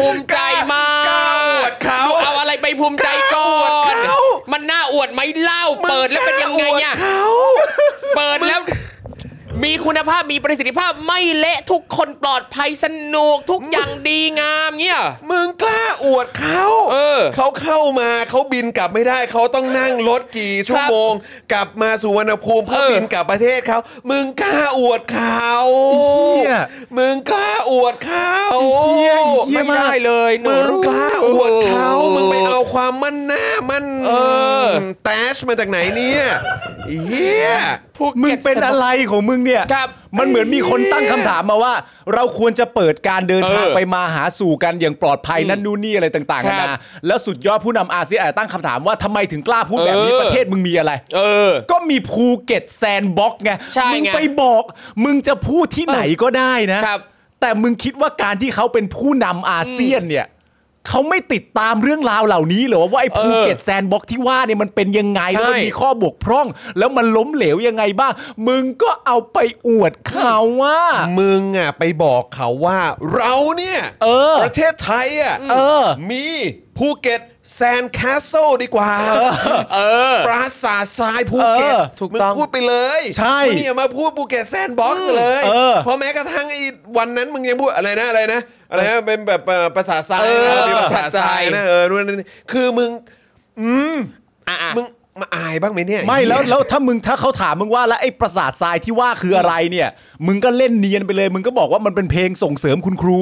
Speaker 1: ภูมิใจมาก
Speaker 2: กล้าอวดเขา
Speaker 1: มึงเอาอะไรไปภูมิใจก่อก
Speaker 2: ล้าอวด
Speaker 1: น
Speaker 2: เขา
Speaker 1: มันน่าอวดไหมเล่า เปิดแล้วเป็นยังไงอะ
Speaker 2: เขา
Speaker 1: เปิดแล้ว มีคุณภาพมีประสิทธิภาพไม่เละทุกคนปลอดภัยสนุกทุกอย่างดีงามเงี้ย
Speaker 2: มึงกล้าอวดเขา
Speaker 1: เออ
Speaker 2: เขาเข้ามาเขาบินกลับไม่ได้ เขาต้องนั่งรถกี่ชั่วโมง กลับมาสุวรรณภูมิเพื่อ
Speaker 1: เออ
Speaker 2: บินกลับประเทศเขา มึงกล้าอวดเขา
Speaker 3: เหี้ย
Speaker 2: มึงกล้าอวดเขา
Speaker 3: เหี้ยเหี้ย
Speaker 1: ไม่ได้เลยหนู
Speaker 2: มึงกล้าอวดเขา
Speaker 1: โอ้โห
Speaker 2: มึงไปเอาความมั่นหน้ามั่น
Speaker 1: เออ
Speaker 2: แตชมาจากไหนเนี่ยเฮีย
Speaker 1: ภูก็ต
Speaker 3: มึงเป็นอะไรของมึงเนี่ย
Speaker 1: ครับ
Speaker 3: มันเหมือนมีคนตั้งคำถามมาว่า เราควรจะเปิดการเดินทางไปมาหาสู่กันอย่างปลอดภัยนั่นนู่นนี่อะไรต่างๆ
Speaker 1: ครั
Speaker 3: นา
Speaker 1: บ
Speaker 3: นาแล้วสุดยอดผู้นำอาเซียนอาจจะตั้งคำถามว่าทำไมถึงกล้าพูดแบบนี้
Speaker 1: เออ
Speaker 3: ประเทศมึงมีอะไร
Speaker 1: เออ
Speaker 3: ก็มีภูเก็ตแซนด์บ็อกซ์ไง
Speaker 1: ใช่ไง
Speaker 3: มึงไปบอก มึงจะพูดที่ไหนก็ได้นะ
Speaker 1: ครับ
Speaker 3: แต่มึงคิดว่าการที่เขาเป็นผู้นำอาเซียนเนี่ยเขาไม่ติดตามเรื่องราวเหล่านี้เหรอว่าไอ้ภูเก็ตแซนด์บ็อกซ์ที่ว่าเนี่ยมันเป็นยังไง
Speaker 1: ใช่
Speaker 3: แล้วมันมีข้อบกพร่อง แล้วมันล้มเหลวยังไงบ้าง มึงก็เอาไปอวดเขาว่า
Speaker 2: มึงอ่ะไปบอกเขาว่าเราเนี่ย
Speaker 3: เออ
Speaker 2: ประเทศไทยอ่ะ
Speaker 3: เออ
Speaker 2: มีภูเก็ตแซนด์แคสเซิลดีกว่า
Speaker 1: เออ
Speaker 2: ปราสาททรายภูเก็ต
Speaker 3: เออ
Speaker 1: ถูกต้อง
Speaker 2: มึพูดไปเลย
Speaker 3: ใช่
Speaker 2: มึงอย่ามาพูดภูเก็ตแซนด์บ็อกซ์เลย
Speaker 3: เออ
Speaker 2: ราะแม้กระทั่งไอ้วันนั้นมึงยังพูดอะไรนะอะไรนะอะไรนะเป็นแบบเอ่อปราสาททราย
Speaker 1: เออ
Speaker 2: มีปราสาททรายนะเออนู่นนั่นนี่คือมึง
Speaker 1: อ่ะๆ
Speaker 2: มึงมาอายบ้างไหมเนี่ย
Speaker 3: ไม่แล้วแล้วถ้ามึงถ้าเขาถามมึงว่าแล้วไอ้ประสาททรายที่ว่าคืออะไรเนี่ย มึงก็เล่นเนียนไปเลย มึงก็บอกว่ามันเป็นเพลงส่งเสริมคุณครู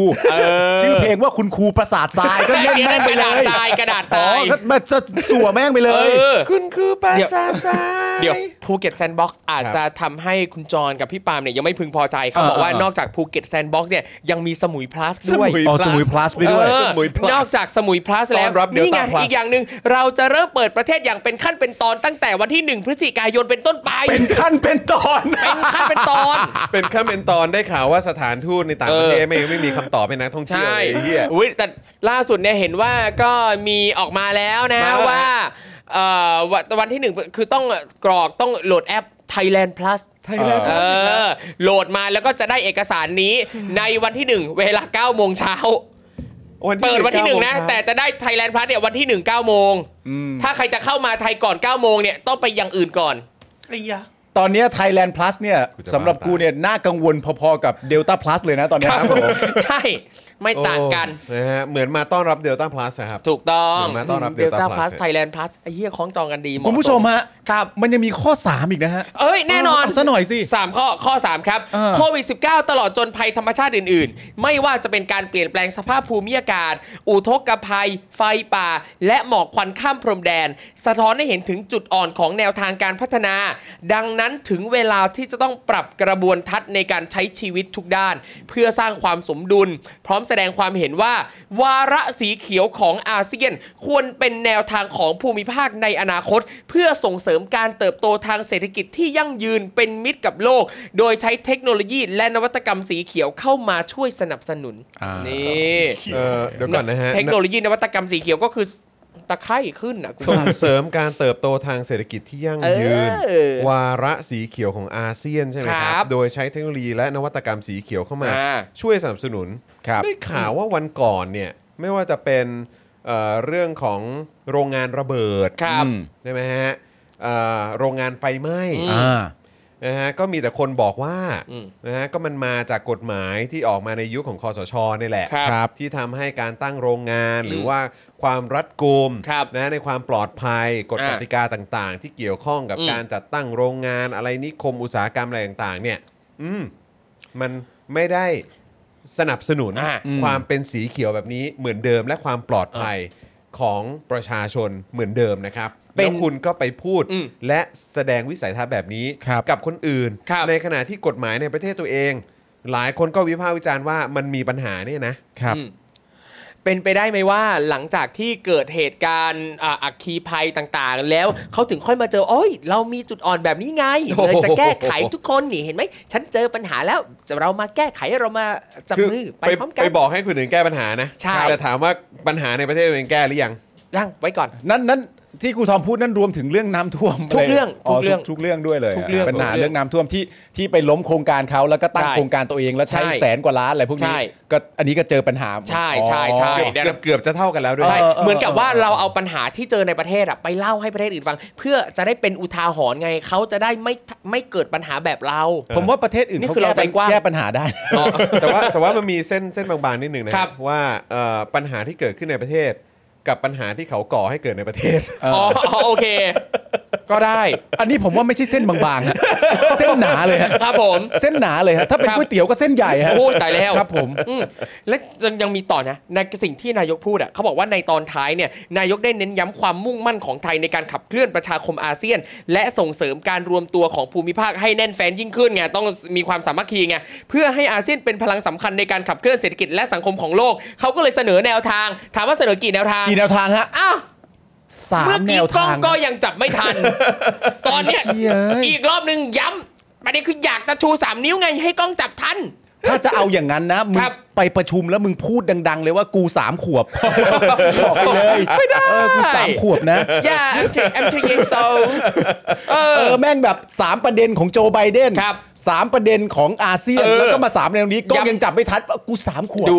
Speaker 3: ชื่อเพลงว่าคุณครูประสาททรายก็เล่นแม่งไปเล
Speaker 1: ก
Speaker 3: ย
Speaker 1: ระดาษทรายกระดาษทราย
Speaker 3: อ๋อก็มาจะสัวแม่งไปเล
Speaker 1: เอย อ
Speaker 2: คุณคือปราสาททราย
Speaker 1: เดี๋ยวภูเก็ตแซนด์บ็อกซ์อาจจะทำให้คุณจรกับพี่ปาล์มเนี่ยยังไม่พึงพอใจเขาบอกว่า
Speaker 3: เออเออ
Speaker 1: นอกจากภูเก็ตแซนด์บ็อกซ์เนี่ยยังมีสมุยพลัสด้วย
Speaker 2: สมุย
Speaker 3: อ๋อสมุยพลัสไปด้วย
Speaker 1: เออ
Speaker 2: สมุย plus
Speaker 1: นอกจากสมุย plus
Speaker 2: ต้
Speaker 1: แล้ว
Speaker 2: อนรับ
Speaker 1: นี่ไง
Speaker 2: Delta plus
Speaker 1: อีกอย่างหนึ่งเราจะเริ่มเปิดประเทศอย่างเป็นขั้นเป็นตอนตั้งแต่วันที่ 1 พฤศจิกายนเป็นต้นไป
Speaker 3: เป็นขั้นเป็นตอน
Speaker 1: เป็นขั้นเป็นตอน
Speaker 2: เป็นขั้นเป็นตอนได้ข่าวว่าสถานทูตในต่างประเทศ
Speaker 1: เออ
Speaker 2: ไม่ไม่มีคำตอบให้นัก ท่องเที่ยว
Speaker 1: ใช่
Speaker 2: ไอ้เหี้ย
Speaker 1: อุ๊ยแต่ล่าสุดเนี่ยเห็นว่าก็มีออกมาแล้วนะ
Speaker 2: มาแล้ว
Speaker 1: ว่าเอ่อวันวันที่หนึ่งคือต้องกรอกต้องโหลดแอป Thailand Plus
Speaker 2: ไทยแลนด์
Speaker 1: เออ โหลดมาแล้วก็จะได้เอกสารนี้ในวันที่ 1 เวลา9โมงเช้า เปิดวันที่หนึ่งนะ
Speaker 2: เก้าโมงเช้า
Speaker 1: แต่จะได้ไทยแลนด์พลัสเนี่ยวันที่หนึ่งเก้าโมงถ้าใครจะเข้ามาไทยก่อนเก้าโมงเนี่ยต้องไปอย่างอื่นก่อน
Speaker 4: ไอ้ยะ
Speaker 3: ตอนเนี้ย Thailand Plus เนี่ย
Speaker 2: กูจะ
Speaker 3: สำหรับ
Speaker 2: บ้ากู
Speaker 3: กูเนี่ยน่ากังวลพอๆกับ Delta Plus เลยนะตอนเนี้ย
Speaker 1: ใช่ไม่ต่างกัน
Speaker 2: โอ้นะฮะเหมือนมาต้อนรับเดลต้าพลัสครับ
Speaker 1: ถูกต้อง
Speaker 2: เดี๋ยวมาต้อนรับ Delta Plus
Speaker 1: ไทยแลนด์พลัสไอ้เหี้ยคล้องจองกันดีเหา
Speaker 3: คุณผู้ชมฮะ
Speaker 1: ครับ
Speaker 3: มันยังมีข้อ 3 อีกนะฮะ
Speaker 1: เอ้ย แน่นอน
Speaker 3: เอาซะหน่อยสิ
Speaker 1: สามข้อข้อ 3 ครับ
Speaker 3: เออ
Speaker 1: โควิด -19 ตลอดจนภัยธรรมชาติอื่น ๆ ไม่ว่าจะเป็นการเปลี่ยนแปลงสภาพภูมิอากาศ อุทกภัย ไฟป่า และหมอกควันข้ามพรมแดน สะท้อนให้เห็นถึงจุดอ่อนของแนวทางการพัฒนา ดังนั้นถึงเวลาที่จะต้องปรับกระบวนทัศน์ในการใช้ชีวิตทุกด้าน เพื่อสร้างความสมดุล พร้อมแสดงความเห็นว่า วาระสีเขียวของอาเซียน ควรเป็นแนวทางของภูมิภาคในอนาคต เพื่อส่งเสริมการเติบโตทางเศรษฐกิจที่ยั่งยืนเป็นมิตรกับโลก โดยใช้เทคโนโลยีและนวัตกรรมสีเขียวเข้ามาช่วยสนับสนุน
Speaker 3: อ่านี่
Speaker 1: นี่
Speaker 2: เออเดี๋ยวก่อนนะฮะ
Speaker 1: เทคโนโลยีนวัตกรรมสีเขียวก็คือตะไคร่ขึ้นนะคุณ
Speaker 2: ส่งเสริมการเติบโตทางเศรษฐกิจที่ยั่งยืน
Speaker 1: เออ
Speaker 2: วาระสีเขียวของอาเซียนใช่ไหมค
Speaker 1: ครั
Speaker 2: รับ
Speaker 1: บ
Speaker 2: โดยใช้เทคโนโลยีและนวัตกรรมสีเขียวเข้ามา
Speaker 1: อ่า
Speaker 2: ช่วยสนับสนุน
Speaker 3: ครับ
Speaker 2: ได้ข่าวว่าวันก่อนเนี่ยไม่ว่าจะเป็นเอ่อเรื่องของโรงงานระเบิด
Speaker 1: ครับ
Speaker 3: อืม
Speaker 2: ใช่ไหมฮะเอ่อโรงงานไฟไหม้
Speaker 1: อืม
Speaker 3: อ่า
Speaker 2: นะฮะก็มีแต่คนบอกว่า
Speaker 1: อืม
Speaker 2: นะฮะก็มันมาจากกฎหมายที่ออกมาในยุคของคอสชนี่แหละ
Speaker 1: ครับ
Speaker 3: ครับ
Speaker 2: ที่ทำให้การตั้งโรงงาน
Speaker 1: อืม
Speaker 2: หรือว่าความรัดกุม
Speaker 1: ครับ
Speaker 2: นะในความปลอดภัยกฎ
Speaker 1: อ่าก ก
Speaker 2: ติกาต่างๆ ที่เกี่ยวข้องกับ
Speaker 1: อืม
Speaker 2: การจัดตั้งโรงงานอะไรนิคมอุตสาหกรรมอะไรต่างๆ เนี่ย อืมมันไม่ได้สนับสนุน
Speaker 1: อ่า
Speaker 3: อืม
Speaker 2: ความเป็นสีเขียวแบบนี้เหมือนเดิมและความปลอดภัยของประชาชนเหมือนเดิมนะครับ
Speaker 1: เป็
Speaker 2: แล้ว
Speaker 1: น
Speaker 2: คุณก็ไปพูด
Speaker 1: อืม
Speaker 2: และแสดงวิสัยทัศน์แบบนี้
Speaker 3: ครับ
Speaker 2: กับคนอื่น
Speaker 1: ครับ
Speaker 2: ในขณะที่กฎหมายในประเทศตัวเอง หลายคนก็วิพากษ์วิจารณ์ว่ามันมีปัญหาเนี่ยนะ
Speaker 3: ครับ
Speaker 1: อืม เป็นไปได้ไหมว่าหลังจากที่เกิดเหตุการณ์อ่าอัคคีภัยต่างๆ แล้วเขาถึงค่อยมาเจอโอ้ย เรามีจุดอ่อนแบบนี้ ไงเลยจะแก้ไขทุกคนนี่เห็นไหมฉันเจอปัญหาแล้วจะเรามาแก้ไขเรามาจับมือไป
Speaker 2: คื
Speaker 1: พร้อมกัน
Speaker 2: ไปบอกให้คนอื่นแก้ปัญหานะ
Speaker 1: ใช่
Speaker 2: แต่ถามว่าปัญหาในประเทศตัวเองแก้หรือยัง
Speaker 1: ร่างไว้ก่อน
Speaker 3: นั่นนั่นที่ครูทอมพูดนั่นรวมถึงเรื่องน้ำท่วม
Speaker 1: ทุกเรื่อง
Speaker 3: ลย
Speaker 1: ทุกเรื่อง
Speaker 3: ทุกเรื่องด้วยเลย
Speaker 1: ทุกเรื่อง
Speaker 3: ปัญหา
Speaker 1: ทุกเรื่อง
Speaker 3: เรื่องน้ำท่วมที่ที่ไปล้มโครงการเขาแล้วก็ตั้ง
Speaker 1: ใช่
Speaker 3: โครงการตัวเองแล้วใช้
Speaker 1: ใช่
Speaker 3: แสนกว่าล้านอะไรพวก
Speaker 1: ใช่
Speaker 3: นี้ก็อันนี้ก็เจอปัญหา
Speaker 1: ใช่ใช่ใช่
Speaker 2: เกือบ
Speaker 1: ได้
Speaker 2: เกื
Speaker 1: ครั
Speaker 2: อบบ เกือบจะเท่ากันแล้วด้วย
Speaker 1: ใช่เหมือนกับว่าเราเอาปัญหาที่เจอในประเทศอะไปเล่าให้ประเทศอื่นฟัง เพื่อจะได้เป็นอุทาหรณ์ไงเขาจะได้ไม่ไม่เกิดปัญหาแบบเรา
Speaker 3: ผมว่าประเทศอื่น
Speaker 1: นี่
Speaker 3: เขา
Speaker 1: คือ
Speaker 3: แก้
Speaker 1: เราใจกว้าง
Speaker 3: แก้ปัญหาได้
Speaker 2: แต่ว่าแต่ว่ามันมีเส้นเส้นบางๆนิดหนึ่งนะครับ ว่าเอ่อปัญหาที่เกิดขึ้นในประเทศ กับปัญหาที่เขาก่อให้เกิดในประเทศ
Speaker 1: อ๋ออ๋อโอเค ก็ได้
Speaker 3: อันนี้ผมว่าไม่ใช่เส้นบางๆฮะเส้นหนาเลยฮะ
Speaker 1: ครับผม
Speaker 3: เส้นหนาเลยฮะถ้าเป็น
Speaker 1: ครับ
Speaker 3: ก๋วยเตี๋ยวก็เส้นใหญ่ฮะ
Speaker 1: โอ้ยตายแล้ว
Speaker 3: ครับผม
Speaker 1: อืและยังยังมีต่อนะในสิ่งที่นายกพูดอ่ะเขาบอกว่าในตอนท้ายเนี่ยนายกได้เน้นย้ำความมุ่งมั่นของไทยในการขับเคลื่อนประชาคมอาเซียน และส่งเสริมการรวมตัวของภูมิภาคให้แน่นแฟนยิ่งขึ้นไงต้องมีความสามัคคีไงเพื่อให้อาเซียนเป็นพลังสำคัญในการขับเคลื่อนเศรษฐกิจและสังคมของโลกเขาก็เลยเสนอแนวทาง ถามว่าเสนอกี่แนวทาง
Speaker 3: กี่แนวทางฮะ
Speaker 1: อ้าว
Speaker 3: สาม
Speaker 1: เมื่อ
Speaker 3: แน
Speaker 1: กี้
Speaker 3: ว
Speaker 1: กล้อ
Speaker 3: ทาง ง
Speaker 1: ก็ยังจับไม่ทัน ตอนเนี้ย
Speaker 3: เหี้ยเอ้ย
Speaker 1: อีกรอบหนึ่งย้ำประเด็นคืออยากจะชูสามนิ้วไงให้กล้องจับทัน
Speaker 3: ถ้าจะเอาอย่างนั้นนะมึ
Speaker 1: ค
Speaker 3: ง
Speaker 1: รับ
Speaker 3: ไปประชุมแล้วมึงพูดดัง ๆ เลยว่ากูสามขวบ บอกไปเลย
Speaker 1: ไม่ได้
Speaker 3: เออกูสามขวบนะ
Speaker 1: อย่า I'm too I'm too young so เอ
Speaker 3: เอ
Speaker 1: อ
Speaker 3: อแม่งแบบ 3 ประเด็นของโจไบเดน
Speaker 1: ครับ
Speaker 3: สามประเด็นของอาเซียน
Speaker 1: เออ
Speaker 3: แล้วก็มาสามประเด็นนี้ก็
Speaker 1: ย้ำ
Speaker 3: ยังจับไม่ทันกูสามขวบ
Speaker 1: ดู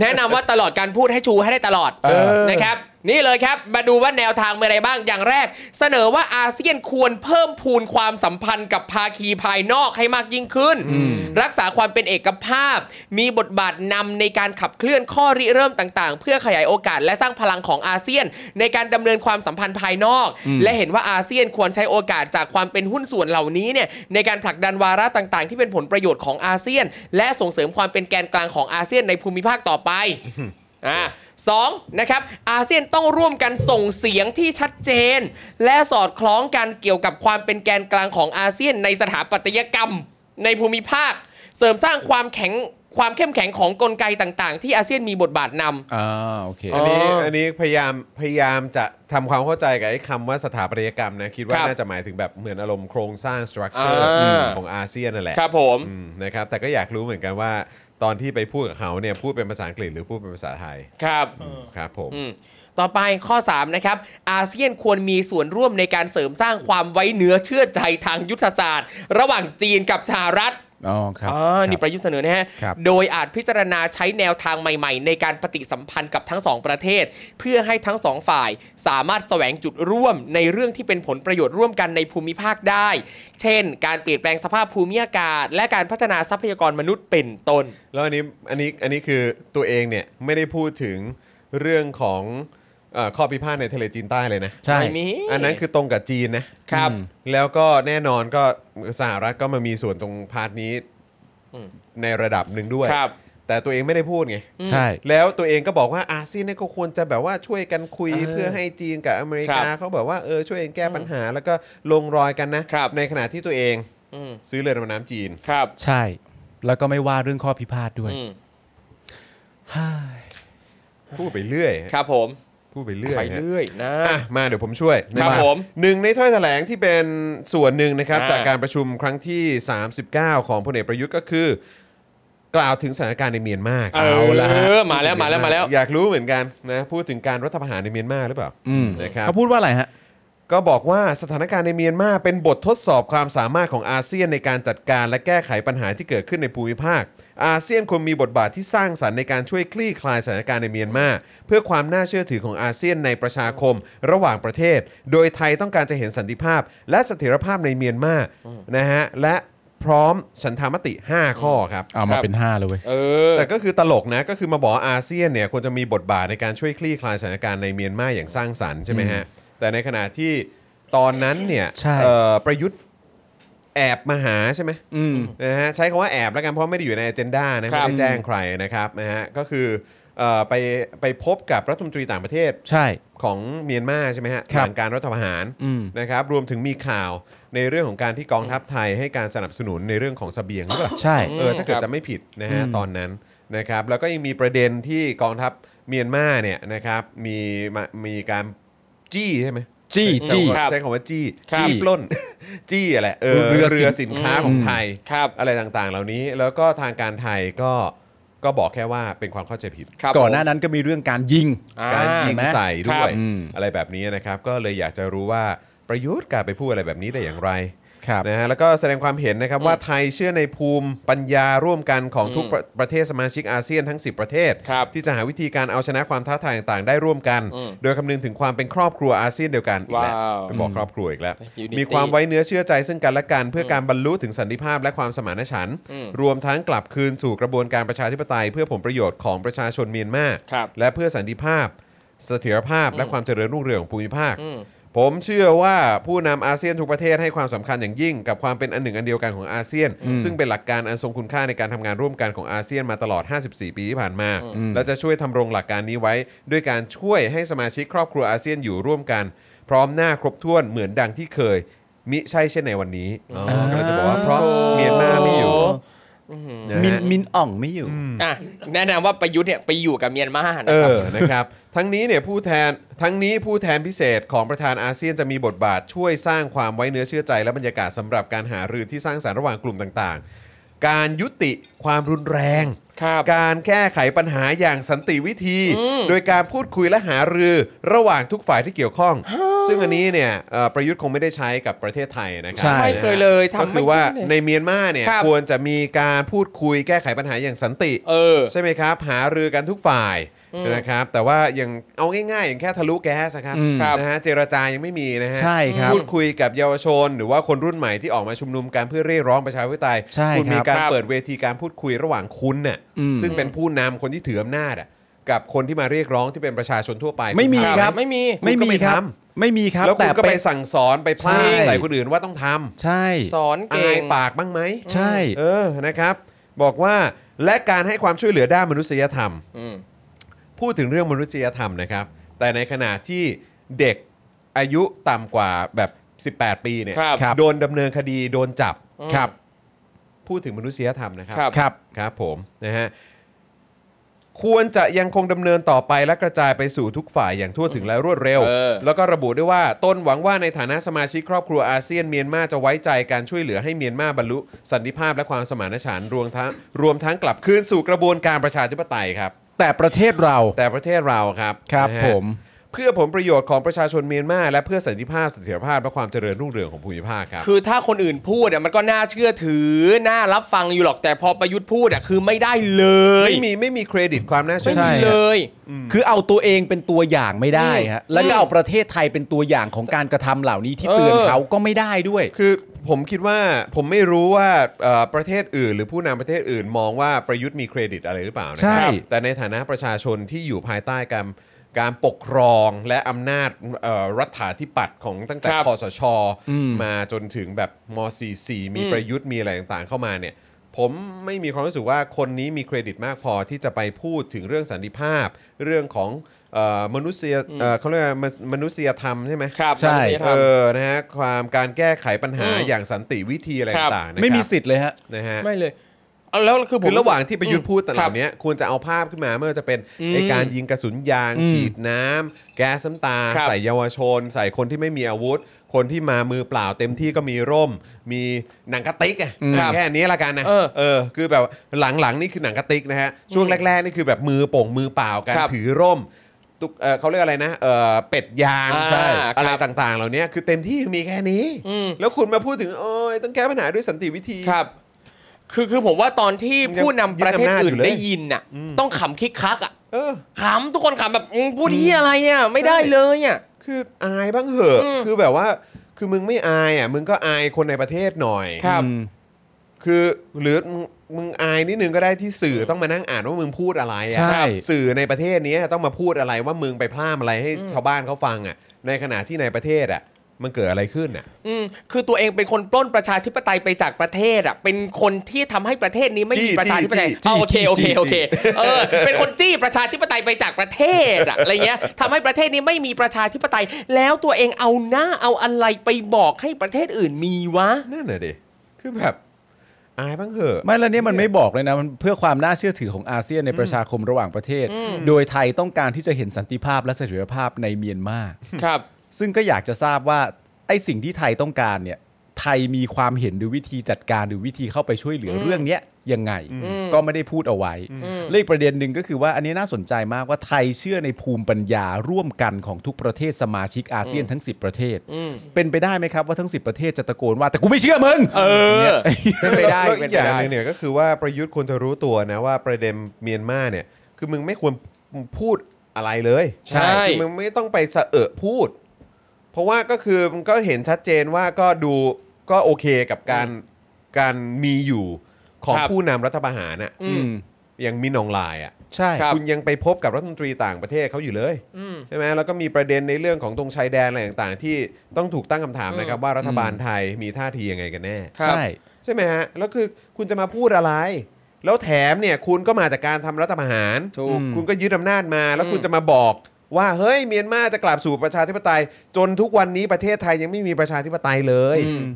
Speaker 1: แนะนำว่าตลอดการพูดให้ชูให้ได้ตลอด
Speaker 3: เออ
Speaker 1: นะครับ นี่เลยครับ มาดูว่าแนวทางเป็นอะไรบ้างอย่างแรก เสนอว่าอาเซียนควรเพิ่มพูนความสัมพันธ์กับภาคีภายนอกให้มากยิ่งขึ้น รักษาความเป็นเอกภาพ มีบทบาทนำในการขับเคลื่อนข้อริเริ่มต่างๆ เพื่อขยายโอกาสและสร้างพลังของอาเซียน ในการดำเนินความสัมพันธ์ภายนอก และเห็นว่าอาเซียนควรใช้โอกาสจากความเป็นหุ้นส่วนเหล่านี้เนี่ยในการผลักดันวาระต่างๆ ที่เป็นผลประโยชน์ของอาเซียน และส่งเสริมความเป็นแกนกลางของอาเซียนในภูมิภาคต่อไป อ่าสองนะครับอาเซียนต้องร่วมกันส่งเสียงที่ชัดเจน และสอดคล้องกันเกี่ยวกับความเป็นแกนกลางของอาเซียนในสถาปัตยกรรมในภูมิภาค เสริมสร้างความแข็งความเข้มแข็งของกลไกต่างๆ ที่อาเซียนมีบทบาทนำ
Speaker 3: อ่าโอเค
Speaker 2: อันนี้
Speaker 1: อ๋ออั
Speaker 2: อันนี้พยายามพยายามจะทำความเข้าใจกับไอ้คำว่าสถาปัตยกรรมนะคิดว่า
Speaker 1: ครับ
Speaker 2: น่าจะหมายถึงแบบเหมือนอารมณ์โครงสร้างสตรัคเจอร์
Speaker 1: อ่า
Speaker 2: ของอาเซียนนั่นแหละ
Speaker 1: ครับผม
Speaker 2: อืมนะครับแต่ก็อยากรู้เหมือนกันว่า ตอนที่ไปพูดกับเขาเนี่ยพูดเป็นภาษาอังกฤษหรือพูดเป็นภาษาไทย
Speaker 1: ครับ
Speaker 2: อืมครับผม
Speaker 1: อืมต่อไปข้อ 3 นะครับ อาเซียนควรมีส่วนร่วมในการเสริมสร้างความไว้เนื้อเชื่อใจทางยุทธศาสตร์ ระหว่างจีนกับสหรัฐ
Speaker 3: อ๋อครับ
Speaker 1: อ่านี่ประยุทธ์เสนอนะฮะ
Speaker 3: ครับ
Speaker 1: โดยอาจพิจารณาใช้แนวทางใหม่ ๆ ในการปฏิสัมพันธ์กับทั้งสองประเทศ เพื่อให้ทั้งสองฝ่ายสามารถแสวงจุดร่วมในเรื่องที่เป็นผลประโยชน์ร่วมกันในภูมิภาคได้ เช่น การเปลี่ยนแปลงสภาพภูมิอากาศ และการพัฒนาทรัพยากรมนุษย์เป็นต้น
Speaker 2: แล้วอันนี้อันนี้อันนี้คือตัวเองเนี่ยไม่ได้พูดถึงเรื่องของเอ่อข้อพิพาทในทะเลจีนใต้เลยนะ
Speaker 3: ใช่
Speaker 1: ไม่มี
Speaker 2: อันนั้นคือตรงกับจีนนะ
Speaker 1: ครับ
Speaker 3: อืม
Speaker 2: แล้วก็แน่นอนก็สหรัฐก็มามีส่วนตรงพาร์ทนี้
Speaker 1: อืม
Speaker 2: ในระดับหนึ่งด้วย
Speaker 1: ครับ
Speaker 2: แต่ตัวเองไม่ได้พูดไง
Speaker 3: ใช่
Speaker 2: แล้วตัวเองก็บอกว่าอาเซียนเนี่ยก็ควรจะแบบว่าช่วยกันคุย
Speaker 1: เออ
Speaker 2: เพื่อให้จีนกับอเมริกา
Speaker 1: ครับ
Speaker 2: เขาแบบว่าเออช่วยกันแก้ปัญหาแล้วก็ลงรอยกันนะ
Speaker 1: ครับ
Speaker 2: ในขณะที่ตัวเอง
Speaker 1: อืม
Speaker 2: ซื้อเรือดำน้ำจีน
Speaker 1: ครับ
Speaker 3: ใช่ แล้วก็ไม่ว่าเรื่องข้อพิพาทด้วย
Speaker 1: อืม
Speaker 3: ฮ่า
Speaker 2: พูดไปเรื่อย
Speaker 1: ครับผม
Speaker 2: พูดไปเรื่อย
Speaker 1: ไป
Speaker 2: ฮะ
Speaker 1: เรื่อยนะ
Speaker 2: อ่ะมาเดี๋ยวผมช่วยนะครับ
Speaker 1: ผม
Speaker 2: หนึ่งในถ้อยแถลงที่เป็นส่วนหนึ่งนะครับ
Speaker 1: อ่า
Speaker 2: จากการประชุมครั้งที่ 39 ของพลเอกประยุทธ์ก็คือ กล่าวถึงสถานการณ์ในเมียนมาครับ
Speaker 1: เออมาแล้วมาแล้วมาแล้ว
Speaker 2: อยากรู้เหมือนกันนะพูดถึงการรัฐประหารในเมียนมาหรือเปล่า
Speaker 3: อืม
Speaker 2: นะครับ
Speaker 3: เขาพูดว่าอะไรฮะ
Speaker 2: ก็บอกว่าสถานการณ์ในเมียนมาเป็นบททดสอบความสามารถของอาเซียนในการจัดการและแก้ไขปัญหาที่เกิดขึ้นในภูมิภาค อาเซียนควรมีบทบาทที่สร้างสรรค์ในการช่วยคลี่คลายสถานการณ์ในเมียนมา เพื่อความน่าเชื่อถือของอาเซียนในประชาคม ระหว่างประเทศ โดยไทยต้องการจะเห็นสันติภาพ และเสถียรภาพในเมียนมานะฮะและพร้อมฉันทามติ 5 ข้อครับ
Speaker 3: เอามาเป็น 5 เลยเว้ย
Speaker 1: เออ
Speaker 2: แต่ก็คือตลกนะก็คือมาบอกว่าอาเซียนเนี่ยควรจะมีบทบาทในการช่วยคลี่คลายสถานการณ์ในเมียนมาอย่างสร้างสรรค์ใช่ไหมฮะ แต่ในขณะที่ตอนนั้นเนี่ย
Speaker 3: ใช่
Speaker 2: เอ่อประยุทธ์แอบมาหาใช่ไหม
Speaker 3: อืม
Speaker 2: นะฮะใช้คำว่าแอบแล้วกันเพราะไม่ได้อยู่ในอเจนดานะ
Speaker 1: ครั
Speaker 2: ไม่
Speaker 1: บ
Speaker 2: ได้แจ้งใครนะครับนะฮะก็คือเอ่อไปไปพบกับรัฐมนตรีต่างประเทศ
Speaker 3: ใช่
Speaker 2: ของเมียนมาใช่ไหมฮะห
Speaker 3: ครับ
Speaker 2: ลังการรัฐประหาร
Speaker 3: อืม
Speaker 2: นะครับรวมถึงมีข่าวในเรื่องของการที่กองทัพไทยให้การสนับสนุนในเรื่องของเสบียงหรือเปล่า
Speaker 3: ใช่
Speaker 2: เออถ้าเกิด
Speaker 1: ครับ
Speaker 2: จะไม่ผิดนะฮะ
Speaker 3: อืม
Speaker 2: ตอนนั้นนะครับแล้วก็ยังมีประเด็นที่กองทัพเมียนมาเนี่ยนะครับมีมามีการจี้ใช่ไหม
Speaker 3: จี้จี้
Speaker 2: ใช้คำว่าจี้
Speaker 1: ครับ
Speaker 2: จี้ปล้น จี้อะไรเออ
Speaker 3: เรือสิน
Speaker 2: เรือสินค้าของ
Speaker 1: อืม
Speaker 2: ไทย
Speaker 1: ครับ
Speaker 2: อะไรต่างๆ เหล่านี้แล้วก็ทางการไทยก็ก็บอกแค่ว่าเป็นความเข้าใจผิด
Speaker 1: ครับ
Speaker 3: ก่อนหน้านั้นก็มีเรื่องการยิง
Speaker 1: อ่
Speaker 2: การยิง
Speaker 3: อ่า
Speaker 2: ใส่ด้
Speaker 3: ครั
Speaker 2: วย
Speaker 3: บอืม
Speaker 2: อะไรแบบนี้นะครับก็เลยอยากจะรู้ว่าประยุทธ์กล้าไปพูดอะไรแบบนี้ได้อย่างไร
Speaker 3: ครับ
Speaker 2: นะฮะแล้วก็แสดงความเห็นนะครับว่าไทยเชื่อในภูมิปัญญาร่วมกันของทุกประประเทศสมาชิกอาเซียนทั้ง 10 ประเทศ
Speaker 1: ครับ
Speaker 2: ที่จะหาวิธีการเอาชนะความท้าทายต่างๆ ได้ร่วมกัน
Speaker 1: อืม
Speaker 2: โดยคำนึงถึงความเป็นครอบครัวอาเซียนเดียวกันอีกแล้ว
Speaker 1: ว้าว
Speaker 2: ไปบอกครอบครัวอีกแล้ว
Speaker 1: Unity
Speaker 2: มีความไว้เนื้อเชื่อใจซึ่งกันและกันเพื่อการบรรลุถึงสันติภาพและความสมานฉันท์
Speaker 1: อืม
Speaker 2: รวมทั้งกลับคืนสู่กระบวนการประชาธิปไตย เพื่อผลประโยชน์ของประชาชนเมียนมา
Speaker 1: ครับ
Speaker 2: และเพื่อสันติภาพ เสถียรภาพและความเจริญรุ่งเรืองของภูมิภาค
Speaker 1: อืม
Speaker 2: ผมเชื่อว่าผู้นำอาเซียนทุกประเทศให้ความสำคัญอย่างยิ่ง กับความเป็นอันหนึ่งอันเดียวกันของอาเซียน ซึ่งเป็นหลักการอันทรงคุณค่าในการทำงานร่วมกันของอาเซียนมาตลอด 54 ปีที่ผ่านมา และจะช่วยทำรงหลักการนี้ไว้ ด้วยการช่วยให้สมาชิกครอบครัวอาเซียนอยู่ร่วมกัน พร้อมหน้าครบถ้วนเหมือนดังที่เคย มิใช่เช่นในวันนี้อ๋ออ
Speaker 3: ม
Speaker 2: กำลังจะบอกว่าเพราะเมียนมาไม่อยู่นะฮะ
Speaker 3: มินมินอ่องไม่อยู่
Speaker 1: อ่ะแนะนำว่าประยุทธ์เนี่ยไปอยู่กับเมียนมานะ
Speaker 2: เอ
Speaker 1: ครับ
Speaker 2: อ นะครับ ทั้งนี้เนี่ยผู้แทน ทั้งนี้ผู้แทนพิเศษของประธานอาเซียนจะมีบทบาทช่วยสร้างความไว้เนื้อเชื่อใจ และบรรยากาศสำหรับการหารือที่สร้างสรรค์ระหว่างกลุ่มต่างๆ การยุติความรุนแรง
Speaker 1: ครับ
Speaker 2: การแก้ไขปัญหาอย่างสันติวิธี โดยการพูดคุยและหารือระหว่างทุกฝ่ายที่เกี่ยวข้อง ซึ่งอันนี้เนี่ยเอ่อประยุทธ์คงไม่ได้ใช้กับประเทศไทยนะครั
Speaker 3: ใช่
Speaker 1: ไม่เคยเลย
Speaker 2: ก็
Speaker 1: ทำไม่
Speaker 2: คือว่า
Speaker 1: เคยเลย
Speaker 2: ในเมียนมาเนี่ย
Speaker 1: ครับ
Speaker 2: ควรจะมีการพูดคุยแก้ไขปัญหาอย่างสันติ
Speaker 1: เออ
Speaker 2: ใช่ไหมครับ หารือกันทุกฝ่ายนะครับ แต่ว่าอย่างเอาง่ายๆ อย่างแค่ทะลุแก๊สอะครับ
Speaker 3: อืม
Speaker 1: ครับ
Speaker 2: นะฮะเจรจายังไม่มีนะฮะ
Speaker 3: ใช่ครับ
Speaker 2: พูดคุยกับเยาวชน หรือว่าคนรุ่นใหม่ที่ออกมาชุมนุมกันเพื่อเรียกร้องประชาธิปไตย
Speaker 3: ใช่ครับ
Speaker 2: คุณมีการ
Speaker 1: ครับ
Speaker 2: เปิดเวทีการพูดคุยระหว่างคุณน่ะ
Speaker 3: อืม
Speaker 2: ซึ่งเป็นผู้นำคนที่ถืออำนาจอะกับคนที่มาเรียกร้องที่เป็นประชาชนทั่วไป
Speaker 3: ไม่มี
Speaker 2: ณทำ
Speaker 3: ครับ
Speaker 2: ห
Speaker 1: ไม่มี
Speaker 3: ไม่มีครั
Speaker 2: คุ
Speaker 3: บ
Speaker 2: ณก็ไม่ท
Speaker 3: ไม่มีครับ
Speaker 2: แล้วคุณก็
Speaker 3: เน
Speaker 2: ไปสั่งสอนไปพลาด
Speaker 3: ใช่
Speaker 2: ใส่คนอื่นว่าต้องทำ
Speaker 3: ใช่
Speaker 1: สอน
Speaker 2: อา
Speaker 1: เก่
Speaker 2: ย
Speaker 1: ง
Speaker 2: ปากบ้างไหม
Speaker 3: ใช่
Speaker 2: เออ นะครับ บอกว่าและการให้ความช่วยเหลือด้านมนุษยธรรม
Speaker 1: อืม
Speaker 2: พูดถึงเรื่องมนุษยธรรมนะครับ แต่ในขณะที่เด็กอายุต่ำกว่าแบบ 18 ปีเนี่ย
Speaker 1: ครับ
Speaker 2: โดนดำเนินคดี โดนจับ
Speaker 1: อืม
Speaker 3: ครับ
Speaker 2: พูดถึงมนุษยธรรมนะครับ
Speaker 1: ครับ
Speaker 3: ครับ
Speaker 2: ครับผมนะฮะควรจะยังคงดำเนินต่อไปและกระจายไปสู่ทุกฝ่ายอย่างทั่วถึงและรวดเร็ว
Speaker 1: เออ
Speaker 2: แล้วก็ระบุด้วยว่าต้นหวังว่าในฐานะสมาชิกครอบครัวอาเซียนเมียนมาจะไว้ใจการช่วยเหลือให้เมียนมาบรรลุสันติภาพและความสมานฉันท์รวมทั้งรวมทั้งกลับคืนสู่กระบวนการประชาธิปไตยครับ
Speaker 3: แต่ประเทศเรา
Speaker 2: แต่ประเทศเราครับ
Speaker 3: ครับ
Speaker 2: นะฮะ
Speaker 3: ผม
Speaker 2: เพื่อผลประโยชน์ของประชาชนเมียนมาและเพื่อสันติภาพเสถียรภาพและความเจริญรุ่งเรืองของภูมิภาคครับ
Speaker 1: คือถ้าคนอื่นพูดอ่ะมันก็น่าเชื่อถือ น่ารับฟังอยู่หรอกแต่พอประยุทธ์พูดอ่ะคือไม่ได้เลย
Speaker 2: ไม่มีไม่มีเครดิตความน่าเชื่อ
Speaker 1: ไม่
Speaker 2: ถื
Speaker 1: มี
Speaker 2: อ
Speaker 1: เลย
Speaker 3: คือเอาตัวเองเป็นตัวอย่างไม่ได้ฮะแล้วก็เอาประเทศไทยเป็นตัวอย่างของการกระทำเหล่านี้ที่เตือน
Speaker 1: เออ
Speaker 3: เขาก็ไม่ได้ด้วย
Speaker 2: คือผมคิดว่าผมไม่รู้ว่าเอ่อประเทศอื่น หรือผู้นำประเทศอื่นมองว่าประยุทธ์มีเครดิตอะไรหรือเปล่านะ
Speaker 3: ใช่
Speaker 2: ครับแต่ในฐานะประชาชนที่อยู่ภายใต้การการปกครองและอำนาจเอ่อรัฐาธิปัตย์ของตั้งแต่
Speaker 1: ครับ
Speaker 2: คอสช มาจนถึงแบบม .44 มี
Speaker 1: อืม
Speaker 2: ประยุทธ์มีอะไรต่างๆเข้ามาเนี่ย ผมไม่มีความรู้สึกว่าคนนี้มีเครดิตมากพอที่จะไปพูดถึงเรื่องสันติภาพ เรื่องของเอ่อมนุษยเอ่อเขาเรียกว่ามนมนุษยธรรมใช่ไหม
Speaker 1: ครับ
Speaker 3: ใช่
Speaker 1: มันไม่ได้ทำ
Speaker 2: เออ นะฮะ ความการแก้ไขปัญหา
Speaker 1: อืม
Speaker 2: อย่างสันติวิธีอะไร
Speaker 1: ครับ
Speaker 2: ต่างๆนะครับ
Speaker 3: ไม่มีสิทธิ์เลยฮะ
Speaker 2: นะฮะ
Speaker 1: ไม่เลยเอาแล้วคือผม
Speaker 2: คือระหว่างที่ประยุทธ์พูดแต่เห
Speaker 1: ครั
Speaker 2: ล่า
Speaker 1: บ
Speaker 2: นี้ควรจะเอาภาพขึ้นมาไม่ว่าจะเป็น
Speaker 1: อืม
Speaker 2: ไอการยิงกระสุนยาง
Speaker 3: อืม
Speaker 2: ฉีดน้ำแก๊สน้ำตา
Speaker 1: ครับ
Speaker 2: ใส่เยาวชน ใส่คนที่ไม่มีอาวุธ คนที่มามือเปล่าเต็มที่ก็มีร่ม มีหนังกระติกอะ
Speaker 1: ครับ
Speaker 2: แค่นี้ละกันนะ
Speaker 1: เออ
Speaker 2: คือแบบหลังๆนี่คือหนังกระติกนะฮะช่วงแรกๆนี่คือแบบมือโป่งมือเปล่ากัน
Speaker 1: ครับ
Speaker 2: ถือร่มตุ๊กเอ่อเขาเรียกอะไรนะเอ่อเป็ดยาง
Speaker 1: อ่า
Speaker 2: ใช่
Speaker 1: ครับ
Speaker 2: อะไรต่างๆ เหล่านี้คือเต็มที่มีแค่นี้
Speaker 1: อืม
Speaker 2: แล้วคุณมาพูดถึงโอ้ยต้องแก้ปัญหาด้วยสันติวิธี
Speaker 1: ครับ คือคือผมว่าตอนที่
Speaker 2: มันยัง
Speaker 1: ผู้นำประเทศ
Speaker 2: ยึดอำนาจ
Speaker 1: อื่
Speaker 2: อยู่
Speaker 1: น
Speaker 2: เลย
Speaker 1: ได้ยินน่ะ ต้องขำคิกคักอ่ะ
Speaker 2: เออ
Speaker 1: ขำทุกคนขำแบบอืมพูดที่อะไรอ่ะไม่ได้เลยอ่ะ
Speaker 2: คืออายบ้างเหอะ
Speaker 1: อืม
Speaker 2: คือแบบว่า คือมึงไม่อายอ่ะ มึงก็อายคนในประเทศหน่อย
Speaker 1: ครับ
Speaker 3: อืม
Speaker 2: คือหรือมึงมึงอายนิดนึงก็ได้ที่สื่อต้องมานั่งอ่านว่ามึงพูดอะไรอ่ะ
Speaker 3: ใช่
Speaker 2: สื่อในประเทศนี้ต้องมาพูดอะไรว่ามึงไปพร่ามอะไรให้ชาวบ้านเขาฟังอ่ะ ในขณะที่ในประเทศอ่ะ มันเกิดอะไรขึ้นอ่ะ
Speaker 1: อืมคือตัวเองเป็นคนปล้นประชาธิปไตยไปจากประเทศอ่ะ เป็นคนที่ทำให้ประเทศนี้ไม่
Speaker 2: จี้
Speaker 1: มีประชาธิปไตย
Speaker 2: จี้จี้
Speaker 1: เอาโอเค
Speaker 2: จี้
Speaker 1: โอเค
Speaker 2: จี้
Speaker 1: โอเคเออเป็นคนจี้ประชาธิปไตยไปจากประเทศอ่ะอะไรเงี้ยทำให้ประเทศนี้ไม่มีประชาธิปไตย แล้วตัวเองเอาหน้าเอาอะไรไปบอกให้ประเทศอื่นมีวะ
Speaker 2: นั่นน่ะดิคือแบบ อายบ้างเหอะ
Speaker 3: ไม่แล้วเนี่ยมันไม่บอกเลยนะมันเพื่อความน่าเชื่อถือของอาเซียนในประชาคมระหว่างประเทศ โดยไทยต้องการที่จะเห็นสันติภาพและเสถียรภาพในเมียนมา
Speaker 1: ครับ
Speaker 3: ซึ่งก็อยากจะทราบว่าไอ้สิ่งที่ไทยต้องการเนี่ย ไทยมีความเห็นหรือวิธีจัดการหรือวิธีเข้าไปช่วยเหลืออเรื่องเนี้ยยังไง ก็ไม่ได้พูดเอาไว้เลขประเด็นหนึ่งก็คือว่าอันนี้น่าสนใจมากว่าไทยเชื่อในภูมิปัญญาร่วมกันของทุกประเทศสมาชิกอาเซียนทั้ง 10 ประเทศ เป็นไปได้ไหมครับว่าทั้ง 10 ประเทศจะตะโกนว่าแต่กูไม่เชื่อมึง
Speaker 1: เออ เป็นไปได้
Speaker 2: แล้วแล้ว
Speaker 1: เป็
Speaker 2: อีก
Speaker 1: นไป
Speaker 2: อย่าง
Speaker 1: ได้
Speaker 2: หนึงเนี่ยก็คือว่าประยุทธ์ควรจะรู้ตัวนะว่าประเด็นเมียนมาเนี่ย คือมึงไม่ควรพูดอะไรเลย
Speaker 1: ใช่
Speaker 2: คือมึงไม่ต้องไปสะเอะพูด เพราะว่าก็คือมันก็เห็นชัดเจนว่าก็ดูก็โอเคกับการการมีอยู่ของ
Speaker 1: ครับ
Speaker 2: ผู้นำรัฐประหารน่ะ
Speaker 1: อืม
Speaker 2: อย่างมินอองไลน์อ่ะ
Speaker 3: ใช่
Speaker 1: ครับ
Speaker 2: คุณยังไปพบกับรัฐมนตรีต่างประเทศเขาอยู่เลยใช่ไหมแล้วก็มีประเด็นในเรื่องของตรงชายแดนอะไรต่างๆ ที่ต้องถูกตั้งคำถามนะครับว่ารัฐบาลไทยมีท่าทียังไงกันแน่
Speaker 1: ครับ
Speaker 3: ใช่
Speaker 2: ใช่ไหมฮะ แล้วคือคุณจะมาพูดอะไร แล้วแถมเนี่ยคุณก็มาจากการทำรัฐประหาร
Speaker 1: ถูก
Speaker 3: อืม
Speaker 2: คุณก็ยึดอำนาจมา แล้ว
Speaker 1: อืม
Speaker 2: คุณจะมาบอกว่าเฮ้ยเมียนมาจะกลับสู่ประชาธิปไตย จนทุกวันนี้ประเทศไทยยังไม่มีประชาธิปไตยเลย
Speaker 1: อืม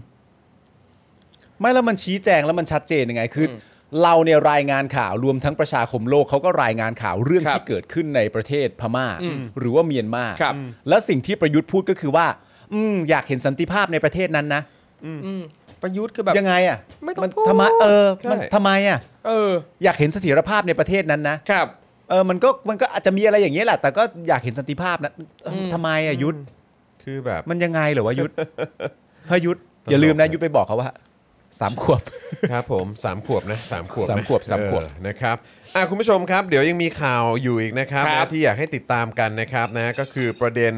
Speaker 3: ไม่แล้วมันชี้แจงแล้วมันชัดเจนยังไงคืออ
Speaker 1: ม
Speaker 3: เราเนี่ยรายงานข่าวรวมทั้งประชาคมโลกเขาก็รายงานข่าวเรื่อง
Speaker 1: ครับ
Speaker 3: ที่เกิดขึ้นในประเทศพม่า
Speaker 1: อืม
Speaker 3: หรือว่าเมียนมา
Speaker 1: ครับ
Speaker 3: และสิ่งที่ประยุทธ์พูดก็คือว่า อืมอยากเห็นสันติภาพในประเทศนั้นนะ
Speaker 1: อืมประยุทธ์คือแบบ
Speaker 3: ยังไงอ่ะ
Speaker 1: ไม่ต้อง
Speaker 3: มัน
Speaker 1: พูด
Speaker 3: ทำไมเออ
Speaker 2: ใช่
Speaker 3: มันทำไมอ่ะ
Speaker 1: เออ
Speaker 3: อยากเห็นเสถียรภาพในประเทศนั้นนะครับ เออมันก็มันก็อาจจะมีอะไรอย่างเงี้ยแหละแต่ก็อยากเห็นสันติภาพนะเอออ
Speaker 1: ม
Speaker 3: ทำไมอ่ะยุทธ
Speaker 2: คือแบบ
Speaker 3: มันยังไงเหรอวะ ยุทธเฮ้ยยุทธอย่าลืมนะยุทธไปบอกเขาว่าสามขวบ
Speaker 2: ครับผม 3 ขวบนะสามขวบนะ
Speaker 3: สามขวบสามขวบ
Speaker 2: เออนะครับอ่ะคุณผู้ชมครับ เดี๋ยวยังมีข่าวอยู่อีกนะครับ
Speaker 1: ครับ
Speaker 2: นะที่อยากให้ติดตามกันนะครับนะก็คือประเด็น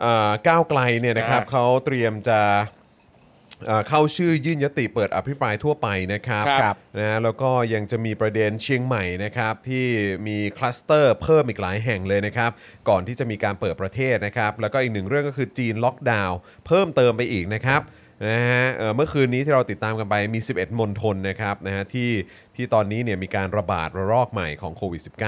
Speaker 2: เอ่อก้าวไกลเนี่ยนะครับ
Speaker 1: อ่า
Speaker 2: เขาเตรียมจะเอ่อเข้าชื่อยื่นยติเปิดอภิปรายทั่วไปนะครับ
Speaker 1: ครับ
Speaker 2: นะแล้วก็ยังจะมีประเด็นเชียงใหม่นะครับที่มีคลัสเตอร์เพิ่มอีกหลายแห่งเลยนะครับก่อนที่จะมีการเปิดประเทศนะครับแล้วก็อีกหนึ่งเรื่องก็คือจีนล็อกดาวน์เพิ่มเติมไปอีกนะครับ นะฮะเอ่อเมื่อคืนนี้ที่เราติดตามกันไปมี 11 มณฑลนะครับนะฮะที่ที่ตอนนี้เนี่ยมีการระบาดระลอกใหม่ของโควิด -19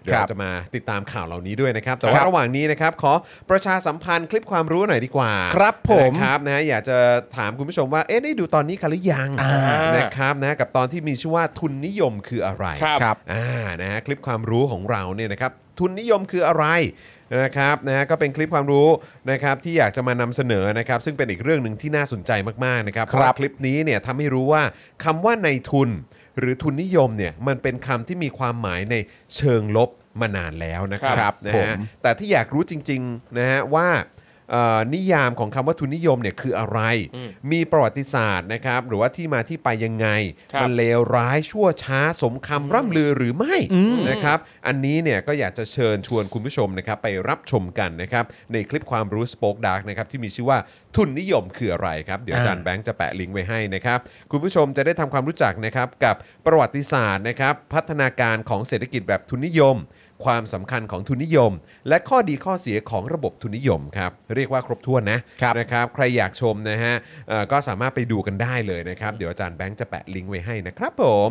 Speaker 2: เดี๋ยวเราจะมาติดตามข่าวเหล่านี้ด้วยนะครับ แต่ว่า
Speaker 3: ครับ
Speaker 2: ระหว่างนี้นะครับ ขอประชาสัมพันธ์คลิปความรู้หน่อยดีกว่า
Speaker 3: ครับผม
Speaker 2: นะครับนะฮะอยากจะถามคุณผู้ชมว่าเอ๊ะได้ดูตอนนี้กันหรือยังนะครับนะกับตอนที่มีชื่อว่าทุนนิยมคืออะไร
Speaker 1: ครับ
Speaker 2: อ่านะฮะคลิปความรู้ของเราเนี่ยนะครับทุนนิยมคืออะไรนะครับนะฮะก็เป็นคลิปความรู้นะครับที่อยากจะมานำเสนอนะครับซึ่งเป็นอีกเรื่องหนึ่งที่น่าสนใจมากๆนะครับเพราะว่าคลิปนี้เนี่ยทำให้รู้ว่าคำว่าในทุน หรือทุนนิยมเนี่ยมันเป็นคำที่มีความหมายในเชิงลบ มานานแล้วนะครับ
Speaker 3: ครับ
Speaker 2: นะ
Speaker 3: ผ
Speaker 2: ฮะ
Speaker 3: ม
Speaker 2: แต่ที่อยากรู้จริงๆนะฮะว่าเอ่อนิยามของคำว่าทุนนิยมเนี่ยคืออะไร มีประวัติศาสตร์นะครับ หรือว่าที่มาที่ไปยังไง
Speaker 1: ครับ
Speaker 2: มันเลวร้ายชั่วช้าสมคำร่ำลือหรือไม่นะครับ อันนี้เนี่ยก็อยากจะเชิญชวนคุณผู้ชมนะครับไปรับชมกันนะครับในคลิปความรู้ Spoke Dark นะครับที่มีชื่อว่าทุนนิยมคืออะไรครับ เดี๋ยวอาจารย์แบงค์จะแปะลิงก์ไว้ให้นะครับ คุณผู้ชมจะได้ทำความรู้จักนะครับกับประวัติศาสตร์นะครับพัฒนาการของเศรษฐกิจแบบทุนนิยม ความสำคัญของทุนนิยม และข้อดีข้อเสียของระบบทุนนิยมครับเรียกว่าครบถ้วนนะครับ นะครับ ใครอยากชมนะฮะเอ่อก็สามารถไปดูกันได้เลยนะครับ เดี๋ยวอาจารย์แบงค์จะแปะลิงก์ไว้ให้นะครับผม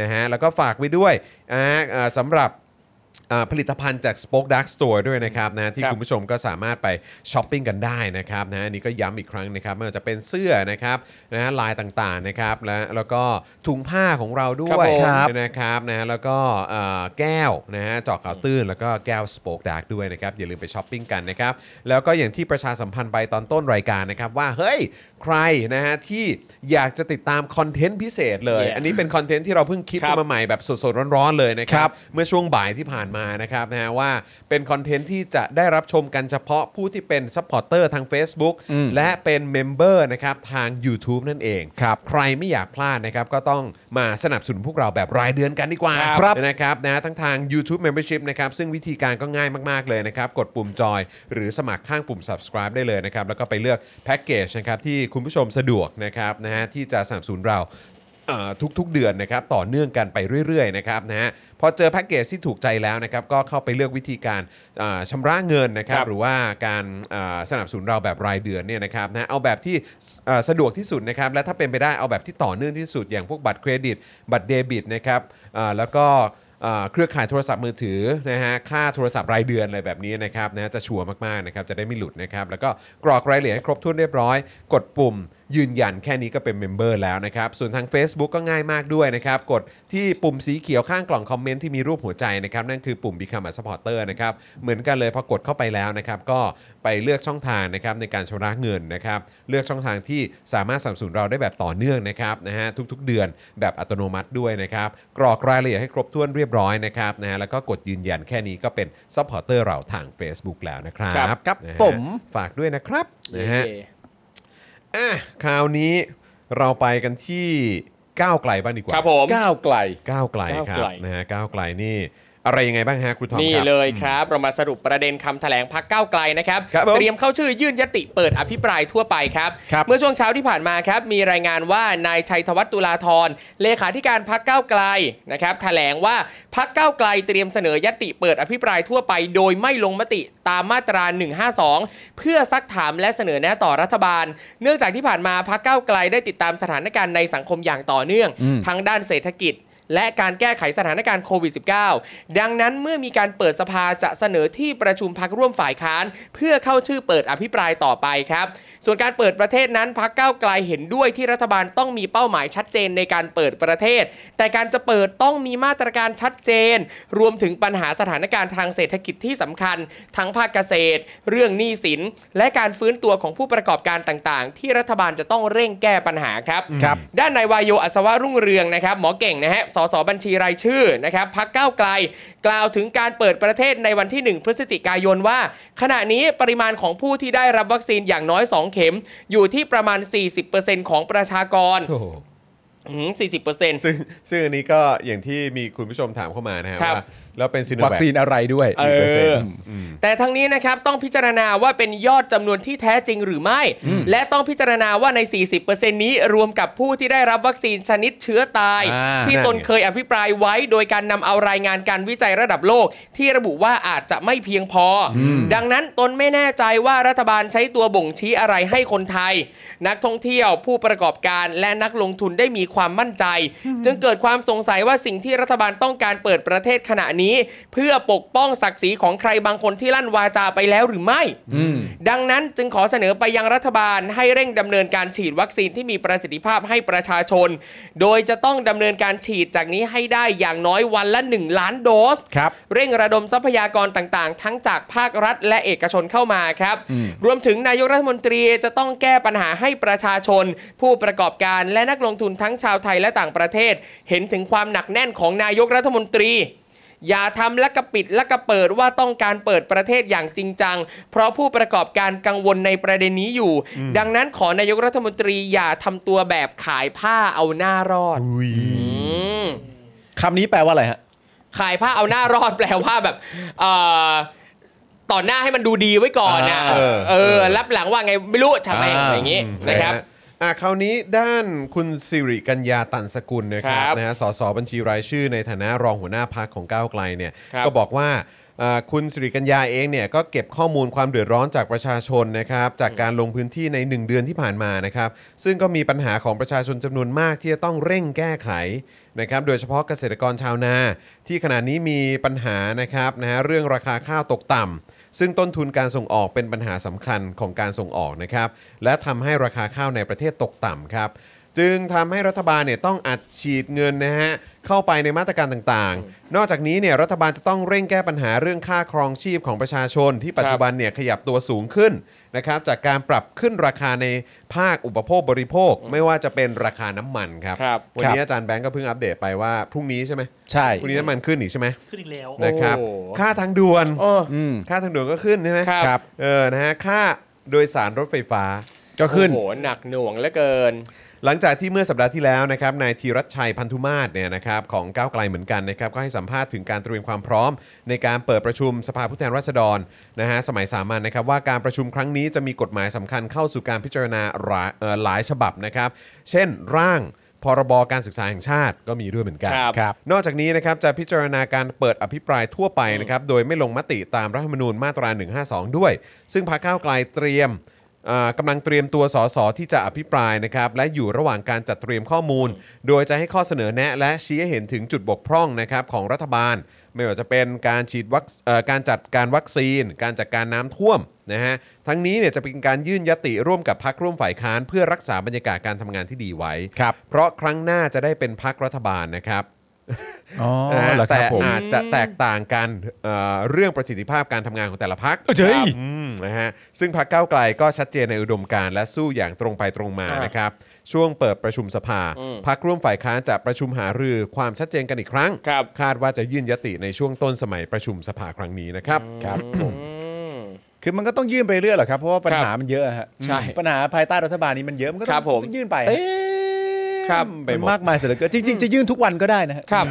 Speaker 2: นะฮะแล้วก็ฝากไว้ด้วยอ่าเอ่อสำหรับ อ่าผลิตภัณฑ์จาก Spoke Dark Store ด้วยนะครับนะที่
Speaker 1: ครับ
Speaker 2: คุณผู้ชมก็สามารถไปช้อปปิ้งกันได้นะครับนะอันนี้ก็ย้ำอีกครั้งนะครับไม่ว่าจะเป็นเสื้อนะครับนะลายต่างๆนะครับและแล้วก็ถุงผ้าของเราด้วย
Speaker 3: ครับผม
Speaker 2: นะครับนะแล้วก็เอ่อแก้วนะฮะเจอกข่าวตื้น แล้วก็แก้ว Spoke Dark ด้วยนะครับ อย่าลืมไปช้อปปิ้งกันนะครับ แล้วก็อย่างที่ประชาสัมพันธ์ไปตอนต้นรายการนะครับ ว่าเฮ้ยใครนะฮะที่อยากจะติดตามคอนเทนต์พิเศษเลย
Speaker 1: Yeah
Speaker 2: อันนี้เป็นคอนเทนต์ที่เราเพิ่งคิด
Speaker 1: ครับ
Speaker 2: มา ใหม่แบบสดๆ ร้อนๆ เลยนะครับ เมื่อช่วงบ่ายที่ผ่านมานะครับนะฮะว่าเป็นคอนเทนต์ที่จะได้รับชมกันเฉพาะผู้ที่เป็นซัพพอร์เตอร์ทาง Facebook และเป็นเมมเบอร์นะครับทาง YouTube นั่นเองครับใครไม่อยากพลาดนะครับ ก็ต้องมาสนับสนุนพวกเราแบบรายเดือนกันดีกว่า
Speaker 3: ครับ
Speaker 2: นะครับนะทั้งทาง YouTube Membership นะครับ ซึ่งวิธีการก็ง่ายมากๆเลยนะครับ กดปุ่มจอย หรือสมัครข้างปุ่ม subscribe ได้เลยนะครับ แล้วก็ไปเลือกแพ็กเกจนะครับที่คุณผู้ชมสะดวกนะครับนะฮะที่จะสนับสนุนเรา เอ่อทุกๆ เดือนนะครับต่อเนื่องกันไปเรื่อยๆนะครับนะฮะพอเจอแพ็กเกจที่ถูกใจแล้วนะครับก็เข้าไปเลือกวิธีการอ่าชำาระเงินนะครับ
Speaker 1: ครับ
Speaker 2: หรือว่าการอ่าสนับสนุนเราแบบรายเดือนเนี่ยนะครับนะเอาแบบที่สเอ่อสะดวกที่สุดนะครับและถ้าเป็นไปได้เอาแบบที่ต่อเนื่องที่สุดอย่างพวกบัตรเครดิต บัตรเดบิตนะครับอ่าแล้วก็อ่าเครือข่ายโทรศัพท์มือถือนะฮะค่าโทรศัพท์รายเดือนอะไรแบบนี้นะครับนะจะชัวร์มากๆนะครับจะได้ไม่หลุดนะครับแล้วก็กรอกรายละเอียดให้ครบถ้วนเรียบร้อย กดปุ่ม ยืนยันแค่นี้ก็เป็นเมมเบอร์แล้วนะครับ ส่วนทาง Facebook ก็ง่ายมากด้วยนะครับ กดที่ปุ่มสีเขียวข้างกล่องคอมเมนต์ที่มีรูปหัวใจนะครับ นั่นคือปุ่ม Become a supporter นะครับ เหมือนกันเลยพอกดเข้าไปแล้วนะครับ ก็ไปเลือกช่องทางนะครับในการชำระเงินนะครับ เลือกช่องทางที่สามารถสนับสนุนเราได้แบบต่อเนื่องนะครับนะฮะทุกๆ เดือนแบบอัตโนมัติด้วยนะครับ กรอกรายละเอียดให้ครบถ้วนเรียบร้อยนะครับนะฮะแล้วก็กดยืนยันแค่นี้ก็เป็น supporter เราทาง Facebook แล้วนะครับ
Speaker 1: ครับ
Speaker 3: ครับ
Speaker 2: นะฮะ
Speaker 3: ผม
Speaker 2: ฝากด้วยนะครับนะฮะ
Speaker 1: เย่
Speaker 2: อ่ะคราวนี้เราไปกันที่ก้าวไกลบ้างดีกว่า
Speaker 1: ครับผม
Speaker 3: ก้าวไกล
Speaker 2: ก้าวไกลครับ
Speaker 1: ก้าวไกล
Speaker 2: นะฮะก้าวไกลนี่ อะไรยังไงบ้างฮะครูทอม
Speaker 1: นี่
Speaker 2: ครับ
Speaker 1: เลยครับ เรามาสรุปประเด็นคำแถลงพักก้าวไกลนะครับ
Speaker 2: ครับผม
Speaker 1: เตรียมเข้าชื่อยื่นยติเปิดอภิปรายทั่วไปครับ
Speaker 2: ครับ
Speaker 1: เมื่อช่วงเช้าที่ผ่านมาครับ มีรายงานว่านายชัยธวัฒน์ตุลาธรเลขาธิการพักก้าวไกลนะครับแถลงว่าพักก้าวไกลเตรียมเสนอยติเปิดอภิปรายทั่วไป โดยไม่ลงมติตามมาตรา 152 เพื่อซักถามและเสนอแนะต่อรัฐบาล เนื่องจากที่ผ่านมาพักก้าวไกลได้ติดตามสถานการณ์ในสังคมอย่างต่อเนื่อง
Speaker 3: อืม
Speaker 1: ทั้งด้านเศรษฐกิจ และการแก้ไขสถานการณ์โควิด -19 ดังนั้นเมื่อมีการเปิดสภาจะเสนอที่ประชุมพักร่วมฝ่ายค้าน เพื่อเข้าชื่อเปิดอภิปรายต่อไปครับ ส่วนการเปิดประเทศนั้นพักก้าวไกลเห็นด้วยที่รัฐบาลต้องมีเป้าหมายชัดเจนในการเปิดประเทศ แต่การจะเปิดต้องมีมาตรการชัดเจน รวมถึงปัญหาสถานการณ์ทางเศรษฐกิจที่สำคัญ ทั้งภาคเกษตร เรื่องหนี้สิน และการฟื้นตัวของผู้ประกอบการต่างๆ ที่รัฐบาลจะต้องเร่งแก้ปัญหาครับ
Speaker 3: ครับ
Speaker 1: ด้านนายวายโยอัศวะรุ่งเรืองนะครับหมอเก่งนะฮะสสบัญชีรายชื่อนะครับพักก้าวไกล กล่าวถึงการเปิดประเทศในวันที่ 1 พฤศจิกายนว่า ขณะนี้ปริมาณของผู้ที่ได้รับวัคซีนอย่างน้อย 2 เข็ม อยู่ที่ประมาณ 40%ของประชากร
Speaker 2: โอ้โห
Speaker 1: อืม40%
Speaker 2: ซึ่งซึ่งอันนี้ก็อย่างที่มีคุณผู้ชมถามเข้ามานะฮะ
Speaker 1: ครับ
Speaker 2: ว่าแล้วเป็นซีโน
Speaker 3: วัค
Speaker 2: แวค
Speaker 3: ซีนอะไรด้วย
Speaker 1: เออ
Speaker 3: กี่ปร์ซ็นต์
Speaker 1: แต่ทั้งนี้นะครับต้องพิจารณาว่าเป็นยอดจำนวนที่แท้จริงหรือไม่ และต้องพิจารณาว่าใน 40%นี้รวมกับผู้ที่ได้รับวัคซีนชนิดเชื้อตาย
Speaker 3: อ่า
Speaker 1: ที่ตนเคยอภิปรายไว้ โดยการนำเอารายงานการวิจัยระดับโลก ที่ระบุว่าอาจจะไม่เพียงพออดังนั้นตนไม่แน่ใจว่ารัฐบาลใช้ตัวบ่งชี้อะไรให้คนไทย นักท่องเที่ยวผู้ประกอบการและนักลงทุนได้มีความมั่นใจ จึงเกิดความสงสัยว่าสิ่งที่รัฐบาลต้องการเปิดประเทศขณะนี้ เพื่อปกป้องศักดิ์ศรีของใครบางคนที่ลั่นวาจาไปแล้วหรือไม่
Speaker 3: อืม
Speaker 1: ดังนั้นจึงขอเสนอไปยังรัฐบาลให้เร่งดำเนินการฉีดวัคซีนที่มีประสิทธิภาพให้ประชาชน โดยจะต้องดำเนินการฉีดจากนี้ให้ได้อย่างน้อยวันละ 1 ล้านโดส
Speaker 3: ครับ
Speaker 1: เร่งระดมทรัพยากรต่างๆ ทั้งจากภาครัฐและเอกชนเข้ามาครับ รวมถึงนายกรัฐมนตรีจะต้องแก้ปัญหาให้ประชาชน ผู้ประกอบการและนักลงทุนทั้งชาวไทยและต่างประเทศ เห็นถึงความหนักแน่นของนายกรัฐมนตรี อย่าทำและกระปิดและกระเปิดว่าต้องการเปิดประเทศอย่างจริงจัง เพราะผู้ประกอบการกังวลในประเด็นนี้อยู่ ดังนั้นขอนายกรัฐมนตรีอย่าทำตัวแบบขายผ้าเอาหน้ารอดอืม
Speaker 3: คำนี้แปลว่าอะไรฮะ
Speaker 1: ขายผ้าเอาหน้ารอดแปลว่าแบบเอ่อต่อหน้าให้มันดูดีไว้ก่อนนะ
Speaker 2: อ่าเออ
Speaker 1: เออ รับหลังว่าไงไม่รู้ทำไมอะไรอย่างงี้นะครับ
Speaker 2: ฮอ่ะคราวนี้ด้านคุณสิริกัญญาตันสกุลนะครับ
Speaker 1: ครับ
Speaker 2: นะฮะสสบัญชีรายชื่อในฐานะรองหัวหน้าพักของก้าวไกลเนี่ย
Speaker 1: ครับ
Speaker 2: ก็บอกว่าเอ่อคุณสิริกัญญาเองเนี่ยก็เก็บข้อมูลความเดือดร้อนจากประชาชนนะครับจากการลงพื้นที่ใน 1 เดือนที่ผ่านมานะครับซึ่งก็มีปัญหาของประชาชนจำนวนมากที่จะต้องเร่งแก้ไขนะครับโดยเฉพาะเกษตรกรชาวนา ที่ขณะนี้มีปัญหานะครับนะฮะเรื่องราคาข้าวตกต่ำ ซึ่งต้นทุนการส่งออกเป็นปัญหาสำคัญของการส่งออกนะครับ และทำให้ราคาข้าวในประเทศตกต่ำครับ จึงทำให้รัฐบาลเนี่ยต้องอัดฉีดเงินนะฮะเข้าไปในมาตรการต่างๆ นอกจากนี้เนี่ยรัฐบาลจะต้องเร่งแก้ปัญหาเรื่องค่าครองชีพของประชาชน ที่ปัจจุบันเนี่ยขยับตัวสูงขึ้นนะครับ จากการปรับขึ้นราคาในภาคอุปโภคบริโภค ไม่ว่าจะเป็นราคาน้ำมันครับ
Speaker 1: ครับ
Speaker 2: วันนี้อาจารย์แบงก์ก็เพิ่งอัปเดตไปว่าพรุ่งนี้ใช่ไหม
Speaker 3: ใช่
Speaker 2: พรุ่งนี้น้ำมันขึ้นอีกใช่ไหม
Speaker 4: ขึ้นอีกแล้ว
Speaker 2: นะครับ
Speaker 1: โอ้
Speaker 2: ค่าทางด่วน
Speaker 1: เออ
Speaker 3: อืม
Speaker 2: ค่าทางด่วนก็ขึ้นใช่ไหม
Speaker 1: ครับครับ
Speaker 2: เออ นะฮะ ค่าโดยสารรถไฟฟ้า
Speaker 3: ก็ขึ้น
Speaker 1: โอ้โหหนักหน่วงเหลือเกิน
Speaker 2: หลังจากที่เมื่อสัปดาห์ที่แล้วนะครับ นายธีรัชชัยพันธุมาศเนี่ยนะครับของก้าวไกลเหมือนกันนะครับ ก็ให้สัมภาษณ์ถึงการเตรียมความพร้อม ในการเปิดประชุมสภาผู้แทนราษฎรนะฮะสมัยสามัญนะครับว่าการประชุมครั้งนี้จะมีกฎหมายสำคัญเข้าสู่การพิจารณาหลายเอ่อหลายฉบับนะครับ เช่น ร่างพรบการศึกษาแห่งชาติก็มีด้วยเหมือนกัน
Speaker 1: ครับ
Speaker 2: นอกจากนี้นะครับจะพิจารณาการเปิดอภิปรายทั่วไปนะครับโดยไม่ลงมติตามรัฐธรรมนูญมาตรา 152 ด้วย ซึ่งพรรคก้าวไกลเตรียมเอ่อกำลังเตรียมตัวสสที่จะอภิปรายนะครับและอยู่ระหว่างการจัดเตรียมข้อมูล โดยจะให้ข้อเสนอแนะและชี้ให้เห็นถึงจุดบกพร่องนะครับของรัฐบาล ไม่ว่าจะเป็นการฉีดวัคเอ่อการจัดการวัคซีน การจัดการน้ำท่วมนะฮะทั้งนี้เนี่ยจะเป็นการยื่นยติร่วมกับพรรคร่วมฝ่ายค้าน เพื่อรักษาบรรยากาศการทำงานที่ดีไว้
Speaker 3: ครับ
Speaker 2: เพราะครั้งหน้าจะได้เป็นพรรครัฐบาลนะครับ
Speaker 3: อ๋อ
Speaker 2: นะฮะ
Speaker 3: เหรอค
Speaker 2: แต่
Speaker 3: รับผม
Speaker 2: อาจจะแตกต่างกันเอ่อเรื่องประสิทธิภาพการทำงานของแต่ละพัก
Speaker 3: เอ้ยเฮ้ย
Speaker 2: นะฮะซึ่งพักก้าวไกลก็ชัดเจนในอุดมการณ์และสู้อย่างตรงไปตรงมา
Speaker 1: อ่าน
Speaker 2: นะครับ ช่วงเปิดประชุมสภา
Speaker 1: อืม
Speaker 2: พักร่วมฝ่ายค้านจะประชุมหารือความชัดเจนกันอีกครั้ง
Speaker 1: ครับ
Speaker 2: คาดว่าจะยื่นยติในช่วงต้นสมัยประชุมสภาครั้งนี้นะครับ
Speaker 3: ครับผม
Speaker 1: อืม
Speaker 3: คือมันก็ต้องยื่นไปเรื่อยเหรอครับ เพราะว่าปัญหามันเยอะฮะ
Speaker 1: ใช่
Speaker 3: ปัญหาภายใต้รัฐบาลนี้มันเยอะ มันก็ต้อง
Speaker 1: ครับผม
Speaker 3: ต้องยื่นไป
Speaker 2: เอ๊ะ
Speaker 1: ครับ
Speaker 2: ไปหม
Speaker 3: มาก
Speaker 2: ด
Speaker 3: มายเสียเหลือเกินจริง ๆ จะยื่นทุกวันก็ได้นะฮะ
Speaker 1: ครับ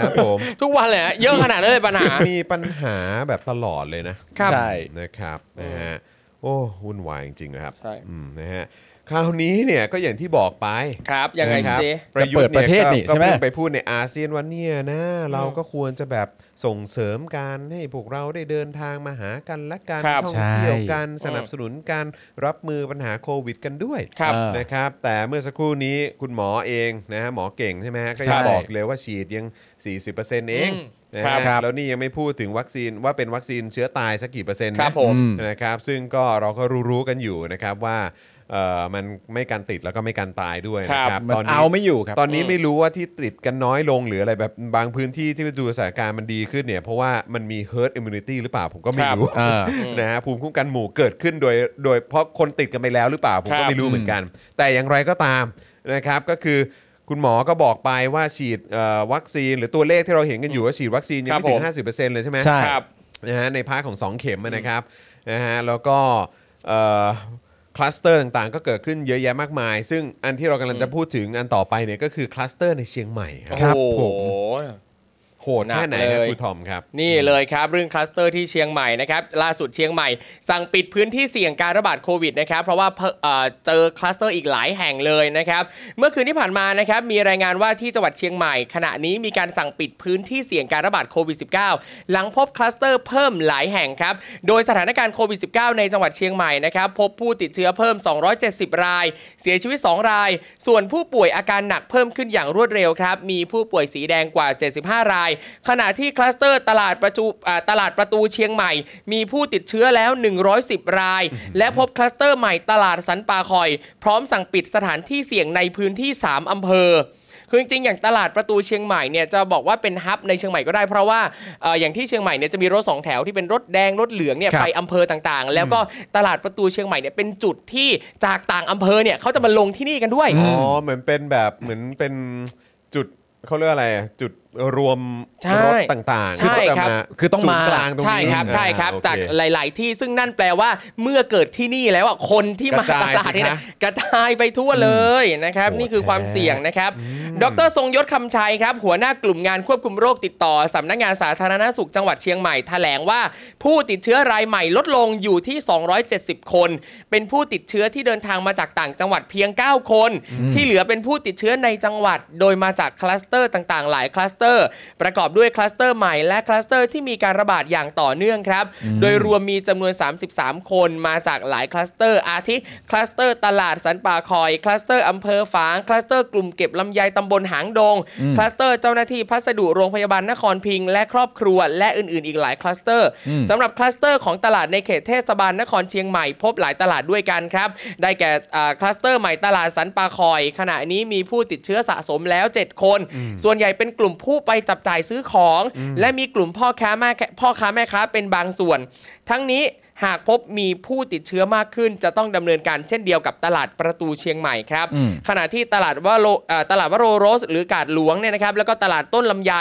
Speaker 2: ครับผม
Speaker 1: ทุกวันเลยฮะเยอะขนาดนั้นเลยปัญหา
Speaker 2: มีปัญหาแบบตลอดเลยนะครับ
Speaker 3: ใช่
Speaker 2: นะครับนะฮะโอ้วุ่นวายจริงๆนะครับ
Speaker 1: ใช่
Speaker 2: อืมนะฮะคราวนี้เนี่ยก็อย่างที่บอกไป
Speaker 1: ครับยังไง
Speaker 2: นะครับ
Speaker 1: ซิ
Speaker 3: จะเปิดประเทศนี่
Speaker 2: ก็
Speaker 3: ใช่ไหม
Speaker 2: ก็พูดไปพูดในอาเซียนว่าเนี่ยนะเราก็ควรจะแบบส่งเสริมการให้พวกเราได้เดินทางมาหากันและกัน
Speaker 1: ครับ
Speaker 2: ท่องเที่ยว
Speaker 3: ใช่
Speaker 2: กันสนับสนุนการรับมือปัญหาโควิดกันด้วย
Speaker 1: ครับ
Speaker 3: เออ
Speaker 2: นะครับแต่เมื่อสักครู่นี้คุณหมอเองนะฮะหมอเก่งใช่ไหมฮะก็ยัง
Speaker 3: ใช่
Speaker 2: บอกเลยว่าฉีดยัง 40%เอง
Speaker 1: อืม
Speaker 2: นะครับ ฮะแล้วนี่ยังไม่พูดถึงวัคซีนว่าเป็นวัคซีนเชื้อตายสักกี่เปอร์เซ็นต์
Speaker 1: ค
Speaker 2: นะ
Speaker 1: รับผม
Speaker 3: อืม
Speaker 2: นะครับซึ่งก็เราก็รู้ๆกันอยู่นะครับว่าเอ่อมันไม่การติดแล้วก็ไม่การตายด้วยนะค
Speaker 1: ครั
Speaker 2: รับบ
Speaker 3: มัน
Speaker 2: ตอนนี้
Speaker 3: เอาไม่อยู่ครับ
Speaker 2: ตอนนี้ไม่รู้ว่าที่ติดกันน้อยลงหรืออะไรแบบบางพื้นที่ที่ดูสถานการณ์มันดีขึ้นเนี่ยเพราะว่ามันมี herd immunity หรือเปล่าผมก็ไม่รู้
Speaker 3: ครับอ่า
Speaker 2: นะฮะภูมิคุ้มกันหมู่เกิดขึ้นโดยโดยเพราะคนติดกันไปแล้วหรือเปล่าผมก็ไม่รู้เหมือนกัน แต่อย่างไรก็ตามนะครับก็คือคุณหมอก็บอกไปว่าฉีดเอ่อวัคซีน หรือตัวเลขที่เราเห็นกันอยู่ว่าฉีดวัคซีนยังไม่ถึง
Speaker 1: ครับผ
Speaker 2: 50%
Speaker 1: ม
Speaker 2: เลยใช่ไหม
Speaker 3: ใช่
Speaker 1: ครับ
Speaker 2: นะฮะในพาร์ทของ 2 เข็มอะนะครับนะฮะแล้วก็เอ่อคลัสเตอร์ต่างๆ ก็เกิดขึ้นเยอะแยะมากมาย ซึ่งอันที่เรากำลังจะพูดถึงอันต่อไปเนี่ยก็คือคลัสเตอร์ในเชียงใหม่ครับ
Speaker 3: ครั
Speaker 1: โอ้
Speaker 3: บ
Speaker 1: โห
Speaker 2: โหดแค่ไหนครับครูทอมครับ
Speaker 1: นี่เลยครับเรื่องคลัสเตอร์ที่เชียงใหม่นะครับล่าสุดเชียงใหม่ สั่งปิดพื้นที่เสี่ยงการระบาดโควิดนะครับเพราะว่าเพิ่งเอ่อเจอคลัสเตอร์อีกหลายแห่งเลยนะครับเมื่อคืนที่ผ่านมานะครับมีรายงานว่าที่จังหวัดเชียงใหม่ ขณะนี้มีการสั่งปิดพื้นที่เสี่ยงการระบาดโควิด -19 หลังพบคลัสเตอร์เพิ่มหลายแห่งครับโดยสถานการณ์โควิด -19 ในจังหวัดเชียงใหม่นะครับพบผู้ติดเชื้อเพิ่ม 270 ราย เสียชีวิต 2 ราย ส่วนผู้ป่วยอาการหนักเพิ่มขึ้นอย่างรวดเร็วครับมีผู้ป่วยสีแดงกว่า 75 ราย ขณะที่คลัสเตอร์ตลาดประจูอ่าตลาดประตูเชียงใหม่ มีผู้ติดเชื้อแล้ว 110 ราย และพบคลัสเตอร์ใหม่ตลาดสันป่าคอย พร้อมสั่งปิดสถานที่เสี่ยงในพื้นที่ 3 อำเภอ คือจริงๆ อย่างตลาดประตูเชียงใหม่เนี่ยจะบอกว่าเป็นฮับในเชียงใหม่ก็ได้เพราะว่าเอ่ออย่างที่เชียงใหม่เนี่ยจะมีรถสองแถวที่เป็นรถแดงรถเหลืองเนี่ย
Speaker 3: ครับ
Speaker 1: ไปอำเภอต่างๆ แล้วก็ตลาดประตูเชียงใหม่เนี่ยเป็นจุดที่จากต่างอำเภอเนี่ยเขาจะมาลงที่นี่กันด้วย
Speaker 2: อ๋อ เหมือนเป็นแบบเหมือนเป็นจุดเขาเรียกอะไรอะจุด รวม
Speaker 1: ใช่
Speaker 2: รถต่างๆ
Speaker 1: ใช่
Speaker 2: ก็จะ
Speaker 1: ครับ
Speaker 3: คือต้องมา
Speaker 2: ศูนย์กลางตรงนี้
Speaker 1: ใช่ครับใช่ครับ
Speaker 2: อ่โอเ
Speaker 1: จากหลาย ๆ ที่ซึ่งนั่นแปลว่าเมื่อเกิดที่นี่แล้วอ่ะคนที่มาก
Speaker 2: ระ
Speaker 1: ต
Speaker 2: จาย
Speaker 1: ลาดนี่นะ
Speaker 2: สิคะ
Speaker 1: กระจายไปทั่วเลยนะครับ
Speaker 2: โอ้
Speaker 1: นี่คือความ
Speaker 2: แท้
Speaker 1: เสี่ยงนะครับ ดรทรงยศคำชัยครับ หัวหน้ากลุ่มงานควบคุมโรคติดต่อสำนักงานสาธารณสุขจังหวัดเชียงใหม่แถลงว่า ผู้ติดเชื้อรายใหม่ลดลงอยู่ที่ 270 คน เป็นผู้ติดเชื้อที่เดินทางมาจากต่างจังหวัดเพียง 9 คน ที่เหลือเป็นผู้ติดเชื้อในจังหวัด โดยมาจากคลัสเตอร์ต่างๆ หลายคลัสเตอร์ ประกอบด้วยคลัสเตอร์ใหม่และคลัสเตอร์ที่มีการระบาดอย่างต่อเนื่องครับ โดยรวมมีจำนวน 33 คนมาจากหลายคลัสเตอร์ อาทิคลัสเตอร์ตลาดสันป่าคอย คลัสเตอร์อำเภอฝาง คลัสเตอร์กลุ่มเก็บลำไยตำบลหางดง คลัสเตอร์เจ้าหน้าที่พัสดุโรงพยาบาลนครพิงค์และครอบครัว และอื่นๆ อีกหลายคลัสเตอร์สำหรับคลัสเตอร์ของตลาดในเขตเทศบาลนครเชียงใหม่พบหลายตลาดด้วยกันครับ ได้แก่อ่าคลัสเตอร์ใหม่ตลาดสันป่าคอย ขณะนี้มีผู้ติดเชื้อสะสมแล้ว 7 คน ส่วนใหญ่เป็นกลุ่มผู้ไปจับจ่ายซื้อของ และมีกลุ่มพ่อค้าแม่ค้าพ่อค้าแม่ค้าเป็นบางส่วน ทั้งนี้หากพบมีผู้ติดเชื้อมากขึ้น จะต้องดำเนินการเช่นเดียวกับตลาดประตูเชียงใหม่ครับ
Speaker 3: อืม
Speaker 1: ขณะที่ตลาดว่าโลเอ่อตลาดวโรโรส หรือกาดหลวงเนี่ยนะครับแล้วก็ตลาดต้นลำไย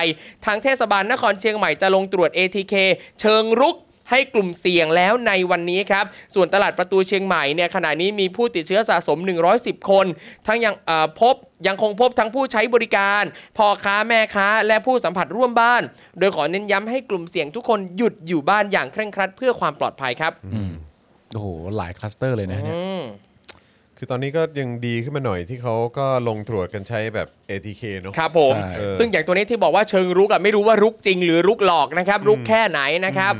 Speaker 1: ทางเทศบาลนครเชียงใหม่จะลงตรวจ ATK เชิงรุกให้กลุ่มเสี่ยงแล้วในวันนี้ครับ ส่วนตลาดประตูเชียงใหม่เนี่ยขณะนี้มีผู้ติดเชื้อสะสม 110 คน ทั้งยังเอ่อพบยังคงพบทั้งผู้ใช้บริการพ่อค้าแม่ค้า และผู้สัมผัสร่วมบ้าน โดยขอเน้นย้ำให้กลุ่มเสี่ยงทุกคนหยุดอยู่บ้านอย่างเคร่งครัดเพื่อความปลอดภัยครับ
Speaker 3: โอ้โหหลายคลัสเตอร์เลยนะเนี่ย
Speaker 1: อืม
Speaker 2: คือตอนนี้ก็ยังดีขึ้นมาหน่อยที่เขาก็ลงตรวจกันใช้แบบ ATK เนอะ
Speaker 1: ครับผม
Speaker 3: ใช่
Speaker 2: เออ
Speaker 1: ซึ่งอย่างตัวนี้ที่บอกว่าเชิงรุกอะไม่รู้ว่ารุกจริงหรือรุกหลอกนะครับ รุกแค่ไหนนะครับ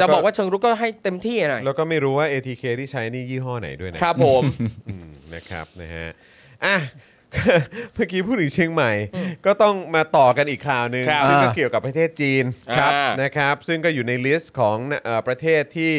Speaker 1: จะบอกว่าเชิงรุกก็ให้เต็มที่หน่อย
Speaker 2: แล้วก็ไม่รู้ว่า ATK ที่ใช้นี่ยี่ห้อไหนด้วยนะ
Speaker 1: ครับผม
Speaker 2: อืมนะครับนะฮะอ่ะ เมื่อกี้พูดถึงเชียงใหม่ ก็ต้องมาต่อกันอีกข่าวหนึ่ง
Speaker 1: ครับ
Speaker 2: ซึ่งก็เกี่ยวกับประเทศจีน
Speaker 1: ครับ
Speaker 2: นะครับ ซึ่งก็อยู่ในลิสต์ของเอ่อประเทศที่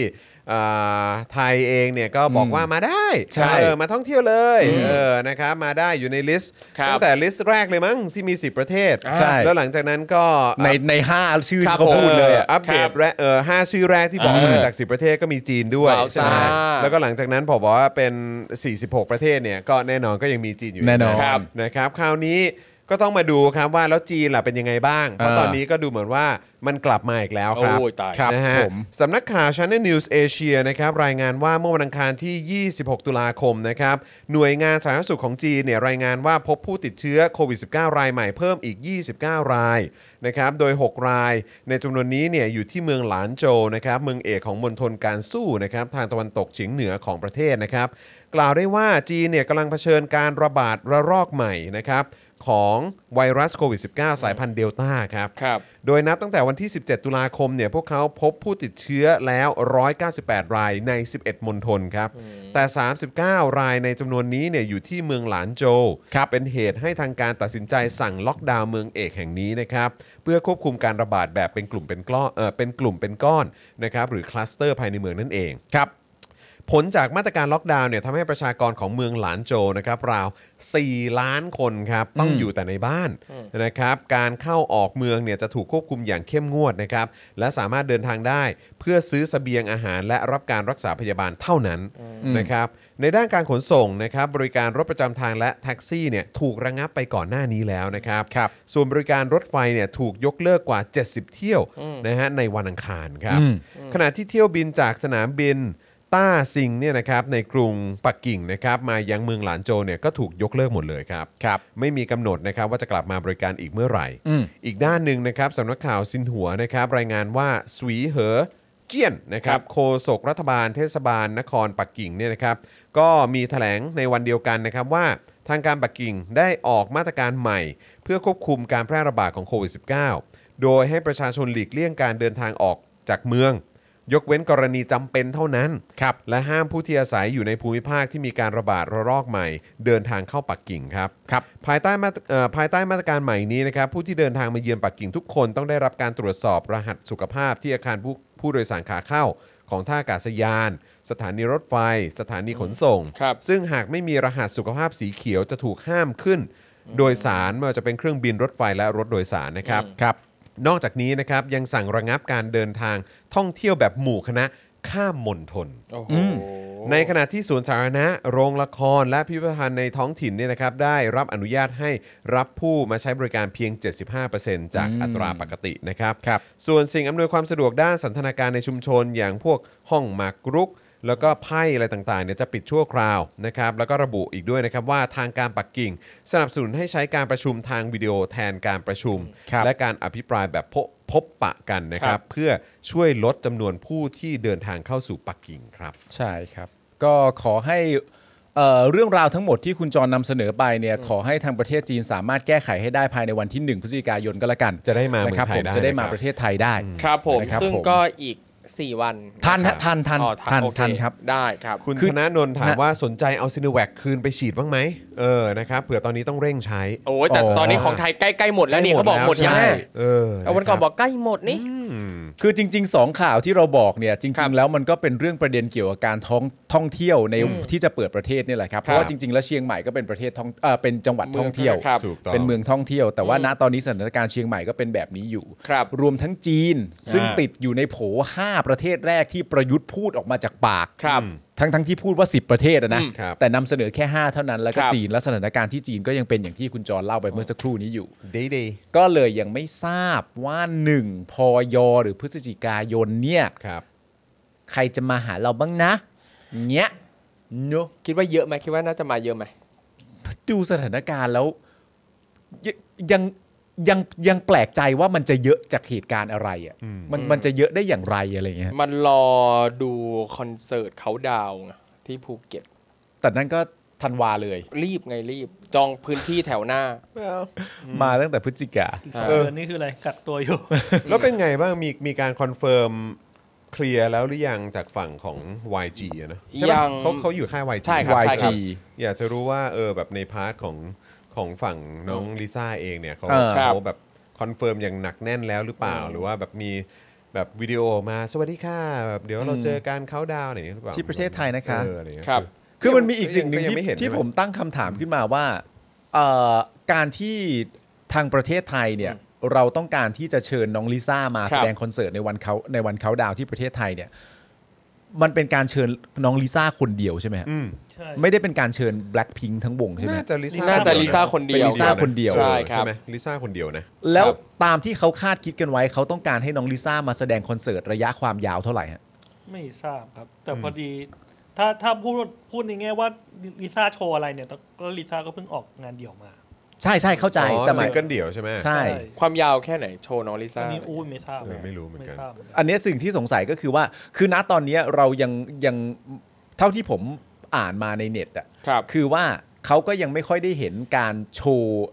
Speaker 2: เอ่อไทยเองเนี่ยก็บอกว่ามาได้
Speaker 3: ใช่
Speaker 2: เออมาท่องเที่ยวเลยเออนะครับมาได้อยู่ในลิสต์
Speaker 1: ครับ
Speaker 2: ตั้งแต่ลิสต์แรกเลยมั้งที่มี 10 ประเทศ
Speaker 1: ใช่
Speaker 2: แล้วหลังจากนั้นก็
Speaker 3: ในในห้าชื่อ
Speaker 1: ครั
Speaker 3: ที่
Speaker 1: บ
Speaker 3: เขาพูดเลยอ่ะ
Speaker 2: อัปเดตแรกเออห้าชื่อแรกที่บอก
Speaker 3: เออ
Speaker 2: มาจาก 10 ประเทศก็มีจีนด้วย
Speaker 1: ว้าว
Speaker 2: ใช่ไหม
Speaker 1: ซ่า
Speaker 2: แล้วก็หลังจากนั้นผมบอกว่าเป็น 46 ประเทศเนี่ยก็แน่นอนก็ยังมีจีนอยู่
Speaker 3: แน่นอน
Speaker 2: ะครับนะครับ คราวนี้ก็ต้องมาดูครับว่าแล้วจีนล่ะเป็นยังไงบ้าง เพราะ
Speaker 3: เออ
Speaker 2: ตอนนี้ก็ดูเหมือนว่ามันกลับมาอีกแล้วครับ
Speaker 1: โอ้ยตาย
Speaker 2: ครับ
Speaker 3: ครับ
Speaker 2: นะฮะ
Speaker 3: ผม
Speaker 2: สำนักข่าว Channel News Asia นะครับรายงานว่าเมื่อวันอังคารที่ 26 ตุลาคมนะครับหน่วยงานสาธารณสุขของจีนเนี่ยรายงานว่าพบผู้ติดเชื้อโควิด -19 รายใหม่เพิ่มอีก 29 รายนะครับโดย 6 รายในจำนวนนี้เนี่ยอยู่ที่เมืองหลานโจวนะครับเมืองเอกของมณฑลการสู้นะครับทางตะวันตกเฉียงเหนือของประเทศนะครับ กล่าวได้ว่าจีนเนี่ยกำลังเผชิญการระบาดระลอกใหม่นะครับของไวรัสโควิด -19 สายพันธุ์เดลต้าครับ
Speaker 1: ครับ
Speaker 2: โดยนับตั้งแต่วันที่ 17 ตุลาคมเนี่ยพวกเขาพบผู้ติดเชื้อแล้ว 198 รายใน 11 มณฑลครับ แต่ 39 รายในจำนวนนี้เนี่ยอยู่ที่เมืองหลานโจวเป็นเหตุให้ทางการตัดสินใจสั่งล็อกดาวน์เมืองเอกแห่งนี้นะครับ เพื่อควบคุมการระบาดแบบเป็นกลุ่มเป็นกล้อนเออเป็นกลุ่มเป็นก้อนนะครับหรือคลัสเตอร์ภายในเมืองนั่นเอง
Speaker 3: ครับ
Speaker 2: ผลจากมาตรการล็อกดาวน์เนี่ยทำให้ประชากรของเมืองหลานโจวนะครับราว 4 ล้านคนครับ ต้องอยู่แต่ในบ้านนะครับการเข้าออกเมืองเนี่ยจะถูกควบคุมอย่างเข้มงวดนะครับ และสามารถเดินทางได้เพื่อซื้อเสบียงอาหารและรับการรักษาพยาบาลเท่านั้นนะครับในด้านการขนส่งนะครับบริการรถประจำทางและแท็กซี่เนี่ยถูกระงับไปก่อนหน้านี้แล้วนะครับ
Speaker 3: ครับ
Speaker 2: ส่วนบริการรถไฟเนี่ยถูกยกเลิกกว่า 70 เที่ยวนะฮะในวันอังคารครับ ขณะที่เที่ยวบินจากสนามบิน ต้าซิงเนี่ยนะครับในกรุงปักกิ่งนะครับมายังเมืองหลานโจวเนี่ยก็ถูกยกเลิกหมดเลยครับ
Speaker 3: ครับ
Speaker 2: ไม่มีกำหนดนะครับว่าจะกลับมาบริการอีกเมื่อไหร่
Speaker 3: อืม
Speaker 2: อีกด้านหนึ่งนะครับสำนักข่าวซินหัวนะครับรายงานว่าสวีเหอเจียนนะครับโฆษกรัฐบาลเทศบาลนครปักกิ่งเนี่ยนะครับก็มีแถลงในวันเดียวกันนะครับว่าทางการปักกิ่งได้ออกมาตรการใหม่ เพื่อควบคุมการแพร่ระบาดของโควิด -19 โดยให้ประชาชนหลีกเลี่ยงการเดินทางออกจากเมือง ยกเว้นกรณีจำเป็นเท่านั้น
Speaker 3: ครับ
Speaker 2: และห้ามผู้ที่อาศัยอยู่ในภูมิภาคที่มีการระบาดระลอกใหม่ เดินทางเข้าปักกิ่งครับ
Speaker 3: ครับ
Speaker 2: ภายใต้มาตรเอ่อภายใต้มาตรการใหม่นี้นะครับผู้ที่เดินทางมาเยือนปักกิ่งทุกคนต้องได้รับการตรวจสอบรหัสสุขภาพที่อาคารผู้ผู้โดยสารขาเข้า ของท่าอากาศยาน สถานีรถไฟ สถานีขนส่ง
Speaker 1: ครับ
Speaker 2: ซึ่งหากไม่มีรหัสสุขภาพสีเขียวจะถูกห้ามขึ้น โดยสารไม่ว่าจะเป็นเครื่องบินรถไฟและรถโดยสารนะครับ
Speaker 3: ครับ
Speaker 2: นอกจากนี้นะครับยังสั่งระงับการเดินทางท่องเที่ยวแบบหมู่คณะ ข้ามมณฑล
Speaker 1: โอ้โห
Speaker 2: ในขณะที่สวนสาธารณะ โรงละคร และพิพิธภัณฑ์ในท้องถิ่นเนี่ยนะครับได้รับอนุญาตให้รับผู้มาใช้บริการเพียง 75%จากอัตราปกตินะครับ
Speaker 3: ครับ
Speaker 2: ส่วนสิ่งอำนวยความสะดวกด้านสันทนาการในชุมชน อย่างพวกห้องหมากรุก แล้วก็ไพ่อะไรต่างๆเนี่ยจะปิดชั่วคราวนะครับแล้วก็ระบุอีกด้วยนะครับว่าทางการปักกิ่ง สนับสนุนให้ใช้การประชุมทางวิดีโอแทนการประชุม
Speaker 3: ครับ
Speaker 2: และการอภิปรายแบบพบพบปะกันนะค
Speaker 3: ค
Speaker 2: รั
Speaker 3: รับ บ
Speaker 2: เพื่อช่วยลดจำนวนผู้ที่เดินทางเข้าสู่ปักกิ่งครับ
Speaker 3: ใช่ครับ ก็ขอให้เอ่อเรื่องราวทั้งหมดที่คุณจรนำเสนอไปเนี่ยขอให้ทางประเทศจีนสามารถแก้ไขให้ได้ภายในวันทีหนึ่1 พฤศจิกายนก็แล้วกัน
Speaker 2: จะได้มาเมือง
Speaker 3: นะครับ
Speaker 2: ไทย
Speaker 3: ผม
Speaker 2: ได้
Speaker 3: จะได้มา
Speaker 2: นะครับ
Speaker 3: ประเทศไทยได้
Speaker 1: ครับผม
Speaker 3: นะครับ
Speaker 1: ซึ่ง
Speaker 3: ผม
Speaker 1: ก็อีก 4 วัน
Speaker 3: ทันฮะทันทัน
Speaker 1: อ๋อ
Speaker 3: ทัน
Speaker 1: โอเ
Speaker 3: ทันครับ
Speaker 1: ได้ครับ
Speaker 2: คุณ
Speaker 3: คือ
Speaker 2: ธนาโนนถาม
Speaker 3: ฮะ
Speaker 2: ว่าสนใจเอาซินแวคคืนไปฉีดบ้างไหมเออนะครับเผื่อตอนนี้ต้องเร่งใช้
Speaker 1: โอ้ยแต่
Speaker 3: อ๋อ
Speaker 1: ตอนนี้ของไทยใกล้ๆหมดแล้วนี่เขาบอกหมดยัง
Speaker 2: ใช่เออ
Speaker 1: เอาวันก่อนะ
Speaker 2: ค
Speaker 1: บ
Speaker 2: รับ
Speaker 1: อกใกล้หมดนี่
Speaker 2: อืม
Speaker 3: คือจริง ๆ 2 ข่าวที่เราบอกเนี่ยจ
Speaker 1: ครั
Speaker 3: ริ
Speaker 1: บ
Speaker 3: ง ๆ แล้วมันก็เป็นเรื่องประเด็นเกี่ยวกับการท่องท่องเที่ยวในที่จะเปิดประเทศเนี่ยแหละครับเพราะว่าจริง ๆ แล้วเชียงใหม่ก็เป็นประเทศท่องเอ่อเป็นจังหวัดท่องเที่ยว
Speaker 1: ครับ
Speaker 2: ถูกต้อง
Speaker 3: เป็นเมืองท่องเที่ยว แต่ว่าณตอนนี้สถานการณ์เชียงใหม่ก็เป็นแบบนี้อยู่
Speaker 1: ครับ
Speaker 3: รวมทั้งจีน ซึ่ง
Speaker 4: อ่า
Speaker 3: ติดอยู่ในโผห้าประเทศแรกที่ประยุทธ์พูดออกมาจากปาก
Speaker 1: ครับ
Speaker 3: ทั้งทั้งที่พูดว่า 10 ประเทศอะนะ
Speaker 1: อืม
Speaker 2: ครับ
Speaker 3: แต่นำเสนอแค่ 5 เท่านั้นแล้วก็
Speaker 1: ครับ
Speaker 3: จีนและสถานการณ์ที่จีนก็ยังเป็นอย่างที่คุณจรเล่าไปเมื่อสักครู่นี้อยู่
Speaker 2: ดีดี
Speaker 3: ก็เลยยังไม่ทราบว่า 1 พยหรือพฤศจิกายนเนี่ย
Speaker 2: ครับ
Speaker 3: ใครจะมาหาเราบ้างนะ เนี้ยเนอะ
Speaker 1: คิดว่าเยอะไหมคิดว่าน่าจะมาเยอะไหม
Speaker 3: ดูสถานการณ์แล้วยยังยังยังแปลกใจว่ามันจะเยอะจากเหตุการณ์อะไรอะ่ะ
Speaker 2: อืม
Speaker 3: มันมันจะเยอะได้อย่างไรอะไรเงี้ย
Speaker 1: มันรอดูคอนเสิร์ตเขาดาวน์ไงที่ภูเก็ต
Speaker 3: แต่นั่นก็ธันวาเลย
Speaker 1: รีบไงรีบ จองพื้นที่แถวหน้า
Speaker 3: มาตั้งแต่พฤศจิกา
Speaker 4: อีกสอง
Speaker 2: เออ
Speaker 4: เดือนนี่คืออะไรกักตัว อยู่
Speaker 2: แล้วเป็นไงบ้างมีมีการคอนเฟิร์มเคลียร์แล้วหรือยังจากฝั่งของ YG อะนะใช่ปะ
Speaker 1: ยัง
Speaker 2: เขาเขาอยู่ค่าย YG
Speaker 1: ใช่ครับใช่ค
Speaker 3: YG
Speaker 1: รับ
Speaker 2: อยากจะรู้ว่าเออแบบในพาร์ทของของฝั่งน้องลิซ่าเองเนี่ยเขา
Speaker 3: เออ
Speaker 1: ครับ
Speaker 2: เขาแบบคอนเฟิร์มอย่างหนักแน่นแล้วหรือเปล่า
Speaker 1: อืม
Speaker 2: หรือว่าแบบมีแบบวิดีโอออกมาสวัสดีค่ะแบบเดี๋ยวเราเจอการเขาดาวน์อะไรอย่างเงี้ยหรือเปล่า
Speaker 3: ที่ประเทศไทยนะคะ
Speaker 2: เอออะไอย่างเงี้ย
Speaker 1: ครับ
Speaker 3: คือมันมีอีกสิ่งหนึ่ง
Speaker 2: ก็ยังไม่
Speaker 3: ที่
Speaker 2: เห็น
Speaker 3: ที่
Speaker 2: ใช่ไหม
Speaker 3: ผมตั้งคำถามขึ้นมาว่าเอ่อการที่ทางประเทศไทยเนี่ยเราต้องการที่จะเชิญน้องลิซ่ามา
Speaker 1: ครับ
Speaker 3: แสดงคอนเสิร์ตในวันเขาในวันเขาดาวน์ที่ประเทศไทยเนี่ยมันเป็นการเชิญน้องลิซ่าคนเดียวใช่ไหมฮะ
Speaker 2: อืม
Speaker 4: ใช่
Speaker 3: ไม่ได้เป็นการเชิญแบล็คพิงทั้งวงใช่ไหม
Speaker 2: น่าจะลิซ่า
Speaker 1: น่าจะลิซ่า
Speaker 2: ค
Speaker 1: คน น
Speaker 2: เดี
Speaker 1: เดี
Speaker 2: ย
Speaker 1: ยว ว
Speaker 3: ป็ ลิซ่าคนเดียว
Speaker 2: ออ
Speaker 1: ใช่ครับ
Speaker 2: ไหมลิซ่าคนเดียวนะ
Speaker 3: แล้ว
Speaker 2: ครับ
Speaker 3: ตามที่เขาคาดคิดกันไว้เขาต้องการให้น้องลิซ่ามาแสดงคอนเสิร์ตระยะความยาวเท่าไหร่ฮะ
Speaker 4: ไม่ทราบครับ แต่พอดี ถ้าถ้าพูดพูดในแง่ว่าลิซ่าโชว์อะไรเนี่ยแต่ก็ลิซ่าก็เพิ่งออกงานเดี่ยวมา
Speaker 3: ใช่ใช่เข้าใจ
Speaker 2: อ๋อ
Speaker 3: แต่หมา
Speaker 2: ซิ
Speaker 3: ย
Speaker 2: งเกิลเดี่ยวใช่ไหม
Speaker 3: ใช่
Speaker 1: ความยาวแค่ไหนโชว์น้องลิซ่า
Speaker 4: อันนี้อู้ไม่ทราบ
Speaker 2: เออไม่รู้เหมือนกัน
Speaker 4: ไทราบเหมือนกัน
Speaker 3: อันเนี้ยสิ่งที่สงสัยก็คือว่า คือณตอนเนี้ยเรายังยังเท่าที่ผมอ่านมาในเน็ตอะ
Speaker 1: ครับ
Speaker 3: คือว่าเขาก็ยังไม่ค่อยได้เห็นการโชว์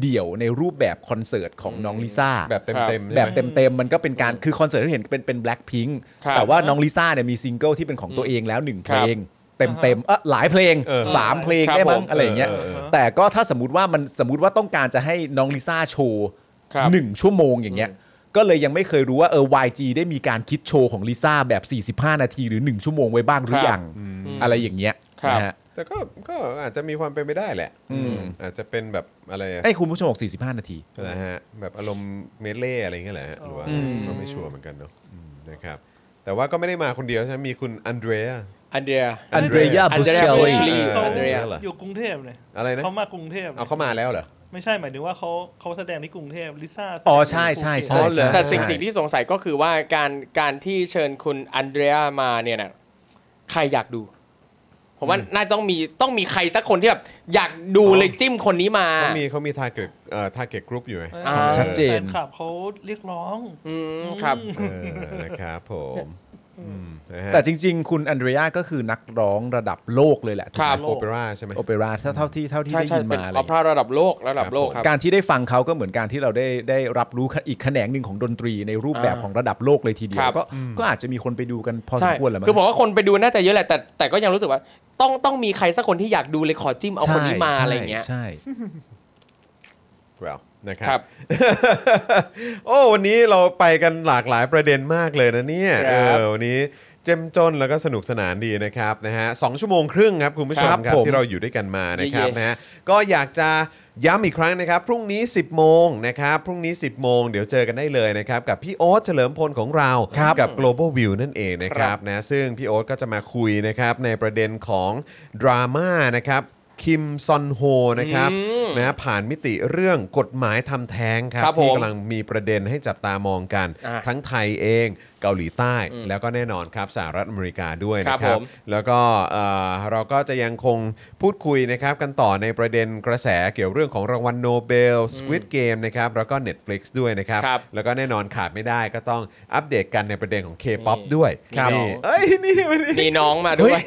Speaker 3: เดี่ยวในรูปแบบคอนเสิร์ตของน้องลิซ่า
Speaker 2: แบบเต็มเต็ม
Speaker 3: แบบเต็มๆมันก็เป็นการคือคอนเสิร์ตที่เห็นเป็นเป็นแบล็คพิง
Speaker 1: ครับ
Speaker 3: แต่ว่าน้องลิซ่าเนี่ยมีซิงเกิลที่เป็นของตัวเองแล้วหนึ่งเพลง เต็มเต็มๆเออหลายเพลงสามเพลง
Speaker 1: ครับ
Speaker 3: ได้มั้ง
Speaker 1: ผม
Speaker 3: อะไรอย่างเงี้ย
Speaker 4: เออเออ
Speaker 3: แต่ก็ถ้าสมมติว่ามันสมมติว่าต้องการจะให้น้องลิซ่าโชว์
Speaker 1: ครับ
Speaker 3: หนึ่งชั่วโมงอย่างเงี้ย ก็เลยยังไม่เคยรู้ว่าเออ YG ได้มีการคิดโชว์ของลิซ่าแบบ 45 นาทีหรือ 1 ชั่วโมงไว้บ้างหรือยัง อะไรอย่างเงี้ย
Speaker 1: ครับ
Speaker 3: นะฮะ
Speaker 2: แต่ก็ก็อาจจะมีความเป็นไปได้แหละอาจจะเป็นแบบอะไรอะ
Speaker 3: ไอ้ยคุณผู้ชมบอก45 นาที
Speaker 2: นะฮะแบบอารมณ์เมดเล่อะไรอย่างเงี้ยแหละฮะหรือว่า
Speaker 4: อืม
Speaker 2: ก็ไม่ชัวร์เหมือนกันเนาะอืมนะครับแต่ว่าก็ไม่ได้มาคนเดียวใช่ไหมมีคุณอันเดรีย
Speaker 1: อันเดีย
Speaker 3: อันเดรีย
Speaker 1: อั
Speaker 3: บุ
Speaker 1: น
Speaker 3: ช
Speaker 1: เดรี
Speaker 3: เช
Speaker 1: ย
Speaker 3: ล
Speaker 1: Bushel
Speaker 4: เขา
Speaker 2: เออ Andrea เหรอ
Speaker 4: อยู่กรุงเทพเนี่ย
Speaker 2: อะไรนะ
Speaker 4: เขามากรุงเทพ
Speaker 2: เอาเข้ามาแล้วเหรอ
Speaker 4: ไม่ใช่หมายถึงว่าเขาเขาแสดงที่กรุงเทพลิซ่า
Speaker 3: อ๋อใช่ใช่ใช่
Speaker 2: อ๋อเหรอ
Speaker 1: แต่
Speaker 3: ใช่
Speaker 1: สิ่งสิ่งที่สงสัยก็คือว่าการการที่เชิญคุณอันเดรียมาเนี่ยนะใครอยากดู ผมว่าน่าต้องมีต้องมีใครสักคนที่แบบอยากดูเลยจิ้มคนนี้มา
Speaker 2: เขามีเขามีทาร์เก็ตเอ่อทาร์เก็ตกรุ๊ปอยู่ไง
Speaker 1: อ่า
Speaker 3: ชัดเจน
Speaker 4: แฟนคลับเขาเรียกร้อง
Speaker 1: อืมครับ
Speaker 2: เออนะครับผมอืมนะฮะ
Speaker 3: แต่จริง ๆ คุณอันเดรียก็คือนักร้องระดับโลกเลยแหละ
Speaker 1: ครับ
Speaker 2: โอเปร่าใช่ไหม
Speaker 3: โอเปร่าถ้าเท่าที่เท่าที่
Speaker 1: ใช่
Speaker 3: ได้
Speaker 1: ใช่
Speaker 3: ยิน
Speaker 1: เป็น
Speaker 3: มาอะไร
Speaker 1: ออปราระดับโลกระดับโลกครับ
Speaker 3: การที่ได้ฟังเขาก็เหมือนการที่เราได้ได้รับรู้อีกแขนงหนึ่งของดนตรีในรูปแบบ
Speaker 1: อ่า
Speaker 3: ของระดับโลกเลยทีเดีย
Speaker 1: คว รับ
Speaker 3: ก็ก็อาจจะมีคนไปดูกันพอส
Speaker 1: ใช่
Speaker 3: มควรแหละมั้ง
Speaker 1: คือผมว่าคนไปดูน่าจะเยอะแหละแต่แต่ก็ยังรู้สึกว่า ต้องต้องมีใครสักคนที่อยากดูเลยขอจิ้มเอาคนนี้มา
Speaker 3: ใช่
Speaker 1: อะไรอย่างเงี้ย
Speaker 3: ใช่
Speaker 2: well นะค
Speaker 1: ครั
Speaker 2: รับ
Speaker 1: บ
Speaker 2: โอ้วันนี้เราไปกันหลากหลายประเด็นมากเลยนะเนี่ย
Speaker 1: ค
Speaker 2: เอ
Speaker 1: รับ
Speaker 2: อวันนี้ เจ้มจนแล้วก็สนุกสนานดีนะครับนะฮะสองชั่วโมงครึ่งครับคุณผู้ชม
Speaker 3: ครับ
Speaker 2: ครับ
Speaker 3: ผม
Speaker 2: ที่เราอยู่ด้วยกันมานะครับ
Speaker 1: เย่ๆ
Speaker 2: นะฮะก็อยากจะย้ำอีกครั้งนะครับ พรุ่งนี้ 10 โมงนะครับพรุ่งนี้ 10 โมงเดี๋ยวเจอกันได้เลยนะครับ กับพี่โอ๊ตเฉลิมพลของเรา
Speaker 3: ครับ
Speaker 2: กับ global view นั่นเองนะครับนะซึ่งพี่โอ๊ตก็จะมาคุยนะครับในประเด็นของดราม่านะครับคิมซอนโฮนะครับนะผ่านมิติเรื่องกฎหมายทำแท้งครับ
Speaker 1: ครับ
Speaker 2: ที่
Speaker 1: ผม
Speaker 2: กำลังมีประเด็นให้จับตามองกัน
Speaker 1: อ่ะ
Speaker 2: ทั้งไทยเองเกาหลีใต้ แล้วก็แน่นอนครับสหรัฐอเมริกาด้วยนะค
Speaker 1: ครั
Speaker 2: รั
Speaker 1: บบ ผม
Speaker 2: แล้วก็เอ่อเราก็จะยังคงพูดคุยนะครับกันต่อในประเด็นกระแสเกี่ยวเรื่องของรางวัลโนเบล Squid Game นะครับแล้วก็ Netflix ด้วยนะครับ
Speaker 1: ครับ
Speaker 2: แล้วก็แน่นอนขาดไม่ได้ก็ต้องอัปเดตกันในประเด็นของ K-POP ด้วย
Speaker 1: ครับ
Speaker 2: นี่เอ้ยนี่วัน
Speaker 1: มี
Speaker 2: นี้
Speaker 1: น้องมาด้วย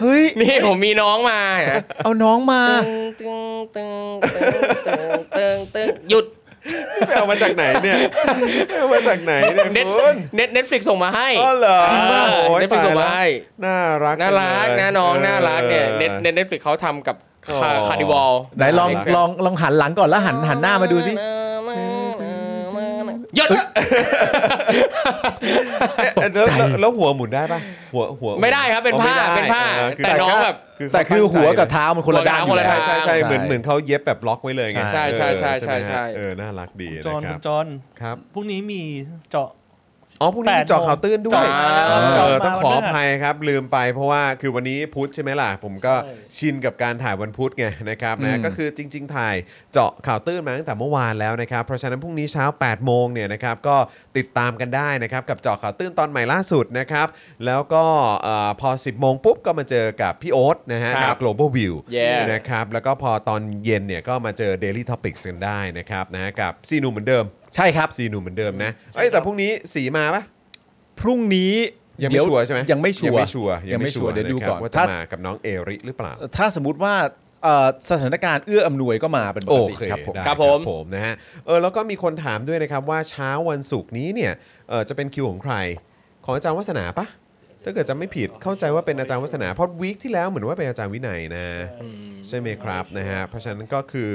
Speaker 3: เฮ้ย
Speaker 1: นี่ผมมีน้องมาฮะ
Speaker 3: เอาน้องมา
Speaker 1: ตึงตึงตึงตึงตึงตึงหยุด
Speaker 2: ไปเอามาจากไหน เนี่ยไปเอามาจากไหนเนี่ย
Speaker 1: เน็ต
Speaker 2: คุณ
Speaker 1: เน็ตเน็ตฟลิกส่งมาให้
Speaker 2: อ๋อเหรอ
Speaker 1: จริงป่ะเน็ตฟลิกส่งมาให้
Speaker 2: น่ารัก
Speaker 1: น่ารัก
Speaker 2: จัเลย
Speaker 1: นะน้องน่ารักเนี่ย
Speaker 2: ออ
Speaker 1: เน็ตเน็ตเน็ตฟลิกเขาทำกับ
Speaker 2: อ๋อ
Speaker 1: คาคาร์ดิวอล
Speaker 3: ไหนลองลองลองหันหลังก่อนแล้วหันหันหน้ามาดูสิ
Speaker 1: หยุด
Speaker 2: เอ๊ะแล้ว
Speaker 3: ตกใจ
Speaker 2: แล้วแล้วหัวหมุนได้ปะหัวหัว
Speaker 1: ไม่ได้ครับเป็นผ้า
Speaker 2: อ๋อไม่ได้
Speaker 1: เป็นผ้า
Speaker 2: เคื
Speaker 1: แต่น้องแบบ
Speaker 2: คือ
Speaker 3: แต่คือหัวกับ
Speaker 2: เ
Speaker 3: เท้ามันคนละด้านอ
Speaker 1: หัว
Speaker 3: ยู่
Speaker 1: กับ
Speaker 3: แล้
Speaker 1: เท้า
Speaker 3: ว
Speaker 2: ใช่ใช่เหมือนเหมือนเขาเย็บแบบล็อกไว้เลยไง
Speaker 1: ใช่ใช่ใช่
Speaker 2: เอ
Speaker 1: ใช่
Speaker 2: อไหม
Speaker 1: ใช่
Speaker 2: ฮะเออน่ารักดี
Speaker 4: จ
Speaker 2: นะ
Speaker 4: อน
Speaker 2: ครั
Speaker 4: คุ
Speaker 2: บ
Speaker 4: ณจอน
Speaker 2: ครับ
Speaker 4: พรุ่งนี้มีเจาะ
Speaker 2: อ๋อพรุ่งนี้มีเจอข่าวตื้นด้วย
Speaker 4: แปดโมง
Speaker 2: เออ
Speaker 4: เจาะมา
Speaker 2: ต้องขอ
Speaker 4: วั
Speaker 2: อน
Speaker 4: พฤหัส
Speaker 2: ภัยครับลืมไปเพราะว่าคือวันนี้พุธใช่ไหมล่ะ ผมก็
Speaker 4: ใช่
Speaker 2: ชินกับการถ่ายวันพุธไงนะครับ
Speaker 3: อื
Speaker 2: นะ
Speaker 3: ม
Speaker 2: ก็คือจริง ๆ ถ่ายเจาะข่าวตื้นมาตั้งแต่เมื่อวานแล้วนะครับเพราะฉะนั้นพรุ่งนี้เช้า8โมงเนี่ยนะครับก็ติดตามกันได้นะครับกับเจาะข่าวตื้นตอนใหม่ล่าสุดนะครับแล้วก็เอ่อพอ 10โมงปุ๊บก็มาเจอกับพี่โอ๊ตนะฮะ
Speaker 1: ครั
Speaker 2: กับ บ global view
Speaker 1: Yeah
Speaker 2: นะครับแล้วก็พอตอนเย็นเนี่ยก็มาเจอ Daily Topics กันได้นะครับนะกับซีหนูเหมือนเดิม
Speaker 3: ใช่ครับ
Speaker 2: ซีหนูเหมือนเดิมนะเอ้ยแต่พรุ่งนี้สีมาปะ
Speaker 3: พรุ่งนี้
Speaker 2: ยังไม่
Speaker 3: เดี๋
Speaker 2: ชัวร์ใช่ไหม
Speaker 3: ยังไม่ชั
Speaker 2: ยัง
Speaker 3: วร์
Speaker 2: ไม่ชัวร์
Speaker 3: ยังไม่ชัวร์เดี๋ยวดูก่อ
Speaker 2: นะครับ
Speaker 3: น
Speaker 2: ว่าจะ
Speaker 3: ถ้า
Speaker 2: มากับน้องเอริหรือเปล่า
Speaker 3: ถ้าสมมติว่าเอ่อสถานการณ์เอื้ออำนวยก็มาเป็นป
Speaker 2: โอก
Speaker 3: ติ
Speaker 2: เค
Speaker 3: ครับผม
Speaker 2: ได้
Speaker 1: ครับผม
Speaker 2: นะฮะเออแล้วก็มีคนถามด้วยนะครับว่าเช้าวันศุกร์นี้เนี่ยเออจะเป็นคิวของใคร ของอาจารย์วัฒนาปะถ้าเกิดจะไม่ผิดเข้าใจว่าเป็นอาจารย์วัฒนาเพราะวีคที่แล้วเหมือนว่าเป็นอาจารย์วินัยนะ ใช่ไหมครับนะฮะเพราะฉะนั้นก็คือ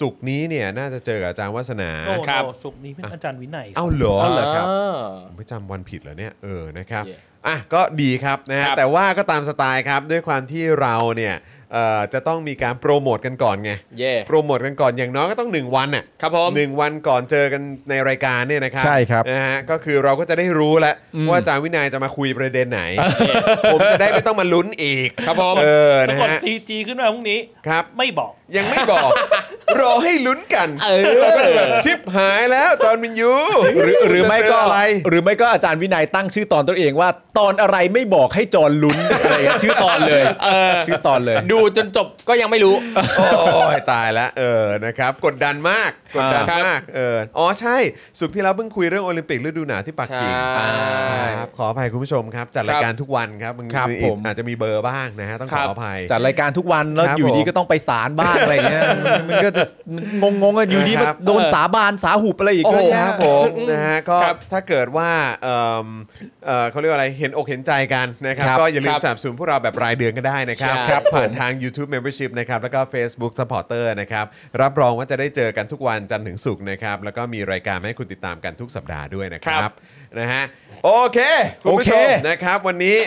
Speaker 2: ศุกร์นี้เนี่ยน่าจะเจอกับอาจารย์วัฒนา
Speaker 4: โอ้โห
Speaker 1: ครับ
Speaker 4: สุกร์นี้เป็นอาจารย์วินัย
Speaker 2: เอ้าเหรอเหรอครับ
Speaker 1: อ่า
Speaker 2: ผมไม่จำวันผิดเหรอเนี่ยเออนะครับ
Speaker 1: เย่
Speaker 2: อ่ะก็ดีครับนะฮะ
Speaker 1: ครับ
Speaker 2: แต่ว่าก็ตามสไตล์ครับด้วยความที่เราเนี่ยเอ่อจะต้องมีการโปรโมทกันก่อนไง
Speaker 1: เย่
Speaker 2: โปรโมทกันก่อนอย่างน้อยก็ต้อง 1 วันน่ะ
Speaker 1: ครับผม
Speaker 2: หนึ่งวันก่อนเจอกันในรายการเนี่ยนะครับ
Speaker 3: ใช่ครับ
Speaker 2: นะฮะก็คือเราก็จะได้รู้แล้ว
Speaker 3: อืม
Speaker 2: ว่าอาจารย์วินัยจะมาคุยประเด็นไหน ผมจะได้ไม่ต้องมาลุ้นอีก
Speaker 1: ครับผม
Speaker 2: เออ
Speaker 4: ปรา
Speaker 2: นะ
Speaker 4: กฏ
Speaker 2: ฮะ
Speaker 4: ทีจีขึ้นมาพรุ่งนี้
Speaker 2: ครับ
Speaker 4: ไม่บอก
Speaker 2: ยังไม่ บอก รอให้ลุ้นกัน
Speaker 1: เออ
Speaker 2: เราก็เลยแบบชิปหายแล้วจอห์นวินยู
Speaker 3: หรือหรือไม่ก็
Speaker 2: จะเจอะไร
Speaker 3: หรือไม่ก็อาจารย์วินัยตั้งชื่อตอนตัวเองว่า ตอนอะไรไม่บอกให้จอนลุ้น อะไรอย่างเงี้ยชื่อตอนเลยชื่อตอนเลย
Speaker 1: ดูจนจบก็ยังไม่รู้
Speaker 2: โอ้ยตายแล้วเออนะครับกดดันมากกดดัน
Speaker 1: ครับ
Speaker 2: มากเอออ๋อใช่สุขที่เราเพิ่งคุยเรื่องโอลิมปิกฤดูหนาวที่ปักกิ่ง
Speaker 1: ใช่
Speaker 2: อ่าครับขออภัยคุณผู้ชมครับ จัดรายการทุกวันครับมัน
Speaker 3: ครับ
Speaker 2: มี
Speaker 3: ผม
Speaker 2: อาจจะมีเบอร์บ้างนะฮะต้อง
Speaker 1: ค
Speaker 2: ข
Speaker 1: รั
Speaker 2: อบ อภัย
Speaker 3: จัดรายการทุกวันแล้ว
Speaker 2: ครับ
Speaker 3: อยู่ดี
Speaker 2: ผม
Speaker 3: ก็ต้องไปศาลบ้างอะไรอย่างเงี้ยมันก็จะงงงๆกันอยู่ดี
Speaker 2: นะค
Speaker 3: มา
Speaker 2: รับ
Speaker 3: โดนสาบานสาหุบอะไรอีก
Speaker 2: โอ้
Speaker 3: เยอะ
Speaker 2: ค
Speaker 3: แยะ
Speaker 2: รับผมนะฮะก็
Speaker 1: ครับ
Speaker 2: ถ้าเกิดว่าเอิ่มเอ่อเขาเรียกว่าอะไรเห็นอกเห็นใจกันนะครับ
Speaker 3: ครับ
Speaker 2: ก็อย่าลื
Speaker 1: ค
Speaker 2: ม
Speaker 1: รับ
Speaker 2: สนับสนุนพวกเราแบบรายเดือนก็ได้นะครับ
Speaker 1: ใช่
Speaker 2: ครับ
Speaker 1: ครับ
Speaker 2: ผ่านทาง YouTube Membership นะครับแล้วก็ Facebook Supporter นะครับรับรองว่าจะได้เจอกันทุกวันจันทร์ถึงศุกร์นะครับแล้วก็มีรายการให้คุณติดตามกันทุกสัปดาห์ด้วยนะค
Speaker 1: ค
Speaker 2: รั
Speaker 1: รั
Speaker 2: บบ นะฮะโอเคคุณผู้ช
Speaker 3: โอ
Speaker 2: ม
Speaker 3: เค
Speaker 2: นะครับวันนี้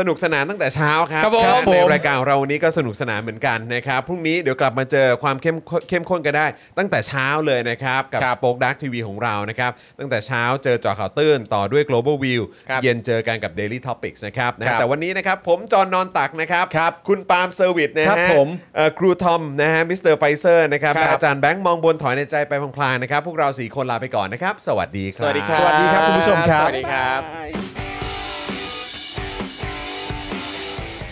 Speaker 2: สนุกสนานตั้งแต่เช้าครับ
Speaker 1: ครับผม
Speaker 2: ในรายการของเราวันนี้ก็สนุกสนานเหมือนกันนะครับพรุ่งนี้เดี๋ยวกลับมาเจอความเข้มข้นเข้มข้นกันได้ ตั้งแต่เช้าเลยนะครับกับ
Speaker 1: ครับ
Speaker 2: Spoke Dark TV ของเรานะครับ ตั้งแต่เช้าเจอเจอข่าวตื้น ต่อด้วย Global View
Speaker 1: ครับ
Speaker 2: เย็นเจอกันกับ Daily Topics นะครับนะฮะ
Speaker 3: ครับ
Speaker 2: แต่วันนี้นะครับ ผมจอห์นนอนตักนะครับ
Speaker 3: ครับ
Speaker 2: คุณปาล์มเซอร์วิสนะครับ ฮะ
Speaker 3: ผม
Speaker 2: เอ่อครูทอมนะฮะมิสเตอร์ไฟเซอร์นะครับ
Speaker 1: ครับ
Speaker 2: และอาจารย์แบงค์มองบนถอยในใจไปพลางๆนะครับ พวกเรา 4 คนลาไปก่อนนะครับ สวัสดีค
Speaker 1: ส
Speaker 2: รับ
Speaker 1: วัสดีครับ
Speaker 3: สวัสดีครับคุณผู้ชมครั
Speaker 1: ส
Speaker 3: บ
Speaker 1: วัสดีครับ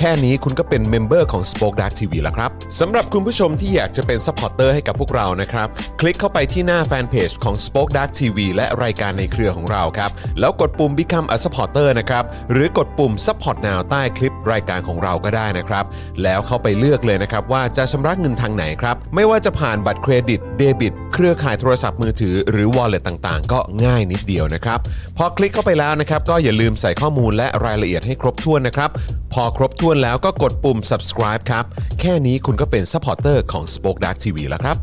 Speaker 2: แค่นี้คุณก็เป็นเมมเบอร์ของ Spoke Dark TV แล้วครับสำหรับคุณผู้ชมที่อยากจะเป็นซัพพอร์ตเตอร์ให้กับพวกเรานะครับ คลิกเข้าไปที่หน้าแฟนเพจของ Spoke Dark TV และรายการในเครือของเราครับ แล้วกดปุ่ม Become a supporter นะครับ หรือกดปุ่ม Support Now ใต้คลิปรายการของเราก็ได้นะครับ แล้วเข้าไปเลือกเลยนะครับ ว่าจะชำระเงินทางไหนครับ ไม่ว่าจะผ่านบัตรเครดิตเดบิต เครือข่ายโทรศัพท์มือถือหรือ Wallet ต่างๆ ก็ง่ายนิดเดียวนะครับ พอคลิกเข้าไปแล้วนะครับ ก็อย่าลืมใส่ข้อมูลและรายละเอียดให้ครบถ้วนนะครับ พอครบถ้วนแล้วก็กดปุ่ม subscribe ครับ แค่นี้คุณก็เป็น supporter ของ Spoke Dark TV แล้วครับ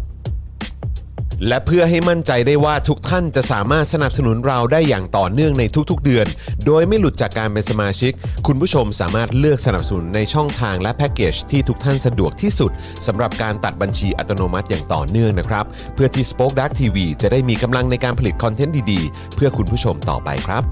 Speaker 2: และเพื่อให้มั่นใจได้ว่าทุกท่านจะสามารถสนับสนุนเราได้อย่างต่อเนื่องในทุกๆเดือน โดยไม่หลุดจากการเป็นสมาชิก คุณผู้ชมสามารถเลือกสนับสนุนในช่องทางและแพ็กเกจที่ทุกท่านสะดวกที่สุดสำหรับการตัดบัญชีอัตโนมัติอย่างต่อเนื่องนะครับ เพื่อที่ Spoke Dark TV จะได้มีกำลังในการผลิตคอนเทนต์ดีๆ เพื่อคุณผู้ชมต่อไปครับ